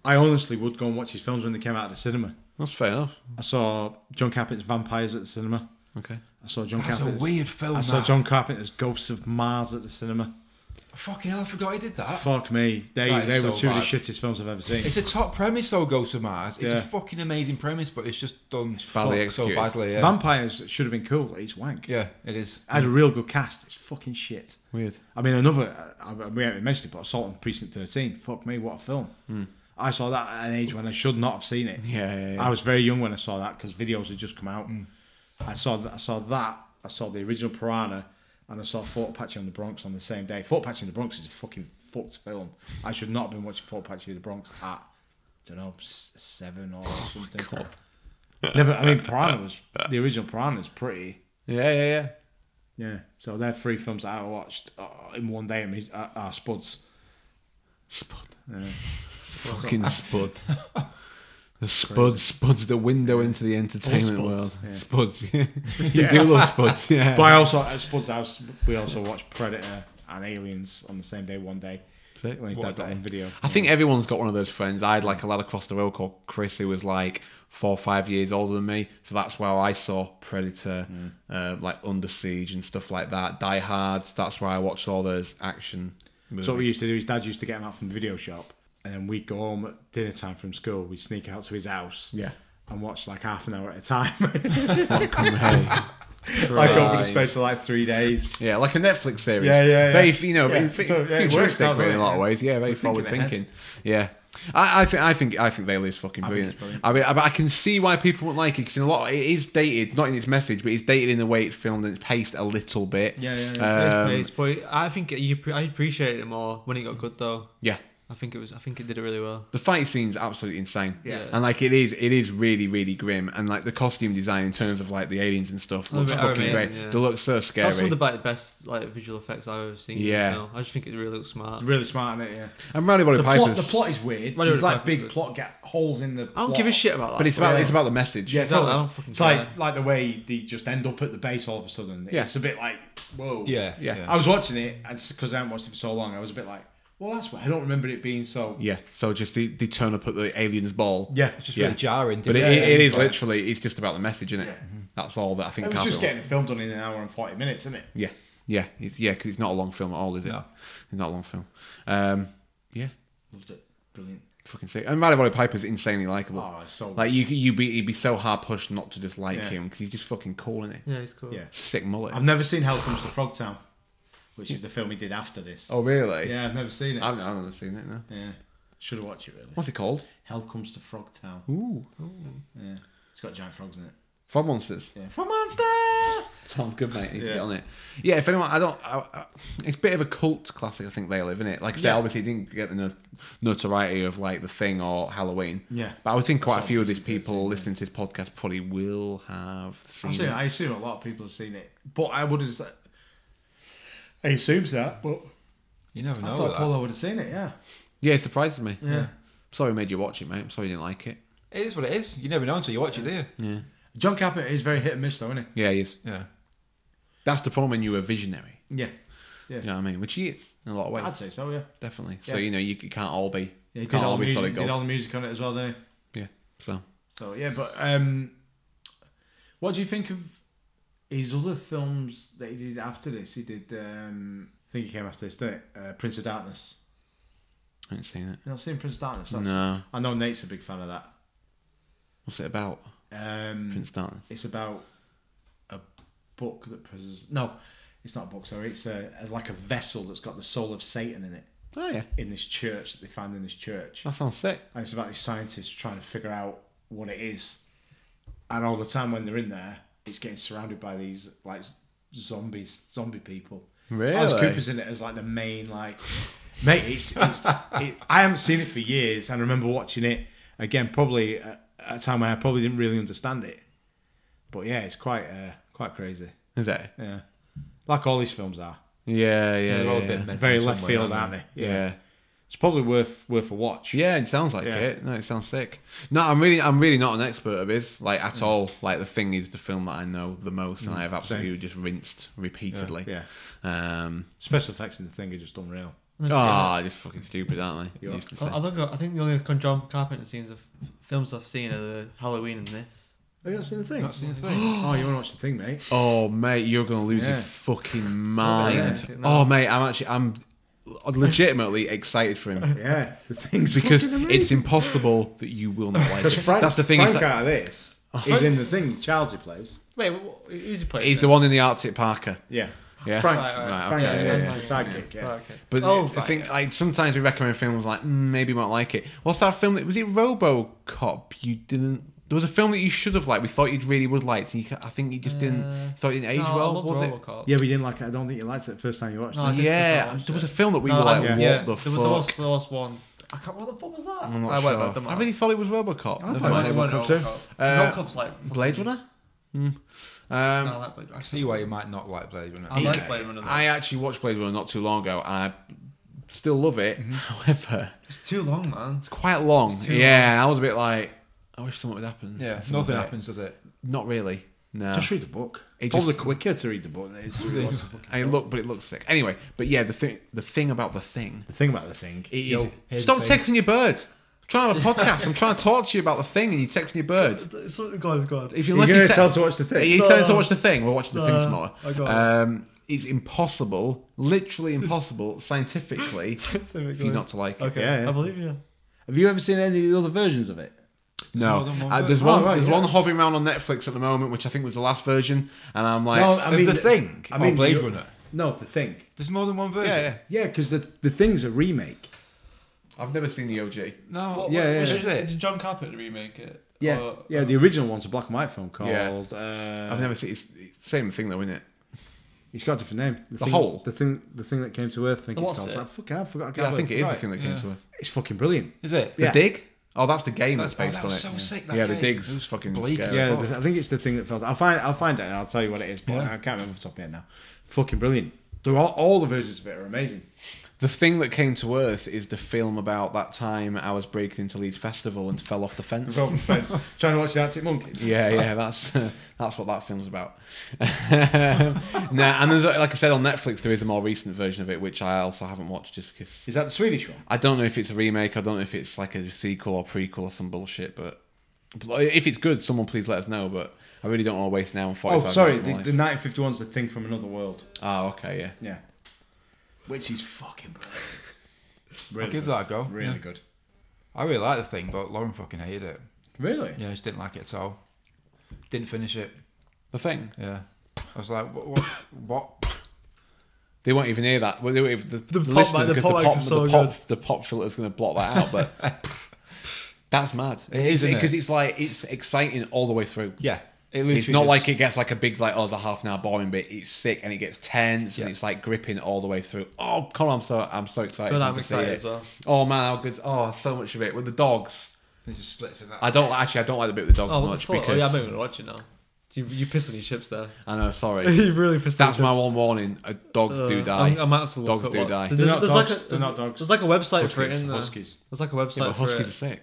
B: I honestly would go and watch his films when they came out of the cinema.
A: that's fair enough.
B: I saw John Carpenter's Vampires at the cinema.
A: Okay.
B: I saw John
E: That's a
B: Carpenter's.
E: weird film,
B: I saw
E: that.
B: John Carpenter's Ghosts of Mars at the cinema.
E: Fucking hell, I forgot he did that.
B: Fuck me, they
E: That is
B: they were
E: so
B: two
E: bad.
B: of the shittest films I've ever seen.
E: It's a top premise, though, Ghost of Mars. It's a
B: Yeah.
E: fucking amazing premise, but it's just done
A: badly
E: fuck so
A: executed.
E: badly. Yeah.
B: Vampires should have been cool. It's wank.
E: yeah, it is.
B: I had a real good cast. It's fucking shit.
A: Weird.
B: I mean, another I, I- we haven't mentioned it, but Assault on Precinct Thirteen. Fuck me, what a film! I saw that at an age when I should not have seen it.
A: Hmm. Yeah, yeah, yeah.
B: I was very young when I saw that because videos had just come out. I saw that. I saw that. I saw the original Piranha, and I saw Fort Apache on the Bronx on the same day. Fort Apache on the Bronx is a fucking fucked film. I should not have been watching Fort Apache on the Bronx at don't know s- seven
A: Oh
B: or something.
A: *laughs*
B: Never. I mean, Piranha was the original Piranha is pretty.
A: Yeah, yeah, yeah.
B: Yeah. So they're three films that I watched uh, in one day. and uh, uh, Spuds.
A: Spud. Fucking Spud. The Spud spuds the window into the entertainment world. Spuds. *laughs* Yeah. you do love Spuds. Yeah.
B: But I also at Spud's house we also watched Predator and Aliens on the same day. One day.
A: it?
B: When his
E: What
B: dad
E: a
B: got
E: day.
B: on video.
A: I think everyone's got one of those friends. I had like a lad across the road called Chris who was like four or five years older than me. So that's where I saw Predator,
B: Mm.
A: uh, like Under Siege and stuff like that. Die Hard. That's where I watched all those action movies.
B: So what we used to do, his dad used to get him out from the video shop, and then we'd go home at dinner time from school. We'd sneak out to his house,
A: Yeah.
B: and watch like half an hour at a time, *laughs*
A: yeah,
B: like over the space of like three days.
A: like a Netflix series.
B: Yeah, yeah, yeah.
A: Very, you know,
B: Yeah.
A: very fi-
B: So, yeah, it works
A: futuristic
B: out,
A: really, in a
B: doesn't it?
A: lot of ways. Yeah, very
B: We're thinking
A: forward
B: ahead.
A: thinking. Yeah. I, I think I think I think Vale is fucking brilliant. I,
B: it's brilliant.
A: mean, I, but I can see why people won't like it because in a lot it is dated, not in its message, but it's dated in the way it's filmed and it's paced a little bit.
D: Yeah, yeah,
A: Um,
D: yeah. It's place, but I think you, I appreciated it more when it got good though.
A: Yeah.
D: I think it was. I think it did it really well.
A: The fight scene's absolutely insane.
D: Yeah.
A: And like it is it is really, really grim. And like the costume design in terms of like the aliens and stuff
D: Oh,
A: looks
D: they're
A: fucking
D: amazing,
A: great.
D: yeah.
A: They look so scary.
D: That's one of the like, best like visual effects I've ever seen.
A: Yeah.
D: you know? I just think it really looks smart.
B: Really smart, is it? Yeah.
A: and Rowdy Roddy
B: The plot,
A: Piper's
B: the plot is weird.
D: Right,
B: There's
D: right,
B: like
D: right.
B: big plot gap holes in the.
D: I don't give a shit about that.
A: But it's
D: stuff.
A: about it's about the message.
B: Yeah,
D: It's not- I don't
B: so
D: fucking
B: it's like
D: care.
B: like the way they just end up at the base all of a sudden.
A: Yeah.
B: It's a bit like whoa.
E: Yeah,
A: Yeah.
E: yeah.
B: I was watching it, and because I haven't watched it for so long, I was a bit like, well, that's what I don't remember it being so.
A: Yeah. So just they, they turn up at the aliens ball.
B: Yeah.
E: It's just
A: Yeah.
E: really jarring.
A: But
E: different
A: it, it- it is
E: scenes, like-
A: literally it's just about the message, isn't it? Mm-hmm.
B: Yeah.
A: That's all that I think.
B: It was
A: Carpenter
B: just getting a film done in an hour and forty minutes, isn't it?
A: Yeah, yeah, it's, yeah. Because it's not a long film at all, is it?
E: No.
A: It's not a long film. Um, yeah,
B: Loved it. Brilliant.
A: fucking see. And Roddy Roddy Piper's insanely likable.
B: Oh, it's so
A: like you, you be, you'd be so hard pushed not to just like
B: Yeah. Mm.
A: him because he's just fucking cool, isn't he?
D: yeah, it's cool.
B: Yeah.
A: Sick mullet.
B: I've never seen Hell Comes to Frogtown, which is the film he did after this.
A: oh really?
B: yeah, I've never seen it.
A: I've, I've never seen it. No.
B: yeah, should have watched it really.
A: What's it called?
B: Hell Comes to Frogtown.
A: Ooh,
B: Yeah, it's got giant frogs in it.
A: Frog Monsters.
B: Yeah, Frog Monster.
A: Sounds good, mate. I need to
B: Yeah.
A: get on it. Yeah, if anyone, I don't. I, I, it's a bit of a cult classic, I think they live in it. Like I say,
B: Yeah.
A: obviously, it didn't get the no- notoriety of like the thing or Halloween.
B: Yeah.
A: but I would think quite a
B: That's
A: few of these
B: obviously
A: people
B: seen, yeah.
A: listening to this podcast probably will have
B: I
A: seen
B: assume,
A: it.
B: I assume a lot of people have seen it, but I would have. I assumes that, but
E: You never
B: I
E: know. with
B: thought
E: that.
B: Paula would have seen it. Yeah.
A: Yeah, it surprises me.
B: Yeah.
A: Sorry we made you watch it, mate. I'm sorry you didn't like it.
E: It is what it is. You never know until you watch it, do you?
B: John Carpenter is very hit and miss, though, isn't
A: Yeah, he is.
E: Yeah.
A: That's the problem when you're a visionary.
B: he? Yeah.
A: You know what I mean? Which he is in a lot of ways,
B: I'd say so, yeah.
A: definitely. So
B: Yeah.
A: you know you, you can't all be.
B: yeah he
A: can't
B: did, all
A: all
B: the
A: be solid
B: music, did all
A: gold.
B: the music on it as well, didn't he?
A: Yeah. So
B: So, yeah, but um, what do you think of his other films that he did after this? He did, um, I think he came after this, didn't it? Uh, Prince of Darkness.
A: I haven't seen it.
B: You not seen Prince of Darkness? That's,
A: No.
B: I know Nate's a big fan of that.
A: What's it about?
B: Um,
A: Prince Darkness.
B: It's about a book that pres No, it's not a book. Sorry, it's a, a- like a vessel that's got the soul of Satan in it.
A: Oh yeah,
B: In this church that they find in this church,
A: that sounds sick.
B: and it's about these scientists trying to figure out what it is. And all the time when they're in there, it's getting surrounded by these like zombies, zombie people. Alice
A: Really?
B: Cooper's in it as like the main like. Mate, it's, it's it, I haven't seen it for years, and I remember watching it again probably at at a time when I probably didn't really understand it. But yeah, it's quite uh, quite crazy.
A: Is it?
B: Yeah, like all these films are
A: Yeah, yeah,
E: They're all a
A: yeah.
E: bit
A: yeah.
E: mental
B: very
E: somewhere,
B: left field,
E: aren't
B: aren't
E: they?
B: they?
A: yeah. yeah.
B: it's probably worth worth a watch.
A: it sounds like
B: Yeah.
A: it. No, it sounds sick. No, I'm really, I'm really not an expert of his, like at all. Like the thing is, the film that I know the most, and I have absolutely just rinsed repeatedly.
B: yeah.
A: Um.
B: Special effects in the thing are just unreal.
A: Ah, just fucking stupid, aren't they?
B: Yeah.
A: Useless. eh?
D: I, I, think, I think the only con- John Carpenter scenes of films I've seen are the Halloween and this.
B: Have you not seen the thing?
A: Not seen the thing.
B: *gasps* oh, you want to watch the thing, mate?
A: Oh mate, you're gonna lose your
B: Yeah.
A: fucking mind.
D: yeah.
A: Oh mate, I'm actually I'm legitimately excited for
B: *laughs*
A: him
B: Yeah, the thing's
A: because
B: fucking
A: it's impossible that you will not like it.
B: *laughs* Because Frank,
A: That's the thing. It's
B: Frank
A: like,
B: out of this is in the thing Charles plays.
D: Wait, wh- wh- who's he playing?
A: he's the one in the Arctic Parker.
B: Yeah.
A: Yeah.
B: Frank.
D: Right, right.
A: Right,
B: Frank
A: okay,
B: is
A: yeah,
B: the
A: yeah.
B: sidekick. Yeah.
D: Oh, okay.
A: But
D: Oh,
A: I
D: right,
A: think
D: yeah.
A: like sometimes we recommend films like mm, maybe you won't like it. What's that film that was it RoboCop? You didn't. There was a film that you should have liked. We thought you would really would like, and you, I think you just didn't
D: Uh,
A: thought it didn't age
D: no, I
A: well.
D: loved
A: Was it?
D: RoboCop.
B: Yeah, we didn't like it. I don't think you liked it the first time you watched
D: No, I
B: it.
D: didn't think I
A: Yeah,
D: watched
A: there was
D: it.
A: a film that we
D: No,
A: were
D: I-
A: like,
B: yeah.
A: what
D: yeah,
A: the
D: there
A: fuck?
D: was, there was there was one. I can't. What the fuck was that?
A: I'm not
D: I
A: sure.
D: Wait, don't
A: I
D: matter.
A: really thought it was RoboCop.
B: I
A: Never
B: thought
A: mind.
B: it
D: It
B: was
D: weren't
B: RoboCop
D: RoboCop.
A: Uh,
D: RoboCop's like
A: Blade
D: fucking-
A: Runner. Hmm. Mm.
D: No, I
A: Um,
D: like Blade Runner.
E: I see why you might not like Blade Runner.
D: I like Blade Runner. though.
A: I actually watched Blade Runner not too long ago, and I still love it. *laughs* However,
D: It's too long, man.
A: it's quite long.
D: Mm-hmm. too
A: Yeah, I was a bit like, I wish something would happen.
E: yeah,
A: Something
E: nothing
A: like-
E: happens, does it?
A: Not really. No.
B: Just read the book.
A: It
B: It's probably
A: just-
B: quicker to read the book than it is
A: *laughs*
B: to read the book.
A: I look, but it looks sick. Anyway, but yeah, the thing, the thing about the thing
B: The thing about the thing.
A: is,
E: Yo, here's
A: stop
E: the thing.
A: texting your bird. I'm trying to have a podcast. I'm trying to talk to you about the thing, and you're texting your bird.
D: So, go on, go on.
A: If you
B: You're
A: unless
B: going
A: you te-
B: to tell to watch the
A: Are
B: thing. Uh,
A: you telling us to
D: No.
A: watch the thing? We're watching the
D: No,
A: thing tomorrow.
D: I got it.
A: um, it's impossible, literally impossible,
B: *laughs*
A: scientifically, for you not to like it.
D: Okay,
B: Yeah, yeah.
D: I believe you.
B: Have you ever seen any of the other versions of it?
A: No,
B: No, then
A: Uh,
B: one-
A: there's
B: Oh,
A: one.
B: right,
A: there's
B: yeah.
A: one hovering around on Netflix at the moment, which I think was the last version, and I'm like,
E: Of The Thing
B: I
E: or
A: Oh,
B: mean,
E: Blade
B: you-
E: Runner?
B: No, the thing.
E: There's more than one version.
A: yeah, yeah,
B: Yeah, because the the thing's a remake.
A: I've never seen the OG.
E: No.
D: What-
B: yeah,
D: what-
B: yeah.
D: was
E: Is it?
D: Did John Carpenter remake it?
B: Yeah,
D: Or-
B: yeah. The original one's a black and white film called.
A: uh, Yeah.
B: Uh,
A: I've never seen. It's, it's the same thing though, isn't it?
B: It's got a different name.
A: The
B: thing,
A: Hole?
B: The thing. The thing that came to Earth. I think
D: The
B: it's
D: what's
B: called.
D: it?
B: It's Like, fucking, hell, I forgot.
A: Yeah, I think it is the thing that came
E: yeah.
A: to us.
B: It's fucking brilliant.
E: Is it?
A: The
B: Yeah.
A: dig? Oh, that's the game that's,
E: That's- oh,
A: based
E: that
A: on
E: was
A: it.
E: so
A: yeah,
E: sick, that
A: yeah the
E: game. It
A: dig's
E: was
A: fucking
E: bleak
A: scary.
E: as
B: Yeah,
E: Oh.
B: the- I think it's the thing that fell. I'll find. I'll find it. and I'll tell you what it is. But
E: Yeah.
B: I can't remember off the top of my head now. Fucking brilliant. They're all, all the versions of it are amazing. *laughs*
A: The thing that came to Earth is the film about that time I was breaking into Leeds Festival and fell off the fence. *laughs*
B: Robin Fence trying to watch the Arctic Monkeys.
A: Yeah,
E: *laughs*
A: yeah, that's *laughs* uh, that's what that film's about. *laughs* now, and there's like I said on Netflix, there is a more recent version of it which I also haven't watched just because
B: Is that the Swedish one?
A: I don't know if it's a remake. I don't know if it's like a sequel or prequel or some bullshit. But if it's good, someone please let us know. But I really don't want to waste an hour and forty-five.
B: Oh, sorry.
A: minutes
B: The,
A: of my
B: the
A: life.
B: 1951's the thing from another world.
A: Oh, okay, yeah.
B: Yeah. Which is fucking brilliant.
E: I'll
B: Really
E: *laughs* give
B: good.
E: that a go.
B: Really
E: Yeah.
B: good.
E: I really like the thing, but Lauren fucking hated it.
B: Really?
E: Yeah, I just didn't like it at all. Didn't finish it.
A: The thing
E: Yeah. I was like, what? What? what?
A: they won't even hear that. Well, they won't even, the, the,
D: The pop-
A: listeners,
D: the
A: because
D: pop
A: the pop,
D: likes are
A: the,
D: so
A: pop the pop filter's going to block that out. But
D: *laughs*
A: that's mad.
E: It is, isn't it?
A: because it's like it's exciting all the way through.
E: *laughs* Yeah. It literally
A: It's not
E: just-
A: like it gets like a big like oh it's a half an hour boring bit. It's sick and it gets tense and
E: Yeah.
A: it's like gripping all the way through. Oh come on, I'm so I'm so excited.
D: Good,
A: for
D: I'm
A: to see
D: excited
A: it.
D: as well.
A: Oh man, how good! Oh, so much of it with the dogs.
E: It just splits in that.
A: I don't actually I don't like the bit with the dogs
D: Oh,
A: as
D: what the
A: much
D: fuck?
A: because
D: Oh, yeah, I'm not even gonna watch it now. You, you pissed on your chips
B: *laughs*
D: there.
A: I know,
D: *laughs*
A: sorry.
D: you really pissed on
A: That's
D: your
A: my
D: chips.
A: one warning. Uh, dogs do
D: Uh,
A: die.
D: I'm- I might have to look
A: Dogs
D: at
A: do
D: what-
A: die.
D: There's,
B: They're not
D: there's
B: dogs,
D: like a,
B: they're not
D: there's-
B: dogs.
D: There's like a website for it.
B: Huskies.
D: Isn't there?
B: Huskies.
D: There's like a
A: yeah,
D: website
A: but
D: for
A: huskies are
D: it.
A: sick.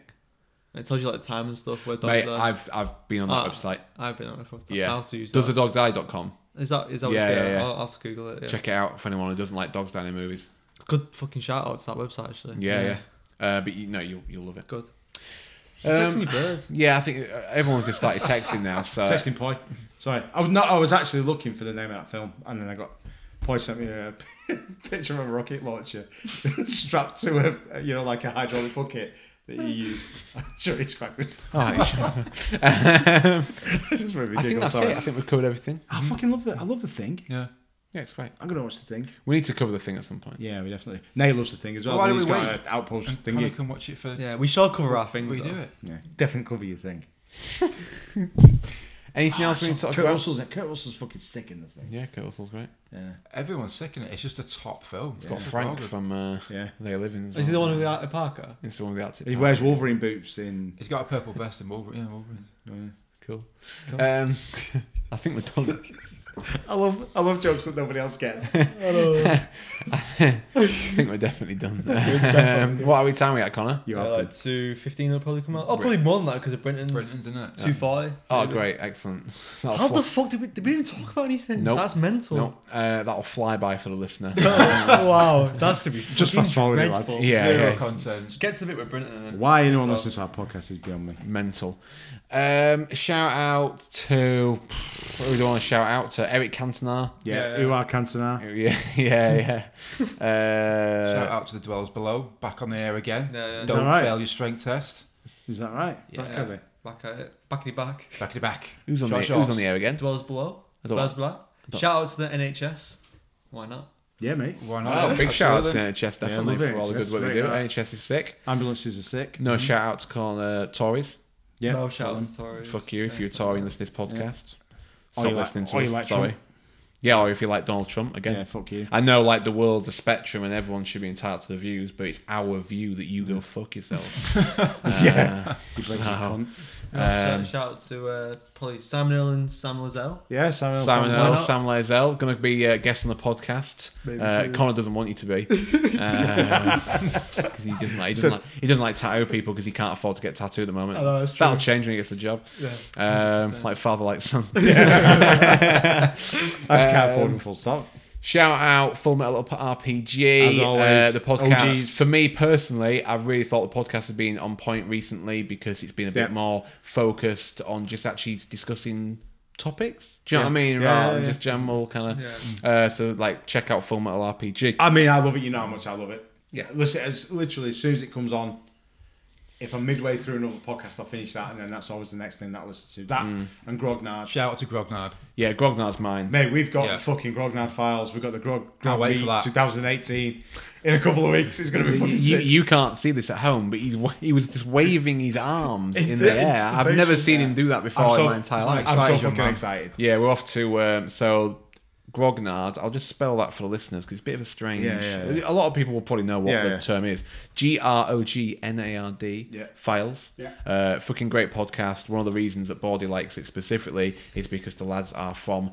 D: It tells you like time and stuff where dogs
A: Mate,
D: are.
A: I've I've been on that
D: Ah,
A: website.
D: I've been on it for a
A: Yeah.
D: I also use
A: Does
D: that.
A: a dog die.com.
D: Is that is that what
A: Yeah,
D: it's
A: yeah,
D: there?
A: yeah.
D: I'll, I'll just Google it. Yeah.
A: Check it out for anyone who doesn't like dogs dying in movies.
D: Good fucking shout out to that website actually.
A: Yeah, yeah. Uh, but you know, you'll you'll love it.
D: Good.
A: Um, Yeah, I think uh, everyone's just started texting now. So *laughs*
B: Texting Poi. Sorry, I was not. I was actually looking for the name of that film, and then I got Poi sent me a *laughs* picture of a rocket launcher *laughs* strapped to a you know like a hydraulic bucket that he used. *laughs* I'm sure he's quite good. *laughs*
A: Oh,
B: It's just made me
A: I think
B: giggle.
A: that's
B: Sorry.
A: it. I think we've covered everything.
B: I fucking love the. I love the thing.
A: Yeah. Yeah, it's great.
B: I'm gonna watch the thing.
A: We need to cover the thing at some point.
B: Yeah, we definitely. Nay loves the thing as well.
E: Why don't
B: He's
E: we
B: got
E: wait?
B: an outpost
E: And
B: thingy.
E: Connie can watch it for.
D: Yeah, we shall cover our things.
E: We
D: though.
E: do it.
B: Yeah, definitely cover your thing. Ah,
A: Anything else we need to talk
B: Kurt
A: about?
B: Russell's Kurt Russell's fucking sick in the thing.
A: Yeah, Kurt Russell's great.
B: Yeah,
E: Everyone's second it. It's just a top film. It's
A: Got Frank from uh,
B: yeah.
A: They Live In. as
D: Is he the
A: well.
D: one with the Parker?
A: It's the one with the Arctic.
B: He
A: Park.
B: wears Wolverine boots in. uh,
E: He's got a purple vest and Wolverine. Yeah, Wolverines.
A: Cool. Um, *laughs* I think we're done.
B: I love I love jokes that nobody else gets.
A: I think we're definitely done. um, what are we time we at, Connor?
B: You
D: Yeah,
B: are.
D: like two fifteen will probably come out. Oh, probably more than that because of Brenton's.
E: Brenton's in it.
D: Two forty.
A: Oh, great, excellent. *laughs* That'll
D: How
A: fly-
D: the fuck did we, did we even talk about anything?
A: Nope.
D: That's mental.
A: no, uh, that'll fly by for the
B: *laughs*
A: listener.
D: *laughs*
A: Um,
D: wow, that's
A: *laughs*
D: gonna be
B: Just fast forward it, lads.
D: dreadful.
A: yeah,
E: Zero
A: yeah,
E: content.
D: Get to the bit with Brenton. and then-
B: Why anyone listens to our podcast is beyond me.
A: mental. Um, shout out to who do I want to shout out to? Eric Cantona.
B: Yeah, who are cancer now?
A: *laughs* Yeah,
B: *laughs*
A: yeah, yeah.
E: Shout
A: Uh,
E: out to the dwellers below. Back on the air again.
D: Yeah, yeah.
E: Don't
B: Alright.
E: fail your strength test.
B: Is that right?
E: Yeah.
B: Back are they?
D: Back at it. uh, Back in the back.
E: Back it back.
A: who's on the
E: Short
A: Who's on
E: shorts.
A: the air again?
D: Dwellers below.
A: I don't
D: Dwellers
A: know.
D: below.
A: don't-
D: Shout out to the NHS. Why not?
B: Yeah, mate.
E: Why not?
A: Oh, big shout out to
E: Absolutely.
A: NHS
B: Yeah,
A: definitely
B: love
A: for all the
B: NHS,
A: good work they
B: great
A: do.
B: guy. Mm-hmm.
A: NHS is sick.
B: Ambulances are sick.
A: No shout out to call uh, Tories.
B: Yeah.
D: no shout
B: Fulham.
D: outs to Tories.
A: Fuck you if
D: Yeah.
A: you're a Tory and listen to this podcast.
B: Or
A: Stop
B: you like-
A: listening to
B: or
A: us.
B: you like
A: Sorry.
B: Trump.
A: Yeah, or if you like Donald Trump again.
B: Yeah, fuck you.
A: I know, like the world's a spectrum, and everyone should be entitled to their views, but it's our view that you go fuck yourself. Uh,
B: yeah. *laughs* You
A: so-
B: Brexit cunt.
D: Yeah,
A: Um,
D: shout, shout out to uh, probably Simon Hill and Sam Lazelle.
B: Yeah, Samuel.
A: Simon
B: Samuel.
A: L, Sam Lazell, going to be uh, guest on the podcast. Uh, Connor doesn't want you to
D: *laughs*
A: be because he doesn't like he doesn't like he doesn't like tattoo people because he can't afford to get tattooed at the moment.
D: I know, Oh, that's true.
A: That'll change when he gets the job. um, like father, like
D: *laughs*
A: son.
B: I just can't afford him full stop.
A: Shout out Full Metal RPG.
B: As always,
A: uh, the podcast.
B: OGs.
A: For me personally, I've really thought the podcast has been on point recently because it's been a bit
B: Yeah.
A: more focused on just actually discussing topics. Do you know
B: Yeah.
A: what I mean?
B: Yeah,
A: Rather
B: yeah,
A: than
B: yeah.
A: just general kind of.
D: Yeah.
A: Uh, so like, check out Full Metal RPG.
B: I mean, I love it. You know how much I love it.
A: Yeah.
B: Listen, as literally as soon as it comes on, if I'm midway through another podcast, I'll finish that, and then that's always the next thing that I listen to. That and Grognard.
E: Shout out to Grognard.
A: Yeah, Grognard's mine.
B: Mate, we've got
E: Yeah.
B: the fucking Grognard files. We've got the Grog, Grog
E: wait
B: Meet
E: for that.
B: 2018 in a couple of weeks. It's going to be
A: You,
B: fucking sick.
A: you can't see this at home, but he's, wa- he was just waving his arms in the air. I've never seen him do that before
B: I'm
A: in
B: so-
A: my entire
B: I'm
A: life.
B: so
E: Excited, young
B: fucking
E: man.
B: excited.
A: Yeah, we're off to um, so grognard. I'll just spell that for the listeners because it's a bit of a strange.
B: Yeah, yeah, yeah.
A: A lot of people will probably know what
B: Yeah,
A: the
B: yeah.
A: term is. G R O G N A R D.
B: Yeah.
A: Files.
B: Yeah.
A: Uh, fucking great podcast. One of the reasons that Bordy likes it specifically is because the lads are from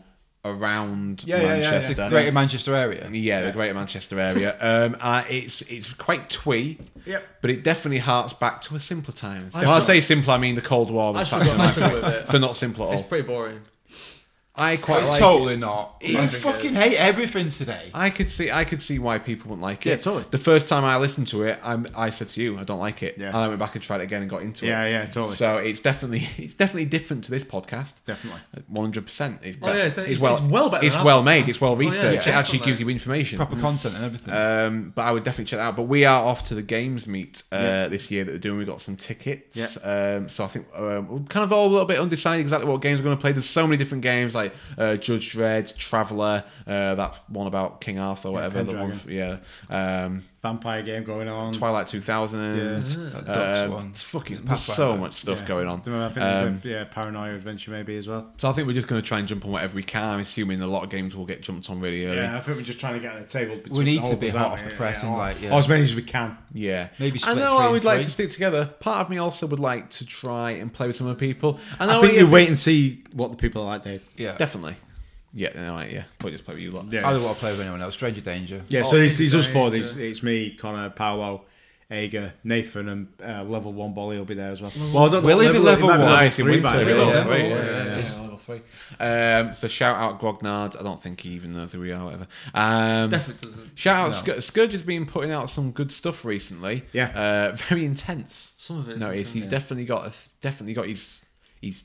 A: around
B: Yeah, yeah, yeah, yeah.
A: Manchester.
B: The
E: Greater Manchester area.
A: Yeah, the Greater Manchester
B: *laughs*
A: area. Um, uh, it's it's quite twee,
B: Yep.
A: but it definitely harks back to a simpler time.
D: I
A: When I
D: forgot-
A: say simple, I mean the Cold War.
D: I
A: and
D: forgot-
A: facts and
D: I
A: life
D: forgot
A: facts.
D: about it.
A: So not simple at
D: It's
A: all.
D: pretty boring.
A: I quite
E: It's
A: like it.
E: totally not. You
A: It's-
E: fucking hate everything today.
A: I could see I could see why people wouldn't like it.
B: Yeah, totally.
A: The first time I listened to it, I'm, I said to you, I don't like it.
B: Yeah.
A: And I went back and tried it again and got into
B: Yeah,
A: it.
B: yeah, totally.
A: So it's definitely *laughs* it's definitely different to this podcast.
B: Definitely.
A: One hundred percent. It's
D: Oh, yeah,
A: bet-
D: it's- it's well better
A: It's
D: than
A: well
D: our
A: made.
D: podcast.
A: It's well
D: Oh, yeah,
A: researched. it
D: yeah,
A: actually
D: definitely.
A: gives you information.
E: Proper content and everything.
A: Um, but I would definitely check that out. But we are off to the games meet uh, this year that they're doing. We got some tickets. Um, so I think um, we're kind of all a little bit undecided exactly what games we're going to play. There's so many different games like uh, Judge Dredd, Traveller, uh, that one about King Arthur, whatever. the one,
B: Pendragon.
A: f- yeah. Um,
B: vampire game going on.
A: Twilight 2000.
B: Yeah. Ah,
E: That
A: Um,
E: Dogs one.
A: it's fucking
E: Pathfinder.
A: there's so much stuff
B: Yeah.
A: going on.
B: I think there's
A: Um,
B: a yeah, paranoia adventure maybe as well.
A: so I think we're just going to try and jump on whatever we can. I'm assuming a lot of games will get jumped on really early.
B: I think we're just trying to get on the table.
E: We need to be hot off the press and like yeah.
B: Or as many as we can.
A: Yeah.
E: Maybe
A: I
E: split
A: know I
E: three
A: would
E: and
A: like
E: three.
A: to stick together. Part of me also would like to try and play with some other people. And
B: I
A: know
B: think
A: it
B: you
A: is-
B: wait and see what the people are like, Dave.
E: yeah.
A: Definitely. Yeah, no, I, yeah. Probably just play with you lot.
B: Yeah.
E: I don't want to play with anyone else. Stranger danger.
B: Yeah, so it's, it's us four. It's, it's me, Connor, Paolo, Ager, Nathan, and uh, level one Bolly will be there as well. Well, I don't know,
E: Will he be level
B: it might
E: one?
A: Nice,
B: Level
A: in
B: three,
A: winter,
B: by the
A: level
B: way.
E: yeah.
A: three,
E: Yeah.
A: yeah, yeah, yeah, level three. Um, so shout out Grognard. I don't think he even knows who we are, whatever. Um,
D: Definitely doesn't.
A: Shout out Scourge. Scourge has been putting out some good stuff recently.
B: Yeah.
A: uh, *laughs* very intense.
D: Some of it is
A: No, he's,
D: intense,
A: he's
D: yeah.
A: definitely got a th- definitely got his his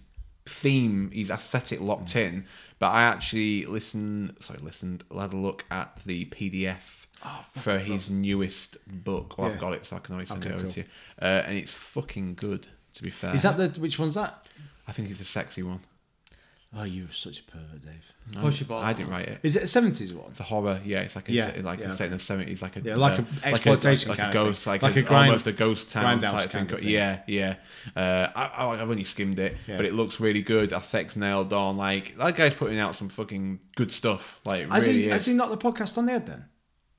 A: theme, his aesthetic locked in. But I actually listened, sorry, listened, had a look at the PDF for his newest book. Well, I've
B: Oh, Yeah.
A: got it, so I can always send
B: Okay,
A: it over
B: cool.
A: to you. Uh, and it's fucking good. To be fair,
B: Is that the which one's that?
A: I think it's a sexy one.
B: Oh, you're such a pervert, Dave.
D: Of course you bought
A: I
D: it.
A: didn't write it.
B: Is it a seventies one?
A: It's a horror, yeah. It's like a,
B: Yeah,
A: like
B: yeah.
A: a set in the seventies, like a uh,
B: Yeah, like a exploitation
A: like,
B: kind
A: a
B: of
A: ghost,
B: thing.
A: like,
B: Like
A: a,
B: a grind-
A: almost a ghost town
B: grindhouse
A: type thing.
B: kind of thing.
A: Yeah, yeah. Uh, I, I, I've only skimmed it,
B: Yeah.
A: but it looks really good. Our sex nailed on. Like that guy's putting out some fucking good stuff. Like it
B: Has
A: really
B: he,
A: is.
B: has he not the podcast on there then?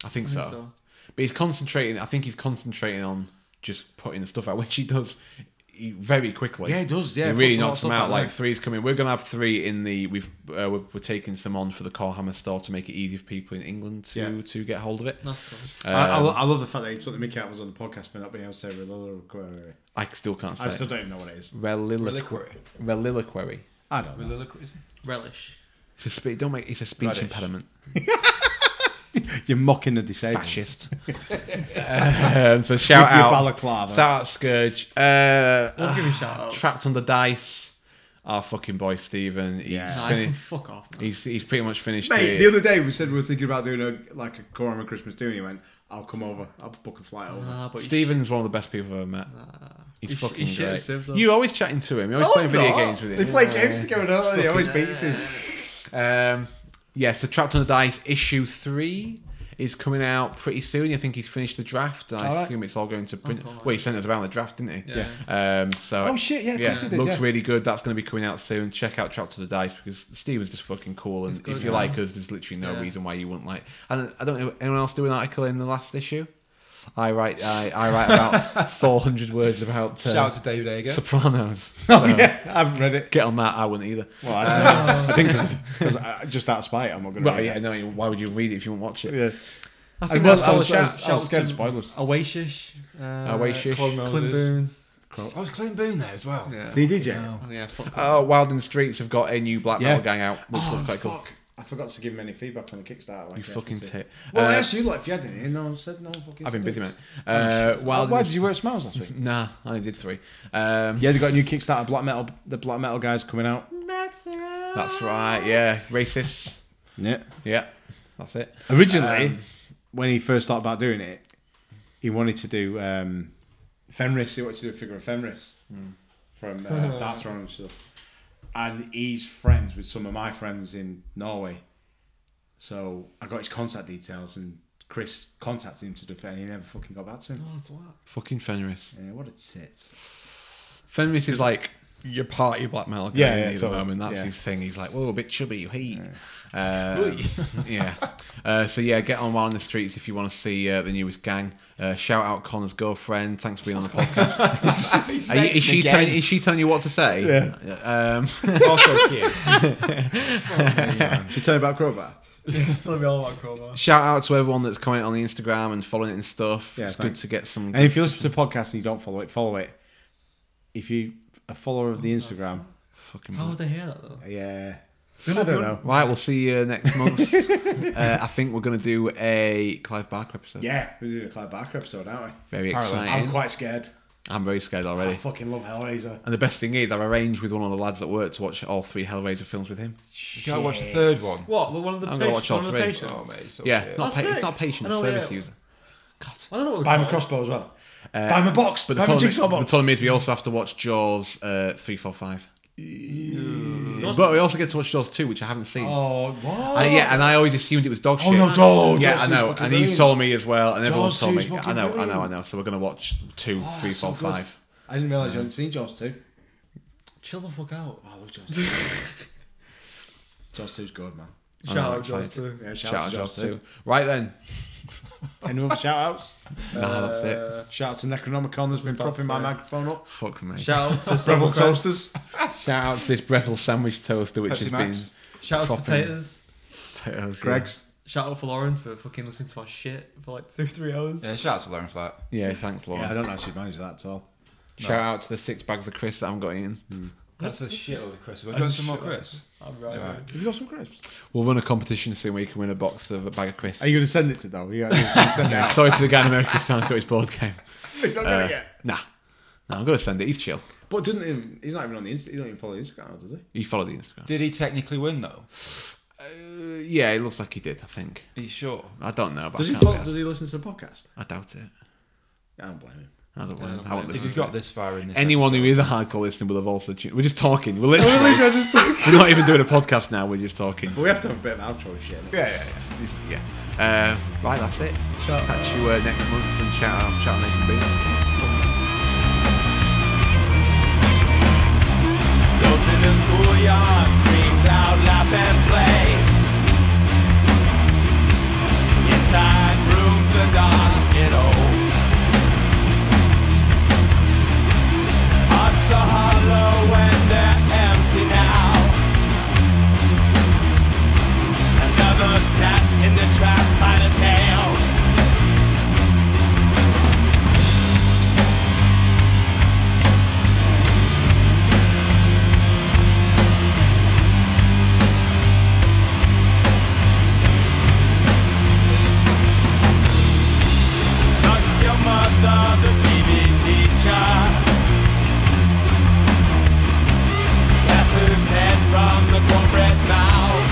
A: I think so.
D: so.
A: But he's concentrating. I think he's concentrating on just putting the stuff out, *laughs* which he does he- very quickly.
B: Yeah, he does, yeah,
A: he
B: puts
A: really
B: a lot of
A: knocks them
B: stuff
A: out.
B: out,
A: Like
B: yeah.
A: three's coming. We're gonna have three in the. We've uh, we're, we're taking some on for the Core Hammer store to make it easy for people in England to
B: Yeah.
A: to get hold of it.
D: That's cool.
B: I, I,
A: Um,
B: lo- I love the fact that he took the Mickey out was on the podcast for not being able to say Relilla Query.
A: I still can't say.
B: I
A: it.
B: still don't even know what it is.
A: Reliloquy.
E: Reliquary.
A: Reliloquy.
B: I don't know.
E: Reliquary. is it?
D: Relish.
A: It's a spe- don't make. It's a speech
E: Radish.
A: impediment.
B: *laughs* You're mocking the disabled.
A: Fascist.
B: *laughs*
A: um, so shout
B: With your
A: out.
B: balaclava.
A: Shout out Scourge. Uh,
D: We'll give you shout
A: *sighs*
D: outs.
A: trapped under dice. Our fucking boy Stephen. He's
B: Yeah.
D: No, I can
A: finished.
D: fuck off. man.
A: He's he's pretty much finished.
B: Mate,
A: it.
B: the other day we said we were thinking about doing a like a quorum on Christmas too, and he went, "I'll come over. I'll book a flight over."
A: Ah.
D: Nah, but you
A: Stephen's one of the best people I've ever met. He's
D: You sh-
A: fucking
D: you should have
A: great.
D: saved them.
A: You're always chatting to him. You're always
B: No,
A: playing
B: I'm
A: video
B: not.
A: games with
B: They
A: him.
B: play games together, don't they? They always beats him.
A: Um, yeah, so Trapped on the Dice issue three is coming out pretty soon. I think he's finished the draft. and I
B: All right.
A: assume it's all going to print.
D: Oh, God.
A: well, he sent us around the draft, didn't he?
D: Yeah.
A: Um, so
B: Oh, shit, yeah, of course he did,
A: looks
B: yeah.
A: really good. That's going to be coming out soon. Check out Trapped on the Dice because Steven's just fucking cool. And
D: good,
A: if you
D: yeah.
A: like us, there's literally no
D: Yeah.
A: reason why you wouldn't like. And I don't know anyone else do an article in the last issue. I write I, I write
B: *laughs*
A: about 400 words about uh,
E: Shout out to David Ager.
A: Sopranos.
B: *laughs* Oh
A: So,
B: yeah, I haven't read it.
A: Get on that. uh, I wouldn't either.
B: Well, *laughs* I, I think because just out of spite, I'm not going to.
A: Well, yeah, no. Why would you read it if you won't watch it?
B: yeah.
A: I
B: And
A: think
B: well,
A: that's
B: I
A: all the
B: was- I
A: shout.
B: was-
D: Shout out
B: scared of
D: to
B: spoilers.
D: Oasis. Uh,
A: Oasis.
D: Climboon.
E: Oh, was Clint Boone there as well.
D: Yeah.
B: He did, yeah.
E: Wow.
D: Oh, yeah, *laughs* fuck
A: Uh, Wild in the Streets have got a new black metal
B: Yeah.
A: gang out, which
B: Oh,
A: looks quite cool.
B: fuck. I forgot to give him any feedback on the Kickstarter. Like
A: You
B: I
A: fucking
B: actually said.
A: tit.
B: Well, I
A: Uh,
B: asked you like if you had any. No one said no. One fucking
A: I've been
B: said
A: busy,
B: it.
A: man. Uh,
B: Why,
A: Wild.
B: Oh, why
A: in the-
B: did
A: *laughs*
B: you work smiles last week?
A: Nah, I only did three. Um,
B: Yeah, they got a new Kickstarter black metal. The black metal guys coming out.
A: that's right. Yeah, racists.
B: Yeah.
A: Yeah, that's it.
B: Originally, Um, when he first started about doing it, he wanted to do um, Fenris. He wanted to do a figure of Fenris
E: Hmm.
B: from uh, Dark Throne and stuff. And he's friends with some of my friends in Norway, so I got his contact details and. Chris contacted him to do it and he never fucking got back to him.
A: Fucking Fenris.
B: Yeah, what a tit.
A: Fenris is like your party black metal gang
B: Yeah, yeah,
A: at the
B: totally.
A: moment. That's
B: Yeah.
A: his thing. He's like, whoa, a bit chubby. Hey. Um, *laughs* yeah. Uh, so yeah, get on Wild in the Streets if you want to see uh, the newest gang. Uh, shout out Connor's girlfriend. Thanks for being on the podcast. Are
B: *laughs*
A: you, is she telling? Is she telling you what to say? Yeah. Um, *laughs*
B: *laughs*
E: also cute.
B: Should we tell you about Crowbar?
D: Tell me all about Crowbar.
A: shout out to everyone that's commenting on the Instagram and following it and stuff.
B: Yeah,
A: it's
B: thanks.
A: good to get some.
B: And if you listen to the podcast and you don't follow it, follow it. If you a follower of the Instagram,
A: fucking
D: How would they hear that though?
B: yeah, I don't know.
A: right, we'll see you next
B: *laughs*
A: month. uh, I think we're gonna do a Clive Barker episode.
B: Yeah, we're doing a Clive Barker episode, aren't
A: Very
E: Parallel.
A: exciting.
B: we?
A: I'm,
B: I'm quite scared.
A: very scared
B: I
A: already.
B: fucking love Hellraiser.
A: And the best thing is, I've arranged with one of the lads that work to watch all three Hellraiser films with him.
E: You gotta watch the third one.
D: What? Well, one of the
A: I'm gonna
D: patients.
A: watch all
D: one of the
A: three.
D: patients.
E: Oh, mate. So
A: yeah,
E: shit.
A: not
D: That's
A: pa- it's
D: sick.
A: not patient,
D: I know,
A: service
D: yeah.
A: user.
D: I don't know what
B: Buy my
D: they're called.
B: crossbow as well. Buy my box.
A: Uh, But the
B: Buy my
A: problem, is,
B: jigsaw
A: the
B: box.
A: problem is, we also have to watch Jaws uh, three, four, five. But we also get to watch Jaws 2, which I haven't seen.
B: Oh, what?
A: And yeah, and I always assumed it was dog
B: Oh,
A: shit.
B: no, dog-
A: Yeah,
B: Jaws
A: I
B: two's
A: know.
B: fucking
A: And he's
B: brilliant.
A: told me as well, and everyone's
B: Jaws
A: told
B: two's
A: me. I
B: fucking
A: know, I know, I
B: brilliant.
A: know. So we're gonna watch two,
B: Oh,
A: three,
B: that's
A: four,
B: so good.
A: five.
B: I didn't realise you hadn't seen Jaws 2. Chill the fuck out. Oh, I love Jaws *laughs* 2. Jaws 2's good, man.
A: I
D: Shout
A: know, I'm
D: out Jaws
A: excited.
D: 2.
B: Yeah,
A: Shout out Jaws 2. Right then.
B: Any other shout outs?
A: *laughs* Nah, that's it.
B: Shout out to Necronomicon that's been
D: about to
B: propping my
D: say.
B: microphone up.
A: Fuck me. Shout,
D: Shout out
A: *laughs*
D: to
B: Rebel
D: Silver Crest.
B: Toasters.
A: out to this Breville sandwich toaster, which
B: Pepsi
A: has
B: Max.
D: Shout out to
A: Proper.
D: Potatoes.
A: been potatoes.
B: Greg's.
D: Shout out for Lauren for fucking listening to our shit for like two, three hours.
E: Yeah, shout out to Lauren for that.
A: Yeah, yeah thanks, Laura.
B: Yeah, I don't actually manage that at all.
A: Shout out to the six bags of crisps that I'm got in.
E: That's a shitload of crisps. We're doing some more crisps.
D: I'm right.
E: Yeah.
B: Have you got some crisps?
A: We'll run a competition soon where you can win a box of a bag of crisps.
B: Are you going to send it to though? Are you going to send it *laughs*
A: Yeah,
B: out?
A: sorry to the guy in America who sounds got his board
B: *laughs*
A: game.
B: He's not
A: Uh,
B: gonna get.
A: Nah. Nah, I'm gonna send it. He's chill.
B: But doesn't even, he's not even on the Insta, he don't even follow Instagram, does he?
A: He followed the Instagram.
E: Did he technically win though?
A: Uh, yeah, it looks like he did. I think.
E: Are you sure?
A: I don't know, but
B: Does
A: I,
B: he
A: can't be
B: follow,
A: asked.
B: does he listen to the podcast?
A: I doubt it.
B: I don't blame him.
A: I don't, know. I won't
E: If
A: listen
E: you've
A: to
E: got
A: it.
E: this far in this,
A: Anyone who is a hardcore listener will have also. Tuned. We're just talking.
B: *laughs*
A: We're literally, we're not even doing a podcast now. We're just talking.
B: But we have to have a bit of outro and shit.
A: Yeah, yeah, yeah. yeah. Uh, right, that's it. Catch you uh, next month and shout out, shout out, Nathan Bean.
H: Those in the schoolyard screams out, laugh and play. Inside rooms are dark and old. Hearts are hollow and they're empty now. Another snap in the trap by the tail. Suck your mother, the TV teacher. Passive head from the corporate mouth.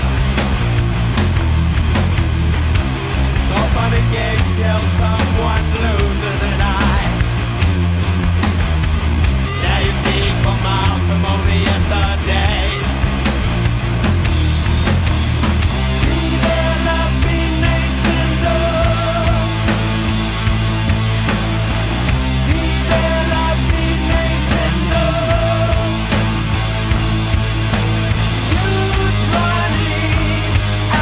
H: It's all fun and games till someone loses an eye. Now you see for miles from only yesterday. Developing nations, oh. Developing nations, oh, youth running out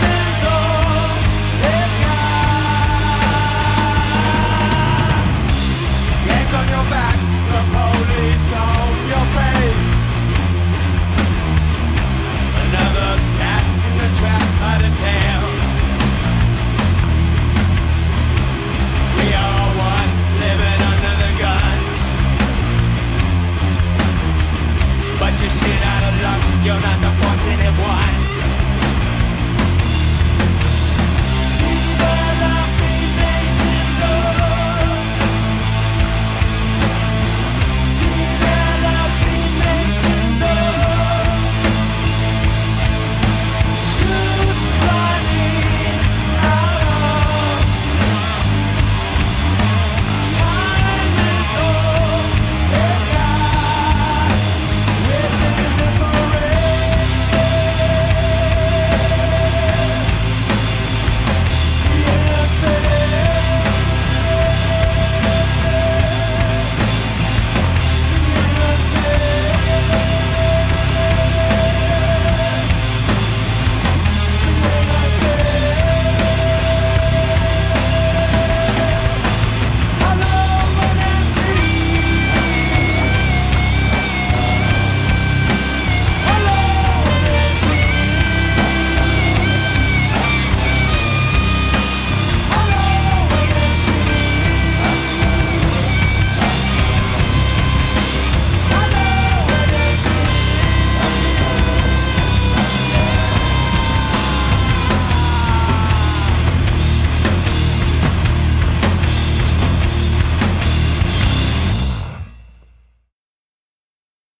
H: of time is all they've got. Hands on your back, the police on your face. Another snap in the trap by the tail. We are one, living under the gun. But you're shit out of luck, you're not the